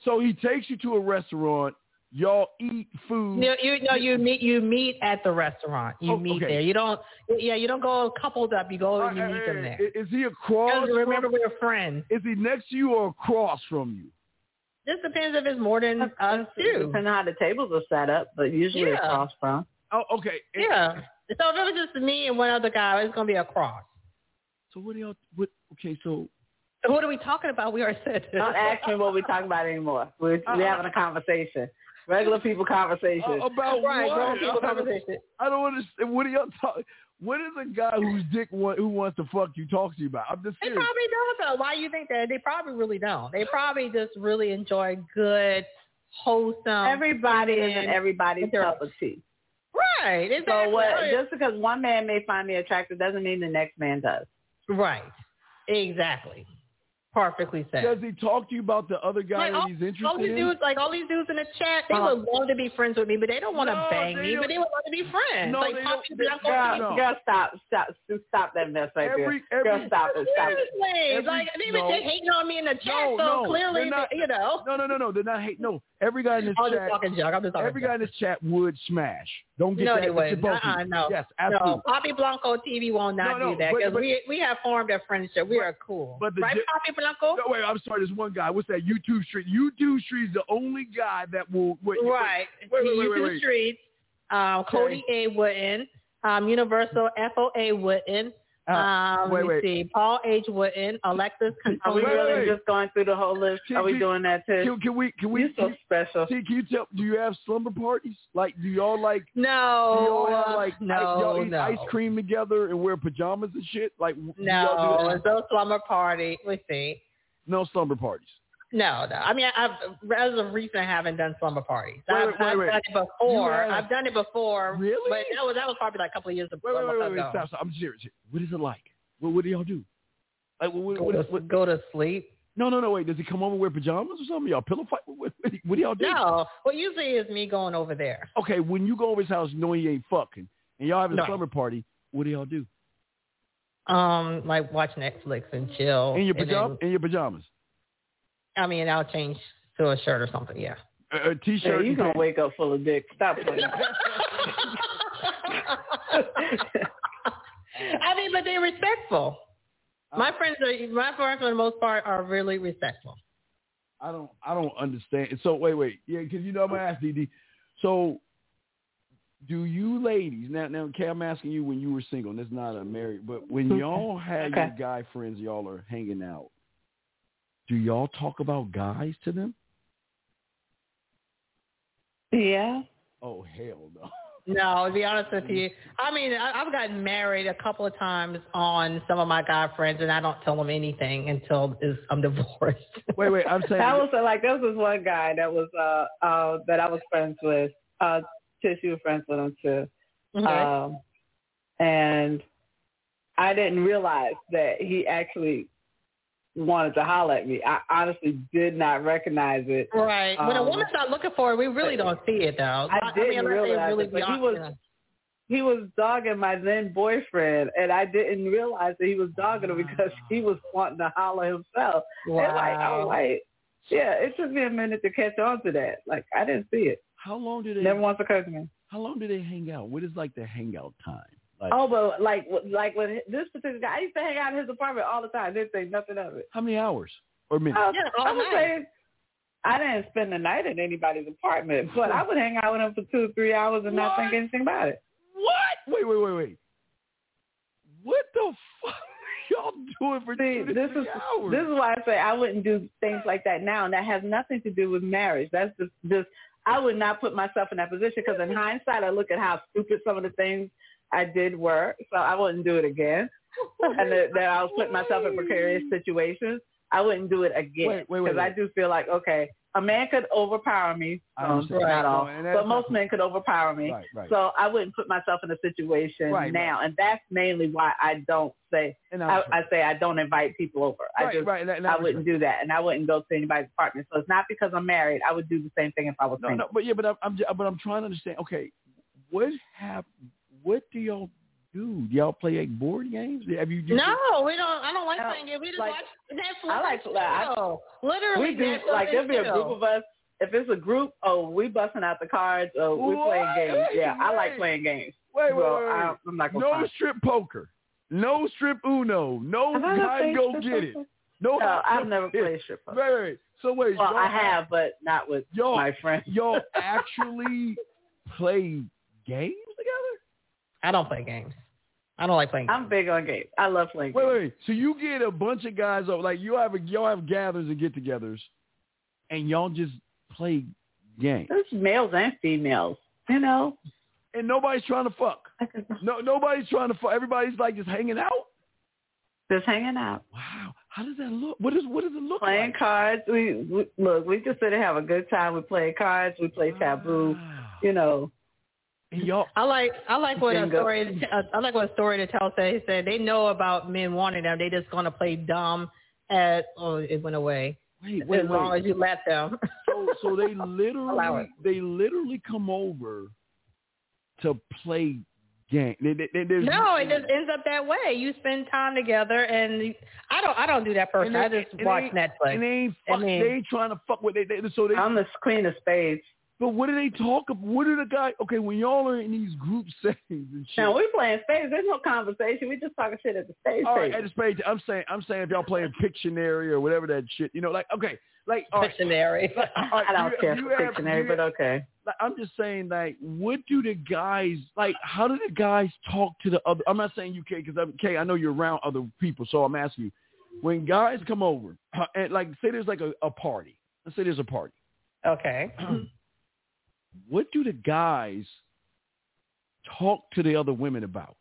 Speaker 3: so he takes you to a restaurant. Y'all eat food.
Speaker 4: You, you know, you meet you meet at the restaurant. You
Speaker 3: Oh,
Speaker 4: meet
Speaker 3: okay.
Speaker 4: there. You don't. Yeah, you don't go coupled up. You go and you meet them there.
Speaker 3: Is is he across?
Speaker 4: Because remember,
Speaker 3: from,
Speaker 4: we're friends.
Speaker 3: is he next to you or across from you?
Speaker 4: This depends if it's more than us too.
Speaker 5: Depending on how the tables are set up, but usually
Speaker 4: Yeah.
Speaker 5: across from.
Speaker 3: Oh, okay. And
Speaker 4: Yeah. So if it was just me and one other guy, it's gonna be a cross.
Speaker 3: So what do y'all? What? Okay, so
Speaker 4: What are we talking about? We already said this.
Speaker 5: Don't ask me what we talking about anymore. We're,
Speaker 4: Uh-uh.
Speaker 5: we're having a conversation. Regular people conversation.
Speaker 3: uh, about
Speaker 4: Right,
Speaker 3: what?
Speaker 4: grown people
Speaker 3: I don't-
Speaker 4: conversation.
Speaker 3: I don't understand. What are y'all talking? What is a guy whose dick want, who wants to fuck you talk to you about? I'm just
Speaker 4: They
Speaker 3: serious.
Speaker 4: probably don't though. Why you think that? They probably really don't. They probably just really enjoy good, wholesome.
Speaker 5: Everybody is
Speaker 4: and-
Speaker 5: in everybody's
Speaker 4: They're-
Speaker 5: cup of tea.
Speaker 4: right. Exactly.
Speaker 5: So what? Just because one man may find me attractive doesn't mean the next man does.
Speaker 4: right. Exactly. Perfectly said.
Speaker 3: Does he talk to you about the other guy
Speaker 4: Like,
Speaker 3: that
Speaker 4: all-
Speaker 3: he's interested
Speaker 4: all these
Speaker 3: in?
Speaker 4: dudes, like all these dudes in the chat, they
Speaker 5: Uh-huh.
Speaker 4: would love to be friends with me, but they don't want to
Speaker 3: No,
Speaker 4: bang
Speaker 3: they
Speaker 4: me.
Speaker 3: don't-
Speaker 4: But they would love to be friends.
Speaker 3: No,
Speaker 4: like
Speaker 3: they
Speaker 4: Poppy
Speaker 3: don't-
Speaker 4: Blanco,
Speaker 5: Girl,
Speaker 3: No.
Speaker 5: girl, stop, stop, stop that mess right
Speaker 3: Every-
Speaker 5: there.
Speaker 3: every-
Speaker 5: girl, stop it, stop it.
Speaker 4: seriously,
Speaker 3: Every-
Speaker 4: like they were
Speaker 3: no.
Speaker 4: just hating on me in the chat.
Speaker 3: No,
Speaker 4: so
Speaker 3: no,
Speaker 4: clearly,
Speaker 3: they're not-
Speaker 4: you know,
Speaker 3: No, no, no, no. They're not hate. No, every guy in this
Speaker 4: I'm just
Speaker 3: chat,
Speaker 4: talking junk. I'm just talking
Speaker 3: every
Speaker 4: junk.
Speaker 3: guy in this chat would smash. Don't get
Speaker 4: No,
Speaker 3: that.
Speaker 4: they
Speaker 3: mixed
Speaker 4: wouldn't.
Speaker 3: up with
Speaker 4: Uh-uh,
Speaker 3: you.
Speaker 4: no.
Speaker 3: Yes,
Speaker 4: No,
Speaker 3: absolutely.
Speaker 4: Poppy Blanco TV will
Speaker 3: No,
Speaker 4: not
Speaker 3: no,
Speaker 4: do that
Speaker 3: but-
Speaker 4: because
Speaker 3: but-
Speaker 4: we we have formed a friendship. We
Speaker 3: But-
Speaker 4: are cool,
Speaker 3: but the
Speaker 4: right,
Speaker 3: di-
Speaker 4: Poppy Blanco?
Speaker 3: No, wait, I'm sorry. There's one guy. What's that? YouTube Street. YouTube Street's the only guy that will. Wait, wait,
Speaker 4: right.
Speaker 3: wait, wait,
Speaker 4: you
Speaker 3: wait, wait,
Speaker 4: do
Speaker 3: wait.
Speaker 4: streets. Um, Cody A wouldn't. Um, Universal FOA wouldn't.
Speaker 3: Uh,
Speaker 4: um,
Speaker 3: wait,
Speaker 4: let me
Speaker 3: wait.
Speaker 4: see. Paul H wouldn't. Alexis
Speaker 5: Are we
Speaker 3: Wait,
Speaker 5: really
Speaker 3: wait.
Speaker 5: just going through the whole list?
Speaker 3: Can-
Speaker 5: Are we
Speaker 3: can-
Speaker 5: doing that too?
Speaker 3: Can, can we? Can
Speaker 5: You're
Speaker 3: we?
Speaker 5: so
Speaker 3: Can,
Speaker 5: special.
Speaker 3: can you tell? Do you have slumber parties? Like, do y'all like? Do
Speaker 4: No,
Speaker 3: y'all have like?
Speaker 4: no,
Speaker 3: ice, y'all eat
Speaker 4: no,
Speaker 3: ice cream together and wear pajamas and shit? Like, do y'all do
Speaker 4: no.
Speaker 3: that?
Speaker 4: It's no slumber party. We see.
Speaker 3: No slumber parties.
Speaker 4: No, no. I mean, I've as of recent, I haven't done slumber parties.
Speaker 3: Wait,
Speaker 4: I've,
Speaker 3: wait,
Speaker 4: I've
Speaker 3: wait,
Speaker 4: done it before.
Speaker 3: You have-
Speaker 4: I've done it before.
Speaker 3: Really?
Speaker 4: But that was that was probably like a couple of years ago.
Speaker 3: Wait, wait, wait, wait, wait.
Speaker 4: ago.
Speaker 3: Stop, stop. I'm serious. here. What is it like? What, what do y'all do? Like, what, what,
Speaker 4: Go,
Speaker 3: what,
Speaker 4: to,
Speaker 3: what-
Speaker 4: go to sleep.
Speaker 3: No, no, no. Wait. Does he come over and wear pajamas or something? Y'all pillow fight? What, what, what do y'all do?
Speaker 4: No. Well, usually it's me going over there.
Speaker 3: Okay, when you go over his house, knowing he ain't fucking, and y'all having
Speaker 4: No.
Speaker 3: a slumber party, what do y'all do?
Speaker 4: Um, like watch Netflix and chill.
Speaker 3: In your
Speaker 4: Oh, and
Speaker 3: pajamas?
Speaker 4: then-
Speaker 3: In your pajamas?
Speaker 4: I mean, I'll change to a shirt or something. Yeah.
Speaker 3: A, a
Speaker 5: Yeah,
Speaker 3: t-shirt?
Speaker 5: you
Speaker 3: and
Speaker 5: gonna
Speaker 3: pants?
Speaker 5: wake up full of dick. Stop playing.
Speaker 3: uh,
Speaker 4: I mean, but they're respectful.
Speaker 3: Uh.
Speaker 4: My friends are my friends for the most part are really respectful.
Speaker 3: I don't. I don't understand. So wait, wait. Yeah, because you know I'm gonna ask DD. So. Do you ladies now? Now, Kay, I'm asking you when you were single, and it's not a married. But when y'all had your
Speaker 5: Mm-hmm. Okay.
Speaker 3: guy friends, y'all are hanging out. Do y'all talk about guys to them?
Speaker 5: yeah.
Speaker 3: Oh hell no.
Speaker 4: No, to be honest with you, I mean, I, I've gotten married a couple of times on some of my guy friends, and I don't tell them anything until is, I'm divorced.
Speaker 3: Wait, wait. I'm saying.
Speaker 5: That was uh, like there was this one guy that was uh uh that I was friends with. Uh Tish, you were friends with him too.
Speaker 4: Mhm.
Speaker 5: Um and I didn't realize that he actually wanted to holler at me. I honestly did not recognize it.
Speaker 4: Right. when a
Speaker 5: Um,
Speaker 4: woman's not looking for it, we really don't see it though.
Speaker 5: I didn't
Speaker 4: mean, unless they
Speaker 5: realize
Speaker 4: really
Speaker 5: it,
Speaker 4: be
Speaker 5: but he
Speaker 4: out
Speaker 5: was
Speaker 4: there.
Speaker 5: he was dogging my then boyfriend, and I didn't realize that he was dogging him because he was wanting to holler himself. And like,
Speaker 4: Wow.
Speaker 5: I'm like, yeah, it took me a minute to catch on to that. Like, I didn't see it.
Speaker 3: How long did they
Speaker 5: Never once occurred to me.
Speaker 3: How long do they hang out? What is like the hangout time? Like
Speaker 5: oh, but like, like when this particular guy, I used to hang out in his apartment all the time. Didn't think nothing of it.
Speaker 3: how many hours or minutes?
Speaker 5: Uh,
Speaker 4: Yeah, all
Speaker 5: I would
Speaker 4: night.
Speaker 5: say I didn't spend the night in anybody's apartment, but I would hang out with him for two, three hours and not
Speaker 3: What?
Speaker 5: think anything about it.
Speaker 3: What? Wait, wait, wait, wait. What the fuck are y'all doing for
Speaker 5: See,
Speaker 3: two to
Speaker 5: this
Speaker 3: three
Speaker 5: is
Speaker 3: hours?
Speaker 5: this is why I say I wouldn't do things like that now, and that has nothing to do with marriage. That's just just I would not put myself in that position because in hindsight, I look at how stupid some of the things I did were, so I wouldn't do it again. and that, that I was putting myself in precarious situations. I wouldn't do it again
Speaker 3: Wait, wait, wait,
Speaker 5: because I
Speaker 3: wait.
Speaker 5: do feel like okay, a man could overpower me.
Speaker 3: I
Speaker 5: Um,
Speaker 3: understand.
Speaker 5: Not all,
Speaker 3: No, and that's
Speaker 5: but most
Speaker 3: not-
Speaker 5: men could overpower me.
Speaker 3: Right, right.
Speaker 5: So I wouldn't put myself in a situation
Speaker 3: Right,
Speaker 5: now, and that's mainly why I don't say
Speaker 3: and
Speaker 5: I,
Speaker 3: I,
Speaker 5: I say I don't invite people over. I
Speaker 3: right,
Speaker 5: just
Speaker 3: right, and I- and
Speaker 5: I wouldn't do that, and I wouldn't go to anybody's apartment. So it's not because I'm married. I would do the same thing if I was
Speaker 3: No,
Speaker 5: single.
Speaker 3: no, but yeah, but I'm, I'm j- but I'm trying to understand. Okay, what hap- What do y'all do? Do y'all play like board games? Have you? you
Speaker 4: No, we don't. I don't like
Speaker 5: No,
Speaker 4: playing it. We just
Speaker 5: like,
Speaker 4: watch Netflix.
Speaker 5: I like-
Speaker 4: and
Speaker 5: I-
Speaker 4: chill. literally
Speaker 5: We do
Speaker 4: Netflix
Speaker 5: like
Speaker 4: and
Speaker 5: there'll be a
Speaker 4: chill.
Speaker 5: group of us. If it's a group, oh, we busting out the cards. Oh, we playing
Speaker 3: What?
Speaker 5: games. Yeah, I
Speaker 3: Wait.
Speaker 5: like playing games.
Speaker 3: Wait, wait,
Speaker 5: Well,
Speaker 3: wait, wait.
Speaker 5: I, I'm not gonna.
Speaker 3: no
Speaker 5: front.
Speaker 3: strip poker, no strip Uno, no
Speaker 5: Have I ever
Speaker 3: hide
Speaker 5: played
Speaker 3: go
Speaker 5: strip
Speaker 3: get it.
Speaker 5: poker?
Speaker 3: No,
Speaker 5: No,
Speaker 3: hide
Speaker 5: I've
Speaker 3: go
Speaker 5: never
Speaker 3: get it.
Speaker 5: played strip poker.
Speaker 3: Wait, wait, wait. So wait,
Speaker 5: Well,
Speaker 3: y'all,
Speaker 5: I have, but not with
Speaker 3: Y'all,
Speaker 5: my friends.
Speaker 3: y'all actually play games together?
Speaker 4: I don't play games. I don't like playing games.
Speaker 5: I'm big on games. I love playing
Speaker 3: Wait,
Speaker 5: games.
Speaker 3: wait, wait. So you get a bunch of guys over, like you have a, y'all have gatherings and get-togethers, and y'all just play games,
Speaker 5: There's males and females. You know,
Speaker 3: and nobody's trying to fuck. No, nobody's trying to fuck. Everybody's like just hanging out.
Speaker 5: just hanging out.
Speaker 3: Wow, how does that look? What is what does it look
Speaker 5: playing
Speaker 3: like?
Speaker 5: cards. We, we look, we just sit and have a good time. We play cards. We play taboo.
Speaker 3: Wow.
Speaker 5: You know,
Speaker 3: And y'all,
Speaker 4: I like I like what
Speaker 5: Bingo.
Speaker 4: a story uh, I like what a story to tell said. He said they know about men wanting them. They just gonna play dumb at oh it went away.
Speaker 3: wait,
Speaker 4: as
Speaker 3: wait,
Speaker 4: long
Speaker 3: wait.
Speaker 4: as you let them.
Speaker 3: So, so they
Speaker 4: Allow
Speaker 3: literally
Speaker 4: it.
Speaker 3: they literally come over to play game. They, they, they, there's-
Speaker 4: no, it just ends up that way. You spend time together, and I don't I don't do that
Speaker 3: And
Speaker 4: person.
Speaker 3: they-
Speaker 4: I just
Speaker 3: and they-
Speaker 4: watch Netflix.
Speaker 3: And they ain't
Speaker 4: I
Speaker 3: fuck,
Speaker 4: mean-
Speaker 3: they ain't trying to fuck with they, they so they
Speaker 5: I'm the queen of spades.
Speaker 3: but what do they talk about? What do the guy okay, when y'all are in these group settings and shit.
Speaker 5: Now we playing spades. There's no conversation. We just talking shit at the spades
Speaker 3: all right, at
Speaker 5: table.
Speaker 3: the stage, I'm saying I'm saying if y'all playing Pictionary or whatever that shit, you know, like okay, like all right,
Speaker 4: Dictionary.
Speaker 3: all right,
Speaker 5: I don't
Speaker 3: you-
Speaker 5: care
Speaker 3: you
Speaker 5: for
Speaker 3: have-
Speaker 5: Pictionary,
Speaker 3: you-
Speaker 5: but okay.
Speaker 3: like, I'm just saying, like, what do the guys like? How do the guys talk to the other? I'm not saying you, Kay, because I'm Kay. I know you're around other people, so I'm asking you. When guys come over, uh, and like, say there's like a, a party. Let's say there's a party.
Speaker 4: okay.
Speaker 3: What do the guys talk to the other women about?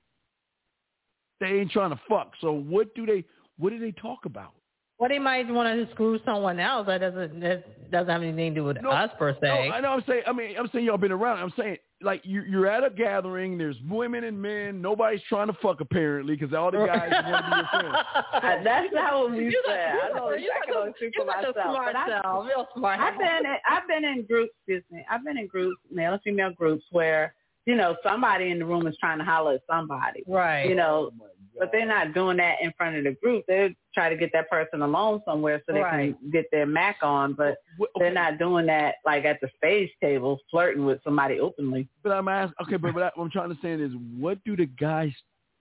Speaker 3: They ain't trying to fuck. So what do they? What do they talk about?
Speaker 4: Well, they might want to screw someone else. That doesn't that doesn't have anything to do with
Speaker 3: No,
Speaker 4: us per se.
Speaker 3: No, I know. I'm saying. I mean, I'm saying y'all been around. I'm saying like you, you're at a gathering. There's women and men. Nobody's trying to fuck apparently because all the guys want to be your friends.
Speaker 5: I, that's not what we
Speaker 4: You
Speaker 5: said. I know
Speaker 4: got- you
Speaker 5: exactly
Speaker 4: got
Speaker 5: what
Speaker 4: the-
Speaker 5: speak for
Speaker 4: you got the
Speaker 5: myself.
Speaker 4: smart
Speaker 5: But I,
Speaker 4: self, real smart.
Speaker 5: I've been in, I've been in groups, excuse me. I've been in groups, male and female groups, where you know somebody in the room is trying to holler at somebody.
Speaker 4: right.
Speaker 5: You know, but they're not doing that in front of the group. They try to get that person alone somewhere so they can get their mac on, but
Speaker 3: What-
Speaker 5: they're not doing that like at the stage table, flirting with somebody openly.
Speaker 3: But I'm asking. Okay, but what I- what I'm trying to say is, what do the guys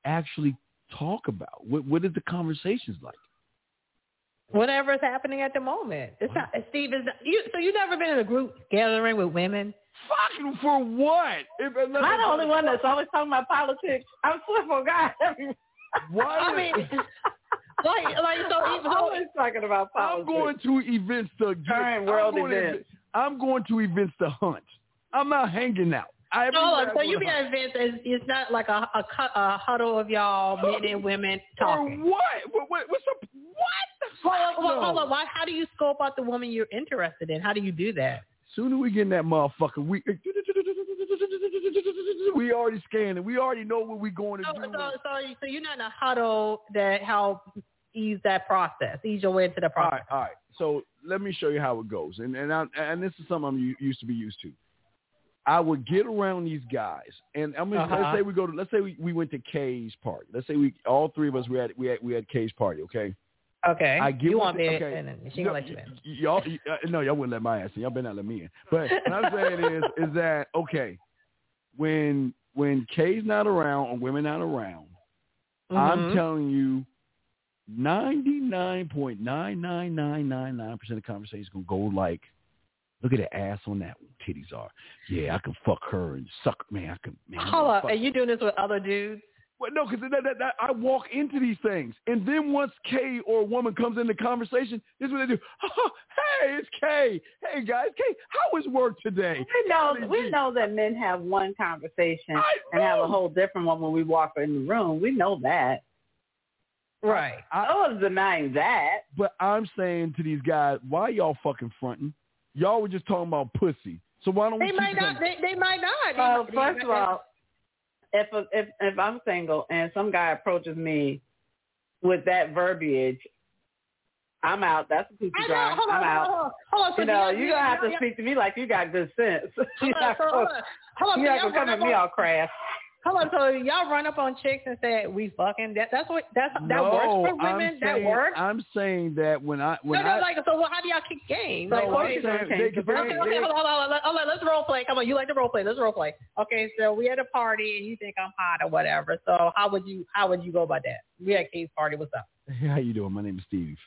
Speaker 3: actually talk about? What What is the conversations like?
Speaker 4: whatever's happening at the moment. It's not Steve is you so you never been in a group gathering with women?
Speaker 3: Fucking for what? If, unless
Speaker 5: I'm the only one that's always talking about politics. I'm for God.
Speaker 3: Why?
Speaker 4: I mean like like so
Speaker 5: I'm
Speaker 4: even so
Speaker 5: always talking about
Speaker 3: I'm
Speaker 5: politics.
Speaker 3: going to events to get.
Speaker 5: Current world
Speaker 3: I'm going to-
Speaker 5: events.
Speaker 3: I'm going to events to hunt. I'm not hanging out. I
Speaker 4: so,
Speaker 3: everywhere I
Speaker 4: so
Speaker 3: go
Speaker 4: you
Speaker 3: to
Speaker 4: be
Speaker 3: hunt.
Speaker 4: at events and it's not like a a, cu- a huddle of y'all men and women talking.
Speaker 3: For what? what? what- What's up? What?
Speaker 4: Well, well,
Speaker 3: No.
Speaker 4: hold on. Why, how do you scope out the woman you're interested in? How do you do that?
Speaker 3: Soon as we get in that motherfucker, we we already scanning. We already know what we're going to
Speaker 4: So,
Speaker 3: do.
Speaker 4: so, so, so you're not in a huddle that help ease that process, ease your way into the
Speaker 3: All
Speaker 4: process.
Speaker 3: right, all right. So let me show you how it goes, and and I, and this is something I'm u- used to be used to. I would get around these guys, and I mean,
Speaker 4: Uh-huh.
Speaker 3: let's say we go to, let's say we, we went to Kay's party. Let's say we all three of us we had we had we had Kay's party. Okay.
Speaker 4: Okay.
Speaker 3: I get
Speaker 4: you
Speaker 3: what
Speaker 4: want
Speaker 3: the-
Speaker 4: me
Speaker 3: okay.
Speaker 4: in, and she gonna
Speaker 3: No,
Speaker 4: let you in.
Speaker 3: y- Y'all, y- uh, no, y'all wouldn't let my ass in. Y'all better not let me in. But what I'm saying is, is that okay? When when Kay's not around or women not around, I'm
Speaker 4: Mhm.
Speaker 3: telling you, ninety nine point nine nine nine nine nine percent of conversation is gonna go like, look at the ass on that one. Titties are, yeah, I can fuck her and suck, man. I can, man. I'm
Speaker 4: Hold
Speaker 3: gonna
Speaker 4: up,
Speaker 3: fuck
Speaker 4: are you doing this with other dudes?
Speaker 3: well, no, because that, that, that, I walk into these things, and then once Kay or a woman comes in the conversation, this is what they do. hey, it's Kay. Hey guys, Kay, how was work today?
Speaker 11: We know we know that men have one conversation and have a whole different one when we walk in the room. We know that.
Speaker 4: Right.
Speaker 11: I was denying that.
Speaker 3: But I'm saying to these guys, why y'all fucking fronting? Y'all were just talking about pussy, so why don't we?
Speaker 4: They
Speaker 3: keep
Speaker 4: might
Speaker 3: talking-
Speaker 4: not. They, they might not.
Speaker 11: Well,
Speaker 4: They might-
Speaker 11: Uh, first of all, if if if I'm single and some guy approaches me with that verbiage, I'm out. That's a coochie
Speaker 4: I know.
Speaker 11: drive.
Speaker 4: Hold on,
Speaker 11: I'm out.
Speaker 4: hold on, hold on. So
Speaker 11: You know,
Speaker 4: y'all-
Speaker 11: you're gonna have to
Speaker 4: y'all-
Speaker 11: speak to me like you got good sense.
Speaker 4: Hold
Speaker 11: You're
Speaker 4: on,
Speaker 11: not
Speaker 4: so hold on,
Speaker 11: gonna-
Speaker 4: hold on.
Speaker 11: you're
Speaker 4: so
Speaker 11: not
Speaker 4: y'all
Speaker 11: gonna come
Speaker 4: run
Speaker 11: at
Speaker 4: up
Speaker 11: me
Speaker 4: on-
Speaker 11: all crass.
Speaker 4: Hold on, so y'all run up on chicks and said we fucking. That, that's what that's that works for
Speaker 3: I'm
Speaker 4: women. that
Speaker 3: saying-
Speaker 4: works.
Speaker 3: I'm saying that when I when
Speaker 4: no, no,
Speaker 3: I
Speaker 4: like so. Well, how do y'all kick game?
Speaker 3: No,
Speaker 4: Like,
Speaker 3: I'm
Speaker 4: what-
Speaker 3: saying they- they-
Speaker 4: Okay, okay, hold on, hold on, hold on, hold on, let's role play. Come on, you like to role play. Let's role play. Okay, so we at a party and you think I'm hot or whatever. So how would you how would you go about that? We at Kay's party. What's up?
Speaker 3: Hey, how you doing? My name is Steve.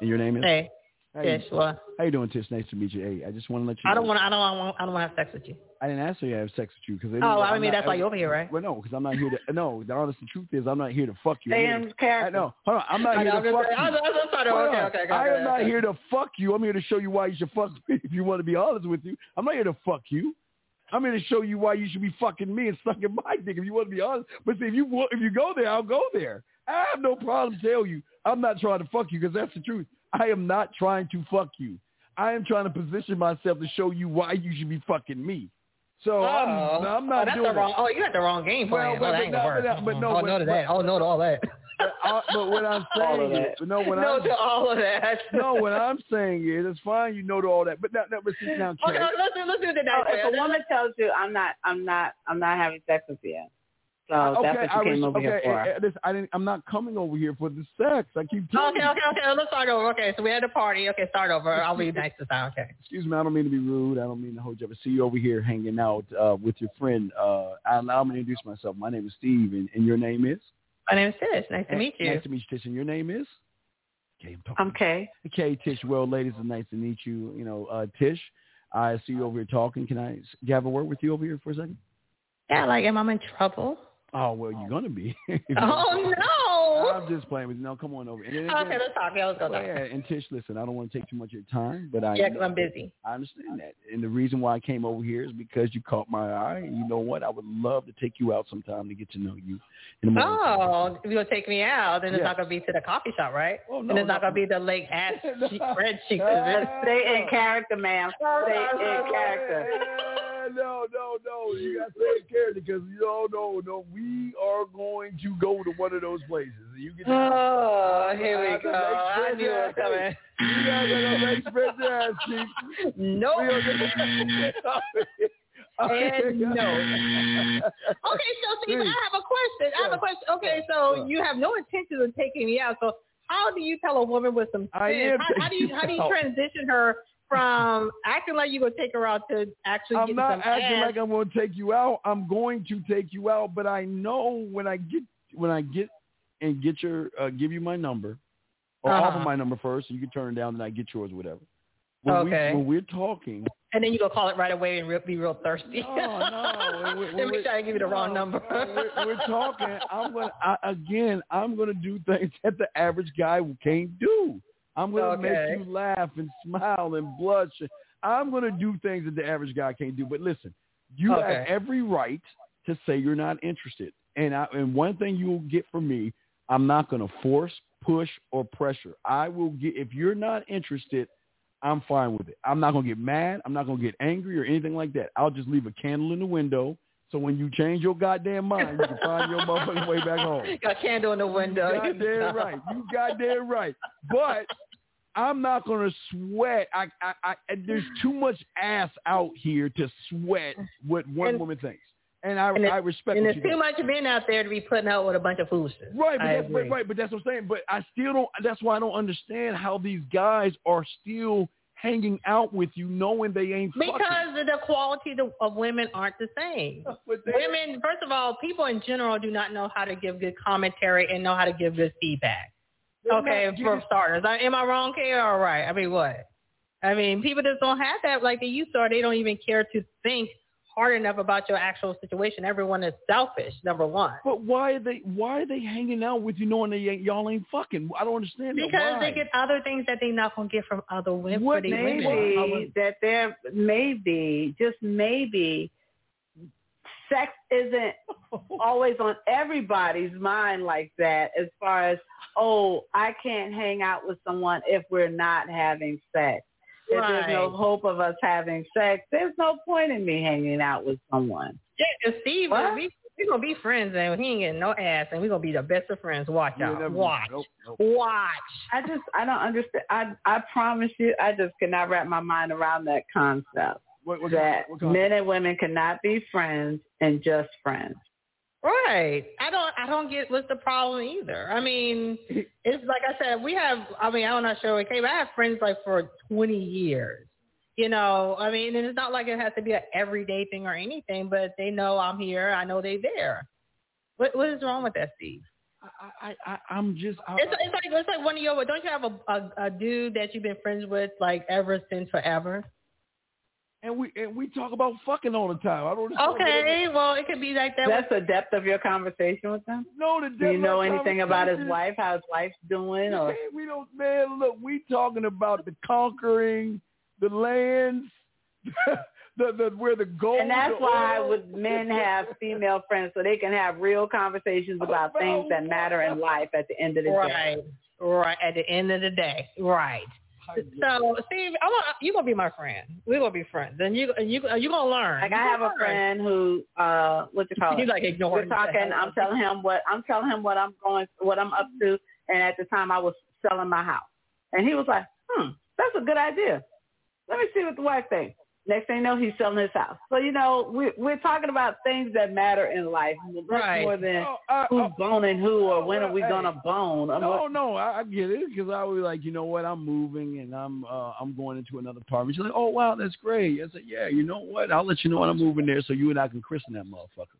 Speaker 3: And your name is?
Speaker 4: Hey,
Speaker 3: How you,
Speaker 4: Tish. Well,
Speaker 3: how you doing, Tish? Nice to meet you. Hey, I just want to let you.
Speaker 4: I don't
Speaker 3: know-
Speaker 4: want to. I don't want. I don't want to have sex with you.
Speaker 3: I didn't ask her to have sex with you because
Speaker 4: Oh, I mean that's why you're over here, right?
Speaker 3: Well, no, because I'm not here to. No, the honest truth is I'm not here to fuck you. I'm here
Speaker 11: Damn
Speaker 3: to- I
Speaker 11: character.
Speaker 3: know. Hold on, I'm not
Speaker 4: I
Speaker 3: here
Speaker 4: know,
Speaker 3: to
Speaker 4: I'm
Speaker 3: fuck
Speaker 4: just- I'm
Speaker 3: you.
Speaker 4: just- I'm sorry,
Speaker 3: Hold
Speaker 4: okay,
Speaker 3: on.
Speaker 4: okay, okay,
Speaker 3: I
Speaker 4: okay,
Speaker 3: am not
Speaker 4: okay.
Speaker 3: here to fuck you. I'm here to show you why you should fuck me if you want to be honest with you. I'm not here to fuck you. I'm here to show you why you should be fucking me and sucking my dick if you want to be honest. But see, if you wa- if you go there, I'll go there. I have no problem tell you I'm not trying to fuck you because that's the truth. I am not trying to fuck you. I am trying to position myself to show you why you should be fucking me. So I'm,
Speaker 4: oh,
Speaker 3: I'm
Speaker 4: oh,
Speaker 3: not
Speaker 4: that's
Speaker 3: doing
Speaker 4: the wrong.
Speaker 3: that.
Speaker 4: Oh, you got the wrong game
Speaker 3: Well,
Speaker 4: plan.
Speaker 3: but- but
Speaker 4: oh, that ain't
Speaker 3: no,
Speaker 4: gonna work.
Speaker 3: but no, but no,
Speaker 4: oh,
Speaker 3: but-
Speaker 4: no to that. Oh, no to all that.
Speaker 3: But, I, but what I'm saying,
Speaker 6: of that.
Speaker 3: is, no, what
Speaker 4: no
Speaker 3: I'm
Speaker 4: to all of that.
Speaker 3: no, what I'm saying is it's fine. You know to all that, but that that was just now.
Speaker 4: Okay,
Speaker 3: Kay,
Speaker 4: let's do let's do the
Speaker 11: So
Speaker 4: next
Speaker 11: Oh, if a
Speaker 4: one.
Speaker 11: woman tells you I'm not I'm not I'm not having sex with you, so
Speaker 4: Uh,
Speaker 11: that's
Speaker 3: okay,
Speaker 11: what
Speaker 3: I
Speaker 11: you came
Speaker 3: was
Speaker 11: over
Speaker 3: okay.
Speaker 11: here for.
Speaker 3: eh, eh, listen, I didn't, I'm not coming over here for the sex. I keep telling
Speaker 4: Okay,
Speaker 3: you.
Speaker 4: okay, okay. Let's start over. Okay, so we had a party. Okay, start over. I'll be nice this time. Okay.
Speaker 3: Excuse me, I don't mean to be rude. I don't mean to hold you up. I see you over here hanging out uh, with your friend. Uh, I, I'm gonna introduce myself. My name is Steve, and, and your name is.
Speaker 4: My name is Tish. Nice to
Speaker 3: Eh,
Speaker 4: meet you.
Speaker 3: Nice to meet you, Tish. And your name is. Okay, I'm talking.
Speaker 11: I'm Kay.
Speaker 3: Okay, Tish. Well, ladies, it's nice to meet you. You know, uh, Tish. I see you over here talking. Can I? Do you have a word with you over here for a second?
Speaker 4: Yeah, like am I in trouble?
Speaker 3: Oh well, you're gonna be.
Speaker 4: Oh
Speaker 3: I'm just playing with you. No, come on over. And then
Speaker 4: no. Okay,
Speaker 3: again-
Speaker 4: let's talk. Yeah, let's go.
Speaker 3: Well,
Speaker 4: Talk.
Speaker 3: yeah, and Tish, listen, I don't want to take too much of your time, but I
Speaker 4: Yeah, 'cause I'm busy.
Speaker 3: I understand that. And the reason why I came over here is because you caught my eye. And you know what? I would love to take you out sometime to get to know you. In the morning.
Speaker 4: Oh, if you're gonna take me out, then it's
Speaker 3: Yeah.
Speaker 4: not gonna be to the coffee shop, right?
Speaker 3: Oh, no,
Speaker 4: and it's
Speaker 3: no.
Speaker 4: not gonna be the lake ass
Speaker 3: No.
Speaker 4: cheek, red cheeks, is
Speaker 11: Let's
Speaker 4: it?
Speaker 11: Stay in character, ma'am. Stay in character.
Speaker 3: Eh, No, no, no. You got to take care of it because no, no, no. We are going to go to one of those plaplaces. You can.
Speaker 4: Oh, here
Speaker 3: I
Speaker 4: we
Speaker 3: have to
Speaker 4: go. I
Speaker 3: make
Speaker 4: knew
Speaker 3: sure
Speaker 4: it was coming.
Speaker 3: You guys are gonna make spread your ass cheeks.
Speaker 4: Nope.
Speaker 3: We are
Speaker 4: Oh,
Speaker 3: gonna-
Speaker 4: And no. Okay, so Steve, I
Speaker 3: Please.
Speaker 4: have a question. I have
Speaker 3: Yeah.
Speaker 4: a question. Okay,
Speaker 3: Yeah.
Speaker 4: so
Speaker 3: Yeah.
Speaker 4: you have no intention of taking me out. So how do you tell a woman with some
Speaker 3: I
Speaker 4: sense?
Speaker 3: am
Speaker 4: How, how do you
Speaker 3: taking
Speaker 4: how do you
Speaker 3: you out.
Speaker 4: transition her from acting like you're gonna take her out to actually
Speaker 3: I'm
Speaker 4: getting
Speaker 3: not
Speaker 4: some
Speaker 3: acting
Speaker 4: ass?
Speaker 3: like I'm going to take you out. I'm going to take you out, but I know when I get when I get and get your uh, give you my number or
Speaker 4: Uh-huh.
Speaker 3: offer my number first, so you can turn it down, then I get yours, whatever. When
Speaker 4: Okay.
Speaker 3: We, when we're talking,
Speaker 4: and then you gonna call it right away and real, be real thirsty.
Speaker 3: No, no, we- we-
Speaker 4: Let me
Speaker 3: we-
Speaker 4: try to give you the wrong
Speaker 3: no,
Speaker 4: number.
Speaker 3: no, we're, we're talking. I'm gonna I, again. I'm gonna do things that the average guy can't do. I'm gonna
Speaker 4: Okay.
Speaker 3: make you laugh and smile and blush. I'm gonna do things that the average guy can't do. But listen, you have
Speaker 4: Okay.
Speaker 3: every right to say you're not interested. And I, and one thing you'll get from me, I'm not gonna force, push, or pressure. I will get if you're not interested. I'm fine with it. I'm not gonna get mad. I'm not gonna get angry or anything like that. I'll just leave a candle in the window So when you change your goddamn mind, you can find your motherfucking way back home.
Speaker 4: Got a candle in the window.
Speaker 3: You goddamn right. You goddamn right. But I'm not gonna sweat. I, I, I and there's too much ass out here to sweat what one
Speaker 4: And-
Speaker 3: woman thinks, and I,
Speaker 4: And it's-
Speaker 3: I respect.
Speaker 4: And
Speaker 3: what
Speaker 4: there's
Speaker 3: you do.
Speaker 4: too much men out there to be putting out with a bunch of foolishness.
Speaker 3: Right, but
Speaker 4: I
Speaker 3: that's, but,
Speaker 4: agree.
Speaker 3: right, but that's what I'm saying. But I still don't. That's why I don't understand how these guys are still hanging out with you, knowing they ain't fucking.
Speaker 4: Because the quality of- of women aren't the same. Women, first of all, people in general do not know how to give good commentary and know how to give good feedback.
Speaker 3: They're
Speaker 4: Okay,
Speaker 3: not
Speaker 4: for
Speaker 3: giving-
Speaker 4: starters, I- am I wrong, Kay? All right. I mean, what? I mean, people just don't have that like they used to. Or they don't even care to think hard enough about your actual situation. Everyone is selfish. Number one.
Speaker 3: But why are they? Why are they hanging out with you, knowing they ain't, y'all ain't fucking? I don't understand. that.
Speaker 4: Because
Speaker 3: Why?
Speaker 4: they get other things that they're not gonna get from other women.
Speaker 3: What
Speaker 4: pretty
Speaker 3: maybe-
Speaker 4: women.
Speaker 5: maybe that there maybe just maybe sex isn't always on everybody's mind like that as far as oh i can't hang out with someone if we're not having sex if there's no
Speaker 4: Right.
Speaker 5: hope of us having sex there's no point in me hanging out with someone
Speaker 4: Yeah, and Steve,
Speaker 5: What?
Speaker 4: we we gonna be friends and he ain't getting no ass and we gonna be the best of friends. Watch
Speaker 3: You ain't
Speaker 4: out.
Speaker 3: never-
Speaker 4: Watch.
Speaker 3: nope, nope.
Speaker 4: Watch.
Speaker 5: i just i don't understand i i promise you i just cannot wrap my mind around that concept
Speaker 3: What, what,
Speaker 5: that
Speaker 3: what kind of-
Speaker 5: men and women cannot be friends and just friends
Speaker 4: Right. I don't I don't get what's the problem either. I mean, it's like I said, we have I mean, I'm not sure what came, but I have friends like for twenty years. You know, I mean, and it's not like it has to be a everyday thing or anything, but they know I'm here, I know they there. What what is wrong with that, Steve?
Speaker 3: I, I, I, I'm just. I,
Speaker 4: It's, it's like it's like one of your don't you have a, a a dude that you've been friends with like ever since forever?
Speaker 3: and we and we talk about fucking all the time. I don't understand.
Speaker 4: Okay, well, it could be like that.
Speaker 5: that's the depth of your conversation with them
Speaker 3: No, the
Speaker 5: Do you
Speaker 3: depth
Speaker 5: know
Speaker 3: of
Speaker 5: anything about his
Speaker 3: conversation-
Speaker 5: wife? How his wife's doing? Or
Speaker 3: Man, we don't, man. Look, we talking about the conquering, the lands, the, the where the gold.
Speaker 5: and that's
Speaker 3: the
Speaker 5: why
Speaker 3: oil-
Speaker 5: would men have female friends so they can have real conversations about
Speaker 3: About
Speaker 5: things that matter in life. At the end of the
Speaker 4: right, right. At the end of the day, right. So, Steve, I'm gonna, you're gonna be my friend. We're gonna be friends, and you you you gonna learn.
Speaker 5: day, like I have a friend who, uh, what you call
Speaker 4: He's
Speaker 5: it?
Speaker 4: like
Speaker 5: We're
Speaker 4: ignoring.
Speaker 5: talking. I'm telling him what I'm telling him what I'm going, what I'm up to. And at the time, I was selling my house, and he was like, "Hmm, that's a good idea. Let me see what the wife thinks." Next thing you know, he's selling his house. So you know, we're we're talking about things that matter in life much
Speaker 4: Right.
Speaker 5: more than
Speaker 3: Oh, I,
Speaker 5: who's
Speaker 3: oh,
Speaker 5: boning who or when are we
Speaker 3: Hey.
Speaker 5: gonna bone. I'm
Speaker 3: no,
Speaker 5: like,
Speaker 3: no, I, I get it because I was like, you know what, I'm moving and I'm uh, I'm going into another apartment. She's like, oh wow, that's great. I said, yeah, you know what, I'll let you know when I'm moving there so you and I can christen that motherfucker.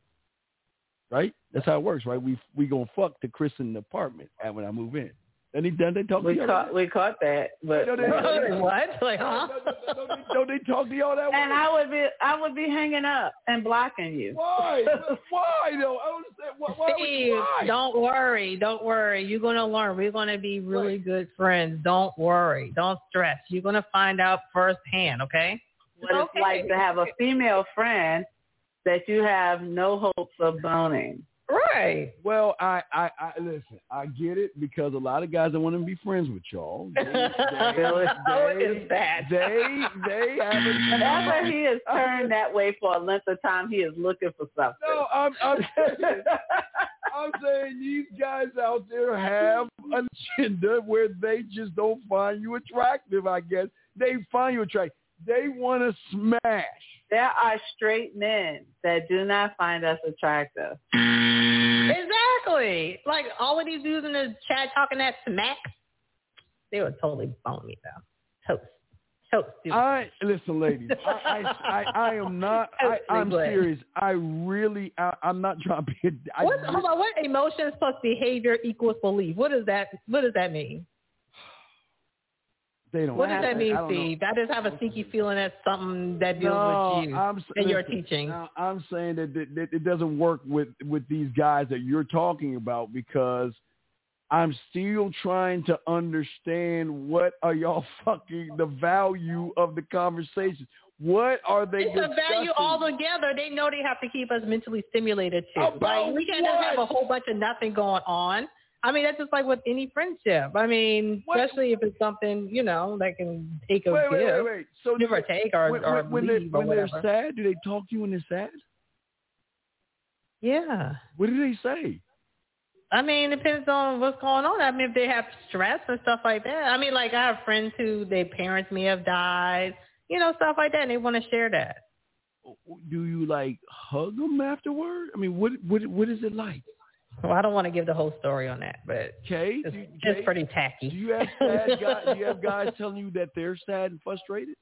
Speaker 3: Right? That's how it works, right? We we gonna fuck to christen the apartment at- when I move in. And he done they talk
Speaker 5: we
Speaker 3: to you.
Speaker 5: caught we caught that, but
Speaker 3: oh, No, no, no, no, no.
Speaker 4: what? Like, huh?
Speaker 3: Don't they, don't they talk to y'all that way?
Speaker 5: and I would be I would be hanging up and blocking you.
Speaker 3: Why? why though? I don't understand. Why? Why?
Speaker 4: Steve,
Speaker 3: why?
Speaker 4: don't worry, don't worry. You're gonna learn. We're gonna be really good friends. Don't worry, don't stress. You're gonna find out firsthand, okay?
Speaker 5: What it's like to have a female friend that you have no hopes of boning.
Speaker 4: Right.
Speaker 3: Well, I, I, I listen. I get it because a lot of guys don't want to be friends with y'all. They, they,
Speaker 4: How is that?
Speaker 3: they, they have a
Speaker 5: Whenever he is turned that way for a length of time, he is looking for something.
Speaker 3: No, uh, I'm, I'm saying, I'm saying these guys out there have an agenda where they just don't find you attractive. I guess they find you attractive. They want to smash.
Speaker 5: There are straight men that do not find us attractive.
Speaker 4: Exactly. Like all of these dudes in the chat talking that smack. They would totally bone me though. Toast. Toast. dude.
Speaker 3: I listen, ladies. I I, I, I am not. I, I'm
Speaker 4: Totally.
Speaker 3: serious. I really. I, I'm not trying to be. A, I,
Speaker 4: What's, hold on, what emotions plus behavior equals belief? What does that what does that mean?
Speaker 3: they don't.
Speaker 4: What does that
Speaker 3: I-
Speaker 4: mean,
Speaker 3: I don't know.
Speaker 4: Steve? I just have a sneaky feeling that's something that deals
Speaker 3: No,
Speaker 4: with you
Speaker 3: I'm, s-
Speaker 4: and your
Speaker 3: listen,
Speaker 4: teaching.
Speaker 3: now, I'm saying that, that, that it doesn't work with with these guys that you're talking about because I'm still trying to understand what are y'all fucking the value of the conversation. What are they?
Speaker 4: It's a value
Speaker 3: discussing?
Speaker 4: altogether. They know they have to keep us mentally stimulated too.
Speaker 3: About
Speaker 4: like we can't
Speaker 3: Oh, what?
Speaker 4: just have a whole bunch of nothing going on. I mean, that's just like with any friendship. I mean,
Speaker 3: What-
Speaker 4: especially if it's something you know that can take a
Speaker 3: Wait,
Speaker 4: give,
Speaker 3: wait, wait, wait. So
Speaker 4: give or take, or,
Speaker 3: when,
Speaker 4: or
Speaker 3: when, when,
Speaker 4: leave
Speaker 3: they,
Speaker 4: or
Speaker 3: when they're
Speaker 4: whatever.
Speaker 3: sad, do they talk to you when they're sad?
Speaker 4: Yeah.
Speaker 3: What did they say?
Speaker 4: I mean, it depends on what's going on. I mean, if they have stress and stuff like that. I mean, like I have friends who their parents may have died, you know, stuff like that, and they want to share that.
Speaker 3: Do you like hug them afterward? I mean, what what what is it like?
Speaker 4: Well, I don't want to give the whole story on that, but
Speaker 3: Kay,
Speaker 4: it's,
Speaker 3: do you-
Speaker 4: it's
Speaker 3: Kay?
Speaker 4: pretty tacky.
Speaker 3: Do you have sad guys? Do you have guys telling you that they're sad and frustrated?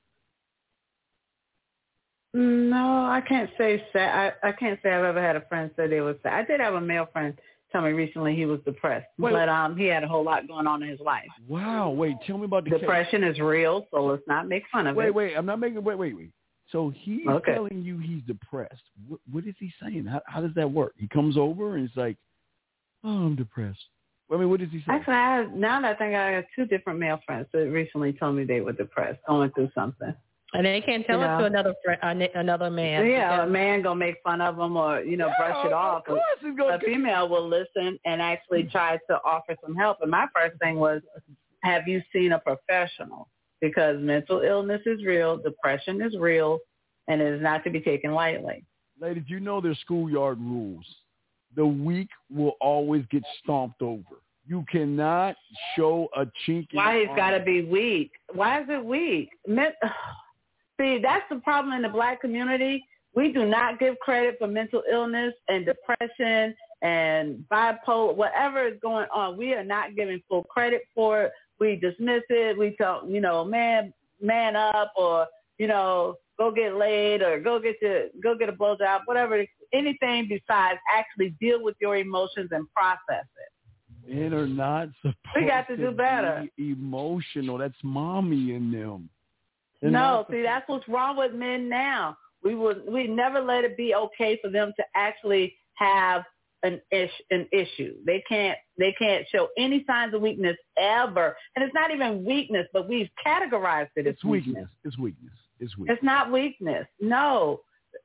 Speaker 5: No, I can't say sad. I, I can't say I've ever had a friend say they was sad. I did have a male friend tell me recently he was depressed,
Speaker 3: Wait.
Speaker 5: but um, he had a whole lot going on in his life.
Speaker 3: Wow. Wait, tell me about the case.
Speaker 5: Depression is real, so let's not make fun of
Speaker 3: Wait,
Speaker 5: it.
Speaker 3: wait. I'm not making. Wait, wait, wait. So he's
Speaker 5: Okay.
Speaker 3: telling you he's depressed. What, what is he saying? How, how does that work? He comes over and it's like, oh, I'm depressed. I mean, what does he say?
Speaker 5: Actually, I have, now that I think I have two different male friends that recently told me they were depressed, going through something.
Speaker 4: And they can't tell
Speaker 5: Yeah.
Speaker 4: it to another friend, another man.
Speaker 5: yeah, a
Speaker 4: because-
Speaker 5: man gonna make fun of them or you know
Speaker 3: Yeah,
Speaker 5: brush it off.
Speaker 3: Of course, he's going
Speaker 5: a
Speaker 3: to.
Speaker 5: female will listen and actually
Speaker 3: Mm.
Speaker 5: try to offer some help. And my first thing was, have you seen a professional? Because mental illness is real, depression is real, and it is not to be taken lightly.
Speaker 3: Ladies, you know there's schoolyard rules. The weak will always get stomped over. You cannot show a chink. in
Speaker 5: Why
Speaker 3: the
Speaker 5: he's got
Speaker 3: armor.
Speaker 5: to be weak? Why is it weak? Men- See, that's the problem in the black community. We do not give credit for mental illness and depression and bipolar, whatever is going on. We are not giving full credit for it. We dismiss it. We tell, you know, man, man up, or you know, go get laid, or go get your, go get a blowjob, whatever. it- Anything besides actually deal with your emotions and process it.
Speaker 3: Men are not supposed
Speaker 5: We got to do better.
Speaker 3: be emotional. That's mommy in them. They're
Speaker 5: No,
Speaker 3: not
Speaker 5: see, that's what's wrong with men now. We would we never let it be okay for them to actually have an ish an issue. They can't they can't show any signs of weakness ever, and it's not even weakness, but we've categorized it as
Speaker 3: It's weakness. It's weakness. It's weakness.
Speaker 5: It's not weakness. No,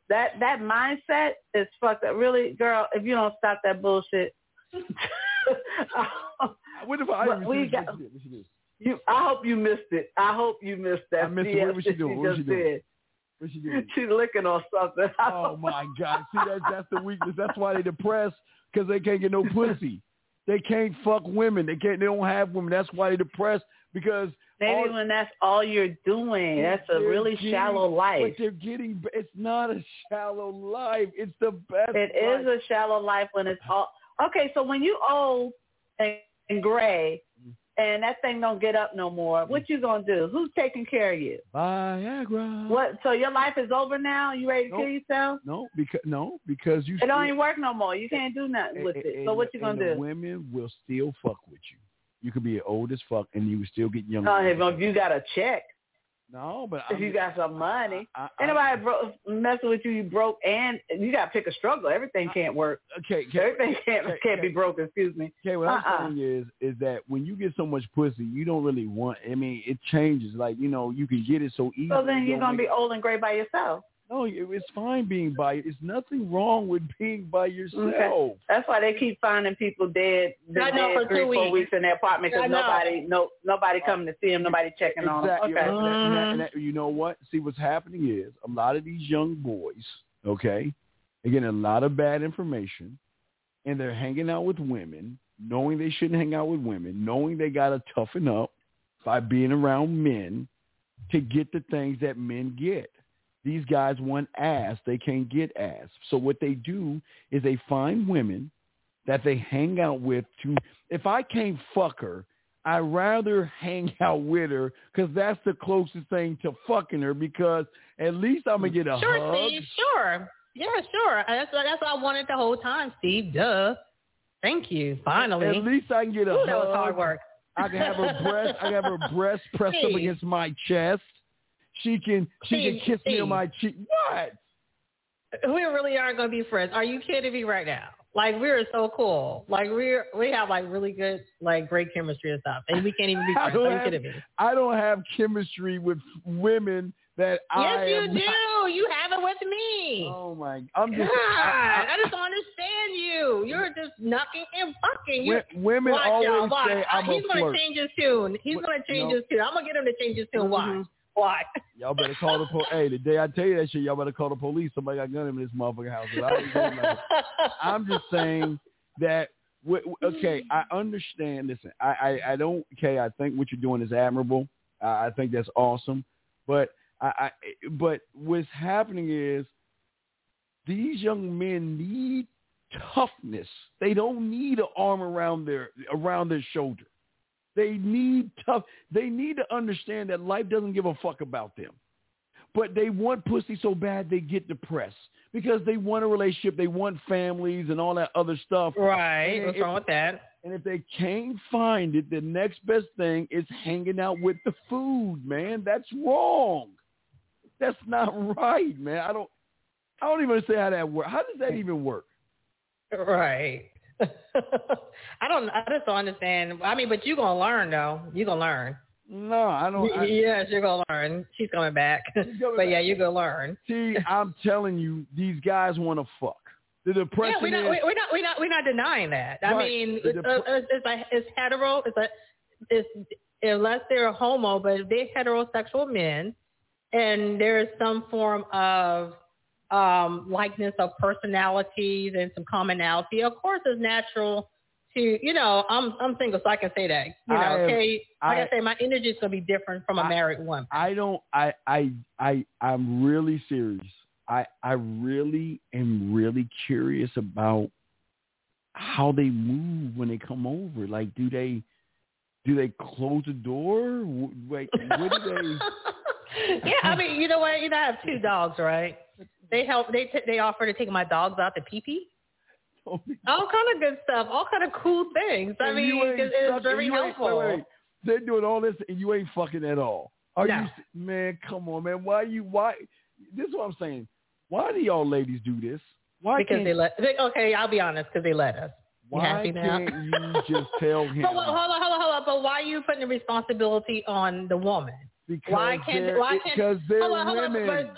Speaker 5: that that mindset is fucked up. Really, girl, if you don't stop that bullshit.
Speaker 3: What if I
Speaker 5: Well,
Speaker 3: even
Speaker 5: we
Speaker 3: see this?
Speaker 5: got-
Speaker 3: What she did? What she did?
Speaker 5: You, I hope you missed it. I hope you missed that.
Speaker 3: I missed it. What
Speaker 5: BS
Speaker 3: was she
Speaker 5: that
Speaker 3: doing? What was
Speaker 5: just
Speaker 3: she doing?
Speaker 5: said.
Speaker 3: What she did?
Speaker 5: She's licking on something. I don't
Speaker 3: Oh my God! See that? That's the weakness. That's why they depressed because they can't get no pussy. They can't fuck women. They can't. They don't have women. That's why they depressed because
Speaker 5: Maybe
Speaker 3: all-
Speaker 5: when that's all you're doing, that's a
Speaker 3: they're
Speaker 5: really
Speaker 3: getting-
Speaker 5: shallow life.
Speaker 3: But they're getting. It's not a shallow life. It's the best.
Speaker 5: It is a shallow life when it's all okay. So when you old and, and gray,
Speaker 3: Mm-hmm.
Speaker 5: and that thing don't get up no more, what you gonna do? Who's taking care of you?
Speaker 3: Viagra.
Speaker 5: What? So your life is over now? You ready to
Speaker 3: Nope.
Speaker 5: kill yourself?
Speaker 3: No, because no, because you.
Speaker 5: It don't even work no more. You can't do nothing with
Speaker 3: and-
Speaker 5: it.
Speaker 3: and-
Speaker 5: So what you
Speaker 3: and
Speaker 5: gonna
Speaker 3: The
Speaker 5: do?
Speaker 3: women will still fuck with you. You could be old as fuck, and you would still get young.
Speaker 5: Oh, if you got a check,
Speaker 3: no, but
Speaker 5: if
Speaker 3: I'm-
Speaker 5: you got some money.
Speaker 3: I, I,
Speaker 5: Anybody bro- messing with you, you broke, and you got to pick a struggle. Everything can't work.
Speaker 3: uh, okay, okay,
Speaker 5: Everything can't
Speaker 3: okay,
Speaker 5: can't be
Speaker 3: okay.
Speaker 5: broke. Excuse me.
Speaker 3: okay. What
Speaker 5: Uh-uh.
Speaker 3: I'm saying is, is that when you get so much pussy, you don't really want. I mean, it changes. Like you know, you can get it so easy.
Speaker 5: So then
Speaker 3: you
Speaker 5: you're
Speaker 3: don't
Speaker 5: gonna be
Speaker 3: make-
Speaker 5: old and gray by yourself.
Speaker 3: No, it- it's fine being by. It's nothing wrong with being by yourself.
Speaker 5: That's why they keep finding people dead, been
Speaker 4: I know,
Speaker 5: dead
Speaker 4: for
Speaker 5: three,
Speaker 4: two weeks.
Speaker 5: four weeks in their apartment
Speaker 4: I
Speaker 5: because
Speaker 4: know.
Speaker 5: nobody, no, nobody coming to see them, nobody checking on
Speaker 3: Exactly.
Speaker 5: them. Okay.
Speaker 4: Mm-hmm.
Speaker 3: And that- and that-
Speaker 5: Mm-hmm.
Speaker 3: and that- you know what? See, what's happening is a lot of these young boys, okay, they're getting a lot of bad information, and they're hanging out with women, knowing they shouldn't hang out with women, knowing they got to toughen up by being around men to get the things that men get. These guys want ass. They can't get ass. So what they do is they find women that they hang out with to, if I can't fuck her, I'd rather hang out with her because that's the closest thing to fucking her because at least I'm going to get a
Speaker 4: Sure,
Speaker 3: hug.
Speaker 4: Steve. Sure. Yeah, sure. That's what, that's what I wanted the whole time, Steve. Duh. Thank you. Finally.
Speaker 3: At least I can get a
Speaker 4: Ooh,
Speaker 3: hug.
Speaker 4: that was hard work.
Speaker 3: I can have her breast. I can have her breast pressed up
Speaker 4: Steve.
Speaker 3: against my chest. She can she can
Speaker 4: Steve,
Speaker 3: kiss me on
Speaker 4: Steve.
Speaker 3: my cheek. What?
Speaker 4: We really aren't going to be friends. Are you kidding me right now? Like we're so cool. Like we're we have like really good like great chemistry and stuff, and we can't even be
Speaker 3: I
Speaker 4: friends.
Speaker 3: don't
Speaker 4: Are you
Speaker 3: have-
Speaker 4: kidding me?
Speaker 3: I don't have chemistry with women that I
Speaker 4: yes, you
Speaker 3: am
Speaker 4: do.
Speaker 3: not-
Speaker 4: You have it with me.
Speaker 3: Oh my! I'm
Speaker 4: God,
Speaker 3: just
Speaker 4: I,
Speaker 3: I,
Speaker 4: just don't understand you. You're just knocking and fucking.
Speaker 3: I,
Speaker 4: You
Speaker 3: wo- women
Speaker 4: watch
Speaker 3: always
Speaker 4: y'all. Watch.
Speaker 3: say
Speaker 4: I-
Speaker 3: I'm a
Speaker 4: He's gonna
Speaker 3: flirt.
Speaker 4: change his tune. He's
Speaker 3: Wh-
Speaker 4: gonna change
Speaker 3: no. Mm-hmm.
Speaker 4: his tune. I'm gonna get him to change his tune. Watch.
Speaker 5: Mhm.
Speaker 4: o'clock.
Speaker 3: Y'all better call the police. hey, the day I tell you that shit, y'all better call the police. Somebody got gun in this motherfucking house. And I ain't doing nothing. I'm just saying that. W- w- okay, I understand. Listen, I, I, I don't. Okay, I think what you're doing is admirable. I, I think that's awesome. But I, I but what's happening is these young men need toughness. They don't need an arm around their around their shoulder. They need tough. They need to understand that life doesn't give a fuck about them. But they want pussy so bad they get depressed because they want a relationship, they want families and all that other stuff.
Speaker 4: Right.
Speaker 3: And
Speaker 4: What's
Speaker 3: if-
Speaker 4: wrong with that?
Speaker 3: And if they can't find it, the next best thing is hanging out with the food, man. That's wrong. That's not right, man. I don't. I don't even understand how that works. How does that even work?
Speaker 4: Right. I don't. I just don't understand. I mean, but you're gonna learn though. You're gonna learn.
Speaker 3: No, I don't. I,
Speaker 4: yes, you're gonna learn. She's coming back. but yeah, you're gonna learn.
Speaker 3: See, I'm telling you, these guys want to fuck. The depression
Speaker 4: yeah, we're not,
Speaker 3: is.
Speaker 4: we- we're not, we're not, we're not denying that. I
Speaker 3: Right.
Speaker 4: mean,
Speaker 3: The
Speaker 4: it's, uh, it's, it's, a, it's hetero. It's a, it's unless they're a homo, but if they're heterosexual men, and there's some form of um, likeness of personalities and some commonality. Of course, it's natural to, you know, I'm I'm single, so I can say that. You know,
Speaker 3: I am-
Speaker 4: okay, like I,
Speaker 3: I-
Speaker 4: say, my energy is gonna be different from a
Speaker 3: I-
Speaker 4: married woman.
Speaker 3: I don't. I. I. I. I'm really serious. I. I really am really curious about how they move when they come over. Like, do they? Do they close the door? W- Like, what do they?
Speaker 4: yeah, I mean, you know what? You know, I have two dogs, right? They help. They t- they offer to take my dogs out to pee pee.
Speaker 3: Oh,
Speaker 4: All kind of good stuff. All kind of cool things. I
Speaker 3: And you
Speaker 4: mean,
Speaker 3: ain't
Speaker 4: it's, it's
Speaker 3: suck-
Speaker 4: very
Speaker 3: you ain't- wait,
Speaker 4: helpful.
Speaker 3: wait, wait. They're doing all this, and you ain't fucking at all. Are
Speaker 4: No.
Speaker 3: you, s- man? Come on, man. Why you? Why? This is what I'm saying. Why do y'all ladies do this? Why
Speaker 4: because
Speaker 3: can't
Speaker 4: they let. They, okay, I'll be honest. Because they let us. You
Speaker 3: Why
Speaker 4: happy now?
Speaker 3: can't you just tell him?
Speaker 4: But what, hold on, hold on, hold on. But why are you putting the responsibility on the woman?
Speaker 3: because
Speaker 4: why can't-
Speaker 3: they're,
Speaker 4: why can't-
Speaker 3: because they're
Speaker 4: hold on, hold on,
Speaker 3: women.
Speaker 4: but-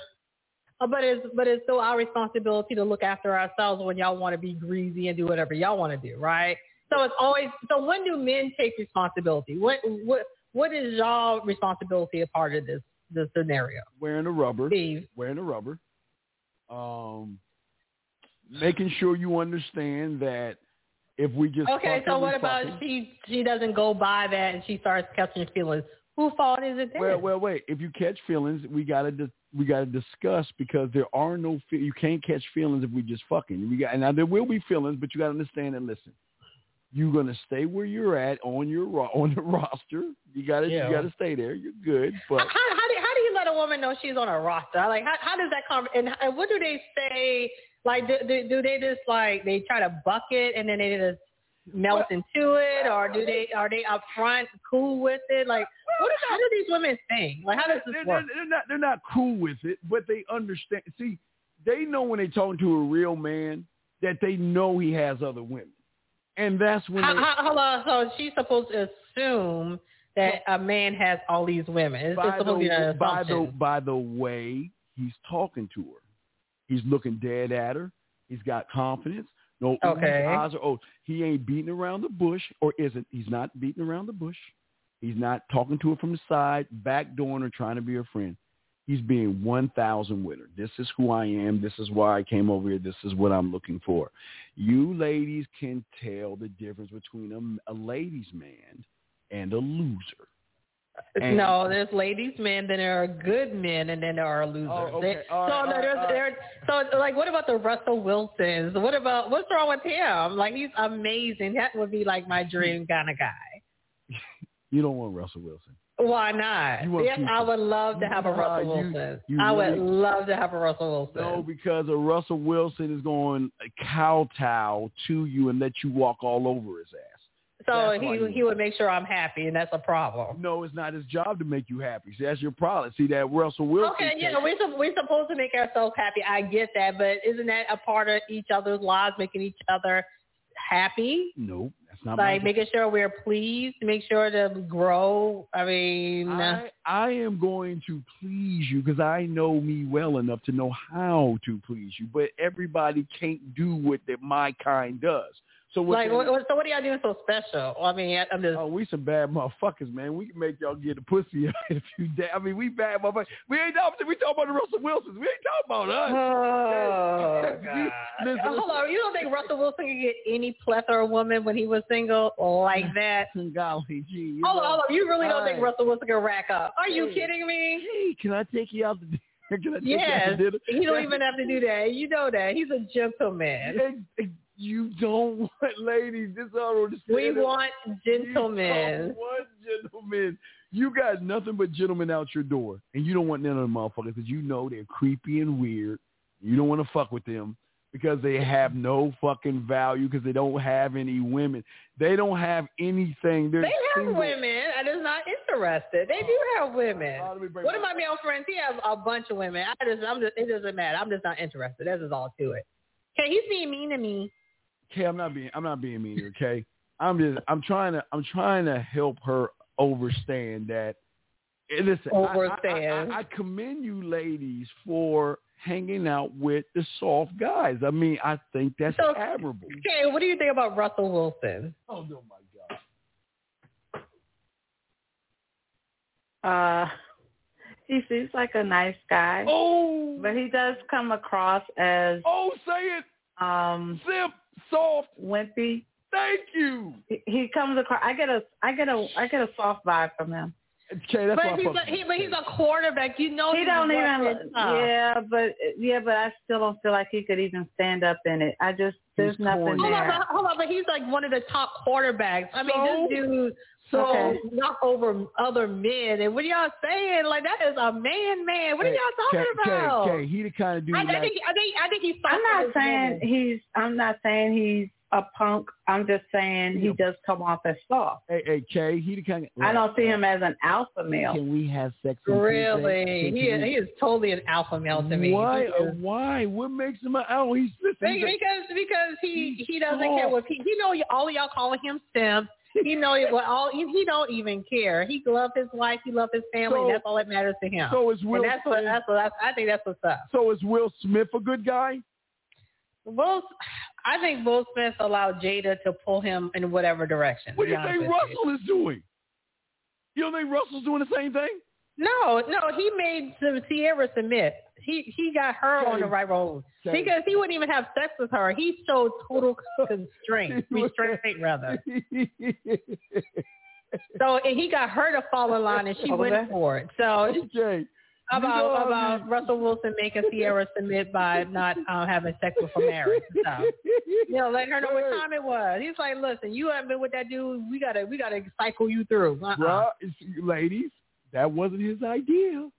Speaker 4: Uh, But it's but it's still our responsibility to look after ourselves when y'all want to be greasy and do whatever y'all want to do, right? So it's always so. When do men take responsibility? What what what is y'all responsibility a part of this this scenario?
Speaker 3: wearing a rubber,
Speaker 4: Steve,
Speaker 3: wearing a rubber, um, making sure you understand that if we just
Speaker 4: Okay,
Speaker 3: fucking,
Speaker 4: so
Speaker 3: we
Speaker 4: what about
Speaker 3: fucking.
Speaker 4: she she doesn't go by that and she starts catching feelings? Who fault is it then?
Speaker 3: Well, well, wait. If you catch feelings, we gotta dis- we gotta discuss because there are no fe- you can't catch feelings if we just fucking. We got now there will be feelings, but you gotta understand and listen. You're gonna stay where you're at on your ro- on the roster. You gotta
Speaker 4: Yeah.
Speaker 3: you gotta stay there. You're good,
Speaker 4: how,
Speaker 3: but
Speaker 4: how, how do, how do you let a woman know she's on a roster? Like, how, how does that come? And, and what do they say? Like, do, do, do they just like they try to bucket and then they just melt into it, or do they are they upfront cool with it? Like, what how do these women think? Like, how does this
Speaker 3: they're,
Speaker 4: work?
Speaker 3: they're- they're not they're not cool with it, but they understand. See, they know when they're talking to a real man that they know he has other women, and that's when
Speaker 4: How,
Speaker 3: they,
Speaker 4: how, hold on. So she's supposed to assume that a man has all these women. It's just
Speaker 3: by
Speaker 4: supposed to be
Speaker 3: the,
Speaker 4: an
Speaker 3: by
Speaker 4: assumption.
Speaker 3: the by the way he's talking to her. He's looking dead at her. He's got confidence. No oohs,
Speaker 4: Okay.
Speaker 3: ahs, or oh, he ain't beating around the bush, or isn't. He's not beating around the bush. He's not talking to her from the side, backdooring or trying to be her friend. He's being 1,000 with her. This is who I am. This is why I came over here. This is what I'm looking for. You ladies can tell the difference between a, a ladies' man and a loser. And-
Speaker 4: no, there's ladies' men, then there are good men, and then there are losers.
Speaker 3: Oh, okay.
Speaker 4: They-
Speaker 3: All
Speaker 4: so
Speaker 3: right, all right,
Speaker 4: there's,
Speaker 3: all right.
Speaker 4: there, so like, what about the Russell Wilsons? What about what's wrong with him? Like he's amazing. That would be like my dream kind of guy.
Speaker 3: You don't want Russell Wilson.
Speaker 4: Why not?
Speaker 3: You want
Speaker 4: yes,
Speaker 3: people.
Speaker 4: I would love to have a
Speaker 3: Nah,
Speaker 4: Russell
Speaker 3: you-
Speaker 4: Wilson.
Speaker 3: you
Speaker 4: I would
Speaker 3: really-
Speaker 4: love to have a Russell Wilson.
Speaker 3: No, because a Russell Wilson is going to kowtow to you and let you walk all over his ass.
Speaker 4: so
Speaker 3: that's why you-
Speaker 4: he he would make sure I'm happy, and that's a problem.
Speaker 3: No, it's not his job to make you happy. See, that's your problem. See, that Russell Wilson.
Speaker 4: Okay,
Speaker 3: thing-
Speaker 4: yeah, we're, sup- we're supposed to make ourselves happy. I get that, but isn't that a part of each other's lives, making each other happy?
Speaker 3: No, that's not
Speaker 4: like
Speaker 3: my
Speaker 4: making sure we're pleased, make sure to grow. I mean, uh,
Speaker 3: I, I am going to please you because I know me well enough to know how to please you, but everybody can't do what that my kind does. So what
Speaker 4: like,
Speaker 3: they-
Speaker 4: what, what- so what are y'all doing so special? I mean, I- I'm just.
Speaker 3: Oh, we some bad motherfuckers, man. We can make y'all get a pussy in a few days. I mean, we bad motherfuckers. We ain't talking. We talking about the Russell Wilsons. We ain't talking about us.
Speaker 4: Oh,
Speaker 3: We- listen,
Speaker 4: Uh, Hold on, you don't think Russell Wilson could get any plethora of women when he was single like that?
Speaker 3: Golly gee.
Speaker 4: Hold on, hold on, you really don't think
Speaker 3: All right.
Speaker 4: Russell Wilson could rack up? Are you
Speaker 3: Hey.
Speaker 4: kidding me?
Speaker 3: Hey, can I take you out to dinner? Can I take you out to
Speaker 4: Yes,
Speaker 3: dinner?
Speaker 4: he don't even have to do that. You know that he's a gentleman.
Speaker 3: And- and You don't want ladies. This I don't understand.
Speaker 4: We want
Speaker 3: You
Speaker 4: gentlemen.
Speaker 3: want gentlemen. You got nothing but gentlemen out your door, and you don't want none of them motherfuckers because you know they're creepy and weird. You don't want to fuck with them because they have no fucking value because they don't have any women. They don't have anything. They're
Speaker 4: They have
Speaker 3: single.
Speaker 4: women. I'm just not interested. They do have women.
Speaker 3: Oh, let me break
Speaker 4: One
Speaker 3: my-
Speaker 4: of my male friends, he has a bunch of women. I just, I'm just, it doesn't matter. I'm just not interested. That's just all to it. Okay, he's being mean to me.
Speaker 3: Okay, I'm not being I'm not being mean, okay? I'm just I'm trying to I'm trying to help her understand that eh, listen, I- I-
Speaker 4: Overstand.
Speaker 3: I, I, I commend you ladies for hanging out with the soft guys. I mean, I think that's
Speaker 4: So-
Speaker 3: admirable.
Speaker 4: Okay, what do you think about Russell Wilson?
Speaker 3: Oh no my god.
Speaker 5: Uh, he seems like a nice guy,
Speaker 3: Oh
Speaker 5: but he does come across as
Speaker 3: Oh say it.
Speaker 5: um
Speaker 3: Zip soft.
Speaker 5: wimpy.
Speaker 3: Thank you.
Speaker 5: He- He comes across. I get a, I get a, I get a soft vibe from him.
Speaker 3: Okay, that's why I
Speaker 4: But he's,
Speaker 3: fuck
Speaker 4: a,
Speaker 3: with
Speaker 4: he,
Speaker 3: you.
Speaker 4: but he's a quarterback. You know
Speaker 5: he
Speaker 4: he's
Speaker 5: don't
Speaker 4: rough
Speaker 5: even.
Speaker 4: and tough.
Speaker 5: Yeah, but yeah, but I still don't feel like he could even stand up in it. I just there's nothing
Speaker 3: corny.
Speaker 4: Hold on,
Speaker 5: there.
Speaker 4: but, hold on, but he's like one of the top quarterbacks. I mean,
Speaker 3: So?
Speaker 4: this dude so
Speaker 5: Okay.
Speaker 4: knock over other men. And what are y'all saying? Like that is a man, man. What are y'all talking
Speaker 3: okay,
Speaker 4: about?
Speaker 3: Okay, okay, he the kind of dude
Speaker 4: I, I
Speaker 3: like
Speaker 4: think I think I think he's.
Speaker 5: I'm not
Speaker 4: soft-hearted
Speaker 5: saying
Speaker 4: woman.
Speaker 5: he's. I'm not saying he's a punk. I'm just saying he does come off as soft.
Speaker 3: hey, hey, Kay, he the kind of
Speaker 5: I don't see him as an alpha male.
Speaker 3: Can we have sex on Tuesday?
Speaker 4: Really,
Speaker 3: Can
Speaker 4: he is,
Speaker 3: we-
Speaker 4: he is totally an alpha male to me.
Speaker 3: Why?
Speaker 4: He is.
Speaker 3: Why? What makes him an owl? He's listen,
Speaker 4: Be-
Speaker 3: he's a-
Speaker 4: Because because he he doesn't
Speaker 3: Come
Speaker 4: care
Speaker 3: on.
Speaker 4: what people. You know, all of y'all calling him simp. You know, it- well, all he, he don't even care. He loves his wife. He loves his family.
Speaker 3: So-
Speaker 4: and that's all that matters to him.
Speaker 3: so is Will.
Speaker 4: and that's what that's what that's, I think that's what's up.
Speaker 3: so is Will Smith a good guy?
Speaker 4: Will, I think Will Smith allowed Jada to pull him in whatever direction.
Speaker 3: What do
Speaker 4: to
Speaker 3: you
Speaker 4: be honest
Speaker 3: think
Speaker 4: with
Speaker 3: Russell is doing? You don't think Russell's doing the same thing?
Speaker 4: No, no, he made some Sierra submit. He he got her on the right road
Speaker 3: Okay.
Speaker 4: because he wouldn't even have sex with her. He showed total constraint, restraint rather. So and he got her to fall in line, and she
Speaker 5: Okay.
Speaker 4: went for it. So
Speaker 3: okay.
Speaker 4: about
Speaker 3: know,
Speaker 4: about Russell Wilson making Sierra submit by not uh, having sex with her marriage. So you know, let her know what time it was. He's like, listen, you haven't been with that dude. We gotta we gotta cycle you through. Uh-uh.
Speaker 3: Bruh, it's- ladies, that wasn't his idea.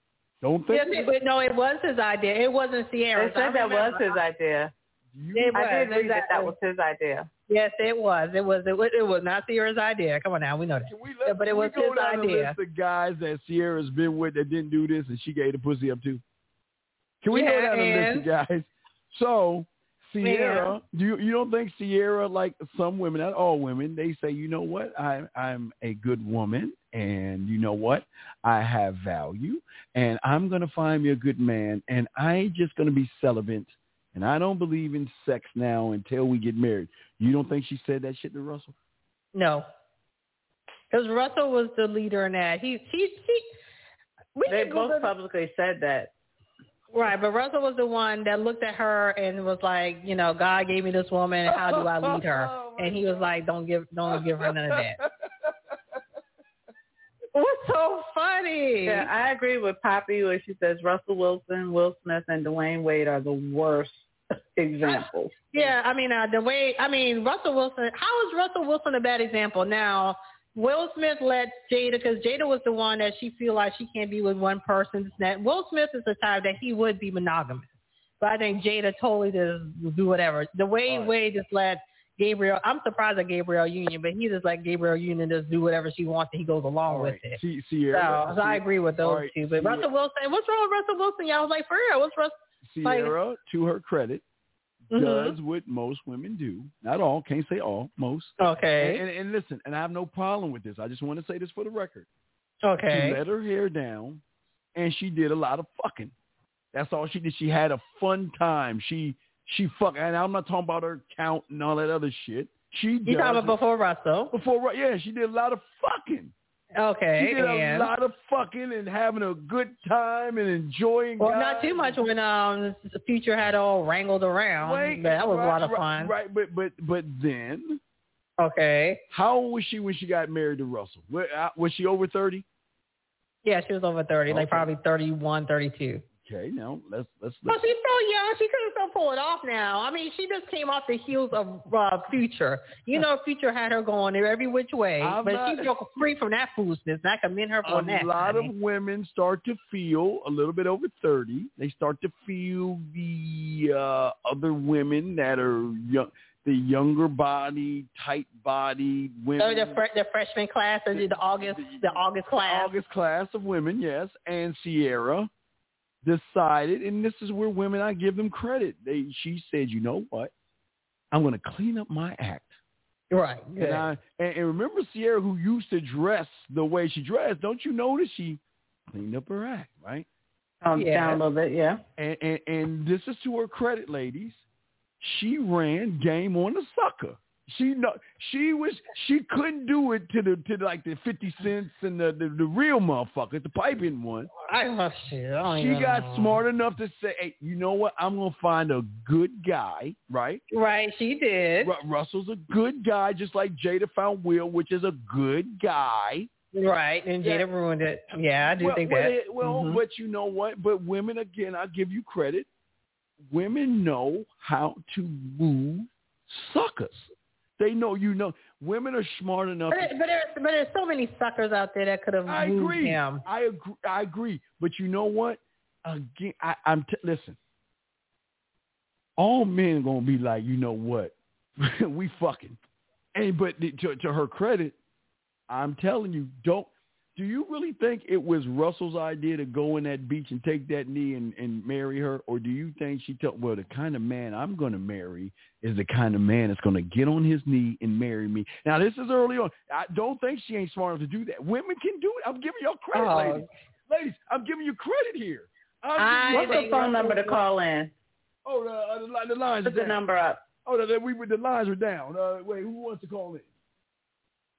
Speaker 3: Don't think
Speaker 4: Yes, it, but no, it was his idea. It wasn't
Speaker 5: They
Speaker 4: Sierra's. I
Speaker 5: said that was
Speaker 4: remember.
Speaker 5: his idea.
Speaker 3: you
Speaker 4: It was,
Speaker 5: I did read that that
Speaker 4: exactly.
Speaker 5: was his idea.
Speaker 4: Yes, it was. It was. It was. It was not Sierra's idea. Come on now, we know that.
Speaker 3: Can we
Speaker 4: Yeah,
Speaker 3: let,
Speaker 4: but it
Speaker 3: can
Speaker 4: was
Speaker 3: we go
Speaker 4: his
Speaker 3: down the
Speaker 4: idea.
Speaker 3: list of guys that Sierra's been with that didn't do this and she gave the pussy up to? Can we
Speaker 4: Yeah,
Speaker 3: go down
Speaker 4: and-
Speaker 3: the list of guys? So Sierra, do you, you don't think Sierra, like some women, not all women, they say, you know what, I, I'm a good woman and you know what, I have value and I'm going to find me a good man and I ain't just going to be celibate and I don't believe in sex now until we get married. You don't think she said that shit to Russell?
Speaker 4: No, because Russell was the leader in that. He, he, he. We
Speaker 5: They
Speaker 4: can Google
Speaker 5: both publicly said that.
Speaker 4: Right, but Russell was the one that looked at her and was like, you know, God gave me this woman, and how do I lead her?
Speaker 3: Oh,
Speaker 4: and he was like, don't give, don't give her none of that. What's so funny?
Speaker 5: Yeah, I agree with Poppy when she says Russell Wilson, Will Smith, and Dwayne Wade are the worst examples.
Speaker 4: Yeah, I mean, uh, the way, I mean, Russell Wilson, how is Russell Wilson a bad example? Now, Will Smith let Jada, because Jada was the one that she feel like she can't be with one person. This and that. Will Smith is the type that he would be monogamous. But I think Jada totally just do whatever. The way Wade just let Gabriel, I'm surprised at Gabriel Union, but he just let Gabriel Union just do whatever she wants and he goes along
Speaker 3: All
Speaker 4: with
Speaker 3: right.
Speaker 4: it.
Speaker 3: See,
Speaker 4: So,
Speaker 3: Sierra.
Speaker 4: so I agree with
Speaker 3: All
Speaker 4: those
Speaker 3: right,
Speaker 4: two. But
Speaker 3: Sierra-
Speaker 4: Russell Wilson, what's wrong with Russell Wilson? Y'all was like, for real, what's Russell?
Speaker 3: Sierra, to her credit,
Speaker 4: Mhm.
Speaker 3: does what most women do. Not all, can't say all, most.
Speaker 4: Okay.
Speaker 3: And, and, and listen, and I have no problem with this. I just want to say this for the record. She
Speaker 4: Okay.
Speaker 3: let her hair down, and she did a lot of fucking. That's all she did. She had a fun time. She she fuck, and I'm not talking about her count and all that other shit. She
Speaker 4: You talking about before Russell?
Speaker 3: Before Ru- yeah, she did a lot of fucking.
Speaker 4: Okay,
Speaker 3: she did
Speaker 4: and-
Speaker 3: a lot of fucking and having a good time and enjoying.
Speaker 4: Well,
Speaker 3: guys.
Speaker 4: not too much when um the future had all wrangled around.
Speaker 3: Wait,
Speaker 4: but that was
Speaker 3: right,
Speaker 4: a lot of
Speaker 3: right,
Speaker 4: fun.
Speaker 3: Right, but but but then.
Speaker 4: Okay.
Speaker 3: How old was she when she got married to Russell? Wa- uh, Was she over thirty?
Speaker 4: Yeah, she was over thirty, like probably 31, 32.
Speaker 3: Okay, now let's let's.
Speaker 4: Well, Oh, she's so young. She couldn't still pull it off now. I mean, she just came off the heels of uh, Future. You know, Future had her going every which way,
Speaker 3: I'm
Speaker 4: but
Speaker 3: not-
Speaker 4: she broke free from that foolishness. and I commend her for
Speaker 3: a
Speaker 4: that.
Speaker 3: lot
Speaker 4: honey.
Speaker 3: of women start to feel a little bit over 30 they start to feel the uh, other women that are young the younger body tight bodied
Speaker 4: so
Speaker 3: women
Speaker 4: the, fre- the freshman class, the, the August, the August class.
Speaker 3: august class of women yes and sierra decided and this is where women i give them credit they she said you know what i'm going to clean up my act
Speaker 4: Right.
Speaker 3: and, I, and, and remember Sierra, who used to dress the way she dressed. Don't you notice she cleaned up her act, right?
Speaker 11: Um, Yeah. down a little bit, yeah.
Speaker 3: And, and and this is to her credit, ladies. She ran game on the sucker. She no, she was she couldn't do it to the to like the fifty cents and the the, the real motherfucker, the piping one.
Speaker 4: I love shit. I don't
Speaker 3: She
Speaker 4: even
Speaker 3: got
Speaker 4: know.
Speaker 3: smart enough to say, hey, you know what? I'm gonna find a good guy, right?
Speaker 4: Right, she did.
Speaker 3: Russell's a good guy, just like Jada found Will, which is a good guy.
Speaker 4: Right, and Jada ruined it. Yeah, I do
Speaker 3: well,
Speaker 4: think
Speaker 3: well,
Speaker 4: that.
Speaker 3: it- well,
Speaker 4: Mhm.
Speaker 3: but you know what? But women, again, I give you credit. Women know how to move suckers. They know you know. Women are smart enough.
Speaker 4: But, it- but, there, but there's so many suckers out there that could have
Speaker 3: I
Speaker 4: moved
Speaker 3: agree.
Speaker 4: him.
Speaker 3: I agree. I agree. But you know what? Again, I, I'm t- listen. All men are gonna be like, you know what? we fucking. And but the- to to her credit, I'm telling you, don't. Do you really think it was Russell's idea to go in that beach and take that knee and, and marry her, or do you think she told? Well, the kind of man I'm going to marry is the kind of man that's going to get on his knee and marry me. Now, this is early on. I don't think she ain't smart enough to do that. Women can do it. I'm giving y'all credit,
Speaker 11: Oh.
Speaker 3: ladies. Ladies, I'm giving you credit here. I'm
Speaker 11: I
Speaker 3: giving
Speaker 11: What's
Speaker 3: you
Speaker 11: the
Speaker 3: credit.
Speaker 11: phone number to call in?
Speaker 3: Oh, the, uh, the, li- the lines
Speaker 11: Put
Speaker 3: are
Speaker 11: the
Speaker 3: down.
Speaker 11: number up.
Speaker 3: Oh, the, the, we, the lines are down. Uh, wait, who wants to call in?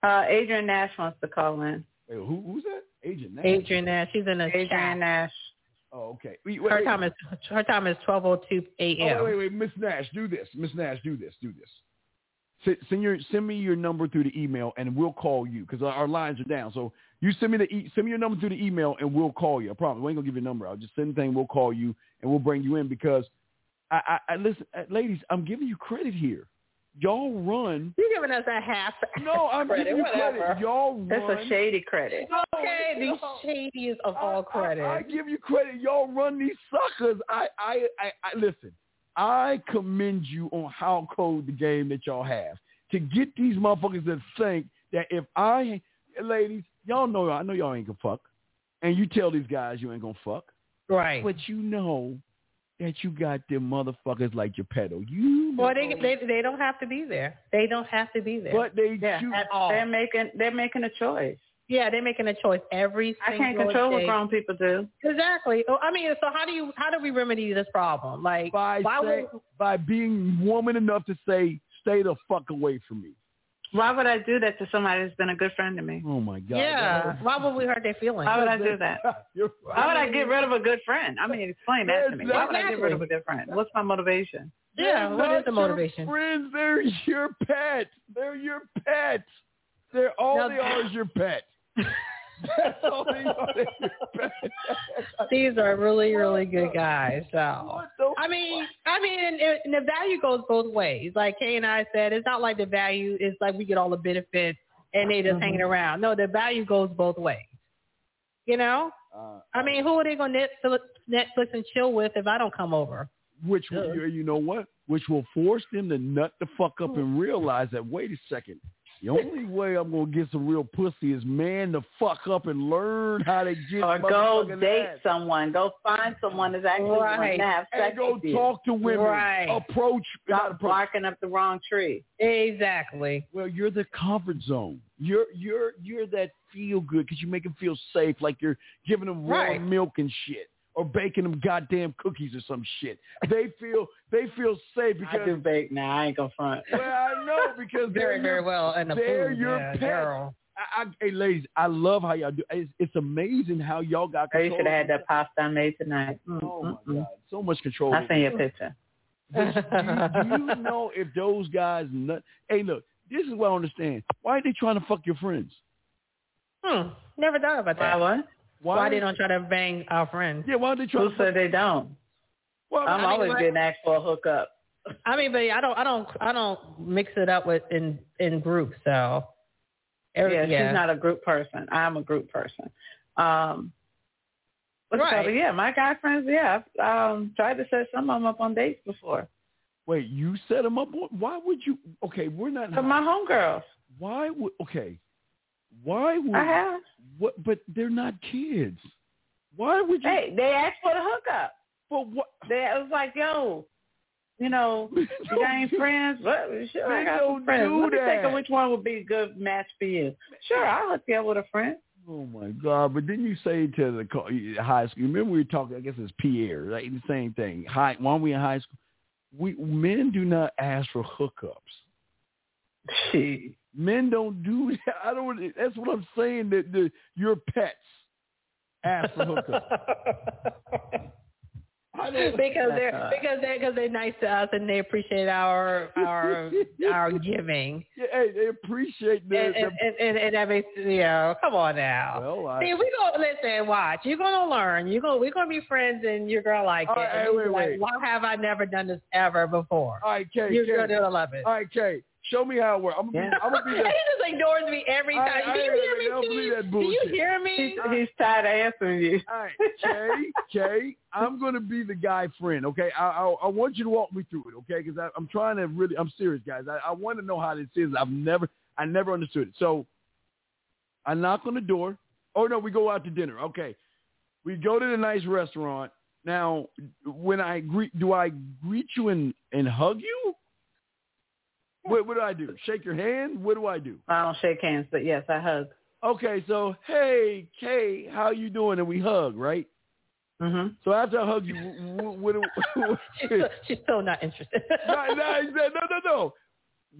Speaker 11: Uh, Adrian Nash wants to call in.
Speaker 3: Wait, who, who's that? Agent Nash.
Speaker 4: Adrian Nash, she's in a
Speaker 11: Adrian
Speaker 4: chat.
Speaker 11: Nash.
Speaker 3: Oh, okay.
Speaker 4: uh, her time is her time is 12:02 a.m.
Speaker 3: Oh, wait, wait, wait. Miss Nash, do this. Miss Nash, do this. Do this. Send, send your send me your number through the email, and we'll call you because our, our lines are down. So you send me the e- send me your number through the email, and we'll call you. I promise. We ain't gonna give you a number. I'll just send the thing. We'll call you, and we'll bring you in because I, I, I listen, uh, ladies. I'm giving you credit here. Y'all run.
Speaker 4: You're giving us a half.
Speaker 3: No, I'm
Speaker 4: Credit,
Speaker 3: giving you
Speaker 4: whatever.
Speaker 3: credit. Y'all run.
Speaker 11: That's a shady credit.
Speaker 3: No,
Speaker 4: Okay, the
Speaker 3: no.
Speaker 4: shadiest of all credit.
Speaker 3: I give you credit. Y'all run these suckers. I, I, I, I listen. I commend you on how cold the game that y'all have to get these motherfuckers to think that if I, ladies, y'all know I know y'all ain't gonna fuck, and you tell these guys you ain't gonna fuck,
Speaker 4: right.
Speaker 3: but you know that you got them motherfuckers like Geppetto. You know,
Speaker 4: Well, they, they they don't have to be there. They don't have to be there.
Speaker 3: but they
Speaker 11: Yeah,
Speaker 3: you-
Speaker 4: at all.
Speaker 11: They're making they're making a choice.
Speaker 4: yeah, they're making a choice every
Speaker 11: I
Speaker 4: single
Speaker 11: can't control
Speaker 4: day.
Speaker 11: what grown people do.
Speaker 4: Exactly. Oh, I mean, so how do you how do we remedy this problem? Like,
Speaker 3: by
Speaker 4: why
Speaker 3: say,
Speaker 4: would
Speaker 3: by being woman enough to say stay the fuck away from me.
Speaker 11: Why would I do that to somebody that's been a good friend to me?
Speaker 3: Oh my god.
Speaker 4: yeah? Why would we hurt their feelings?
Speaker 11: Why would I do that?
Speaker 3: You're right.
Speaker 11: Why would I get rid of a good friend? I mean, explain that to me. Why would I get rid of a good friend? What's my motivation?
Speaker 4: yeah.
Speaker 3: They're
Speaker 4: What is
Speaker 3: not
Speaker 4: the motivation?
Speaker 3: Your friends, they're your pets. They're your pets. They're all
Speaker 4: Now-
Speaker 3: they are is your pet. That's all they are. They're your pet.
Speaker 4: Uh, These are really really good guys. So.
Speaker 3: What the
Speaker 4: I mean, I mean, and, and the value goes both ways. Like Kay and I said, it's not like the value is like we get all the benefits and they just
Speaker 5: Mm-hmm.
Speaker 4: hanging around. No, the value goes both ways. You know,
Speaker 3: Uh,
Speaker 4: I mean, who are they gonna Netflix, Netflix and chill with if I don't come over?
Speaker 3: which will, you, you know what? Which will force them to nut the fuck up and realize that wait a second. The only way I'm gonna get some real pussy is man to fuck up and learn how to get
Speaker 11: Or go
Speaker 3: motherfucking
Speaker 11: date
Speaker 3: ass.
Speaker 11: someone. Go find someone that's actually
Speaker 4: Right.
Speaker 11: going to have sex
Speaker 3: and go
Speaker 11: with you.
Speaker 3: talk to women.
Speaker 4: Right.
Speaker 3: Approach, not
Speaker 11: Stop
Speaker 3: approach.
Speaker 11: barking up the wrong tree.
Speaker 4: Exactly.
Speaker 3: Well, you're the comfort zone. You're you're you're that feel good because you make them feel safe, like you're giving them raw
Speaker 4: Right.
Speaker 3: milk and shit. or baking them goddamn cookies or some shit. They feel they feel safe because
Speaker 5: I do bake now. I ain't gonna front.
Speaker 3: Well, I know because
Speaker 5: Very,
Speaker 3: they're
Speaker 5: very
Speaker 3: your-
Speaker 5: well, and the
Speaker 3: they're
Speaker 5: food,
Speaker 3: your
Speaker 5: yeah,
Speaker 3: pets.
Speaker 5: girl.
Speaker 3: I, I, hey, ladies, I love how y'all do. It's, it's amazing how y'all got
Speaker 5: Oh, you
Speaker 3: control.
Speaker 5: should have had that pasta I made tonight. Mm,
Speaker 3: Oh
Speaker 5: mm,
Speaker 3: my
Speaker 5: mm.
Speaker 3: god, so much control.
Speaker 5: I seen your
Speaker 3: Does-
Speaker 5: picture.
Speaker 3: do, you, do you know if those guys? Nut- hey, look, this is what I understand. Why are they trying to fuck your friends?
Speaker 4: Hmm. Never thought about
Speaker 5: Why
Speaker 4: that. Why,
Speaker 5: what?
Speaker 4: they don't try to bang our friends?
Speaker 3: Yeah, why are they trying?
Speaker 5: Who
Speaker 3: to fuck-
Speaker 5: said they don't?
Speaker 3: well,
Speaker 5: I'm
Speaker 4: mean,
Speaker 5: always
Speaker 4: what-
Speaker 5: getting asked for a hookup.
Speaker 4: I mean, but I don't, I don't, I don't mix it up with in in groups. So, Every-
Speaker 5: yeah, she's not a group person. I'm a group person. Um, what's it
Speaker 4: Right.
Speaker 5: called? Yeah, my guy friends. Yeah, I've um, tried to set some of them up on dates before.
Speaker 3: wait, you set them up. Why would you? Okay, we're not.
Speaker 5: But my homegirls,
Speaker 3: Why would? Okay, why would?
Speaker 5: I have.
Speaker 3: What? But they're not kids. Why would you?
Speaker 5: Hey, they asked for the hookup.
Speaker 3: But what?
Speaker 5: They it was like, yo, you know,
Speaker 3: We
Speaker 5: you ain't
Speaker 3: don't-
Speaker 5: friends. What? Sure,
Speaker 3: They
Speaker 5: I got
Speaker 3: don't
Speaker 5: some friends.
Speaker 3: do
Speaker 5: Let me think
Speaker 3: that.
Speaker 5: of which one would be a good match for you. Sure, I'll hook you up with a friend.
Speaker 3: Oh my God! But didn't you say to the co- high school? Remember we were talking. I guess it's Pierre, right? The same thing. High. Why we in high school? We men do not ask for hookups.
Speaker 5: She.
Speaker 3: Men don't do that. I don't. That's what I'm saying. That the, your pets ask for hookups. I don't.
Speaker 4: because
Speaker 5: That's uh,
Speaker 4: they're
Speaker 5: all.
Speaker 4: because they because they're nice to us and they appreciate our our our giving.
Speaker 3: Yeah, hey, they appreciate the.
Speaker 4: And, and, and, and, and that makes you know, come on now.
Speaker 3: the well, I,
Speaker 4: See, we go listen, watch. You're gonna learn. You go. We're gonna be friends, and your girl like
Speaker 3: All
Speaker 4: it.
Speaker 3: right,
Speaker 4: And
Speaker 3: hey,
Speaker 4: you
Speaker 3: wait,
Speaker 4: be like,
Speaker 3: wait.
Speaker 4: why have I never done this ever before?
Speaker 3: all right, Kay.
Speaker 4: You're
Speaker 3: Kay.
Speaker 4: gonna love it.
Speaker 3: All right, Kay. Show me how it works. I'm gonna be.
Speaker 5: Yeah.
Speaker 3: I'm gonna be
Speaker 4: he
Speaker 3: the.
Speaker 4: just ignores me every
Speaker 3: I-
Speaker 4: time.
Speaker 3: I
Speaker 4: Do you
Speaker 3: ain't
Speaker 4: hear me?
Speaker 3: gonna believe
Speaker 4: Keith?
Speaker 3: that
Speaker 4: Do you
Speaker 3: bullshit.
Speaker 4: hear me?
Speaker 5: He's, he's tired of answering you.
Speaker 3: All right, Kay, Kay, I'm gonna be the guy friend, okay? I I, I want you to walk me through it, okay? Because I'm trying to really, I'm serious, guys. I, I want to know how this is. I've never, I never understood it. So, I knock on the door. Oh no, we go out to dinner. Okay, we go to the nice restaurant. Now, when I greet, do I greet you and and hug you? What, what do I do? Shake your hand? What do I do?
Speaker 5: I don't shake hands, but yes, I hug.
Speaker 3: Okay, so hey, Kay, how you doing? And we hug, right?
Speaker 5: hmm
Speaker 3: So after I hug you, what, what, what,
Speaker 4: She's still, she's still not interested.
Speaker 3: no, no, he said, no, no, no.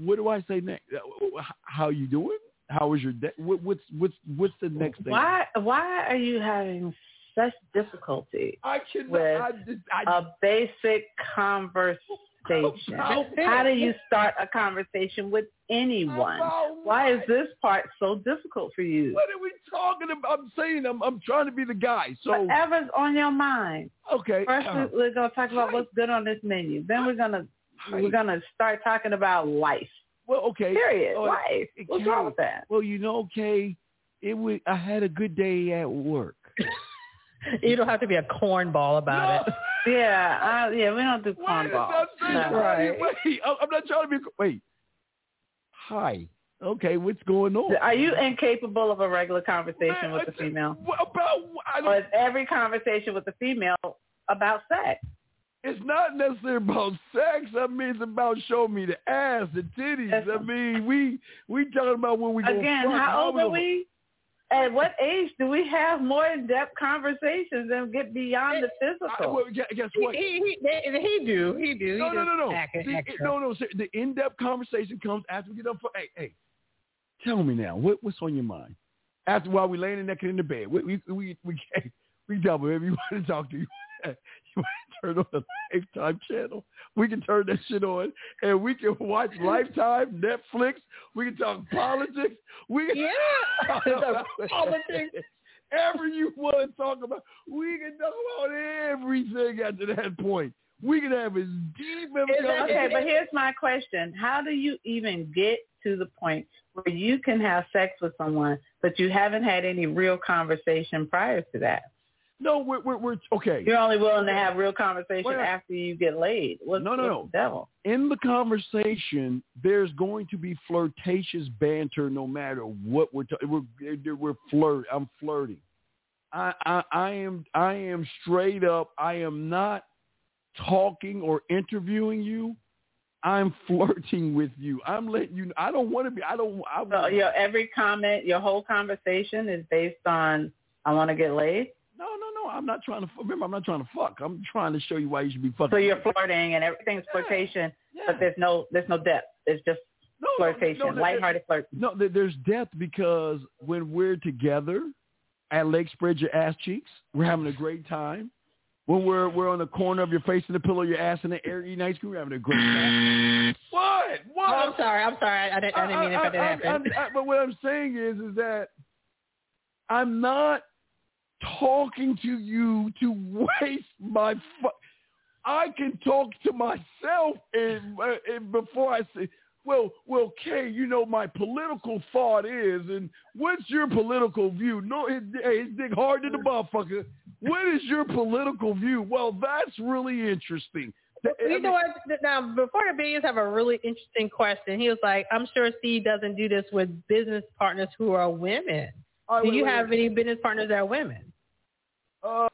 Speaker 3: What do I say next? Uh, How you doing? How was your day? What, what's what's what's the next thing?
Speaker 5: Why? Why are you having such difficulty
Speaker 3: I cannot.
Speaker 5: With
Speaker 3: I just, I,
Speaker 5: a basic conversation.
Speaker 3: About it.
Speaker 5: How do you start a conversation with anyone?
Speaker 3: About
Speaker 5: Why is
Speaker 3: what?
Speaker 5: this part so difficult for you?
Speaker 3: what are we talking about? I'm saying I'm I'm trying to be the guy. So
Speaker 5: Whatever's on your mind.
Speaker 3: okay,
Speaker 5: First,
Speaker 3: uh,
Speaker 5: we- we're gonna talk about what's good on this menu. Then we're gonna we're gonna start talking about life.
Speaker 3: well, okay,
Speaker 5: Period.
Speaker 3: Oh,
Speaker 5: life.
Speaker 3: it
Speaker 5: What's
Speaker 3: can't-
Speaker 5: wrong with that?
Speaker 3: Well, you know, okay, it was. I had a good day at work.
Speaker 4: you don't have to be a cornball about it.
Speaker 3: No.
Speaker 5: Yeah, I, yeah. We don't do
Speaker 3: Wait, I'm
Speaker 5: cornballs.
Speaker 3: not saying that.
Speaker 5: No.
Speaker 4: Right.
Speaker 3: Wait, I'm I'm not trying to be. Wait. Hi. Okay, what's going on?
Speaker 5: Are you incapable of a regular conversation
Speaker 3: Man,
Speaker 5: with
Speaker 3: I
Speaker 5: the
Speaker 3: just-
Speaker 5: female?
Speaker 3: What about? I
Speaker 5: Or
Speaker 3: don't,
Speaker 5: is every conversation with the female about sex?
Speaker 3: it's not necessarily about sex. I mean, it's about show me the ass, the titties. I
Speaker 5: Listen.
Speaker 3: mean, we we talking about when we gonna
Speaker 5: Again,
Speaker 3: fuck,
Speaker 5: how old
Speaker 3: we
Speaker 5: are
Speaker 3: gonna-
Speaker 5: we? At what age do we have more in-depth conversations and get beyond the
Speaker 3: I,
Speaker 5: physical?
Speaker 3: well, gu- guess
Speaker 4: He,
Speaker 3: what?
Speaker 4: he, he, they- he do. He do.
Speaker 3: No,
Speaker 4: he
Speaker 3: no,
Speaker 4: just
Speaker 3: no, no.
Speaker 4: act-
Speaker 3: The, it-
Speaker 4: extra.
Speaker 3: no, no. ser- The in-depth conversation comes after we get up. For, hey, hey, tell me now, what, what's on your mind? After while we laying naked in the bed, we we we we hey, we double. If you want to talk to you, you want to turn on the Lifetime channel. We can turn that shit on, and we can watch Lifetime, Netflix. We can talk politics. We can
Speaker 4: Yeah. The politics.
Speaker 3: Whatever you want to talk about, we can talk about everything after that point. We can have as deep of a
Speaker 4: Is that-
Speaker 5: Okay,
Speaker 3: conversation.
Speaker 5: but here's my question. How do you even get to the point where you can have sex with someone, but you haven't had any real conversation prior to that?
Speaker 3: No, we're, we're, we're okay.
Speaker 5: You're only willing to have real conversation
Speaker 3: Well,
Speaker 5: after you get laid. What's,
Speaker 3: No, no,
Speaker 5: what's
Speaker 3: no.
Speaker 5: the devil?
Speaker 3: In the conversation, there's going to be flirtatious banter, no matter what we're talking. We're we're flirt. I'm flirting. I, I I am I am straight up. I am not talking or interviewing you. I'm flirting with you. I'm letting you. I don't want to be. I don't. I,
Speaker 5: So your every comment, your whole conversation is based on I want to get laid.
Speaker 3: No, no, no. I'm not trying to. Remember, I'm not trying to fuck. I'm trying to show you why you should be fucking.
Speaker 11: So you're flirting and everything's flirtation, but there's no there's no depth. It's just flirtation,
Speaker 3: no, no,
Speaker 11: lighthearted flirtation.
Speaker 3: No, there- there's depth because when we're together at Lake Spread Your Ass Cheeks, we're having a great time. When we're we're on the corner of your face in the pillow, your ass in the air, eating ice cream, we're having a great time. What? What?
Speaker 4: Oh, I'm sorry. I'm sorry. I, I didn't, I didn't mean it
Speaker 3: I-
Speaker 4: for that
Speaker 3: I-
Speaker 4: to happen.
Speaker 3: I- I- but what I'm saying is, is that I'm not talking to you to waste my. Fu- I can talk to myself and, uh, and before I say, well, well, Kay, you know my political thought is, and what's your political view? No, it, hey, it's dick hard to the motherfucker. What is your political view? Well, that's really interesting. Th- I
Speaker 4: You
Speaker 3: mean-
Speaker 4: know what? Th- Now, before the bees have a really interesting question. He was like, "I'm sure Steve doesn't do this with business partners who are women.
Speaker 3: All right,
Speaker 4: do
Speaker 3: wait,
Speaker 4: you
Speaker 3: wait,
Speaker 4: have
Speaker 3: wait.
Speaker 4: any business partners that are women?"
Speaker 3: Uh,